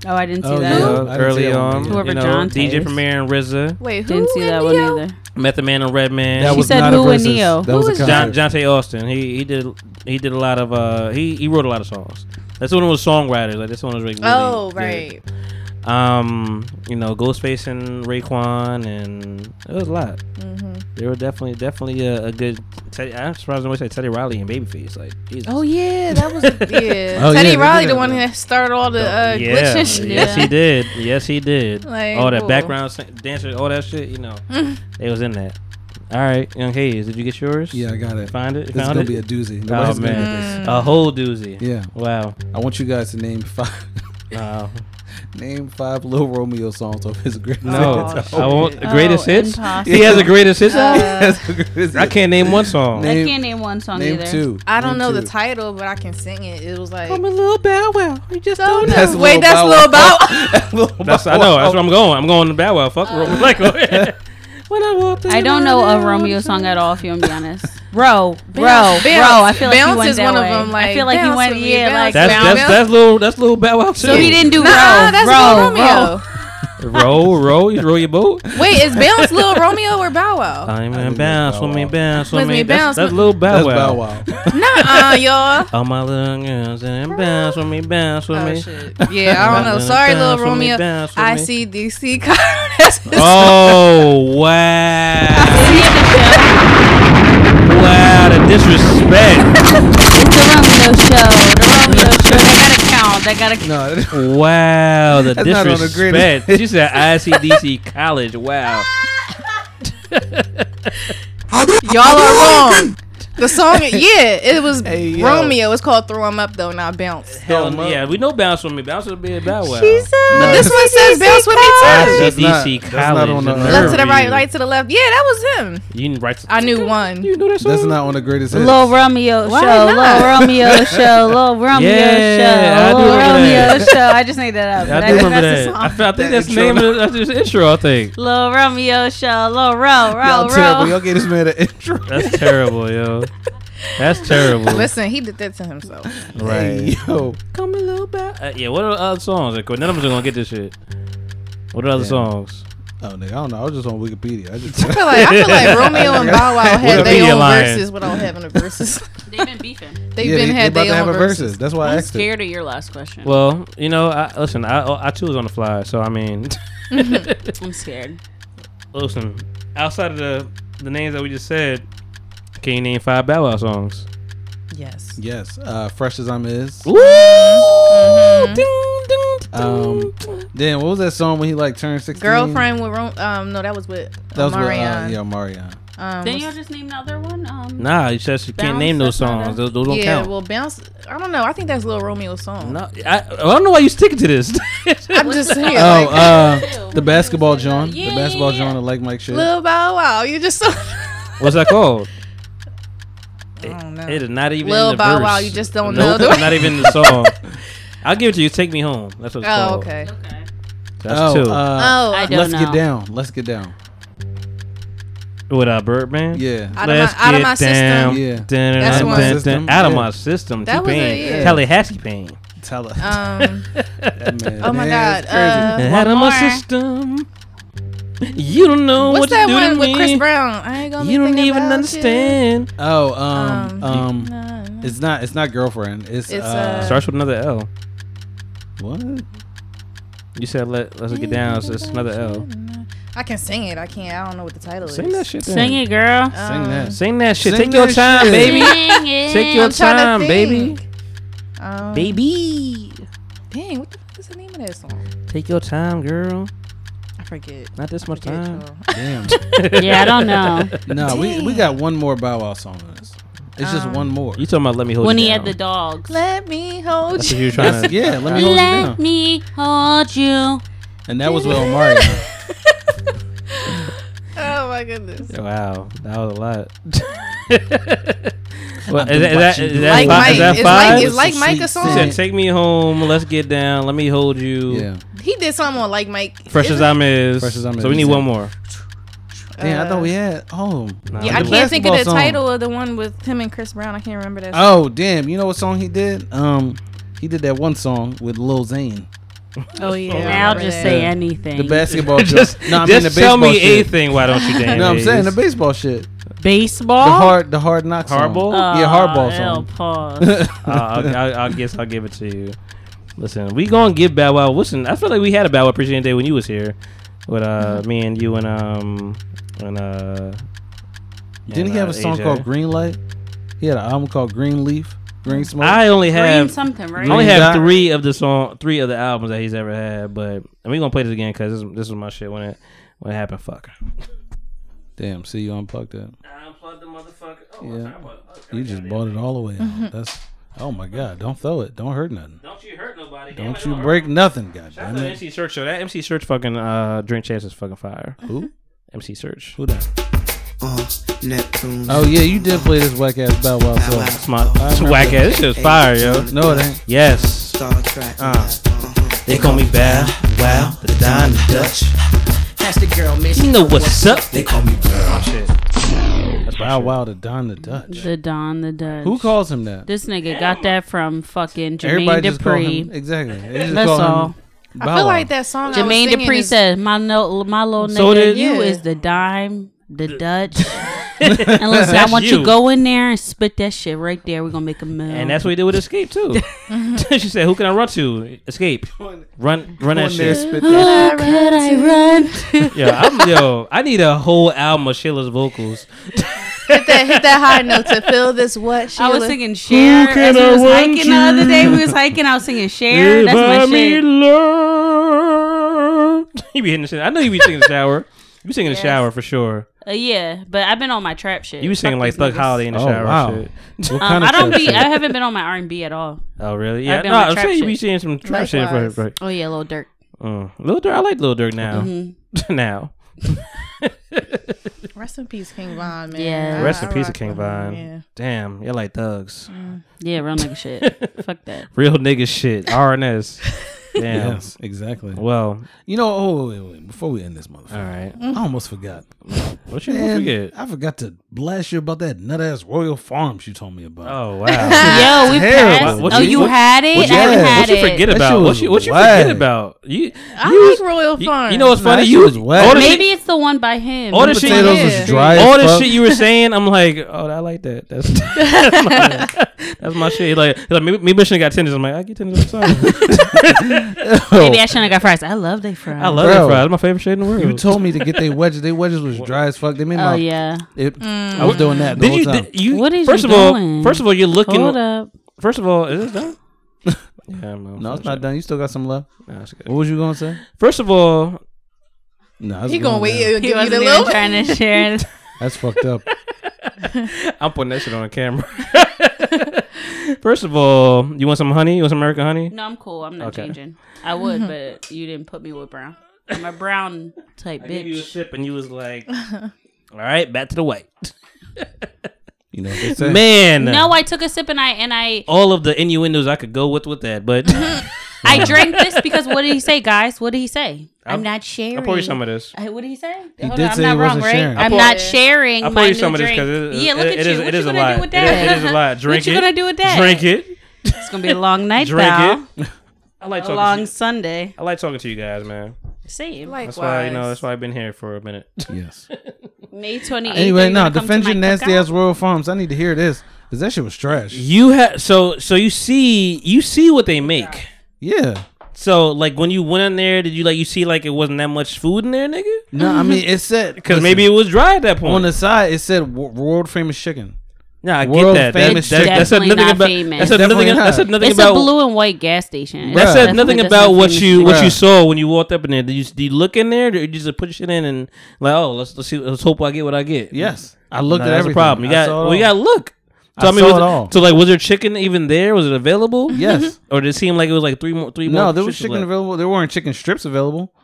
E: Oh, I didn't see
B: Oh,
E: that.
A: you know,
B: I didn't see
A: early
B: that one
A: on,
B: either.
E: Whoever
A: you know,
E: Jonte
A: DJ
E: is.
A: Premier and RZA,
C: Wait, who
E: Didn't see
C: in
E: that one
C: Neo?
E: either.
A: Method Man and Redman.
B: That
E: She
B: was
E: said
B: not a
E: who and
B: versus.
E: Neo.
B: That was
C: Who
B: a
C: is
A: John,
B: concert.
A: Jonte Austin. He he did he did a lot of uh he, he wrote a lot of songs. That's one of those songwriters. Like this one was like really
C: Oh
A: good.
C: right.
A: Um, you know Ghostface and Raekwon, and it was a lot.
C: Mhm.
A: They were definitely definitely a, a good. Teddy, I'm surprised nobody said Teddy Riley and Babyface. Like Jesus.
C: Oh yeah, that was yeah.
B: Oh, yeah,
C: Teddy
B: they
C: Riley,
B: did
C: the
B: that
C: one
B: one.
C: that started all the uh, glitch
A: yeah.
C: and shit.
A: Yes, he did. Yes, he did.
C: Like,
A: all that
C: whoa.
A: background sing- dancer, all that shit. You know, it was in that. All right, young Hayes, did you get yours?
B: Yeah, I got it.
A: Find it.
B: This is
A: Found
B: gonna
A: it?
B: be a doozy.
A: Oh
B: Nobody's gonna get
C: Mm.
A: man, a whole doozy.
B: Yeah.
A: Wow.
B: this. I want you guys to name five.
A: Wow.
B: name five Lil Romeo songs of his greatest.
A: No,
B: hits.
A: I want the greatest
E: Oh,
A: hits.
E: impossible.
A: He has the greatest hits. out?
C: Uh,
A: I can't name one song.
E: I
B: Name-
E: can't name one song
B: Name
E: either.
B: two.
C: I don't
B: Name
C: know the
B: two.
C: title, but I can sing it. It was like.
A: little Bow Wow. You just
C: don't know.
B: That's
C: Wait,
B: Lil
C: that's
B: Bow
C: Lil Bow.
A: Oh,
B: Lil
A: That's I
B: Bow
A: know.
B: Wow.
A: That's where I'm going. I'm going to Bow Wow. Fuck Roman Michael. when I walked in
E: I
A: the
E: don't know a
A: room,
E: Romeo
A: I'm
E: song
A: sure.
E: at all. If you want to be honest, bro, bro,
C: Bounce,
E: bro. I
C: bounce.
E: feel like he
C: Bounce
E: went
C: is
E: that
C: one of
E: way.
C: them, like,
E: I feel like he
C: bounce
E: went,
C: with me,
E: yeah,
C: bounce.
E: like
A: That's
C: Bow
A: that's
C: Wow?
A: that's little that's little Bow Wow too.
E: so he didn't do
C: Nah,
E: row,
C: that's
E: row,
C: Lil Romeo.
A: roll roll. You roll your boat.
C: Wait, is Bounce Lil Romeo or Bow Wow?
A: I'm
B: think
A: gonna
B: it's
A: bounce
B: Bow
A: with me,
B: Wow.
A: bounce with
C: With
A: me.
C: me,
A: That's
C: bounce
A: that's
C: with-
A: little Bow
B: That's Bow
A: Wow.
B: Wow.
A: Uh,
C: Nah, Uh, y'all.
A: All my little girls and bounce with me, bounce with
C: Oh,
A: me.
C: shit. Yeah, I don't know.
A: Bounce
C: Sorry,
A: with
C: Lil
A: me,
C: Romeo.
A: bounce with
C: I
A: me.
C: see DC car. That's his-
A: Oh wow! wow, the disrespect.
E: It's a Romeo show. The Romeo I gotta.
B: No.
A: Wow, the
B: That's not on the grid.
A: disrespect. She said ICDC college. Wow.
C: Y'all are wrong. The song, yeah, it was
A: Oh. yo.
C: Romeo. It's called "Throw 'Em Up," though, not "Bounce."
A: Hell yeah, we know bounce with me. Bounce would be a bow wow.
C: She said- But this one says bounce with me too.
A: ICDC college.
B: that's not on the-
A: the
C: Left to the
A: nerve
C: right,
A: you.
C: right to the left. Yeah, that was him.
A: You didn't write.
C: I knew one.
A: You knew that
B: That's not on the greatest hits.
E: Lil Romeo
C: Why
E: show,
C: not?
E: Lil Romeo show, Lil Romeo
A: Yeah, I
E: show,
A: do
E: Lil
A: remember
E: Romeo
A: that.
E: show. I just made that up.
A: I
E: but
A: do
E: think
A: remember
E: that's the
A: that. I,
E: song.
A: fe- I think that's the name of the, that's the intro. I think
E: Lil Romeo show, Lil Ro,
B: Y'all
E: Ro,
B: terrible.
E: Ro.
B: Y'all gave this man an intro.
A: that's terrible, yo. That's terrible.
C: Listen, he did that to himself.
A: Right.
B: Yo. Oh,
A: Come a little back. Uh, yeah. What are the other songs? Like, none of us are gonna get this shit. What are the other songs?
B: Oh, nigga, I don't know. I was just on Wikipedia. I just.
C: I feel like I feel like Romeo and Bow Wow had
A: Wikipedia
C: their own
A: lying.
C: verses without having a verses.
O: They've been beefing.
C: They've been had
B: about to
C: their
B: have
C: own
B: a versus.
C: verses.
B: That's why I
O: I'm
B: asked it.
O: scared of your last question.
A: Well, you know, I, listen, I I I choose on the fly, so I mean,
O: I'm scared.
A: listen. Outside of the the names that we just said, can you name five Bow Wow songs?
C: Yes.
B: Yes. Uh, Fresh as I'm is.
A: Woo!
C: Mm-hmm.
B: Um. Then what was that song when he like turned sixteen?
C: Girlfriend with Rom- um no, that was with
B: That was with, uh,
C: Marianne.
B: yeah, Marion.
C: Um,
O: Then y'all just name another one. Um,
A: Nah, you said you can't
O: Bounce,
A: name those
O: that's not
A: songs.
O: a-
A: Those, those don't
C: yeah,
A: count.
C: well, bounce. I don't know. I think that's Lil Romeo's song.
A: No, I, I don't know why you sticking to this.
C: I'm just saying.
B: Oh,
C: like,
B: uh, the basketball John. the basketball John. I like Mike shit.
C: Lil Bow Wow, you just so.
A: What's that called?
C: I don't know.
A: It is not even
C: Lil
A: in the
C: Bow
A: verse.
C: Wow, you just don't
A: Nope,
C: know.
A: it's not even in the song. I'll give it to you. Take me home. That's what it's
C: oh,
A: called.
C: okay.
A: That's
B: oh,
A: two.
B: Uh,
C: Oh, I
O: don't
B: let's
O: know.
B: get down. Let's get down.
A: With uh, Birdman.
B: Yeah.
C: Out of my- out of my system.
B: Yeah.
A: Dun,
C: That's
A: dun,
C: one.
A: dun,
B: System,
A: dun. Out of
B: yeah.
A: my system.
C: That was it,
A: T-Pain.
C: yeah.
A: Tallahassee pain.
B: Tell her.
C: Um.
B: That man,
C: oh my
B: that's
C: God.
B: crazy.
C: Uh,
A: Out of my
C: more.
A: system. You don't know
C: What's
A: what
C: that
A: you do to
C: one with
A: me.
C: Chris Brown? I ain't gonna.
A: You
C: be
A: don't
C: thinking
A: even
C: about you.
A: understand.
B: Oh, um,
C: Um,
B: um,
C: no, no.
B: it's not, it's not girlfriend. It's,
C: It's,
B: uh,
C: uh,
A: Starts with another L.
B: what?
A: You said let let's get down. So it's another L.
C: I can sing it. I can't. I don't know what the title
A: Sing
C: is.
A: that shit. Then.
E: Sing it, girl.
B: Sing that.
A: Sing that shit.
B: Sing
A: Take your
B: that
A: time,
B: shit.
A: baby.
O: Sing it.
A: Take your
C: I'm trying to
A: time, baby.
C: think. Um,
A: Baby.
C: Dang, what the fuck is the name of that song?
A: Take your time, girl.
C: I forget.
A: Not this much
C: forget,
A: time.
C: y'all.
B: Damn.
E: Yeah, I don't know.
B: no, we, we got one more Bow Wow song on this. It's just
C: Um,
B: one more.
A: You talking about let me hold
E: When
A: you
E: he
A: down.
E: had the dogs.
C: Let me hold
A: That's what
C: you.
A: you were trying
B: That's,
A: to.
B: yeah, let me hold you
E: Let
B: down.
E: me hold you.
B: And that was with Omarion.
C: Oh my goodness.
A: Wow, that was a lot. well,
B: I've
A: is
B: been
A: that, is that, is
B: watching you.
A: that
C: Like
A: fi-
C: Mike,
A: is that
C: it's
A: five?
C: like it's like
B: She
C: Mike a
A: She said,
C: song.
A: "Take me home, let's get down, let me hold you."
B: Yeah.
C: He did something on like Mike.
A: Fresh as
C: Isn't-
A: I'm is.
B: Fresh as I'm
A: So we
B: is.
A: need one more.
B: Damn, I
C: Uh,
B: thought we had. Oh,
A: Nah,
C: Yeah,
A: we
C: I
A: do-
C: can't think of the
B: Basketball song.
C: title of the one with him and Chris Brown. I can't remember that. song.
B: Oh, damn. You know what song he did? Um, he did that one song with Lil Zane.
C: Oh yeah. I
E: Now
C: remember
E: just
C: that.
E: say
B: The
E: anything.
B: basketball.
A: just
B: joint. no, I mean
A: just
B: the
A: tell
B: baseball
A: me
B: shit.
A: a thing. Why don't you damn?
B: No, I'm saying the
A: it.
B: baseball shit.
E: Baseball.
B: The hard, the hard knock song.
A: Hardball?
B: Yeah,
C: Ah,
B: hardball
E: Aw, hell,
B: song.
E: Pause.
A: uh, I'll, I'll, I'll guess I'll give it to you. Listen, we gonna give Bow Wow. Listen, I feel like we had a Bow Wow appreciation day when you was here with uh
B: Mm-hmm.
A: me and you and um and uh.
B: Didn't
A: and,
B: he have
A: uh,
B: a song
A: AJ.
B: called Green Light? He had an album called Green Leaf, Green Smoke.
A: I only
O: Green
A: have
O: something,
A: I
O: right?
A: only
B: Green
A: have
B: Dot.
A: three of the song, three of the albums that he's ever had. But and we gonna play this again because this, this was my shit when it when it happened. Fuck.
B: Damn, see you unplugged that.
A: I unplugged the motherfucker. Oh,
B: Yeah. You just bought it all the way. Out. That's oh my god! Don't throw it. Don't hurt nothing.
A: Don't you hurt nobody?
B: Don't you break nothing,
A: Shout
B: goddamn
A: out to
B: it.
A: MC Search show. That MC Search fucking uh drink chance is fucking fire.
B: Who?
A: MC Search.
B: Who that?
H: Uh, Neptune.
B: Oh yeah, you did play this whack ass Bow Wow song.
A: It's my it's whack ass. This shit's fire, yo.
B: No, it ain't.
A: Yes.
H: Star Trek. Uh-huh.
A: Uh.
H: They call me Bow Wow, the Don Dutch. That's the girl, man.
A: You know what's up?
H: They call me
A: Oh,
H: Bow.
B: Bow Wow to Don the Dutch.
E: the Don the Dutch.
B: Who calls him that?
E: This nigga got that from fucking Jermaine
B: Everybody just call him
E: Dupri.
B: exactly. They just
E: That's
B: call him
E: all.
C: I
B: Bow
C: feel
B: Wow.
C: like that song.
E: Jermaine
C: I was
E: Dupri
C: is,
E: said, "My no, my little
A: So
E: nigga,
A: did-
E: you
C: Yeah.
E: is the dime, the Dutch." and listen, I
A: That's
E: want you
A: you.
E: to go in there and spit that shit right there. We're gonna make a move.
A: And that's what he did with Escape too. she said, "Who can I run to? Escape. Run, run that
B: Go in there,
A: shit."
B: spit that.
E: Where could I run? to?
A: Yeah, I'm, yo, I need a whole album of Sheila's vocals.
C: hit that hit that high note to fill this what
E: I
C: Sheila?
E: was singing Cher
C: can
E: as we
C: I
E: was
C: want
E: hiking the other day.
C: you?
E: We was hiking. I was singing Cher. That's
A: If I
E: my
A: may
E: shit.
A: learn- You be hitting the shit. I know you be singing in the shower. You be singing in the
E: Yes.
A: shower for sure.
E: Uh, yeah, but I've been on my trap shit.
A: You be singing
E: Fuck
A: like
E: these
A: Thug
E: niggas.
A: Holiday in the
B: Oh,
A: shower
B: wow.
A: and shit.
E: Um, I don't be. I haven't been on my R and B at all.
A: Oh really?
E: I've
A: Yeah.
E: been
A: No,
E: on
A: I'm
E: trap
A: saying you be
E: shit.
A: seeing some trap shit. For,
E: Likewise.
A: for,
E: Oh yeah, little dirt.
A: Mm. Lil Durk, I like Lil Durk now.
E: Mhm.
B: Mm-hmm.
A: now,
C: Rest in peace, King Von, man.
E: Yeah.
C: I-
A: rest in
C: I
A: peace, of
C: rock
A: King
C: with him,
A: Von. Damn, you're like thugs.
B: Mm.
E: Yeah, real nigga shit. Fuck that.
A: Real nigga shit. RNS. Damn.
B: Yes, exactly.
A: Well,
B: You know, oh, wait, wait, wait, before we end this motherfucker. All
A: right.
E: Mm.
B: I almost forgot.
A: What you
B: Man,
A: forget?
B: I forgot to blast you about that nut ass Royal Farms you told me about.
A: Oh, wow.
E: Yo, we
B: Terrible.
E: passed.
B: What
E: oh,
B: you-
E: you
B: what-
E: had it.
B: what you
E: I haven't
B: had?
E: had
B: What you
E: it.
A: Forget
B: That
A: about
B: shit
A: what
B: was
A: you what you
B: whack.
A: forget about. You
C: I
A: you
C: like Royal Farm.
A: you know what's
B: Nah,
A: funny?
B: that
A: You
B: shit was whack.
A: all the shit-
E: Maybe it's the one by him.
A: all the
B: Them
A: shit,
B: potatoes
C: Yeah.
B: was dry as
A: all the
B: fuck.
A: shit you were saying, I'm like, oh, I like that. That's that's my, that's my shit. Like, he's like, maybe, maybe I shouldn't got tenders. I'm like, I get tenders all the time.
E: Maybe I shouldn't have got fries. I love they fries.
A: I love
B: Bro.
A: that fries. That's my favorite shit in the world.
B: You told me to get they wedges. They wedges was dry as fuck. They made
E: Oh
B: my.
E: yeah. Mm.
B: It, I was doing that the
A: Did
B: whole
A: you,
B: time.
A: did you?
E: What is
A: first
E: you
A: of all,
E: doing?
A: first of all, you're looking.
E: Hold up.
A: First of all, is this done? yeah, I'm
B: no, it's not done. You still got some left.
A: Nah, it's good.
B: What was you gonna say?
A: First of all,
B: No,
C: He gonna wait and
E: He
C: give you
E: wasn't
C: the
E: even
C: little
E: trying to share. it.
B: That's fucked up.
A: I'm putting that shit on camera. First of all, you want some honey? You want some American honey?
E: No, I'm cool. I'm not
A: Okay.
E: changing. I would, but you didn't put me with brown. I'm a brown type
A: I gave you a
E: bitch.
A: sip, and you was like, "All right, back to the white."
B: You know what they say.
A: Man,
E: No, I took a sip and I and I
A: all of the innuendos I could go with with that, but
E: Mm-hmm. I drank this because what did he say, guys? What did he say?
A: I'll-
E: I'm, not sharing.
A: I'll pour you some of this.
E: I- what did he say?
B: He
E: Hold
B: did
E: on,
B: say he
E: I'm not
B: wasn't
E: wrong, right?
B: sharing.
E: I'm
A: I'll
E: not
A: pour-
E: sharing.
A: I'll pour
E: my
A: you
E: new
A: some of this
E: drink.
A: because it,
E: yeah, look
A: it,
E: at
A: it
E: you.
A: is-
E: what
A: it is
E: you
A: a
E: gonna
A: lot.
E: do with
A: It
E: that?
A: is a lot. Drink
E: what you
A: it.
E: gonna do with that?
A: Drink it.
E: It's gonna be a long night,
A: Drink
E: pal.
A: it. I like
E: A
A: talking.
E: long
A: to you.
E: Sunday.
A: I like talking to you guys, man.
E: Same.
C: Likewise.
A: That's why you know. That's why I've been here for a minute.
B: Yes.
E: May 28th.
B: Anyway,
E: you
B: no,
E: gonna come to
B: defend
E: my
B: your nasty
E: cookout?
B: ass Royal Farms. I need to hear this because that shit was trash.
A: You have so so you see you see what they make.
B: Yeah.
A: So like when you went in there, did you like you see like it wasn't that much food in there, nigga?
B: No, I mean it said
A: Because
B: listen,
A: maybe it was dry at that point.
B: on the side it said wo- world famous chicken.
A: Nah, I
B: World
A: get that. that,
B: famous
A: that, that said
E: Definitely
A: nothing
E: not
A: about.
E: famous.
A: That said
B: Definitely
A: nothing. That
B: not.
A: said nothing
E: It's
A: about.
E: a blue and white gas station.
A: that said
B: Bruh.
A: nothing
E: Definitely
A: about
E: doesn't
A: what
E: seem
A: you what you
B: Bruh.
A: saw when you walked up in there. Did you, did you look in there? Or did you just put shit in and like, oh, let's let's see, let's hope I get what I get.
B: Yes, I looked
A: Nah,
B: at
A: that's
B: everything.
A: a problem. You
B: I saw
A: got we
B: it all.
A: got to look.
B: I saw
A: was
B: it all.
A: so like was there chicken even there? Was it available?
B: Yes.
A: or did it seem like it was like three more three more?
B: No, there was
A: shits
B: chicken
A: left?
B: available. There weren't chicken strips available.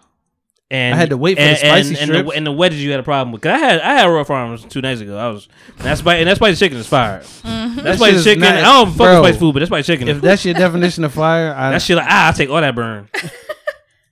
A: and
B: I had to wait for the
A: and,
B: spicy
A: and, and the,
B: strips.
A: and the wedges you had a problem with. 'Cause I had I had Royal Farms two nights ago. I was and that's why and that's why the chicken is fire. That's why
B: shit
A: the
B: is
A: chicken.
B: not-
A: I don't fuck with
B: Bro.
A: spicy food, but that's why the chicken.
B: If
A: Is,
B: that's your definition of fire, I
A: that shit like ah, I take all that burn.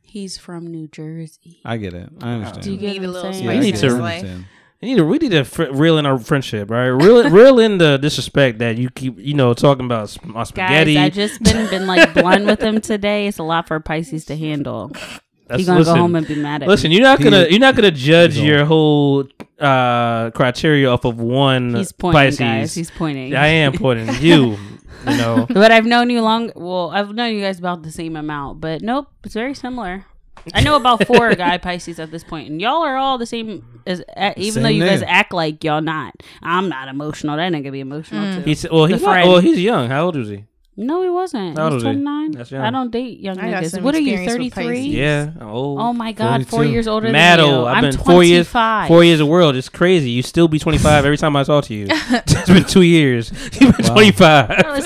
E: He's from New Jersey.
B: I get it. I understand.
E: Do you get
C: Need
E: what
C: a
E: I'm
C: little
E: saying?
B: Yeah,
A: We
B: I
A: need
B: get
A: to-
B: it. I
C: Like-
B: understand.
A: We need to we need to fr- reel in our friendship, right? Reel reel in the disrespect that you keep you know talking about sp- my
E: Guys,
A: spaghetti.
E: I just been been like blunt with him today. It's a lot for Pisces to handle.
A: That's-
E: He's gonna go home and be mad at
A: Listen,
E: me.
A: you're not gonna
B: He-
A: you're not gonna judge
B: he's
A: your whole uh criteria off of one
E: He's pointing,
A: uh, Pisces.
E: guys. He's pointing.
A: I am pointing you. You know,
E: But I've known you long. Well, I've known you guys about the same amount, but nope, it's very similar. I know about four guy Pisces at this point, and y'all are all the same. As uh, even
B: Same
E: though you guys
B: name.
E: act like y'all not, I'm not emotional. That nigga be emotional
C: Hmm.
E: too.
A: he's well he's
E: The
A: not-
E: friend.
A: well he's young. How old is he?
E: no, he wasn't.
A: How
E: He's
A: old is he?
E: 29.
A: That's young.
E: I don't date young
C: I got
E: niggas.
C: some
E: What are you?
C: experience with
E: 33.
C: Pisces.
A: Yeah. Oh.
E: Oh my god, four
B: 42.
E: years older
A: Mad
E: than you.
A: old. I've
E: I'm
A: been four years,
E: 25.
A: four years of world. It's crazy. You still be 25 every time I talk to you. It's been two years. You've been
B: Wow.
A: 25.
E: I was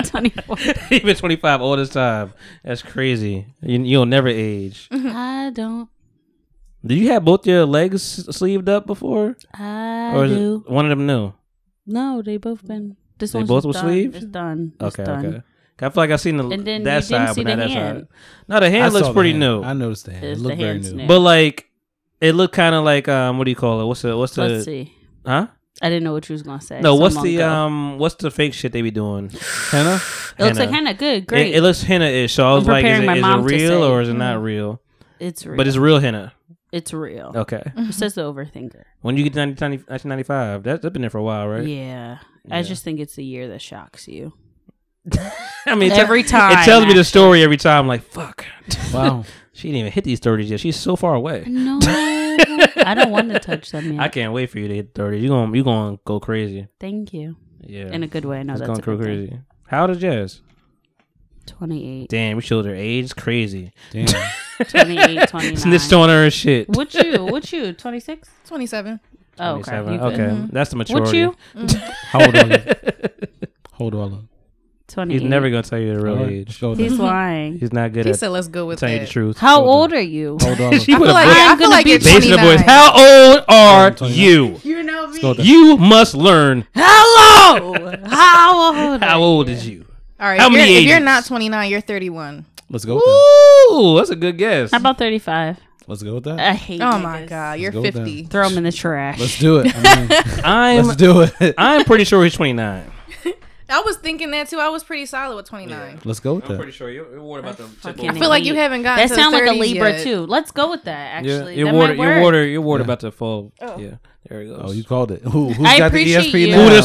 E: 24.
A: You've been 25 all this time. That's crazy. You, you'll never age.
E: Mm-hmm. I don't.
A: Did you have both your legs s- sleeved up before,
E: I
A: or is
E: do.
A: it one of them new?
E: No, they both been. This
A: They
E: one's
A: both
E: just
A: were
E: done.
A: sleeved?
E: It's done. It's
A: Okay,
E: done.
A: okay. I feel like I've seen the,
E: And then you
A: that
E: didn't
A: side,
E: see
A: but not
E: the
A: that side.
E: hand.
A: No, the
B: I
A: hand
B: saw
A: looks
B: the
A: pretty
B: hand.
A: new,
B: I noticed the hand. It
E: It's the
B: looked very
E: hand's
B: new.
E: new.
A: but like it looked kind of like um, what do you call it? What's the what's the
E: Let's see.
A: huh?
E: I didn't know what you was gonna say.
A: No,
E: so
A: what's
E: I'm
A: the
E: gonna
A: um, what's the fake shit they be doing?
B: Hannah,
E: go. It looks like
A: henna.
E: henna. Good,
A: It-
E: great.
A: It, looks henna-ish. So I was like, is
E: preparing
A: it,
E: my
A: is it
E: mom to
A: real
E: say.
A: or is it not real?
E: it's real. Mm-hmm.
A: But it's Oh. real henna.
E: it's real.
A: Okay.
E: It says the overthinker.
A: When you get to 90, 90 1995, that, that's been there for a while, right?
E: Yeah.
A: Yeah.
E: I just think it's the year that shocks you.
A: I mean, it te-
E: Every time.
A: it tells me the story every time. I'm like, fuck.
B: wow.
A: She didn't even hit these 30s yet. She's so far away.
E: No. I I don't want to touch them yet.
A: I can't wait for you to hit thirty. You gonna you gonna go crazy.
E: Thank you.
A: Yeah,
E: In a good way. No,
A: It's
E: that's
A: gonna
E: a
A: go
E: good thing.
A: crazy. How old is Jazz?
E: 28.
A: Damn, we showed her age. It's Crazy. Damn.
E: 28, 29.
A: Snitched on her and shit.
E: What you? What you? 26?
C: 27.
E: Oh, okay.
A: 27.
E: You good.
A: Okay, that's the
E: What
A: maturity.
E: you?
B: Hold on. Hold on.
A: He's
E: 28.
A: never gonna tell you the real
B: Alright,
A: age.
B: let's go with
E: He's that. lying.
A: He's not good
C: He
A: at.
C: said, "Let's go with
A: telling you
C: that."
A: the truth.
E: How old are you?
A: Hold on.
C: I feel like, I feel like you're
A: Basically,
C: 29.
A: boys, how old are you? You know me. You must learn.
E: Hello. How old?
A: How old is you?
C: All right.
A: How
C: if,
A: many
C: you're, if you're
A: ages?
C: not 29, you're 31.
B: Let's go with
A: Ooh, that's a good guess.
E: How about 35?
B: Let's go with that.
E: I hate
C: Oh
E: niggas.
C: my god,
B: Let's
C: you're
B: go with that.
C: 50.
E: Throw them in the trash.
B: Let's do it. I mean,
A: I'm.
B: let's do it.
A: I'm pretty sure he's 29.
C: I was thinking that too. I was pretty solid with 29.
B: Let's go with that.
A: sure you're, you're worried about the
C: I feel like you haven't gotten to the
E: That sound like a
C: 30s
E: Libra
C: yet.
E: too. Let's go with that. Actually,
A: your
E: that
A: water,
E: might
A: your
E: work.
A: water, your water about to fall. Yeah, there it goes.
B: Oh, you called it. Who, who's
E: I
B: got the E
E: appreciate
B: ESP
E: you.
B: now?
A: Who the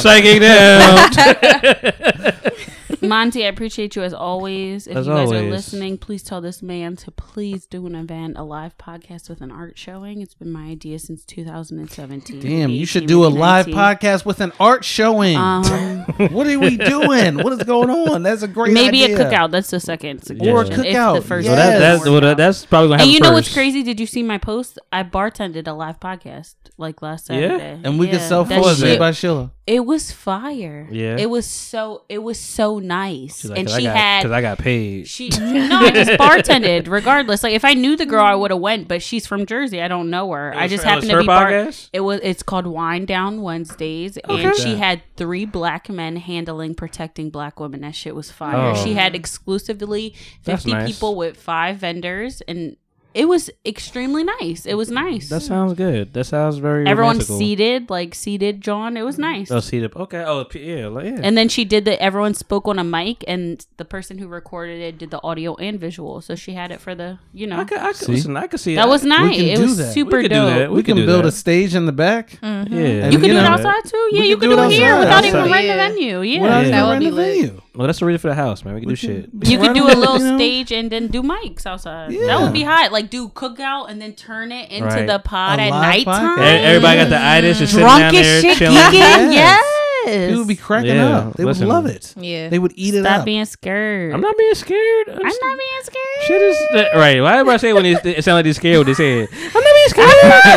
A: psychic now?
E: Monty, I appreciate you as always. If
A: As
E: you guys are
A: always.
E: listening, please tell this man to please do an event, a live podcast with an art showing. It's been my idea since 2017.
B: Damn, you
E: 18,
B: should do a
E: maybe
B: live
E: 19.
B: podcast with an art showing.
E: Um,
B: what are we doing? What is going on? That's a great
E: Maybe
B: idea.
E: a cookout. That's the second suggestion.
B: Or a
E: If the
B: cookout.
E: first
A: Well, that,
E: doesn't
A: that's,
E: work
A: well, that,
E: out.
A: that's probably gonna happen
E: and you know what's
A: first.
E: crazy? Did you see my post? I bartended a live podcast like last
A: Yeah.
E: Saturday.
B: And we could
E: Yeah.
B: sell
E: That
B: for it
E: shit-
B: by Sheila.
E: It was fire.
A: Yeah.
E: It was so it was so nice.
A: She's like,
E: and
A: 'Cause I
E: she
A: got-
E: had
A: cause I got paid.
E: she no, I just bartended regardless. Like if I knew the girl I would have went, but she's from Jersey. I don't know her.
A: It
E: I
A: was
E: just
A: her- it was
E: happened to
A: her
E: be bar-
A: podcast?
E: it was it's called Wine Down Wednesdays and
A: Okay.
E: she
A: Yeah.
E: had three black men handling protecting black women. That shit was fire.
A: Oh.
E: She had exclusively
A: That's
E: 50
A: nice.
E: people with five vendors and it was extremely nice. It was nice.
A: That sounds good. That sounds very.
E: Everyone
A: romantical.
E: seated, like seated John. It was nice.
A: Oh, seated. Okay. Oh, p- yeah. Like, yeah.
E: And then she did the everyone spoke on a mic, and the person who recorded it did the audio and visual. So she had it for the you know.
A: I could, I could listen. I could see
E: That
A: it.
E: was
A: We
E: nice.
A: can
E: It
A: do
E: was
A: that. We could
E: super
A: do
E: dope. Mm-hmm.
A: that.
B: We, can,
A: do
B: build
A: that.
B: a stage in the
E: Mm.
B: back.
A: Yeah.
B: And
E: you could do
B: know,
E: it outside too. Yeah,
B: we
E: you
B: could
E: could
B: do
E: do it
B: it
E: here
B: outside.
E: without even
B: Outside.
E: renting a venue.
B: Without
E: Yeah,
B: even
C: that would
B: renting the
C: be lit.
B: venue.
A: Well, that's the reason for the house, man. We can do shit.
E: you could
B: Right
E: do
B: on
E: a
B: the-
E: little
B: you know?
E: stage and then do mics outside. That would be hot. Like do cookout and then turn it into
A: Right.
E: the pod
B: A
E: at
B: live
E: nighttime.
A: E- Everybody got the itis. Just sitting down
E: drunk
A: there
E: as shit
A: chilling.
E: geeking.
B: Yes.
E: Yes.
B: They would be cracking
A: Yeah,
B: up. They
A: listen.
B: would love it.
C: Yeah.
B: They would eat it
E: Stop
B: up.
E: being scared.
A: I'm not being scared.
E: I'm not being scared.
A: Shit is right. Why do I say when they, it sound like they scared with his head? I'm not being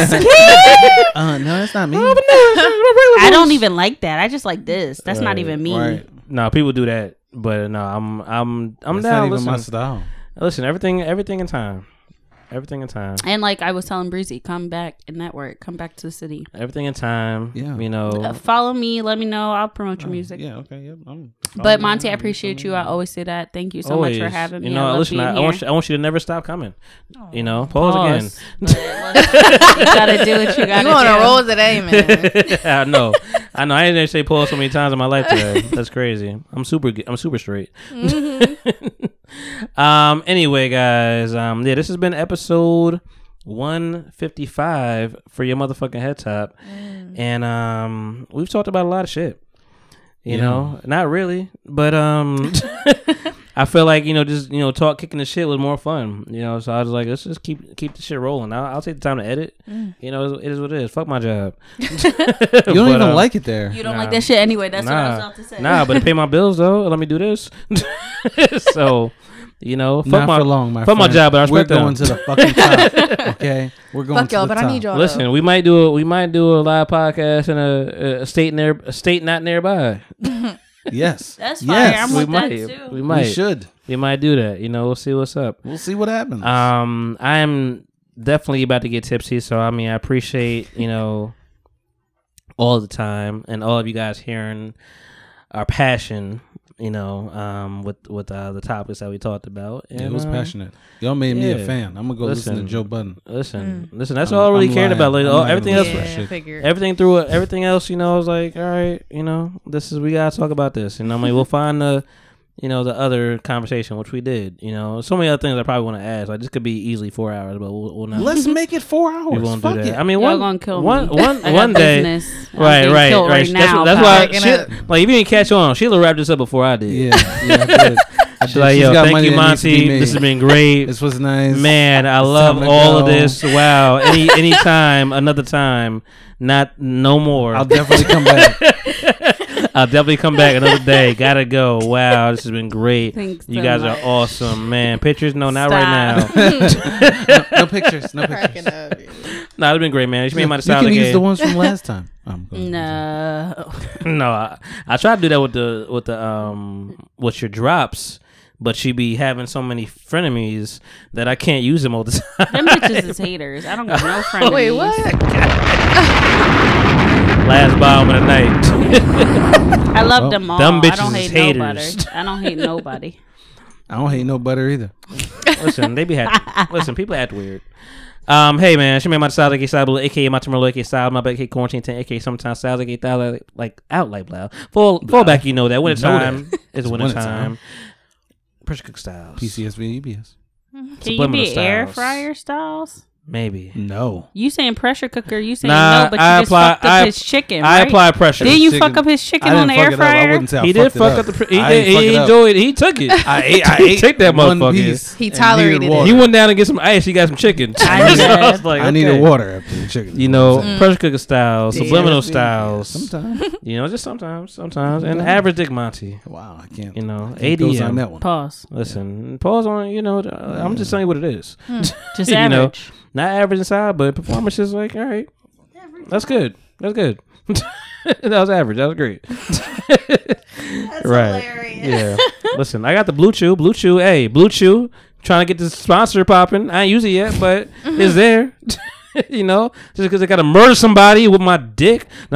A: scared.
B: uh, no, that's not me.
E: Oh, I don't even like that. I just like this. That's not even me.
B: Right.
A: No, people do that, but no, I'm I'm I'm
B: That's not
A: down.
B: even my
A: Listen,
B: style.
A: listen, everything everything in time, everything in time,
E: And like I was telling Breezy, come back and network. Come back to the city.
A: everything in time.
B: Yeah.
A: you know.
E: Uh, follow me. Let me know. I'll promote your music.
B: Oh, Yeah, okay. Yeah, I'm
E: But Monty, I appreciate you. I always say that. Thank you so
A: Always,
E: much for having me.
A: You know,
E: I love
A: listen.
E: being
A: I, I
E: here.
A: want you, I want you to never stop coming. You know, pause,
E: Pause. you gotta do what you gotta
C: You on
E: do.
C: a roll today, man.
A: again. I know, I know. I didn't say pause so many times in my life today. That's crazy. I'm super. g- I'm super straight. um. Anyway, guys. Um. Yeah. This has been episode 155 for your motherfucking head top, and um, we've talked about a lot of shit. You
B: Yeah.
A: know, not really, but um, I feel like you know, just you know, talk kicking the shit was more fun. You know, so I was like, let's just keep keep the shit rolling. I'll, I'll take the time to edit. You know, it is what it is. Fuck my job. you
B: Mm. You don't
A: uh,
B: even like it there.
E: You don't like that shit anyway. That's what I was about to say.
A: Nah, but to pay my bills though, let me do this. so, you know, fuck
B: Not
A: my
B: for long, my
A: fuck my
B: friend.
A: job, but I
B: We're
A: respect
B: going to
A: them.
B: the fucking top. Okay, we're going
C: Fuck
B: to
C: y'all,
B: the
C: but I
B: top.
C: need y'all.
A: Listen, we might do a we might do a live podcast in a, a state near a state not nearby.
B: Yes,
E: That's fire.
B: yes.
E: I'm
A: we
E: with
A: might.
E: that
A: We
E: too.
A: might.
B: We should.
A: We might do that. You know, we'll see what's up.
B: We'll see what happens.
A: Um, I'm definitely about to get tipsy, so I mean, I appreciate you know all the time and all of you guys hearing our passion. You know, um, with with uh, the topics that we talked about. And,
B: it was
A: um,
B: passionate. Y'all made me
A: yeah.
B: a fan. I'm gonna go listen,
A: Listen.
B: to Joe Budden.
A: Listen, listen. That's
B: I'm-
A: all I really
B: I'm
A: cared
B: lying.
A: about. Like,
B: I'm
A: all,
B: not
A: everything
B: gonna
A: else,
B: listen to that
C: Yeah,
B: shit.
C: figure.
A: everything through it, everything else. You know, I was like, all right, you know, this is we gotta talk about this, and I'm like, we'll find the, you know, the other conversation which we did. You know, so many other things I probably want to ask. Like this could be easily four hours, but we'll, we'll not.
B: Let's make it four hours.
A: we Uh-huh. won't
B: Fuck
A: do that.
B: it.
A: I mean, one,
E: Y'all gonna kill
A: one,
E: me.
A: one-
E: I got
A: one day.
E: business. I'm
A: Right,
E: getting
A: right,
E: killed
A: right.
E: right
A: That's,
E: now,
A: that's
E: pal.
A: why.
C: Packing
A: Sheila- like, if you didn't catch on, Sheila wrapped this up before I did.
B: yeah, yeah, I did. I
A: I'd be like, yo, thank you, Monty. This has been great.
B: this was nice.
A: Man, I
B: It's
A: love
B: time to
A: all of
B: go.
A: this. Wow. Any any time, another time. Not no more. I'll definitely come back. I'll definitely come back another day. Gotta go. Wow, this has been great.
B: Thanks
A: you
B: so
A: guys
B: much.
A: are awesome, man. Pictures? No, not
B: Stop.
A: right now.
B: No- no pictures, no Cracking pictures. up.
A: nah, it's been great, man. You should make my
B: Yeah, you can use the ones from last time.
E: No.
A: no, I, I try to do that with the with the um with your drops, but she be having so many frenemies that I can't use them all the time.
E: Them bitches is haters. I don't got no friends.
C: Wait, what?
A: Last bomb of the night.
E: I love them all.
A: Dumb bitches
E: I don't hate
A: is haters.
E: nobody. I don't hate nobody.
B: I don't hate no butter either.
A: listen, they be happy. listen, people act weird. Um, hey man, she made my style like a style, aka my tomorrow, aka style, my aka quarantine ten, aka sometimes style like a style, like- like out like loud. Fall, fall back, you know that. Winter
B: Know that.
A: time is
B: It's
A: winter
B: winter
A: time.
B: time.
A: Pressure cook styles.
B: PCSV UBS.
E: Can you be
A: Subliminal
E: air
A: styles.
E: fryer styles?
A: Maybe
B: no.
E: You saying pressure cooker? You saying
A: Nah,
E: no? But you
A: I
E: just
A: apply-
E: fucked up
A: I-
E: his chicken.
A: I
E: right?
A: apply pressure.
E: Then you fuck
A: Chicken-
E: up his chicken
A: I didn't
E: on the
A: fuck
E: air
A: it up. I
E: fryer.
A: wouldn't say I He did fucked it fuck up. up the pr- he I did- didn't fuck he it up. enjoyed it. He took it. I ate- I ate Take that one motherfucker. piece He and
C: tolerated needed it. water.
A: He went down and get some ice. He got some chicken.
B: I needed-
A: So was like,
B: I needed
A: okay.
B: water after the chicken.
A: You know,
B: Mm.
A: pressure cooker styles,
B: Yeah,
A: subliminal
B: yeah,
A: styles.
B: sometimes.
A: You know, just sometimes, sometimes. And average Dick Monty.
B: Wow, I can't.
A: You know,
B: I can't
A: ADM.
B: go on that one.
E: Pause.
A: Listen, pause on. You know, uh, I'm just telling you what it is.
E: Hmm. Just
A: You know,
E: average.
A: not average inside, but performance is like all right. That's good. That's good. that was average. That was great. right. Yeah. Listen, I got the Blue Chew. Blue Chew. Hey, Blue Chew. Trying to get this sponsor popping. I ain't use it yet, but
E: Mm-hmm.
A: it's there. you know, just because I got to murder somebody with my dick.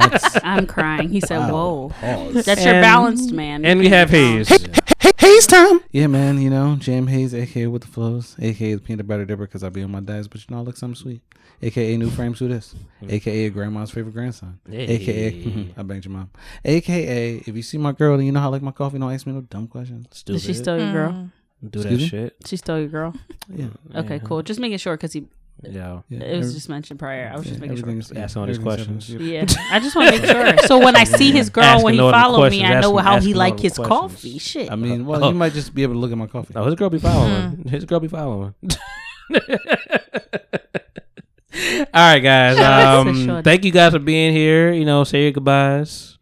A: No.
E: I'm crying. He said, "Whoa,
B: Pause.
E: that's your
B: And-
E: balanced man."
A: and we
E: You
A: have
E: can't be
A: Hayes.
E: balanced.
B: Hayes time. Yeah, man. You know, Jam Hayes, aka with the flows, aka the peanut butter dipper, because I be on my diets. But you know, I look something sweet, aka new frames who this, aka grandma's favorite grandson, aka
A: Mm. Hey.
B: I banged your mom, aka if you see my girl and you know how I like my coffee, don't ask me no dumb questions.
E: Did she steal
A: Mm.
E: your
C: Mm-hmm.
E: girl?
A: Do that
B: Excuse me?
A: shit.
E: She stole your girl.
A: Mm.
B: Yeah.
E: Okay. Cool. Just making sure because he.
A: Yeah.
B: Yeah,
E: It was
B: every-
E: just mentioned prior. I was just
B: yeah,
E: making sure.
B: everything's- yeah,
A: Asking all these
B: everything's
A: questions.
E: Yeah, I just want to make sure. So when I see his girl,
A: Asking
E: when he
A: all them
E: follow me,
A: questions,
E: I know
A: asking-
E: how
A: asking
E: he
A: all
E: like
A: them
E: his
A: questions.
E: coffee. Shit.
B: I mean, well,
A: Oh.
B: you might just be able to look at my coffee.
A: Oh, his girl be following. His girl be following. All right, guys.
E: Shout out to
A: Um,
E: Shorty.
A: thank you guys for being here. You know, say your goodbyes.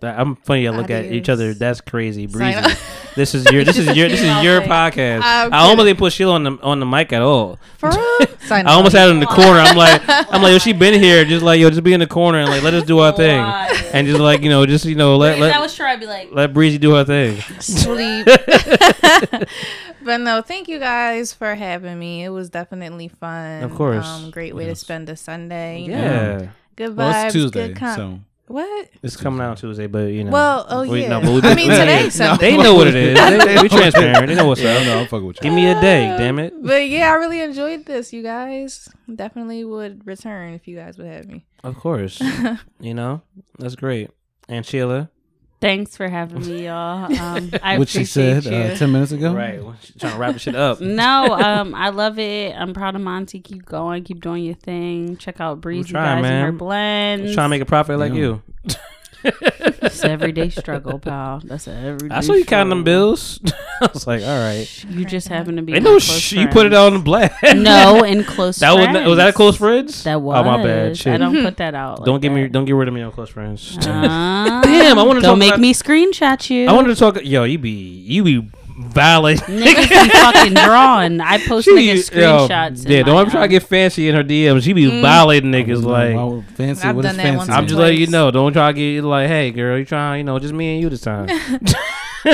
A: That- I'm funny. I look at each other. That's crazy, breezy.
C: Sign off.
A: This is your. This is your. This is your
C: Okay.
A: podcast.
C: I'm
A: I almost didn't put Sheila on the on the mic at all.
C: For real? Sign
A: I almost
C: off.
A: had her in the corner. I'm like, I'm like, yo, she been here. Just like, yo, just be in the corner and like, let us do our thing, and just like, you know, just you know, let
C: Because
A: let
C: I was sure I'd be like-
A: let Breezy do her thing.
C: sleep. but no, thank you guys for having me. It was definitely fun.
A: Of course.
C: Um, great way to spend a Sunday. you know?
A: Yeah.
C: Good vibes.
A: Well, it's
B: Tuesday,
C: good com-
B: so-
C: What?
A: It's coming out Tuesday, but you know.
C: Well, oh, yeah.
A: we-
C: I mean,
A: we-
C: today's Sunday.
A: They know what it is. They,
B: They
A: we
B: know.
A: transparent. They know what's
B: Yeah,
A: up.
B: no, I'm fucking with you.
A: Give me a day, damn it.
C: Uh, But yeah, I really enjoyed this, you guys. Definitely would return if you guys would have me.
A: Of course. you know, that's great. And Sheila.
E: Thanks for having me, y'all. Um, I
B: Which she
E: appreciate
B: said, uh,
E: you.
B: 10 minutes ago?
A: Right. well, she Trying to wrap the shit up.
E: no, um, I love it. I'm proud of Monty. Keep going. Keep doing your thing. Check out Breezy
A: trying,
E: guys
A: man.
E: and her blends.
A: I'm trying to make a profit like
E: Yeah.
A: you.
E: It's an everyday struggle, pal. That's an everyday.
A: I saw you counting them
E: struggle.
A: bills. I was like, all right.
E: You just happen to be.
A: I
E: in
A: know
E: close
A: she, you put it on blast.
E: No, in close
A: that was not- was that a
E: friends.
A: close friends?
E: That
A: Oh my bad.
E: was.
A: Shit.
E: I don't put that out like
A: Don't get me. Don't get rid of me on close friends.
E: Ah,
A: Damn, I want to
E: Don't
A: talk
E: make
A: about-
E: me screenshot you.
A: I wanted to talk. Yo, you be you be violent.
E: niggas be fucking drawing. I post niggas
A: Yo,
E: screenshots. in
A: yeah,
E: my- um,
A: don't ever try to get fancy in her DMs. She be
E: Mm.
A: violating niggas like
B: fancy. I've what is done that fancy? once or
A: I'm just letting you know. Don't try to get like, hey girl, you trying, you know, just me and you this time.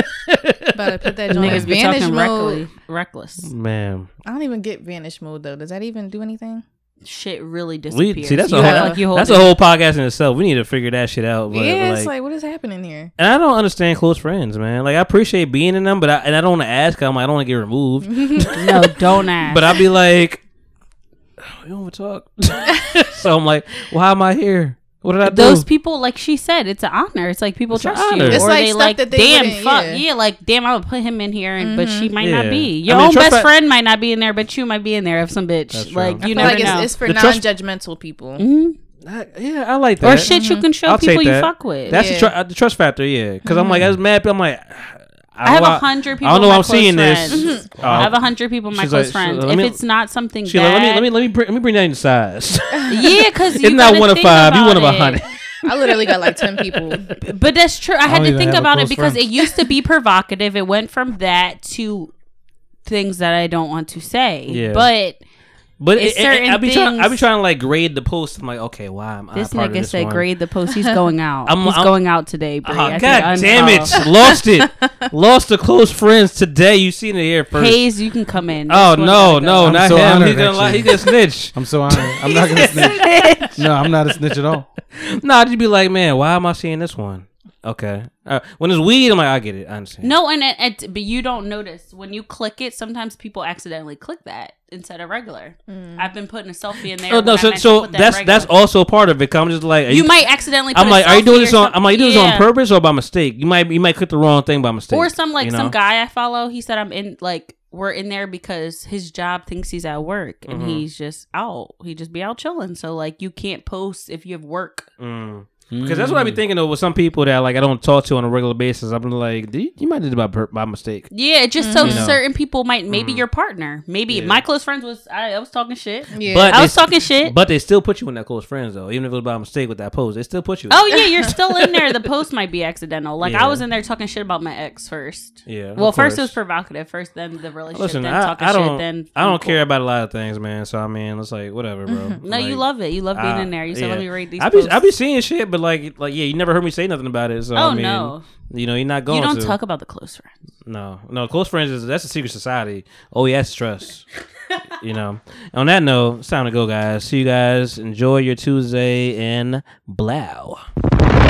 C: Better put that joint in
E: Niggas be
C: vanish
E: talking
C: mode.
E: reckless. reckless.
A: Man,
C: I don't even get vanish mode though. Does that even do anything?
E: Shit really
A: we
E: disappears.
A: see that's
E: You
A: a
E: act
A: whole
E: like you
A: that's a
E: hold it.
A: whole podcast in itself. We need to figure that shit out. But
C: yeah,
A: like,
C: it's like what is happening here?
A: and I don't understand close friends, man. Like I appreciate being in them, but I and I don't want to ask. I'm like, I don't want to get removed.
E: no, don't ask.
A: But I'd be like, "Oh, we don't want to talk. so I'm like, well, how am I here? What did I do?
E: Those people, like she said, it's an honor. It's like people trust you,
A: honor. It's
E: or
A: like
E: they
A: stuff
E: like,
A: that they
E: damn,
A: wouldn't-
E: fuck,
A: yeah.
E: yeah. like damn, I would put him in here, and but she might
A: Yeah.
E: not be. Your
A: I mean,
E: own
A: trust fa-
E: best friend might not be in there, but you might be in there of some bitch. Like
C: I feel
E: you never
C: like
E: know.
C: It's, it's for
A: The trust-
C: non-judgmental people.
E: Mhm.
A: I- yeah, I like
E: Or
A: that.
E: shit you can show
A: take
E: people you
A: that.
E: fuck with.
A: That's the,
E: Yeah.
A: tru- uh, the trust factor, yeah. Because I'm like, I was mad. But I'm like,
E: I have
A: know
E: a hundred people.
A: I don't know.
E: my
A: why I'm
E: close
A: seeing
E: friends.
A: this.
B: Mm-hmm.
A: Uh,
E: I have a hundred people. My
A: she's
E: close
A: like- she's
E: friends.
A: like, let
E: if
A: me-
E: it's not something
A: Sheila,
E: bad,
A: let me let me let me bring, let me bring that in size.
E: yeah, because
A: it's not one of five. You one of a hundred.
C: I literally got like ten people.
E: But that's true. I,
A: I
E: had
A: don't
E: to
A: even
E: think
A: have a
E: about it
A: close
E: because
A: friend.
E: it used to be provocative. It went from that to things that I don't want to say.
A: Yeah.
E: But
A: But
E: it's
A: it, it,
E: certain
A: I be trying. I be
E: things-
A: trying to like grade the post. I'm like, okay, why am I
E: This
A: part of
E: nigga
A: this
E: said
A: one?
E: grade the post. He's going out.
A: I'm-
E: He's
A: I'm-
E: going out today. Bree.
A: Oh, God
E: I said, un-
A: damn it!
E: oh.
A: Lost it. Lost the close friends today. You seen it here first.
E: Hayes, you can come in.
A: Oh
E: This one
A: no,
E: gotta
A: no,
E: go.
A: not
B: so
A: him.
B: honored,
A: he done lie. He
B: actually.
A: did snitch.
B: I'm so honored. I'm not gonna snitch. No, I'm not a snitch at all.
A: Nah, you'd be like, man, why am I seeing this one? Okay, uh, when it's weed, I'm like, I get it. I understand.
E: No, and it, it, but you don't notice when you click it. Sometimes people accidentally click that instead of regular. I've been putting a selfie in there.
A: Oh no,
E: when I
A: so
E: meant to
A: so
E: put that
A: that's
E: regular.
A: that's also part of it. 'cause I'm just like, are
E: You might accidentally
A: I'm
E: put a
A: like, are you
E: selfie
A: doing this
E: or
A: on? I'm like, you doing this on
E: something. Yeah.
A: purpose or by mistake? You might you might click the wrong thing by mistake.
E: or some like
A: you know?
E: some guy I follow. He said I'm in like we're in there because his job thinks he's at work and
A: Mhm.
E: he's just out. He just be out chilling. So like you can't post if you have work.
A: Mm. Because that's what I be thinking of with some people that like I don't talk to on a regular basis. I'm like, "Do you, you might did it by per- by mistake.
E: Yeah, it just so
A: You know.
E: certain people might maybe
A: Mhm.
E: your partner, maybe
A: Yeah.
E: my close friends was I, I was talking shit. Yeah,
A: But
E: I was
A: they-
E: talking shit.
A: But they still put you in that close friends though, even if it was by mistake with that pose. They still put you. in
E: Oh
A: it.
E: yeah, you're still in there. The post might be accidental. Like
A: Yeah.
E: I was in there talking shit about my ex first.
A: Yeah, of
E: Well, first it was
A: course.
E: provocative. First, then the relationship.
A: Listen,
E: then
A: I,
E: talking
A: I don't.
E: shit. Then
A: I don't
E: cool.
A: care about a lot of things, man. So I mean, it's like whatever, bro.
E: Mhm. No, you love it. You love being in there. You said, "Let me read these
A: I be I
E: posts."
A: be seeing shit, but like like yeah, you never heard me say nothing about it. So
E: Oh,
A: I mean,
E: no.
A: you know, you're not going.
E: You don't
A: to.
E: talk about the close friends.
A: No, no, close friends is that's a secret society. Oh yeah, that's trust. you know. On that note, it's time to go, guys. See you guys. Enjoy your Tuesday in Blau.